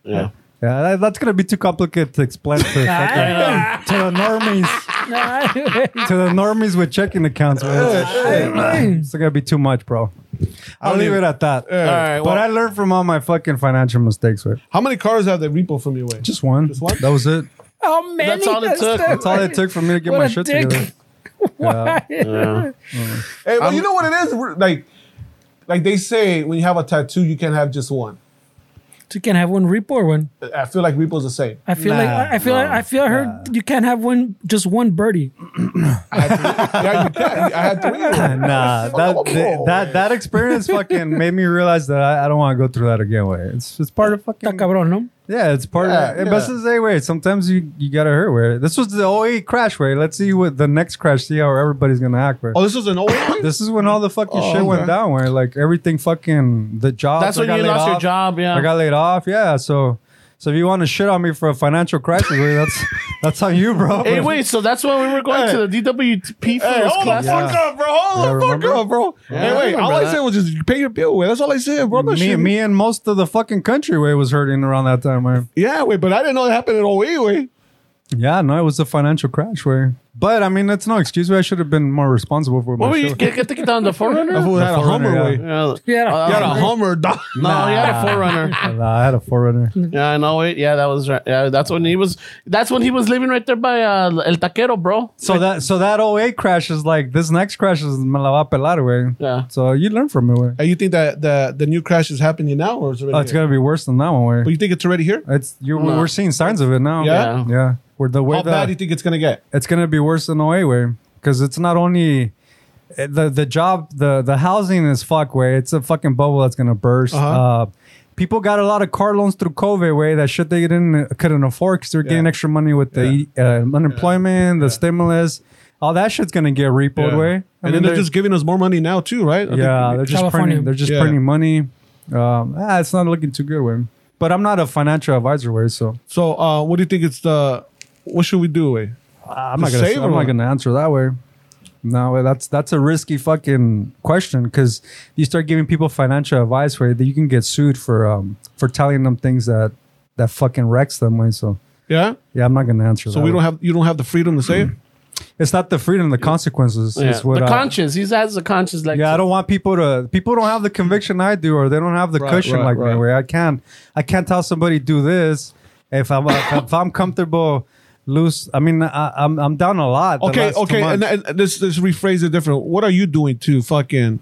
Speaker 1: yeah.
Speaker 2: Yeah, that, that's gonna be too complicated to explain
Speaker 1: [laughs]
Speaker 2: to, fucking-
Speaker 3: I-
Speaker 2: to the normies,
Speaker 3: no, I-
Speaker 2: to the normies with checking accounts. Man. It's, it's gonna be too much, bro. I'll leave
Speaker 5: even-
Speaker 2: it at that.
Speaker 1: All right.
Speaker 2: but
Speaker 1: well-
Speaker 2: I learned from all my fucking financial mistakes. Way.
Speaker 5: how many cars have they repo from you? Wait,
Speaker 2: Just one. Just
Speaker 5: one?
Speaker 2: That was it.
Speaker 3: How many?
Speaker 1: That's all it
Speaker 3: Oh, does
Speaker 1: took.
Speaker 3: that-
Speaker 2: That's all it took for me to get
Speaker 3: What
Speaker 2: my
Speaker 3: a
Speaker 2: shit
Speaker 3: dick.
Speaker 2: [laughs] together.
Speaker 3: [laughs] Why?
Speaker 5: hey, well, you know what it is? We're- Like, like they say, when you have a tattoo, you can't have just one.
Speaker 3: You can have one repo or one.
Speaker 5: I feel like repo's the same.
Speaker 3: I feel
Speaker 2: Nah,
Speaker 3: like I feel like, I feel I heard you can't have one just one birdie.
Speaker 5: yeah, you can. I had three. of [laughs] them.
Speaker 2: Nah, uh, that th- that that experience fucking made me realize that I, I don't want to go through that again. Way it's it's part of
Speaker 3: Está
Speaker 2: fucking
Speaker 3: cabrón, no?
Speaker 2: yeah, it's part
Speaker 5: Yeah,
Speaker 2: of it.
Speaker 5: yeah.
Speaker 2: Best to say, wait, sometimes you you gotta hurt. Way this was the 08 crash. Way let's see what the next crash. See how everybody's gonna act. Way
Speaker 5: Oh, this was an old one.
Speaker 2: this is when all the fucking
Speaker 5: Oh,
Speaker 2: shit went
Speaker 5: okay.
Speaker 2: down. Where like everything fucking the job.
Speaker 1: That's when you lost your job.
Speaker 2: I
Speaker 1: Yeah.
Speaker 2: got laid off. Yeah, so. So if you want to shit on me for a financial crisis, way, that's [laughs] that's on you, bro.
Speaker 1: Hey, wait. So that's when we were going to the DWP
Speaker 5: Hey,
Speaker 1: first
Speaker 5: hold
Speaker 1: class.
Speaker 5: the fuck
Speaker 2: Yeah.
Speaker 5: up, bro. Hold
Speaker 2: Yeah,
Speaker 5: the fuck
Speaker 2: remember?
Speaker 5: up, bro. hey,
Speaker 1: I
Speaker 5: wait.
Speaker 1: remember
Speaker 5: All I
Speaker 1: that.
Speaker 5: said was just you pay your bill. Wait, that's all I said, bro. I'm not
Speaker 2: me,
Speaker 5: shitting.
Speaker 2: me and most of the fucking country way was hurting around that time, man.
Speaker 5: Yeah, wait, but I didn't know it happened at all. Wait, wait.
Speaker 2: Yeah, no, it was a financial crash way. But I mean, that's no excuse. Way I should have been more responsible for
Speaker 1: What
Speaker 2: my
Speaker 1: were you?
Speaker 2: shit.
Speaker 1: Get, get, get down the
Speaker 5: [laughs] That
Speaker 1: forerunner.
Speaker 5: fool had a
Speaker 2: Forerunner,
Speaker 5: Hummer.
Speaker 2: yeah.
Speaker 5: Wait,
Speaker 1: Yeah.
Speaker 3: Yeah.
Speaker 5: he had a Hummer. Dog.
Speaker 1: No, he had a forerunner.
Speaker 2: [laughs] Nah, I had a forerunner.
Speaker 5: Mm-hmm.
Speaker 1: Yeah, I know it. Yeah, that was right. Yeah, that's when he was. That's when he was living right there by uh, El Taquero, bro.
Speaker 2: So that so that 08 crash is like this next crash is me la va a pelar way.
Speaker 1: Yeah.
Speaker 2: So you learn from it way.
Speaker 5: And you think that the the new crash is happening now, or is it already?
Speaker 2: Oh, it's
Speaker 5: here?
Speaker 2: gonna be worse than that one
Speaker 5: But
Speaker 2: way.
Speaker 5: you think it's already here?
Speaker 2: It's you. We're seeing signs of it now.
Speaker 5: Yeah?
Speaker 2: yeah. Where the way
Speaker 5: How
Speaker 2: the-
Speaker 5: bad do you think it's gonna get?
Speaker 2: it's gonna be worse than 08 way because it's not only eh, the the job the the housing is fuck way it's a fucking bubble that's gonna burst
Speaker 5: Uh-huh.
Speaker 2: uh people got a lot of car loans through covid way that shit they didn't couldn't afford because they're getting
Speaker 5: Yeah.
Speaker 2: extra money with the uh, unemployment the stimulus all that shit's gonna get repoed way
Speaker 5: And then they're just giving us more money now too, right? I think-
Speaker 2: yeah they're just
Speaker 3: California.
Speaker 2: printing they're just
Speaker 5: Yeah.
Speaker 2: printing money um ah, it's not looking too good way but i'm not a financial advisor way so
Speaker 5: So, uh, what do you think it's the? What should we do? Wait,
Speaker 2: I'm not
Speaker 5: The
Speaker 2: gonna.
Speaker 5: save
Speaker 2: I'm
Speaker 5: or
Speaker 2: not
Speaker 5: what?
Speaker 2: gonna answer that way. No, that's that's a risky fucking question because you start giving people financial advice where you can get sued for um for telling them things that that fucking wrecks them. Way so
Speaker 5: Yeah.
Speaker 2: yeah, I'm not gonna answer. that
Speaker 5: So we
Speaker 2: way.
Speaker 5: don't have you don't have the freedom to say it.
Speaker 2: It's not the freedom, the consequences.
Speaker 1: Yeah.
Speaker 2: It's what
Speaker 1: the
Speaker 2: I-
Speaker 1: conscience. He has the conscience. Like
Speaker 2: yeah, I don't want people to. People don't have the conviction I do, or they don't have the
Speaker 5: Right,
Speaker 2: cushion
Speaker 5: right,
Speaker 2: like
Speaker 5: right.
Speaker 2: me. Where I can't, I can't tell somebody do this if I'm if I'm comfortable. Loose. I mean, I, I'm I'm down a lot. the
Speaker 5: Okay,
Speaker 2: last two
Speaker 5: okay, and,
Speaker 2: months.
Speaker 5: and let's let's rephrase it different. What are you doing to fucking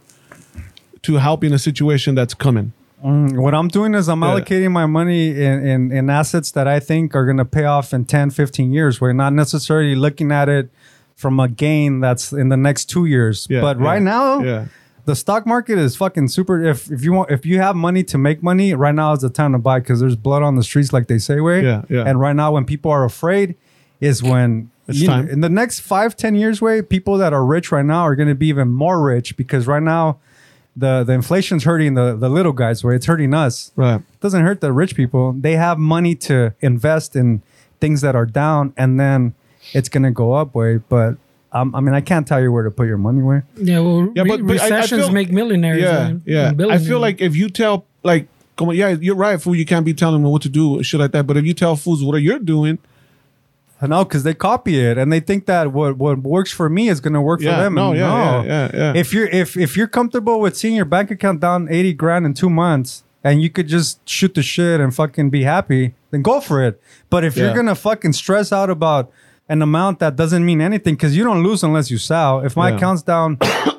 Speaker 5: to help in a situation that's coming?
Speaker 2: Mm, What I'm doing is I'm
Speaker 5: Yeah.
Speaker 2: allocating my money in, in, in assets that I think are going to pay off in 10, 15 years. We're not necessarily looking at it from a gain that's in the next two years.
Speaker 5: Yeah,
Speaker 2: but
Speaker 5: yeah,
Speaker 2: right now,
Speaker 5: yeah,
Speaker 2: the stock market is fucking super. If if you want, if you have money to make money, right now is the time to buy because there's blood on the streets, like they say. Way,
Speaker 5: Yeah, yeah.
Speaker 2: And right now, when people are afraid, is when
Speaker 5: It's time.
Speaker 2: in the next five, ten years, way people that are rich right now are going to be even more rich because right now, the the inflation's hurting the the little guys. Way, it's hurting us.
Speaker 5: Right.
Speaker 2: It doesn't hurt the rich people. They have money to invest in things that are down, and then it's gonna go up way. But um, I mean, I can't tell you where to put your money. Way
Speaker 3: Yeah, well,
Speaker 5: Yeah,
Speaker 3: re-
Speaker 5: but- but I- I
Speaker 3: recessions
Speaker 5: feel-
Speaker 3: make millionaires.
Speaker 5: Yeah,
Speaker 3: man,
Speaker 5: yeah.
Speaker 3: and
Speaker 5: I
Speaker 3: billionaires.
Speaker 5: feel like if you tell like, come on, yeah, you're right, fool. You can't be telling them what to do, shit like that. But if you tell fools what you're doing,
Speaker 2: no, because they copy it and they think that what what works for me is gonna work
Speaker 5: Yeah,
Speaker 2: for them.
Speaker 5: no,
Speaker 2: and
Speaker 5: yeah, yeah, yeah, yeah.
Speaker 2: If you're if if you're comfortable with seeing your bank account down eighty grand in two months. And you could just shoot the shit and fucking be happy, then go for it. But if
Speaker 5: Yeah.
Speaker 2: you're gonna fucking stress out about an amount that doesn't mean anything, because you don't lose unless you sell. If my
Speaker 5: Yeah.
Speaker 2: account's down,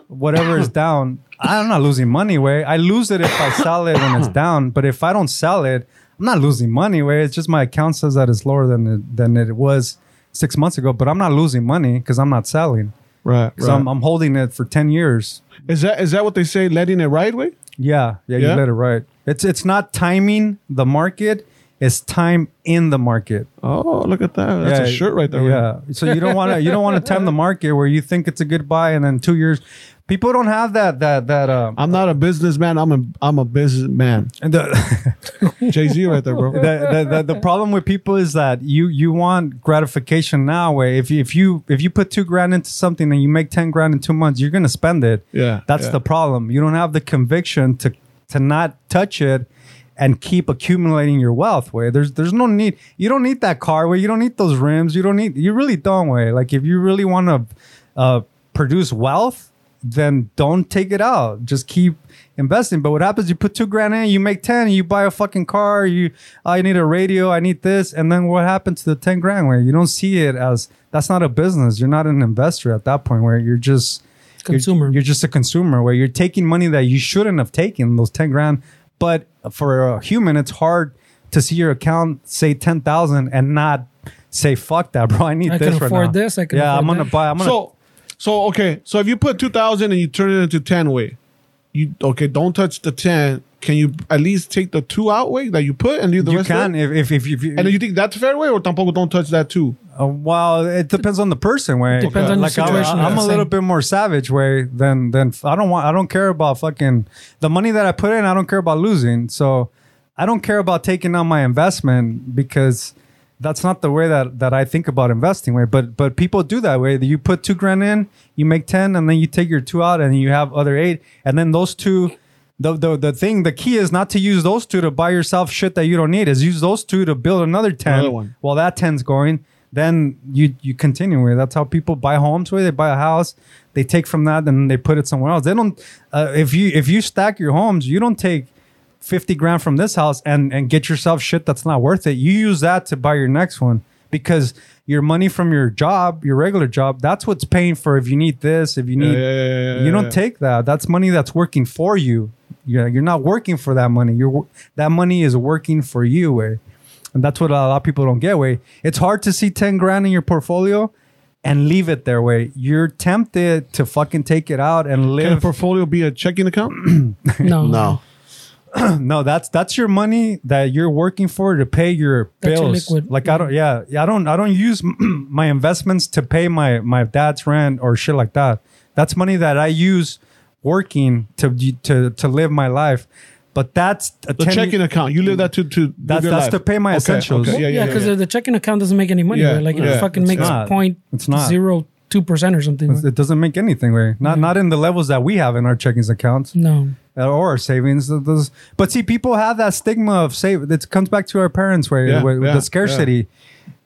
Speaker 2: whatever is down, I'm not losing money. Way I lose it if I sell it when
Speaker 5: [clears throat]
Speaker 2: it's down, but if I don't sell it, I'm not losing money. Way it's just my account says that it's lower than it, than it was six months ago, but I'm not losing money because I'm not selling.
Speaker 5: right,
Speaker 2: So I'm, I'm holding it for ten years.
Speaker 5: is that is that what they say? Letting it ride way?
Speaker 2: Yeah, yeah,
Speaker 5: Yeah?
Speaker 2: you let it right. It's it's not timing the market. It's time in the market.
Speaker 5: Oh, look at that. That's a
Speaker 2: Yeah,
Speaker 5: shirt right there. Ray.
Speaker 2: Yeah. So you don't want to you don't want to time the market where you think it's a good buy and then two years, people don't have that that that um
Speaker 5: I'm not a businessman. I'm a I'm a businessman.
Speaker 2: and the [laughs]
Speaker 5: Jay Z right there, bro.
Speaker 2: the, the, the, the problem with people is that you you want gratification now. Where if you, if you if you put two grand into something and you make ten grand in two months, you're gonna spend it.
Speaker 5: Yeah,
Speaker 2: that's
Speaker 5: yeah.
Speaker 2: the problem. You don't have the conviction to to not touch it and keep accumulating your wealth. Way there's there's no need. You don't need that car. Way you don't need those rims. You don't need. You really don't. Way like if you really want to uh, produce wealth, then don't take it out. Just keep investing. But what happens? You put two grand in, you make ten, you buy a fucking car. You, "Oh, I need a radio, I need this, and then what happened to the ten grand? Where you don't see it as that's not a business. You're not an investor at that point. Where you're just you're-
Speaker 3: Consumer.
Speaker 2: You're, just a consumer. Where you're taking money that you shouldn't have taken those ten grand. But for a human, it's hard to see your account say ten thousand and not say fuck that, bro. I need
Speaker 3: I
Speaker 2: this
Speaker 3: can
Speaker 2: right
Speaker 3: afford
Speaker 2: now."
Speaker 3: this, I can
Speaker 2: yeah,
Speaker 3: afford
Speaker 2: I'm gonna
Speaker 3: that.
Speaker 2: buy. I'm gonna
Speaker 5: so so okay. So if you put two thousand and you turn it into ten way, you okay? Don't touch the ten. Can you at least take the two out way that you put and leave the
Speaker 2: you
Speaker 5: rest?
Speaker 2: can
Speaker 5: there?
Speaker 2: if if if, if you,
Speaker 5: And then you think that's fair way, or tampoco don't touch that too.
Speaker 2: Uh, well, it depends on the person. Way
Speaker 3: Depends on the
Speaker 2: I'm-
Speaker 3: situation,
Speaker 2: I'm,
Speaker 3: yeah.
Speaker 2: a little
Speaker 3: Same.
Speaker 2: bit more savage. Way than than I don't want. I don't care about fucking the money that I put in. I don't care about losing. So I don't care about taking on my investment because that's not the way that that I think about investing. Way, but but people do that way. You put two grand in, you make ten, and then you take your two out, and you have other eight, and then those two. The, the, the thing the key is not to use those two to buy yourself shit that you don't need is use those two to build another 10
Speaker 5: Another one.
Speaker 2: while that 10's going then you you continue with it. that's how people buy homes where they buy a house they take from that and they put it somewhere else they don't uh, if you if you stack your homes you don't take 50 grand from this house and and get yourself shit that's not worth it you use that to buy your next one because your money from your job your regular job that's what's paying for if you need this if you need
Speaker 5: yeah, yeah, yeah,
Speaker 2: you don't
Speaker 5: yeah.
Speaker 2: take that that's money that's working for you yeah you're not working for that money you're wor- that money is working for you way and that's what a lot of people don't get way it's hard to see 10 grand in your portfolio and leave it there way you're tempted to fucking take it out and
Speaker 5: Can a
Speaker 2: live
Speaker 5: portfolio be a checking account?
Speaker 3: no,
Speaker 1: No.
Speaker 2: no that's that's your money that you're working for to pay your
Speaker 3: That's your
Speaker 2: bills
Speaker 3: liquid.
Speaker 2: like i don't yeah yeah, i don't i don't use [clears throat] my investments to pay my my dad's rent or shit like that that's money that i use working to to to live my life but that's a
Speaker 5: The
Speaker 2: 10
Speaker 5: checking account. You live that to to
Speaker 2: That's-
Speaker 5: your
Speaker 2: that's
Speaker 5: life.
Speaker 2: to pay my
Speaker 5: Okay,
Speaker 2: essentials.
Speaker 5: okay,
Speaker 3: yeah,
Speaker 5: Yeah, yeah,
Speaker 3: because
Speaker 5: yeah,
Speaker 3: the checking account doesn't make any money.
Speaker 5: Yeah,
Speaker 3: right? Like
Speaker 5: yeah.
Speaker 3: it fucking
Speaker 5: It's
Speaker 3: makes
Speaker 2: not.
Speaker 3: point
Speaker 2: It's not.
Speaker 3: zero two percent or something.
Speaker 2: it doesn't make anything way not not in the levels that we have in our checkings accounts
Speaker 3: no,
Speaker 2: Uh, or our savings. Th- those- but see, people have that stigma of save. It comes back to our parents, where
Speaker 5: Yeah,
Speaker 2: with, with
Speaker 5: yeah,
Speaker 2: the scarcity,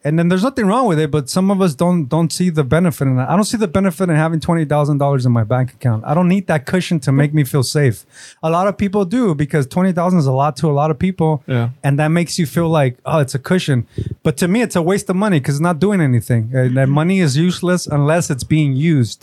Speaker 2: and then there's nothing wrong with it. But some of us don't don't see the benefit in that. I don't see the benefit in having twenty thousand dollars in my bank account. I don't need that cushion to make me feel safe. A lot of people do because twenty thousand is a lot to a lot of people,
Speaker 5: Yeah.
Speaker 2: and that makes you feel like oh, it's a cushion. But to me, it's a waste of money because it's not doing anything. And that money is useless unless it's [coughs] being used.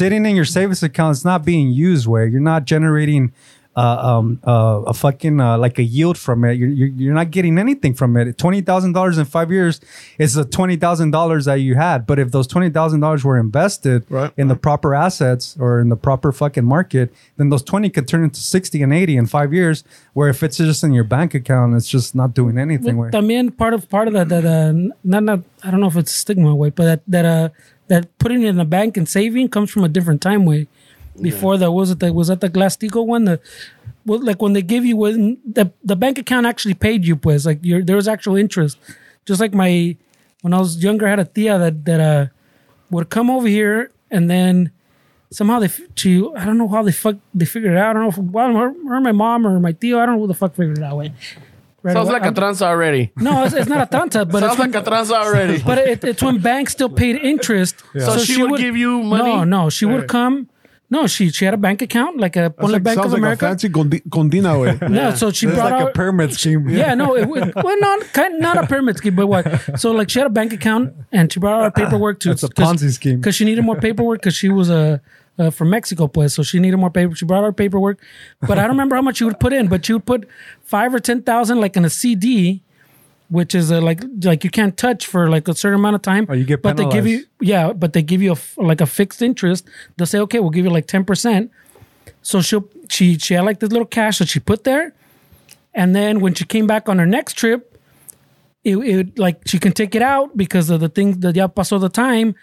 Speaker 2: Sitting in your savings account, it's not being used. Where you're not generating uh, um, uh, a fucking uh, like a yield from it. You're, you're, you're not getting anything from it. Twenty thousand dollars in five years is the twenty thousand dollars that you had. But if those twenty thousand dollars were invested
Speaker 5: Right.
Speaker 2: in the proper assets or in the proper fucking market, then those twenty could turn into sixty and eighty in five years. Where if it's just in your bank account, it's just not doing anything. with-
Speaker 3: También part of part of that that uh, not not I don't know if it's stigma way, but that that uh that putting it in the bank and saving comes from a different time way. Before that was it that was that the Glass Steagall one the well, like when they give you when the the bank account actually paid you pues like your there was actual interest. Just like my when I was younger I had a tia that that uh would come over here and then somehow they f- to I don't know how they fuck they figured it out. I don't know if well, her, her my mom or my tio I don't know who the fuck figured it out way. Right
Speaker 1: Sounds
Speaker 3: away.
Speaker 1: like a
Speaker 3: I'm-
Speaker 1: tranza
Speaker 2: [laughs]
Speaker 1: already.
Speaker 3: no, it's, it's not a tanta, but it's
Speaker 1: Sounds
Speaker 3: when,
Speaker 1: like a tranza already.
Speaker 3: but it, it's when banks still paid interest.
Speaker 1: So she would give you money?
Speaker 3: No, no, she would come. No, she she had a bank account like a
Speaker 5: That's
Speaker 3: Ponle
Speaker 5: like-
Speaker 3: Bank
Speaker 5: sounds
Speaker 3: of
Speaker 5: like
Speaker 3: America.
Speaker 5: a fancy condi- condina
Speaker 2: [laughs]
Speaker 5: way.
Speaker 3: no, so she
Speaker 2: It's
Speaker 3: brought
Speaker 2: like a
Speaker 3: out-
Speaker 2: pyramid scheme.
Speaker 3: [laughs] yeah, no, it would, well, not kind, not a pyramid scheme, but what? So like she had a bank account and she brought out her paperwork
Speaker 5: [laughs]
Speaker 3: to
Speaker 2: It's a Ponzi scheme.
Speaker 3: because she needed more paperwork because she was a. Uh, from Mexico, pues. So she needed more paper. She brought her paperwork, but I don't remember how much she would put in. But she would put five or ten thousand, like in a CD, which is a, like like you can't touch for like a certain amount of time.
Speaker 2: Oh, you get
Speaker 3: but they give you
Speaker 2: penalized.
Speaker 3: yeah, but they give you a f like a fixed interest. They'll say okay, we'll give you like ten percent. So she will she she had like this little cash that she put there, and then when she came back on her next trip, it, it like she can take it out because of the things that ya pasó the time.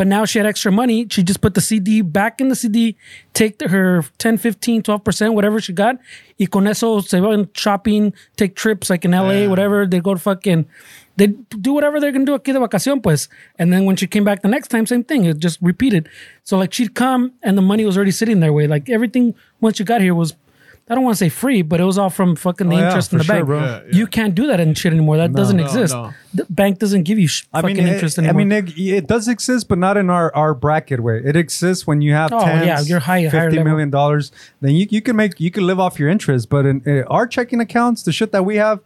Speaker 3: But now she had extra money. She just put the CD back in the CD, take the- her 10, 15, 12%, whatever she got. Y con eso se van shopping, take trips like in LA, whatever. They go to fucking, they do whatever they're going to do aquí de vacación, pues. And then when she came back the next time, same thing. It just repeated. So like she'd come and the money was already sitting there. Way like everything once you got here was, I don't want to say free, but it was all from fucking the
Speaker 2: Oh, yeah,
Speaker 3: interest in
Speaker 2: for
Speaker 3: the
Speaker 2: sure,
Speaker 3: bank.
Speaker 2: bro.
Speaker 5: Yeah,
Speaker 3: You can't do that in shit anymore. That doesn't exist.
Speaker 5: no. eh,
Speaker 3: The bank doesn't give you sh- fucking
Speaker 2: it-
Speaker 3: interest anymore.
Speaker 2: I mean, it, it does exist, but not in our, our bracket way. It exists when you have
Speaker 3: Oh,
Speaker 2: 10,
Speaker 3: yeah, you're high- higher
Speaker 2: 50
Speaker 3: level.
Speaker 2: million dollars. Then you, you can make you can live off your interest, but in, uh our checking accounts, the shit that we have,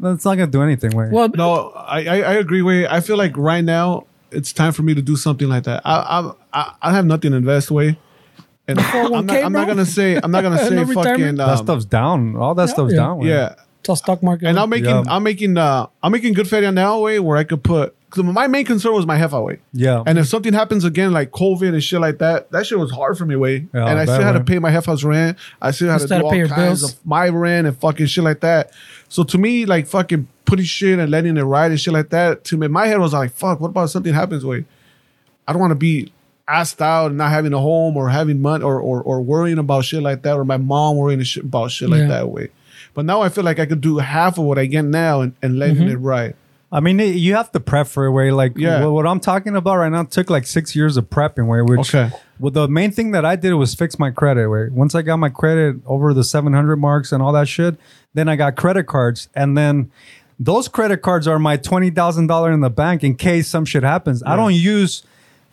Speaker 2: that's not gonna do anything. Way.
Speaker 3: well,
Speaker 5: No, I, I, I agree with you. I feel like right now it's time for me to do something like that. I I I, I have nothing to invest way.
Speaker 3: [laughs]
Speaker 5: And I'm not,
Speaker 3: 401k,
Speaker 5: I'm not
Speaker 3: bro?
Speaker 5: gonna say I'm
Speaker 3: [laughs]
Speaker 5: not gonna say
Speaker 3: No
Speaker 5: fucking
Speaker 3: retirement?
Speaker 2: that
Speaker 5: um,
Speaker 2: stuff's down. All that stuff's
Speaker 3: yeah.
Speaker 2: down. Way.
Speaker 5: Yeah,
Speaker 3: it's all stock market.
Speaker 5: and I'm making
Speaker 2: Yeah.
Speaker 5: I'm making uh I'm making good fed now way where I could put. Cause my main concern was my hefa way.
Speaker 2: Yeah.
Speaker 5: And if something happens again, like COVID and shit like that, that shit was hard for me, way.
Speaker 2: Yeah,
Speaker 5: and I
Speaker 2: I
Speaker 5: still
Speaker 2: bet,
Speaker 5: had to
Speaker 2: man.
Speaker 5: pay my half house rent. I still
Speaker 3: You
Speaker 5: had to
Speaker 3: still
Speaker 5: do
Speaker 3: had to
Speaker 5: all
Speaker 3: pay your
Speaker 5: kinds
Speaker 3: bills.
Speaker 5: of my rent and fucking shit like that. So to me, like fucking putting shit and letting it ride and shit like that, to me, my head was like, fuck, what about something happens, way? I don't want to be asked out and not having a home or having money or, or or worrying about shit like that or my mom worrying shit about shit like
Speaker 3: Yeah.
Speaker 5: that, way. But now I feel like I could do half of what I get now and, and letting
Speaker 3: Mm-hmm.
Speaker 5: it ride.
Speaker 2: I mean, it- you have to prep for a way. Like,
Speaker 5: Yeah.
Speaker 2: what, what I'm talking about right now took like six years of prepping. Way, which,
Speaker 5: Okay.
Speaker 2: well, the main thing that I did was fix my credit. Way, once I got my credit over the 700 marks and all that shit, then I got credit cards, and then those credit cards are my twenty thousand dollar in the bank in case some shit happens. I don't use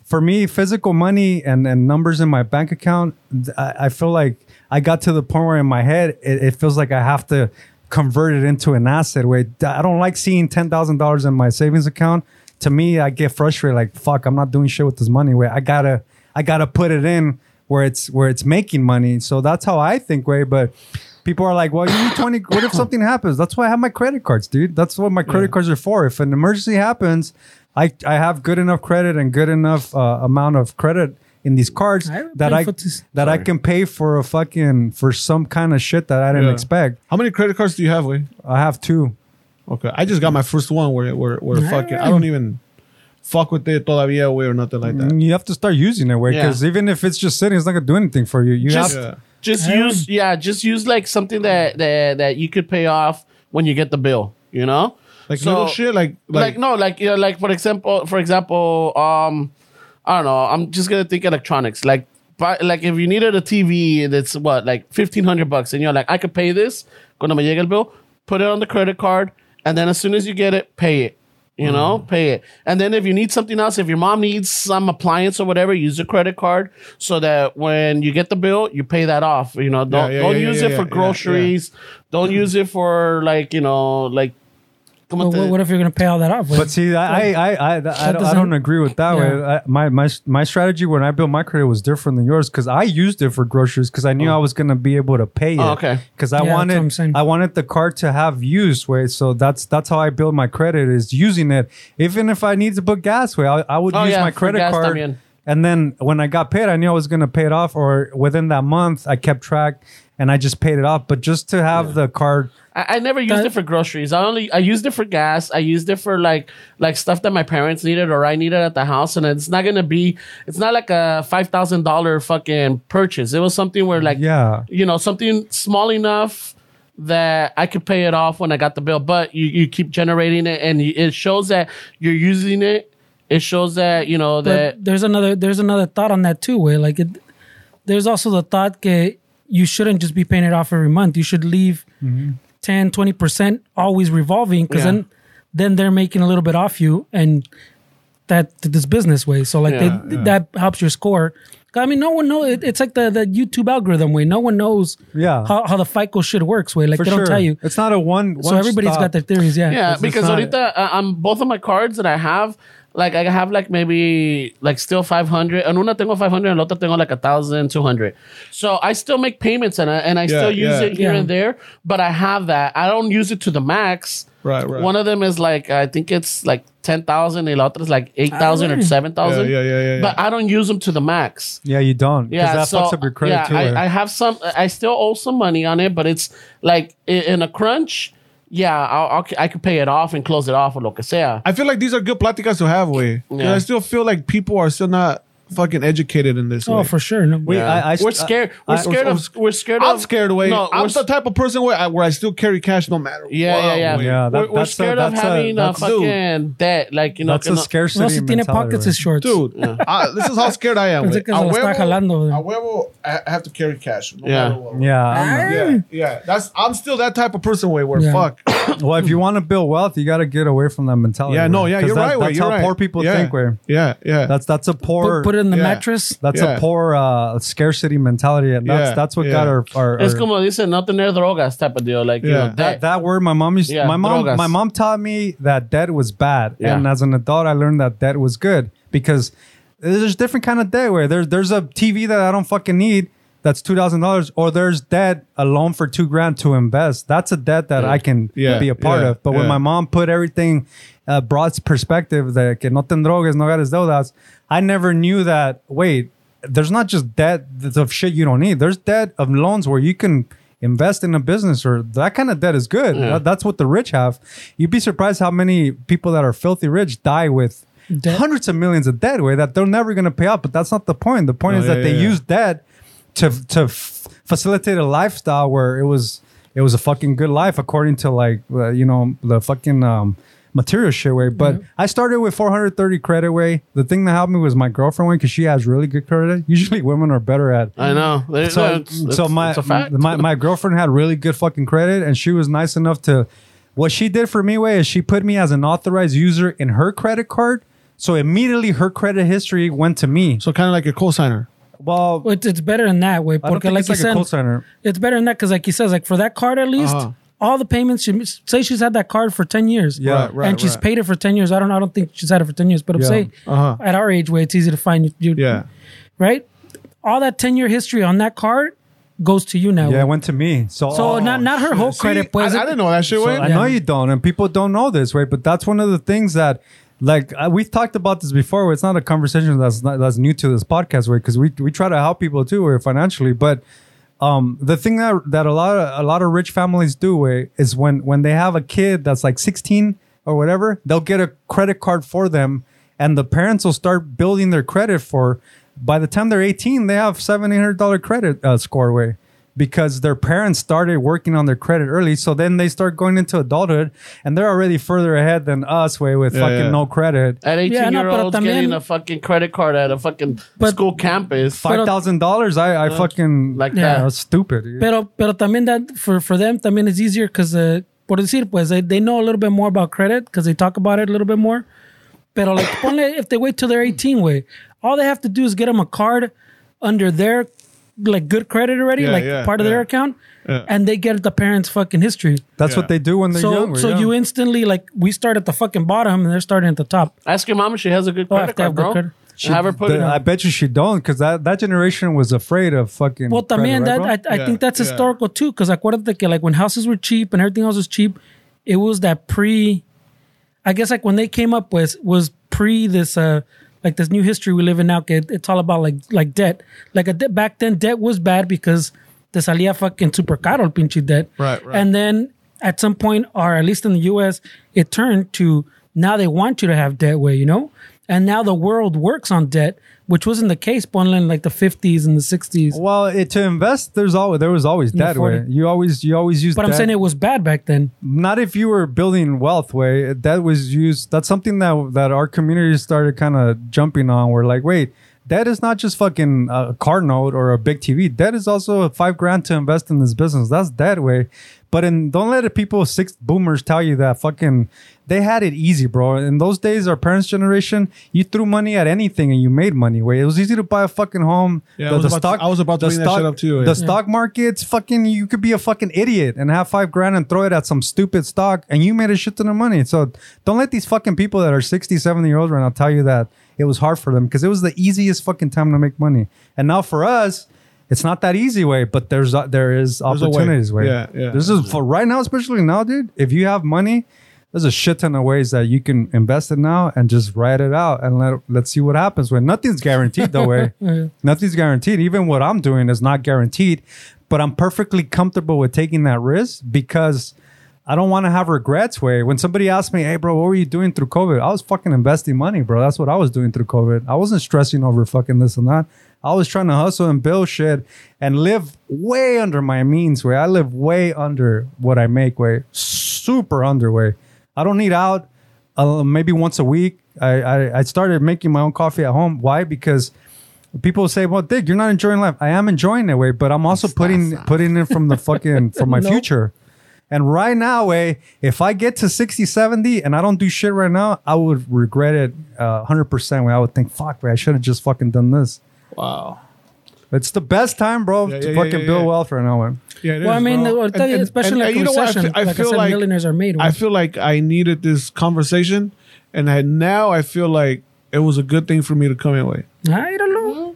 Speaker 2: for me, physical money and, and numbers in my bank account, th- I, I feel like I got to the point where in my head, it, it feels like I have to convert it into an asset. Wait, I don't like seeing $10,000 in my savings account. To me, I get frustrated. Like, fuck, I'm not doing shit with this money. Where I gotta, I gotta put it in where it's, where it's making money. So that's how I think, way. But people are like, well, you need 20. What if something happens? That's why I have my credit cards, dude. That's what my credit cards are for. If an emergency happens, I, I have good enough credit and good enough uh, amount of credit in these cards
Speaker 3: I
Speaker 2: that
Speaker 3: pay
Speaker 2: I
Speaker 3: for this-
Speaker 2: that I can pay for a fucking for some kind of shit that I didn't
Speaker 5: Yeah.
Speaker 2: expect.
Speaker 5: How many credit cards do you have, way?
Speaker 2: I have two.
Speaker 5: Okay, I just got my first one where where where
Speaker 3: Yeah.
Speaker 5: fucking I don't even fuck with it todavía way or nothing like that.
Speaker 2: And you have to start using it, way, because
Speaker 1: Yeah.
Speaker 2: even if it's just sitting, it's not gonna do anything for you. You
Speaker 1: Just-
Speaker 2: have
Speaker 5: Yeah.
Speaker 1: just use yeah, just use like something that that that you could pay off when you get the bill. You know,
Speaker 5: Like
Speaker 1: So-
Speaker 5: little shit, like
Speaker 1: like,
Speaker 5: like,
Speaker 1: no, like you know, like for example, for example, um, I don't know. I'm just gonna think electronics. Like, buy, like if you needed a TV that's what like fifteen hundred bucks, and you're like, I could pay this. Cuando me llegue el bill, put it on the credit card, and then as soon as you get it, pay it. You know,
Speaker 5: Mm.
Speaker 1: pay it. And then if you need something else, if your mom needs some appliance or whatever, use a credit card so that when you get the bill, you pay that off. You know, don't
Speaker 5: yeah,
Speaker 1: don't
Speaker 5: yeah,
Speaker 1: use
Speaker 5: yeah,
Speaker 1: it
Speaker 5: yeah,
Speaker 1: for
Speaker 5: yeah, yeah.
Speaker 1: groceries. Don't use it for like you know like ¿Cómo
Speaker 3: Well,
Speaker 1: te-
Speaker 3: what, what if you're gonna pay all that off?
Speaker 2: But see, I I I, I, I, don't, I don't
Speaker 3: doesn't-
Speaker 2: agree with that way.
Speaker 3: Yeah.
Speaker 2: I, my my my strategy when I built my credit was different than yours because I used it for groceries because I knew I was gonna be able to pay it.
Speaker 1: Oh, okay.
Speaker 2: Because I
Speaker 3: Oh. Yeah, that's what I'm
Speaker 2: wanted
Speaker 3: saying.
Speaker 2: I wanted the card to have use. Way so that's that's how I build my credit is using it. Even if I need to put gas, way I, I would
Speaker 1: Oh,
Speaker 2: use
Speaker 1: yeah,
Speaker 2: my
Speaker 1: for
Speaker 2: credit
Speaker 1: gas
Speaker 2: card.
Speaker 1: también.
Speaker 2: And then when I got paid, I knew I was gonna pay it off. Or within that month, I kept track and I just paid it off. But just to have the card,
Speaker 1: I, I never used
Speaker 3: That-
Speaker 1: it for groceries. I only I used it for gas. I used it for like like stuff that my parents needed or I needed at the house. And it's not gonna be. It's not like a five thousand dollar fucking purchase. It was something where like
Speaker 2: yeah,
Speaker 1: you know something small enough that I could pay it off when I got the bill. But you you keep generating it and you, it shows that you're using it. It shows that you know that
Speaker 3: But there's another there's another thought on that too where like it there's also the thought that you shouldn't just be paying it off every month you should leave
Speaker 2: Mm-hmm.
Speaker 3: 10 20% always revolving because
Speaker 1: Yeah.
Speaker 3: then then they're making a little bit off you and that th- this business way so like
Speaker 1: Yeah,
Speaker 3: they, that helps your score 'Cause, I mean, no one knows. It, it's like the, the YouTube algorithm way. No one knows
Speaker 2: Yeah.
Speaker 3: how, how the FICO shit works way. Like
Speaker 2: for
Speaker 3: they
Speaker 2: sure.
Speaker 3: don't tell you.
Speaker 2: It's not a one.
Speaker 3: So everybody's got their theories. Yeah.
Speaker 1: Yeah, because
Speaker 2: not-
Speaker 1: ahorita uh, I'm both of my cards that I have, like I have like maybe like still 500. En una tengo 500 and la otra tengo like 1,200. So I still make payments and I, and I still use
Speaker 5: yeah.
Speaker 1: it here
Speaker 3: Yeah.
Speaker 1: and there, but I have that. I don't use it to the max.
Speaker 5: Right, right.
Speaker 1: One of them is like I think it's like 10,000 and la otra is like 8,000 or
Speaker 3: Ah.
Speaker 1: 7,000.
Speaker 5: Yeah, yeah, yeah, yeah,
Speaker 1: But I don't use them to the max.
Speaker 2: Yeah, you don't. Yeah,
Speaker 1: Yeah,
Speaker 2: that
Speaker 1: so
Speaker 2: fucks up your credit
Speaker 1: yeah,
Speaker 2: too.
Speaker 1: I, I have some. I still owe some money on it, but it's like i- in a crunch. Yeah, I'll, I'll, I could pay it off and close it off or lo que sea.
Speaker 5: I feel like these are good platicas to have, way.
Speaker 1: Yeah.
Speaker 5: I still feel like people are still not fucking educated in this.
Speaker 3: Oh,
Speaker 5: way.
Speaker 3: for sure. No,
Speaker 2: Wait, I- I-
Speaker 1: we're scared. We're
Speaker 2: I-
Speaker 1: scared of. We're scared of.
Speaker 5: I'm scared away.
Speaker 1: No,
Speaker 5: I'm
Speaker 1: we're
Speaker 5: the
Speaker 1: s-
Speaker 5: type of person where I, where I still carry cash no matter.
Speaker 1: yeah,
Speaker 5: what,
Speaker 1: yeah, yeah,
Speaker 5: way.
Speaker 2: Yeah, that-
Speaker 1: we're, we're
Speaker 2: that's a-
Speaker 1: scared of
Speaker 2: that's a-
Speaker 1: having a,
Speaker 2: that's-
Speaker 1: fucking debt, like you know.
Speaker 2: That's
Speaker 1: que
Speaker 2: a
Speaker 1: no-
Speaker 2: scarcity
Speaker 3: no si tiene
Speaker 2: mentality,
Speaker 3: pockets
Speaker 2: right?
Speaker 3: is shorts.
Speaker 5: dude. I- this is how scared I am.
Speaker 3: Pensé
Speaker 5: güey.
Speaker 3: que se lo está jalando, güey.
Speaker 5: a huevo, I I have to carry cash. No
Speaker 1: Yeah.
Speaker 5: matter what, güey.
Speaker 2: Yeah. I'm-
Speaker 5: yeah, yeah. That's I'm still that type of person. Way where
Speaker 3: Yeah.
Speaker 5: fuck.
Speaker 3: [laughs]
Speaker 2: well, if you want to build wealth, you got to get away from that mentality.
Speaker 5: Yeah, no,
Speaker 2: right?
Speaker 5: yeah,
Speaker 2: Oh, 'Cause
Speaker 5: you're
Speaker 2: that-
Speaker 5: right.
Speaker 2: That's
Speaker 5: Way, you're
Speaker 2: how
Speaker 5: right.
Speaker 2: poor people
Speaker 5: yeah.
Speaker 2: think. Where
Speaker 5: Yeah, yeah.
Speaker 2: that's that's a poor.
Speaker 3: Put, put it in the
Speaker 5: Yeah.
Speaker 3: mattress.
Speaker 2: that's
Speaker 5: yeah.
Speaker 2: a poor uh, scarcity mentality, and that's
Speaker 5: Yeah,
Speaker 2: that's what
Speaker 5: yeah.
Speaker 2: got our. our,
Speaker 1: Es
Speaker 2: our-
Speaker 1: como dicen, no tener drogas type of deal, like you know,
Speaker 5: Yeah.
Speaker 1: debt.
Speaker 2: that, that word my mom used
Speaker 1: Yeah,
Speaker 2: my mom
Speaker 1: drogas.
Speaker 2: my mom taught me that debt was bad
Speaker 1: Yeah.
Speaker 2: and as an adult i learned that debt was good because there's different kind of debt where there's there's a tv that i don't fucking need that's two thousand dollars or there's debt a loan for two grand to invest that's a debt that i can
Speaker 5: Yeah,
Speaker 2: be a part
Speaker 5: yeah,
Speaker 2: of but when
Speaker 5: yeah.
Speaker 2: my mom put everything uh, broad perspective that que no ten drogas no gares deudas i never knew that wait there's not just debt that's of shit you don't need there's debt of loans where you can invest in a business or that kind of debt is good. That- that's what the rich have. You'd be surprised how many people that are filthy rich die with
Speaker 3: Debt.
Speaker 2: hundreds of millions of debt way that they're never going to pay off. But that's not the point. The point
Speaker 5: No,
Speaker 2: is
Speaker 5: yeah,
Speaker 2: that they
Speaker 5: yeah, yeah.
Speaker 2: use debt to to f- facilitate a lifestyle where it was it was a fucking good life according to like uh, you know the fucking um material shit way but i started with 430 credit way the thing that helped me was my girlfriend way because she has really good credit usually women are better at
Speaker 1: I know. They-
Speaker 2: so,
Speaker 1: no, it's-
Speaker 2: so
Speaker 1: it's-
Speaker 2: my,
Speaker 1: it's a fact.
Speaker 2: my my girlfriend had really good fucking credit, and she was nice enough to. What she did for me way is she put me as an authorized user in her credit card, so immediately her credit history went to me.
Speaker 5: So kind of like a cosigner.
Speaker 2: Well,
Speaker 3: Well, It's, it's better than that way.
Speaker 2: I don't
Speaker 3: Porque
Speaker 2: think
Speaker 3: like
Speaker 2: it's like
Speaker 3: you said,
Speaker 2: a call center.
Speaker 3: it's better than that because, like he says, like for that card at least,
Speaker 5: Uh-huh.
Speaker 3: all the payments. She say she's had that card for ten years,
Speaker 2: Yeah. Right,
Speaker 5: right,
Speaker 3: and she's
Speaker 5: right.
Speaker 3: paid it for ten years. I don't, I don't think she's had it for ten years, but I'm
Speaker 2: Yeah.
Speaker 3: saying
Speaker 5: Uh-huh.
Speaker 3: at our age, where it's easy to find you, you
Speaker 5: Yeah,
Speaker 3: right. All that ten year history on that card goes to you now.
Speaker 2: Yeah, it
Speaker 3: güey.
Speaker 2: went to me. So oh,
Speaker 3: so not not her whole credit,
Speaker 5: I,
Speaker 3: pues.
Speaker 5: I didn't know that shit.
Speaker 2: So
Speaker 5: Way.
Speaker 2: I know you don't, and people don't know this, right? But that's one of the things that, like, I, we've talked about this before. Where it's not a conversation that's not, that's new to this podcast, way because we we try to help people too, where financially. But um, the thing that that a lot of a lot of rich families do, way is when when they have a kid that's like sixteen or whatever, they'll get a credit card for them, and the parents will start building their credit for. By the time they're eighteen, they have seven eight hundred dollar credit uh, score, way because their parents started working on their credit early. So then they start going into adulthood and they're already further ahead than us, way with
Speaker 5: Yeah,
Speaker 2: fucking
Speaker 5: yeah.
Speaker 2: no credit.
Speaker 3: Eh,
Speaker 1: At 18
Speaker 3: Yeah, no,
Speaker 1: year
Speaker 3: pero
Speaker 1: olds
Speaker 3: también-
Speaker 1: getting a fucking credit card at a fucking
Speaker 3: But-
Speaker 1: school campus.
Speaker 2: Five thousand dollars, I, I fucking
Speaker 1: like
Speaker 2: yeah,
Speaker 1: that.
Speaker 2: that's stupid. dude.
Speaker 3: Pero, pero también that for, for them también is easier because, uh, por decir, pues, they, they know a little bit more about credit because they talk about it a little bit more. Pero, like, [coughs] ponle, if they wait till they're 18, way, all they have to do is get them a card under their like good credit already,
Speaker 5: Yeah,
Speaker 3: like
Speaker 5: yeah,
Speaker 3: part of their
Speaker 5: yeah.
Speaker 3: account,
Speaker 5: Yeah.
Speaker 3: and they get the parents' fucking history.
Speaker 2: That's
Speaker 5: Yeah.
Speaker 2: what they do when they're
Speaker 3: so
Speaker 2: young. We're
Speaker 3: so
Speaker 2: young.
Speaker 3: you instantly like we start at the fucking bottom and they're starting at the top.
Speaker 1: Ask your mom if she has a good
Speaker 3: Oh,
Speaker 1: credit
Speaker 3: if they have
Speaker 1: card,
Speaker 3: good
Speaker 1: bro.
Speaker 3: credit.
Speaker 1: have her put
Speaker 2: Then
Speaker 1: it.
Speaker 2: I bet you she don't, because that, that generation was afraid of fucking.
Speaker 3: Well,
Speaker 2: credit, right,
Speaker 3: también that
Speaker 2: bro?
Speaker 3: I, I
Speaker 5: Yeah,
Speaker 3: think that's
Speaker 5: yeah.
Speaker 3: historical too, because acuérdate que like when houses were cheap and everything else was cheap, it was that pre. I guess like when they came up with was pre this uh like this new history we live in now. que it's all about like like debt. Like a debt back then, debt was bad because te salía fucking super caro el pinche debt.
Speaker 5: Right, right.
Speaker 3: And then at some point, or at least in the U.S., it turned to now they want you to have debt way, you know. And now the world works on debt, which wasn't the case, ponle, in like the 50s and the 60s.
Speaker 2: Well, it, to invest, there's always there was always
Speaker 3: the
Speaker 2: debt
Speaker 3: 40.
Speaker 2: way. You always you always use.
Speaker 3: But I'm
Speaker 2: debt.
Speaker 3: saying it was bad back then.
Speaker 2: not if you were building wealth way. That was used. That's something that that our community started kind of jumping on. We're like, wait, debt is not just fucking a car note or a big TV. Debt is also a five grand to invest in this business. That's that way. But in, don't let the people six boomers tell you that fucking they had it easy, bro. In those days, our parents' generation, you threw money at anything and you made money. Way it was easy to buy a fucking home.
Speaker 5: Yeah, I was about to- I was about to
Speaker 2: the
Speaker 5: bring that shit up too,
Speaker 2: The
Speaker 5: yeah.
Speaker 2: stock market's fucking you could be a fucking idiot and have five grand and throw it at some stupid stock and you made a shit ton of money so don't let these fucking people that are 60 70 year olds right now tell you that it was hard for them because it was the easiest fucking time to make money and now for us it's not that easy way but there's uh, there is
Speaker 5: a way.
Speaker 2: opportunities way.
Speaker 5: Yeah, yeah.
Speaker 2: this is for right now especially now dude if you have money there's a shit ton of ways that you can invest it now and just ride it out and let let's see what happens. When nothing's guaranteed though, way nothing's guaranteed. Even what I'm doing is not guaranteed, but I'm perfectly comfortable with taking that risk because I don't want to have regrets. Way when somebody asked me, "Hey, bro, what were you doing through COVID?" I was fucking investing money, bro. That's what I was doing through COVID. I wasn't stressing over fucking this and that. I was trying to hustle and build shit and live way under my means. Way I live way under what I make. Way super under. Way I don't need out. Uh, maybe once a week. I, I I started making my own coffee at home. Why? Because people say, "Well, Dick, you're not enjoying life." I am enjoying it, way, but I'm also putting putting in from the fucking from my future. And right now, way, if I get to 60, 70 and I don't do shit right now, I would regret it uh, 100%. Way I would think, fuck, way, I should have just fucking done this.
Speaker 1: wow.
Speaker 2: It's the best time, bro,
Speaker 5: Yeah,
Speaker 2: to
Speaker 5: yeah, yeah,
Speaker 2: fucking
Speaker 5: yeah,
Speaker 2: build
Speaker 5: yeah.
Speaker 2: wealth right now. Way.
Speaker 5: Yeah, it
Speaker 3: Well, I
Speaker 5: is,
Speaker 3: mean,
Speaker 5: bro.
Speaker 3: I'll tell you, especially like
Speaker 5: I
Speaker 3: recession,
Speaker 5: feel, I
Speaker 3: like I
Speaker 5: feel
Speaker 3: said, millionaires are made,
Speaker 5: I
Speaker 3: right?
Speaker 5: feel like I needed this conversation, and I, now I feel like it was a good thing for me to come in with.
Speaker 3: I don't know.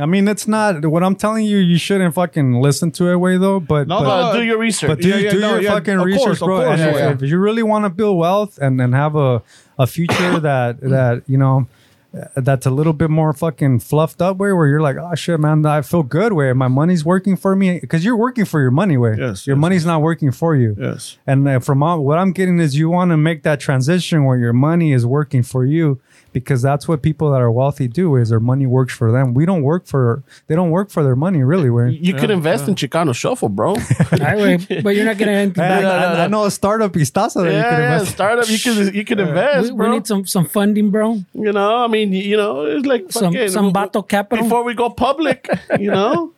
Speaker 2: I mean, it's not what I'm telling you. You shouldn't fucking listen to it, way though. But
Speaker 5: No,
Speaker 2: but-
Speaker 5: no,
Speaker 1: Well, do your research.
Speaker 2: But do,
Speaker 5: Yeah, yeah,
Speaker 2: do
Speaker 5: no,
Speaker 2: your
Speaker 5: yeah,
Speaker 2: fucking
Speaker 5: of
Speaker 2: research,
Speaker 5: course, of
Speaker 2: bro.
Speaker 5: course,
Speaker 2: And
Speaker 1: yeah, yeah.
Speaker 2: if, if you really want to build wealth and and have a a
Speaker 5: [coughs]
Speaker 2: future that that you know uh, that's a little bit more fucking fluffed up way, where you're like, oh shit, man, I feel good way. My money's working for me because you're working for your money way.
Speaker 5: Yes,
Speaker 2: your
Speaker 5: yes,
Speaker 2: money's not working for you.
Speaker 5: Yes.
Speaker 2: And uh, from all, what I'm getting is you want to make that transition where your money is working for you because that's what people that are wealthy do is their money works for them. We don't work for they don't work for their money really. Where
Speaker 1: You could invest in Chicano Shuffle,
Speaker 2: [laughs]
Speaker 1: bro. yeah,
Speaker 3: I will, but you're not gonna end.
Speaker 2: I,
Speaker 1: no,
Speaker 2: I-
Speaker 1: no.
Speaker 2: I know a startup Istaza that you can
Speaker 1: yeah.
Speaker 2: invest.
Speaker 1: Startup, you could you could
Speaker 3: we,
Speaker 1: invest,
Speaker 3: we
Speaker 1: bro.
Speaker 3: need some some funding, bro.
Speaker 1: you know, I mean, you know, it's like
Speaker 3: Some
Speaker 1: fucking-
Speaker 3: some bato capital.
Speaker 1: before we go public. You know,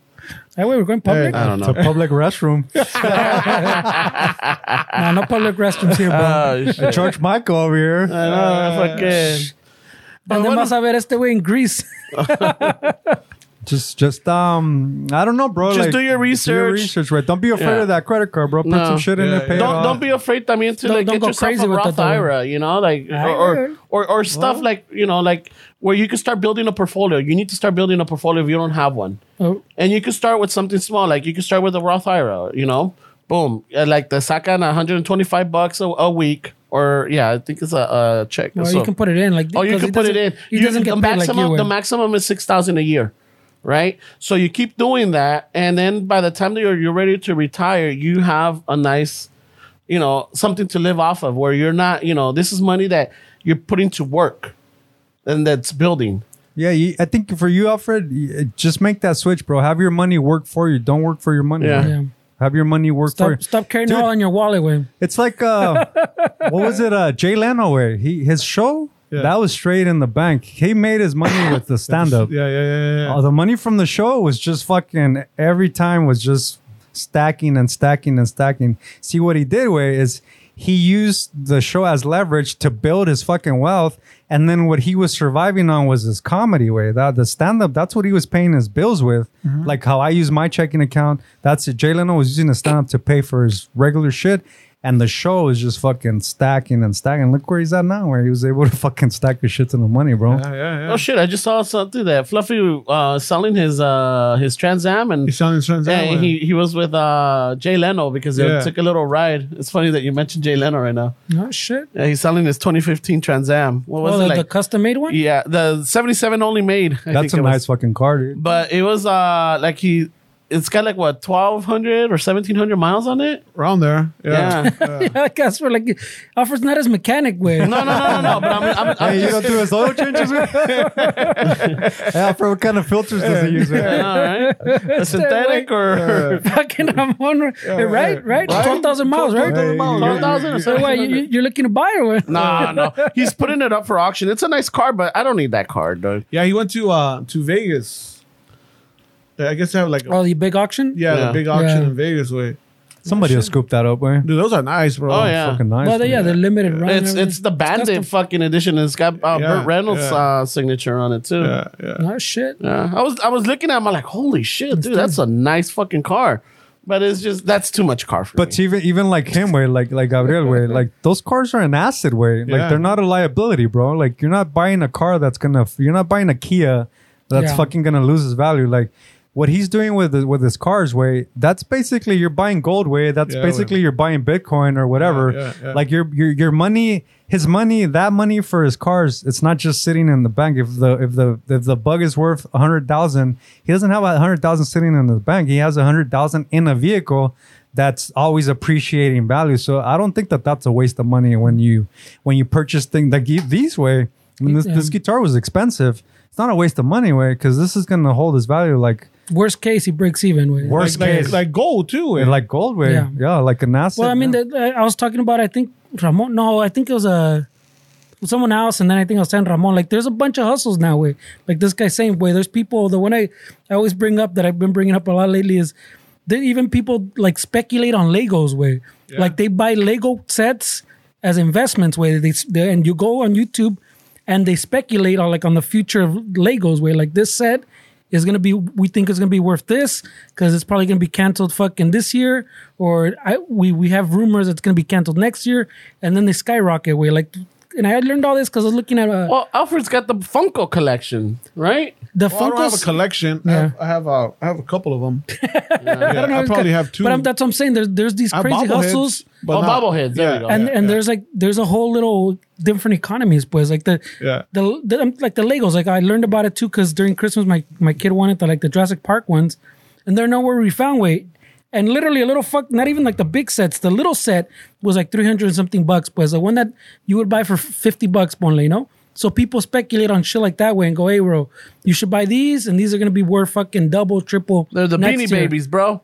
Speaker 3: That way we're going public.
Speaker 1: I don't
Speaker 2: It's a [laughs]
Speaker 1: know.
Speaker 2: public restroom.
Speaker 1: [laughs]
Speaker 3: no, no public restrooms here, bro.
Speaker 2: Ah,
Speaker 1: Oh, [laughs] shit.
Speaker 2: George Michael over here.
Speaker 1: I know, Ah, fucking.
Speaker 3: and then vas a ver este way in Greece.
Speaker 2: Just, just um, I don't know, bro.
Speaker 1: Just
Speaker 2: like,
Speaker 1: do your research.
Speaker 2: research, right? Don't be afraid
Speaker 1: Yeah.
Speaker 2: of that credit card, bro. Put
Speaker 1: No.
Speaker 2: some shit in
Speaker 5: Yeah,
Speaker 2: it. Pay it
Speaker 1: Don't
Speaker 2: off.
Speaker 1: don't be afraid. I mean, to
Speaker 3: Don't-
Speaker 1: like
Speaker 3: don't
Speaker 1: get
Speaker 3: go
Speaker 1: yourself
Speaker 3: crazy
Speaker 1: a
Speaker 3: with
Speaker 1: Roth
Speaker 3: that, though.
Speaker 1: IRA, you know, like or or or, or stuff like you know, like where you can start building a portfolio. You need to start building a portfolio if you don't have one.
Speaker 3: Oh,
Speaker 1: And you can start with something small, like you can start with a Roth IRA, you know, boom, Uh, like the saka on 125 bucks a, a week, or yeah, I think it's a, a check.
Speaker 3: well,
Speaker 1: So-
Speaker 3: you can put it in like.
Speaker 1: oh, you
Speaker 3: because
Speaker 1: can
Speaker 3: he
Speaker 1: put it in.
Speaker 3: doesn't- He
Speaker 1: You-
Speaker 3: doesn't
Speaker 1: the
Speaker 3: get paid like
Speaker 1: maximum.
Speaker 3: you.
Speaker 1: the
Speaker 3: will.
Speaker 1: maximum is six thousand a year, right? So you keep doing that, and then by the time that you're, you're ready to retire, you have a nice, you know, something to live off of, where you're not, you know, this is money that you're putting to work, and that's building.
Speaker 2: Yeah, you, I think for you, Alfred, you- just make that switch, bro. Have your money work for you. Don't work for your money.
Speaker 1: Yeah.
Speaker 2: bro.
Speaker 3: Yeah.
Speaker 2: Have your money work for
Speaker 3: Stop,
Speaker 2: you.
Speaker 3: stop carrying it
Speaker 2: Dude.
Speaker 3: all in your wallet, way.
Speaker 2: It's like
Speaker 3: [laughs]
Speaker 2: uh, what was it? Uh, Jay Leno, where he his show
Speaker 5: Yeah.
Speaker 2: that was straight in the bank. He made his money
Speaker 1: [laughs]
Speaker 2: with the stand up.
Speaker 5: Yeah, yeah, yeah, yeah.
Speaker 2: Oh, the money from the show was just fucking every time was just stacking and stacking and stacking. See what he did way is he used the show as leverage to build his fucking wealth. And then what he was surviving on was his comedy way. That the stand up, that's what he was paying his bills with.
Speaker 1: Mm-hmm.
Speaker 2: Like how I use my checking account. That's it. Jay Leno was using the stand up to pay for his regular shit. And the show is just fucking stacking and stacking. Look where he's at now, where he was able to fucking stack his shit to the money, bro.
Speaker 5: Yeah, yeah, yeah.
Speaker 1: Oh shit! I just saw something that Fluffy uh, selling his uh, his Trans Am and
Speaker 5: He's selling trans.
Speaker 1: Yeah, he, he was with uh, Jay Leno because they
Speaker 5: Yeah.
Speaker 1: took a little ride. It's funny that you mentioned Jay Leno right now.
Speaker 3: Oh shit!
Speaker 1: Yeah, he's selling his 2015 Trans Am. What was
Speaker 3: Oh,
Speaker 1: it
Speaker 3: the,
Speaker 1: like?
Speaker 3: the custom made [laughs] one.
Speaker 1: yeah, the 77 only made. I
Speaker 2: That's
Speaker 1: think
Speaker 2: a
Speaker 1: it was.
Speaker 2: nice fucking car, dude.
Speaker 1: But it was uh like he, it's got like what 1200 or 1700 miles on it.
Speaker 5: around there. Yeah.
Speaker 1: Yeah.
Speaker 3: [laughs] I guess for like, offers not as mechanic way.
Speaker 1: No, no, no, no, no. But I'm, I'm, I'm
Speaker 2: Hey, you
Speaker 1: just,
Speaker 2: don't do his oil
Speaker 5: [laughs]
Speaker 2: changes? yeah, for what kind of filters does he use? man?
Speaker 1: yeah, [laughs] all right. A synthetic or
Speaker 3: [laughs]
Speaker 1: [laughs]
Speaker 3: fucking Ramon, right? Right? Twelve thousand miles, right?
Speaker 5: 12,000 miles.
Speaker 1: 12,000 or
Speaker 3: So why you, you- Oh, you're looking to buy or what?
Speaker 1: Nah, no. He's putting it up for auction. It's a nice car, but I don't need that car, dude.
Speaker 5: Yeah, he went to uh to Vegas. I guess they have like a,
Speaker 3: Oh, the big auction.
Speaker 5: yeah,
Speaker 1: Yeah.
Speaker 5: the big auction
Speaker 3: Yeah.
Speaker 5: in Vegas. Wait,
Speaker 2: Somebody will scoop that up, man.
Speaker 5: dude, those are nice, bro.
Speaker 1: Oh, yeah.
Speaker 2: Fucking nice.
Speaker 3: Well,
Speaker 5: uh,
Speaker 3: they-
Speaker 2: dude.
Speaker 3: uh, yeah, they're limited run. and
Speaker 1: It's
Speaker 3: everything.
Speaker 1: it's the Bandit
Speaker 3: custom.
Speaker 1: fucking edition. It's got uh,
Speaker 5: Yeah,
Speaker 1: Burt Reynolds'
Speaker 5: yeah.
Speaker 1: uh, signature on it too.
Speaker 5: yeah, yeah.
Speaker 3: Oh shit!
Speaker 1: Yeah. I was I was looking at him. I'm like, holy shit, dude, that's a nice fucking car. But it's just that's too much car for
Speaker 2: But
Speaker 1: me.
Speaker 2: even even like him, way like like Gabriel, way like those cars are an asset, way like
Speaker 5: Yeah.
Speaker 2: they're not a liability, bro. Like you're not buying a car that's gonna you're not buying a Kia that's
Speaker 3: Yeah.
Speaker 2: fucking gonna lose its value. Like what he's doing with the, with his cars, way that's basically you're buying gold, way that's
Speaker 5: Yeah, way.
Speaker 2: basically you're buying Bitcoin or whatever.
Speaker 5: yeah, yeah.
Speaker 2: Like your your your money, his money, that money for his cars, it's not just sitting in the bank. If the if the if the bug is worth a hundred thousand, he doesn't have a hundred thousand sitting in the bank. He has a hundred thousand in a vehicle that's always appreciating value. So I don't think that that's a waste of money when you when you purchase things like you- these way. I mean, this,
Speaker 3: Yeah.
Speaker 2: this guitar was expensive. It's not a waste of money way because this is gonna hold its value like
Speaker 3: Worst case, he breaks even. With
Speaker 2: Worst
Speaker 5: Like,
Speaker 2: case.
Speaker 5: like, like gold too. eh?
Speaker 2: like gold way.
Speaker 3: Yeah.
Speaker 2: Yeah, like an asset.
Speaker 3: Well, I mean,
Speaker 2: yeah.
Speaker 3: the, I- I was talking about. I think Ramon. No, I think it was a someone else, and then I think I was telling Ramon. Like, there's a bunch of hustles now. Way like this guy saying, way there's people. The one I I always bring up that I've been bringing up a lot lately is that even people like speculate on Legos. Way like they buy Lego sets as investments. Way they, they and you go on YouTube and they speculate on like on the future of Legos. Way like this set is gonna be we think it's gonna be worth this because it's probably gonna be canceled fucking this year or I, we we have rumors it's gonna be canceled next year and then they skyrocket way like and I had learned all this because I was looking at uh,
Speaker 1: well, Alfred's got the Funko collection, right?
Speaker 3: the
Speaker 5: Well, I don't have a
Speaker 3: Funkos.
Speaker 5: collection. I, have, I have a I have a
Speaker 1: [laughs]
Speaker 5: couple of them. I,
Speaker 3: don't know if it's
Speaker 5: probably
Speaker 3: got-
Speaker 5: have two.
Speaker 3: But I'm, that's what I'm saying. There's there's these
Speaker 5: I have
Speaker 3: crazy
Speaker 5: bobbleheads,
Speaker 3: hustles.
Speaker 5: but
Speaker 1: Oh,
Speaker 5: not-
Speaker 1: bobbleheads, there you go.
Speaker 3: and
Speaker 5: yeah,
Speaker 3: and
Speaker 5: yeah.
Speaker 3: there's like there's a whole little different economies, boys. Like the
Speaker 5: Yeah.
Speaker 3: the, the um, like the Legos. Like I learned about it too because during Christmas my my kid wanted the like the Jurassic Park ones, and they're nowhere we found. Wait, and literally a little fuck. Not even like the big sets. The little set was like three hundred something bucks, boys. The one that you would buy for fifty bucks, only, you know. So people speculate on shit like that way and go, hey, bro, you should buy these, and these are gonna be worth fucking double, triple.
Speaker 1: They're the
Speaker 3: next
Speaker 1: Beanie
Speaker 3: year."
Speaker 1: Babies, bro.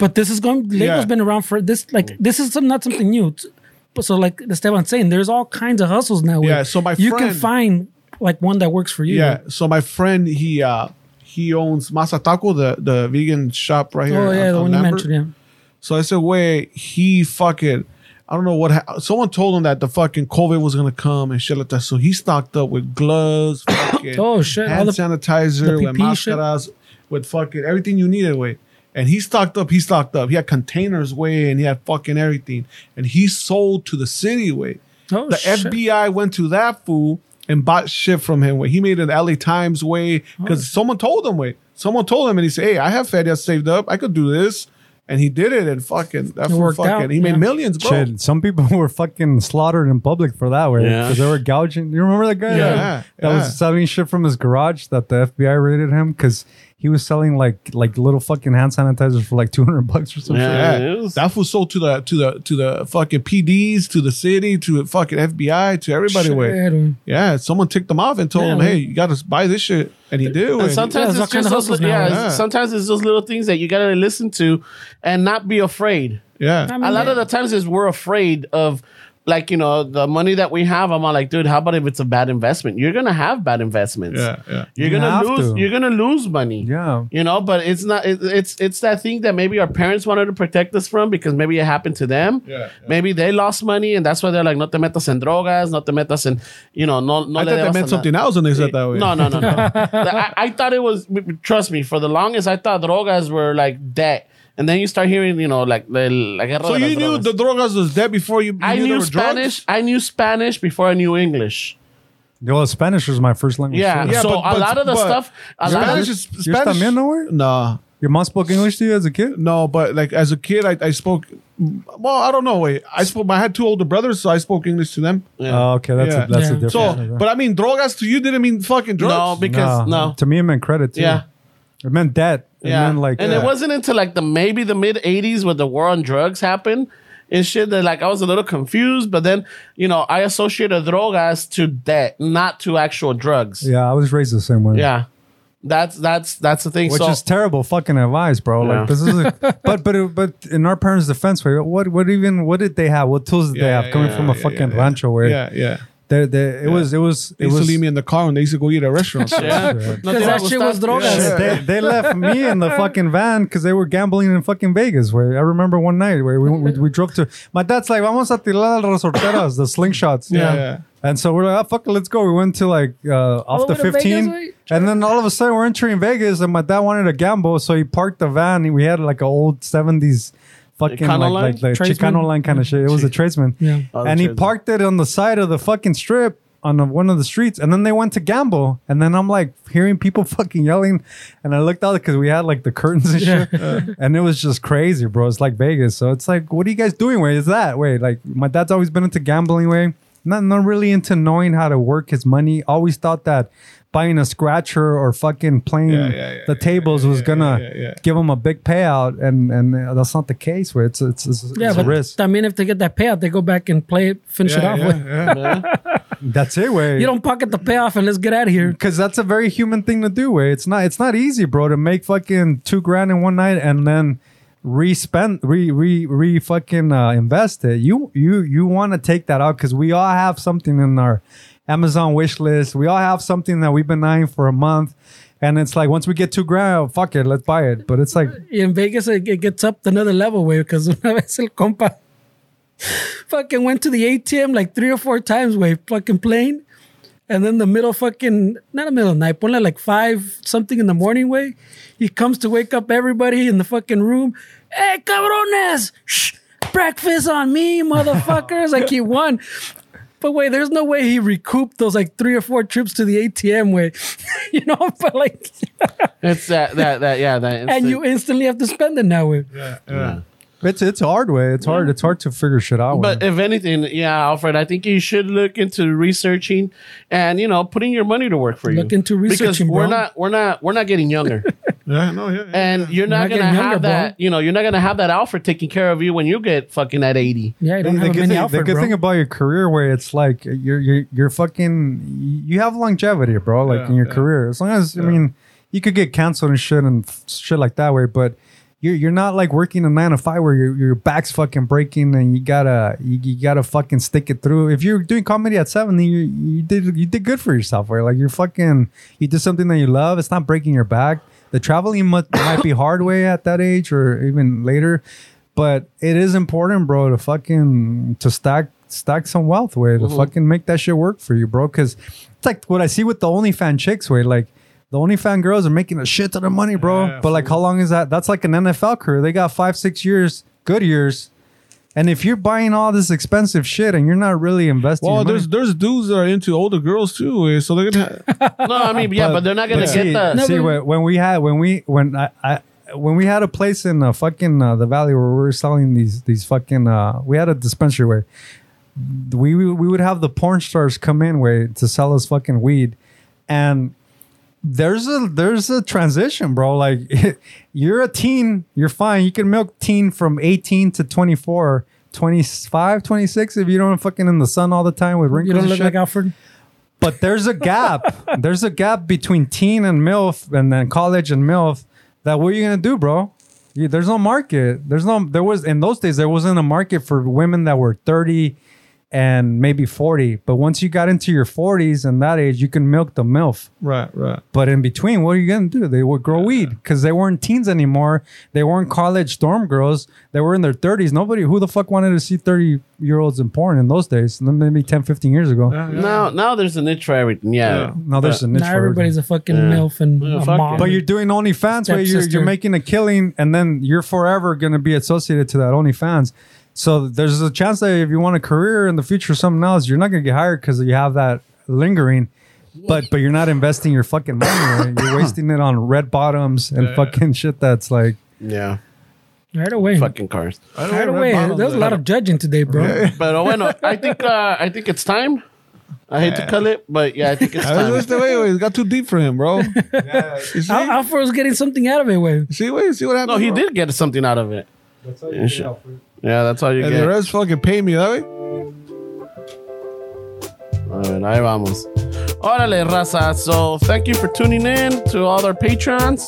Speaker 3: But this is going. Lego's
Speaker 5: Yeah. Mm.
Speaker 3: been around for this. Like this is some, not something new. It's- But so like Esteban's saying, there's all kinds of hustles now. where
Speaker 5: Yeah, so my
Speaker 3: you can
Speaker 5: friend-
Speaker 3: find like one that works for you.
Speaker 5: yeah. So my friend he uh he owns Masa Taco, the the vegan shop right here.
Speaker 3: Oh yeah,
Speaker 5: on-
Speaker 3: the
Speaker 5: on
Speaker 3: one you
Speaker 5: Lambert.
Speaker 3: mentioned. Yeah.
Speaker 5: So I said, wait, he fucking, I don't know what, ha- someone told him that the fucking COVID was going to come and shit like that. So he stocked up with gloves, [coughs] fucking
Speaker 3: Oh, shit, all
Speaker 5: hand
Speaker 3: the-
Speaker 5: sanitizer,
Speaker 3: the
Speaker 5: with
Speaker 3: PP shit.
Speaker 5: mascaras, with fucking everything you needed, way. And he stocked up, he stocked up. He had containers, way, and he had fucking everything. And he sold to the city, way.
Speaker 3: Oh
Speaker 5: The
Speaker 3: shit.
Speaker 5: FBI went to that fool and bought shit from him. Where he made an LA Times way because someone told him way. Someone told him and he said, "Hey, I have Fedia saved up. I could do this." And he did it and fucking that fool
Speaker 3: worked
Speaker 5: fucking
Speaker 3: out,
Speaker 5: he
Speaker 3: yeah.
Speaker 5: made millions, bro.
Speaker 2: Shit, some people [laughs] were fucking slaughtered in public for that way
Speaker 1: Yeah.
Speaker 2: because they were gouging. You remember that guy
Speaker 5: Yeah,
Speaker 2: that, that
Speaker 5: yeah.
Speaker 2: was selling shit from his garage that the FBI raided him because he was selling like like little fucking hand sanitizers for like [laughs] two hundred bucks or something.
Speaker 1: Yeah.
Speaker 5: Yeah.
Speaker 1: it was-
Speaker 5: That fool sold to the to the to the fucking PDs, to the city, to the fucking FBI, to everybody way.
Speaker 3: Shit. Yeah,
Speaker 5: Yeah, someone ticked him off and told
Speaker 3: Yeah,
Speaker 5: him,
Speaker 3: man.
Speaker 5: "Hey, you got to buy this shit," and he did. way.
Speaker 1: And sometimes
Speaker 3: there's all
Speaker 1: it's
Speaker 3: kind
Speaker 1: just
Speaker 3: of
Speaker 1: those,
Speaker 3: hustles
Speaker 1: li-
Speaker 3: now,
Speaker 1: yeah,
Speaker 5: yeah.
Speaker 1: Sometimes it's those little things that you gotta listen to and not be afraid.
Speaker 5: yeah,
Speaker 3: mean,
Speaker 1: a lot of the times is we're afraid of like you know the money that we have i'm all like dude how about if it's a bad investment you're gonna have bad investments
Speaker 5: Yeah, yeah.
Speaker 1: you're
Speaker 2: You
Speaker 1: gonna
Speaker 2: have
Speaker 1: lose
Speaker 2: to.
Speaker 1: you're gonna lose money
Speaker 2: Yeah.
Speaker 1: you know but it's not it, it's it's that thing that maybe our parents wanted to protect us from because maybe it happened to them
Speaker 5: Yeah, yeah.
Speaker 1: maybe they lost money and that's why they're like no te metas en drogas no te metas en you know no no
Speaker 5: I
Speaker 1: le
Speaker 5: thought they
Speaker 1: debas
Speaker 5: meant
Speaker 1: a na-"
Speaker 5: something else when they said that way.
Speaker 1: No, no, no,
Speaker 5: [laughs]
Speaker 1: no. I, I thought it was. Trust me, for the longest, I thought drogas were like debt, and then you start hearing, you know, like the la guerra
Speaker 5: So
Speaker 1: de las
Speaker 5: you knew
Speaker 1: drogas.
Speaker 5: the drogas was dead before you. you
Speaker 1: I
Speaker 5: there
Speaker 1: knew
Speaker 5: were drugs?
Speaker 1: Spanish. I knew Spanish before I knew English.
Speaker 2: Well, Spanish was my first language.
Speaker 1: Yeah.
Speaker 2: too.
Speaker 5: Yeah,
Speaker 1: so
Speaker 5: but-
Speaker 1: a
Speaker 5: but-
Speaker 1: lot of the
Speaker 5: but
Speaker 1: stuff. A lot of
Speaker 5: Spanish
Speaker 1: the,
Speaker 5: is
Speaker 2: You're
Speaker 5: Spanish.
Speaker 2: Tamil, were you?
Speaker 5: No,
Speaker 2: Your mom spoke English to you as a kid?
Speaker 5: no, but like as a kid, I, I spoke. Well, I don't know. Wait, I spoke. I had two older brothers, so I spoke English to them.
Speaker 2: Oh, okay, that's
Speaker 5: Yeah.
Speaker 2: a, that's
Speaker 3: Yeah.
Speaker 2: a difference.
Speaker 5: So, but I mean, drogas to you didn't mean fucking
Speaker 1: no,
Speaker 5: drugs.
Speaker 1: because no,
Speaker 2: to me it meant credit too.
Speaker 1: Yeah.
Speaker 2: it meant debt. It
Speaker 1: yeah,
Speaker 2: meant like
Speaker 1: and it wasn't until like the maybe the mid '80s where the war on drugs happened and shit that like I was a little confused, but then you know I associated drogas to debt, not to actual drugs.
Speaker 2: Yeah, I was raised the same way.
Speaker 1: Yeah. That's that's that's the thing.
Speaker 2: Which
Speaker 1: so
Speaker 2: is terrible fucking advice, bro.
Speaker 1: Yeah.
Speaker 2: Like this is,
Speaker 5: [laughs]
Speaker 2: a, but but it, but in our parents' defense, wait, what what even what did they have? What tools did they
Speaker 5: Yeah,
Speaker 2: have coming
Speaker 5: yeah,
Speaker 2: from a
Speaker 5: yeah,
Speaker 2: fucking
Speaker 5: yeah,
Speaker 2: rancho where
Speaker 5: yeah, yeah.
Speaker 2: they, they, it was it was
Speaker 5: They
Speaker 2: it
Speaker 5: used
Speaker 2: was
Speaker 5: to leave me in the car and they used to go eat at restaurants.
Speaker 1: yeah. Nothing
Speaker 3: that
Speaker 1: will
Speaker 3: shit
Speaker 1: stop
Speaker 3: was
Speaker 1: you.
Speaker 3: drogas.
Speaker 1: Yeah.
Speaker 2: they, they left me in the fucking van because they were gambling in fucking Vegas. Where I remember one night where we, we, we drove to my dad's like, vamos a tirar las resorteras, the slingshots.
Speaker 5: Yeah, yeah.
Speaker 2: And so we're like, oh, fuck it, let's go. We went to like uh, off
Speaker 3: Over
Speaker 2: the
Speaker 3: to Vegas,
Speaker 2: 15.
Speaker 3: wait.
Speaker 2: and then all of a sudden we're entering Vegas and my dad wanted to gamble. So he parked the van. and We had like an old 70s fucking
Speaker 1: Chicano
Speaker 2: like,
Speaker 1: line?
Speaker 2: like, like
Speaker 3: Tradesman?
Speaker 2: Chicano line kind of shit. It was a tradesman.
Speaker 3: Yeah.
Speaker 1: Oh, the
Speaker 2: and he
Speaker 1: tradesman.
Speaker 2: parked it on the side of the fucking strip on the, one of the streets. And then they went to gamble. And then I'm like hearing people [laughs] fucking yelling. And I looked out because we had like the curtains and shit.
Speaker 5: Uh.
Speaker 2: and it was just crazy, bro. It's like Vegas. So it's like, what are you guys doing? Wait, is that? Wait, like my dad's always been into gambling, way. Not, not really into knowing how to work his money. Always thought that buying a scratcher or fucking playing
Speaker 5: Yeah, yeah, yeah,
Speaker 2: the
Speaker 5: yeah,
Speaker 2: tables was gonna
Speaker 5: yeah, yeah.
Speaker 2: give him a big payout, and and uh, that's not the case. Where it's it's, it's,
Speaker 3: Yeah,
Speaker 2: it's a
Speaker 3: but
Speaker 2: risk.
Speaker 3: I mean, if they get that payout, they go back and play it, finish it
Speaker 5: Yeah,
Speaker 3: off
Speaker 5: yeah,
Speaker 3: with.
Speaker 5: yeah.
Speaker 2: That's it, way.
Speaker 3: You don't pocket the payoff and let's get out of here.
Speaker 2: because that's a very human thing to do. Way it's not it's not easy, bro, to make fucking two grand in one night and then re-spend re re re fucking uh, invest it. You you you want to take that out because we all have something in our Amazon wish list. We all have something that we've been eyeing for a month, and it's like once we get two grand, oh, fuck it, let's buy it. But it's like
Speaker 3: In Vegas, it, it gets up to another level, way, because [laughs] una vez el compa fucking went to the ATM like three or four times, way, fucking playing. And then the middle fucking, not a middle of the night, ponle like five something in the morning, way. He comes to wake up everybody in the fucking room. Hey, cabrones! Shh, breakfast on me, motherfuckers! like he won. But wait, there's no way he recouped those like three or four trips to the ATM, way. [laughs] you know, but like,
Speaker 1: It's that that that yeah that
Speaker 3: and you instantly have to spend it now, way.
Speaker 2: it's it's hard way. It's hard. It's hard to figure shit out.
Speaker 1: But
Speaker 2: way.
Speaker 1: if anything, yeah, Alfred, I think you should look into researching and you know putting your money to work for you.
Speaker 3: Look into
Speaker 1: because
Speaker 3: researching,
Speaker 1: we're
Speaker 3: bro.
Speaker 1: not we're not we're not getting
Speaker 3: [laughs]
Speaker 1: younger,
Speaker 5: Yeah, no, yeah, yeah.
Speaker 1: and you're not,
Speaker 3: not
Speaker 1: gonna
Speaker 3: getting
Speaker 1: have
Speaker 3: younger, bro.
Speaker 1: that. You know, you're not gonna have that Alfred taking care of you when you get fucking at
Speaker 3: [laughs]
Speaker 1: eighty.
Speaker 3: Yeah, you
Speaker 2: And
Speaker 3: don't
Speaker 2: the
Speaker 3: have
Speaker 2: good,
Speaker 3: a mini
Speaker 2: thing, the
Speaker 3: Alfred,
Speaker 2: good
Speaker 3: bro.
Speaker 2: thing about your career where it's like you're you're, you're fucking you have longevity bro like
Speaker 5: Yeah,
Speaker 2: in your
Speaker 5: yeah.
Speaker 2: career as long as i mean you could get canceled and shit and f- shit like that way but you're, you're not like working a nine to five where your, your back's fucking breaking and you gotta you, you gotta fucking stick it through if you're doing comedy at 70 you, you did you did good for yourself where like you're fucking you did something that you love it's not breaking your back the traveling mu- [coughs] might be hard way at that age or even later but it is important, bro, to fucking to stack stack some wealth way to
Speaker 5: Mm-hmm.
Speaker 2: fucking make that shit work for you, bro. Cause it's like what I see with the OnlyFan chicks way, like the OnlyFan girls are making a shit ton of money, bro.
Speaker 5: Yeah,
Speaker 2: but like how long is that? That's like an NFL career. They got five, six years, good years. And if you're buying all this expensive shit and you're not really investing,
Speaker 5: Well,
Speaker 2: your money-
Speaker 5: there's there's dudes that are into older girls too, eh, so they're gonna.
Speaker 1: No, I mean, yeah, but, they're not gonna
Speaker 2: but
Speaker 1: get
Speaker 2: see,
Speaker 1: the.
Speaker 2: see, when, when we had when we when I, I when we had a place in uh, fucking uh, the valley where we were selling these these fucking uh, we had a dispensary where we, we we would have the porn stars come in way to sell us fucking weed and there's a there's a transition bro like [laughs] you're a teen you're fine you can milk teen from 18 to 24 25 26 if you don't fucking in the sun all the time with wrinkles
Speaker 3: You don't
Speaker 2: and
Speaker 3: look
Speaker 2: shit.
Speaker 3: like Alfred.
Speaker 2: But there's a gap. there's a gap between teen and MILF and then college and MILF that what are you gonna do, bro? You- there's no market. There's no there was in those days there wasn't a market for women that were 30 and maybe 40. But once you got into your 40s and that age, you can milk the MILF.
Speaker 5: Right, right.
Speaker 2: But in between, what are you gonna do? They would grow weed because they weren't teens anymore. They weren't college dorm girls. They were in their thirties. Nobody, who the fuck wanted to see thirty year olds in porn in those days? Maybe 10, 15 years ago.
Speaker 5: Yeah, yeah.
Speaker 1: Now, now there's a niche for everything. Yeah. Uh,
Speaker 2: Now there's a niche
Speaker 3: Now
Speaker 2: for everything.
Speaker 3: everybody's a fucking milf and
Speaker 1: Yeah,
Speaker 3: a
Speaker 1: fuck
Speaker 3: mom.
Speaker 1: it.
Speaker 2: But you're doing OnlyFans where you're,
Speaker 3: Stepsister.
Speaker 2: you're making a killing and then you're forever going to be associated to that OnlyFans. So there's a chance that if you want a career in the future, something else, you're not going to get hired because you have that lingering. But but you're not investing your fucking money. right?
Speaker 3: [laughs]
Speaker 2: You're wasting it on red bottoms and fucking shit that's like
Speaker 1: Yeah.
Speaker 3: right away.
Speaker 1: Fucking cars.
Speaker 5: I
Speaker 3: Right away. There was a lot of judging today, bro.
Speaker 1: But bueno, I think uh, I think it's time. I hate to cut it, but yeah, I think
Speaker 3: [laughs]
Speaker 1: it's
Speaker 5: I
Speaker 1: time.
Speaker 5: was just, wait, wait, it got too deep for him, bro. You see,
Speaker 3: Al- Alfred was getting something out of it, way.
Speaker 5: see, wait, see what
Speaker 1: No,
Speaker 5: happened.
Speaker 1: he
Speaker 5: bro?
Speaker 1: did get something out of it. Yeah, shit. Yeah, that's all you
Speaker 5: And
Speaker 1: get.
Speaker 5: the rest fucking pay me, that way.
Speaker 1: All right, ahí vamos. Órale, raza. So, thank you for tuning in to all our patrons.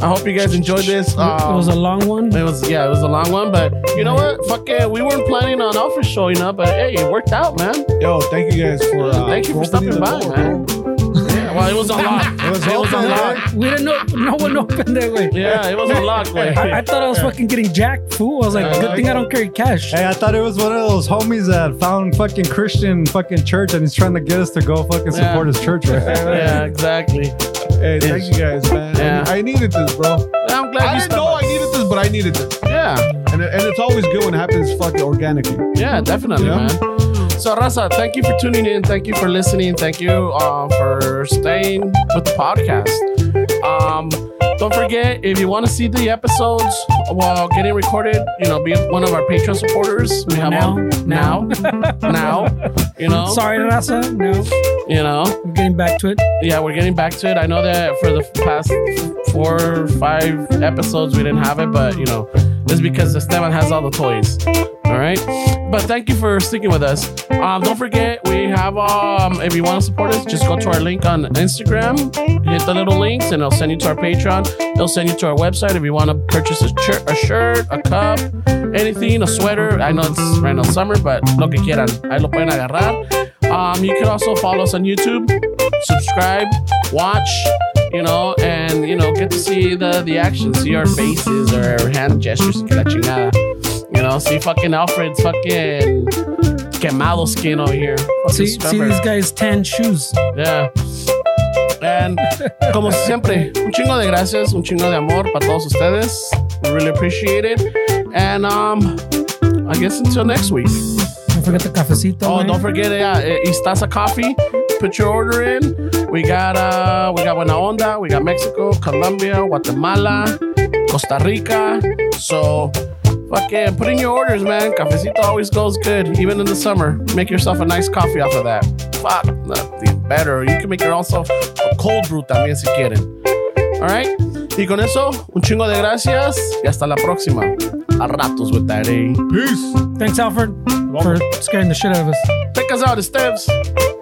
Speaker 1: I hope you guys enjoyed this.
Speaker 2: Oh.
Speaker 3: it was a
Speaker 1: Um,
Speaker 3: long one.
Speaker 1: it was yeah, it was a long one, but you know what? Fuck it, we weren't planning on Alfred showing up, but hey, it worked out, man.
Speaker 5: Yo, thank you guys for. Uh,
Speaker 1: Thank you for
Speaker 5: opening
Speaker 1: stopping
Speaker 5: the
Speaker 1: by,
Speaker 5: door,
Speaker 1: man. Yeah, well, it was unlocked.
Speaker 5: [laughs] It was
Speaker 1: It was
Speaker 5: open,
Speaker 1: unlocked.
Speaker 3: We didn't know no one opened that way.
Speaker 1: Yeah, it was
Speaker 5: [laughs]
Speaker 1: unlocked. Like,
Speaker 3: I, I thought I was fucking getting jacked, fool. I was like, good thing I don't carry cash.
Speaker 2: Hey, I thought it was one of those homies that found fucking Christian fucking church and he's trying to get us to go fucking
Speaker 1: Yeah.
Speaker 2: support his
Speaker 1: [laughs]
Speaker 2: church. Right?
Speaker 1: yeah, exactly.
Speaker 5: Hey, thank you guys, man.
Speaker 1: Yeah.
Speaker 5: I needed this, bro.
Speaker 1: I'm glad
Speaker 5: I
Speaker 1: you
Speaker 5: didn't know I
Speaker 1: stopped.
Speaker 5: needed this, but I needed this.
Speaker 1: by. Yeah.
Speaker 5: And, it- and it's always good when it happens fucking organically.
Speaker 1: Yeah, definitely,
Speaker 5: Yeah.
Speaker 1: man. So, Raza, thank you for tuning in. Thank you for listening. Thank you uh, for staying with the podcast. Um, don't forget, if you want to see the episodes while getting recorded, you know, be one of our Patreon supporters. We have
Speaker 3: Now,
Speaker 1: one
Speaker 3: now.
Speaker 1: now, [laughs] now, you know,
Speaker 3: Sorry, Rasa. No,
Speaker 1: you know,
Speaker 3: we're getting back to it.
Speaker 1: yeah, we're getting back to it. I know that for the past four, five episodes we didn't have it, but you know, it's because Esteban has all the toys. All right, but thank you for sticking with us. Um, don't forget we have um, if you want to support us, just go to our link on Instagram, hit the little links, and it'll send you to our Patreon. It'll send you to our website if you want to purchase a, chir- a shirt, a cup, anything, a sweater. I know it's right now summer, but lo que quieran, ahí lo pueden agarrar. Um, you can also follow us on YouTube, subscribe, watch, you know, and you know, get to see the the action, see our faces or hand gestures, que la chingada. You know, see fucking Alfred's fucking quemado skin over here. Fucking
Speaker 3: See, see
Speaker 1: stubborn.
Speaker 3: these guys tan shoes.
Speaker 1: Yeah. And como siempre, un chingo de gracias, un chingo de amor para todos ustedes. We really appreciate it. And um, I guess until next week.
Speaker 3: Don't forget the cafecito.
Speaker 1: Oh,
Speaker 3: man.
Speaker 1: don't forget it. Uh, Istaza Coffee. Put your order in. We got uh, we got Buena Onda. We got Mexico, Colombia, Guatemala, Costa Rica. So, fucking put in your orders, man. Cafecito always goes good, even in the summer. Make yourself a nice coffee off of that. Fuck, nothing better. You can make yourself a cold brew también si quieren. All right. Y con eso, un chingo de gracias y hasta la próxima. A ratos with that, eh?
Speaker 5: Peace.
Speaker 3: Thanks, Alfred, for scaring the shit out of us.
Speaker 1: Take us out, Steves.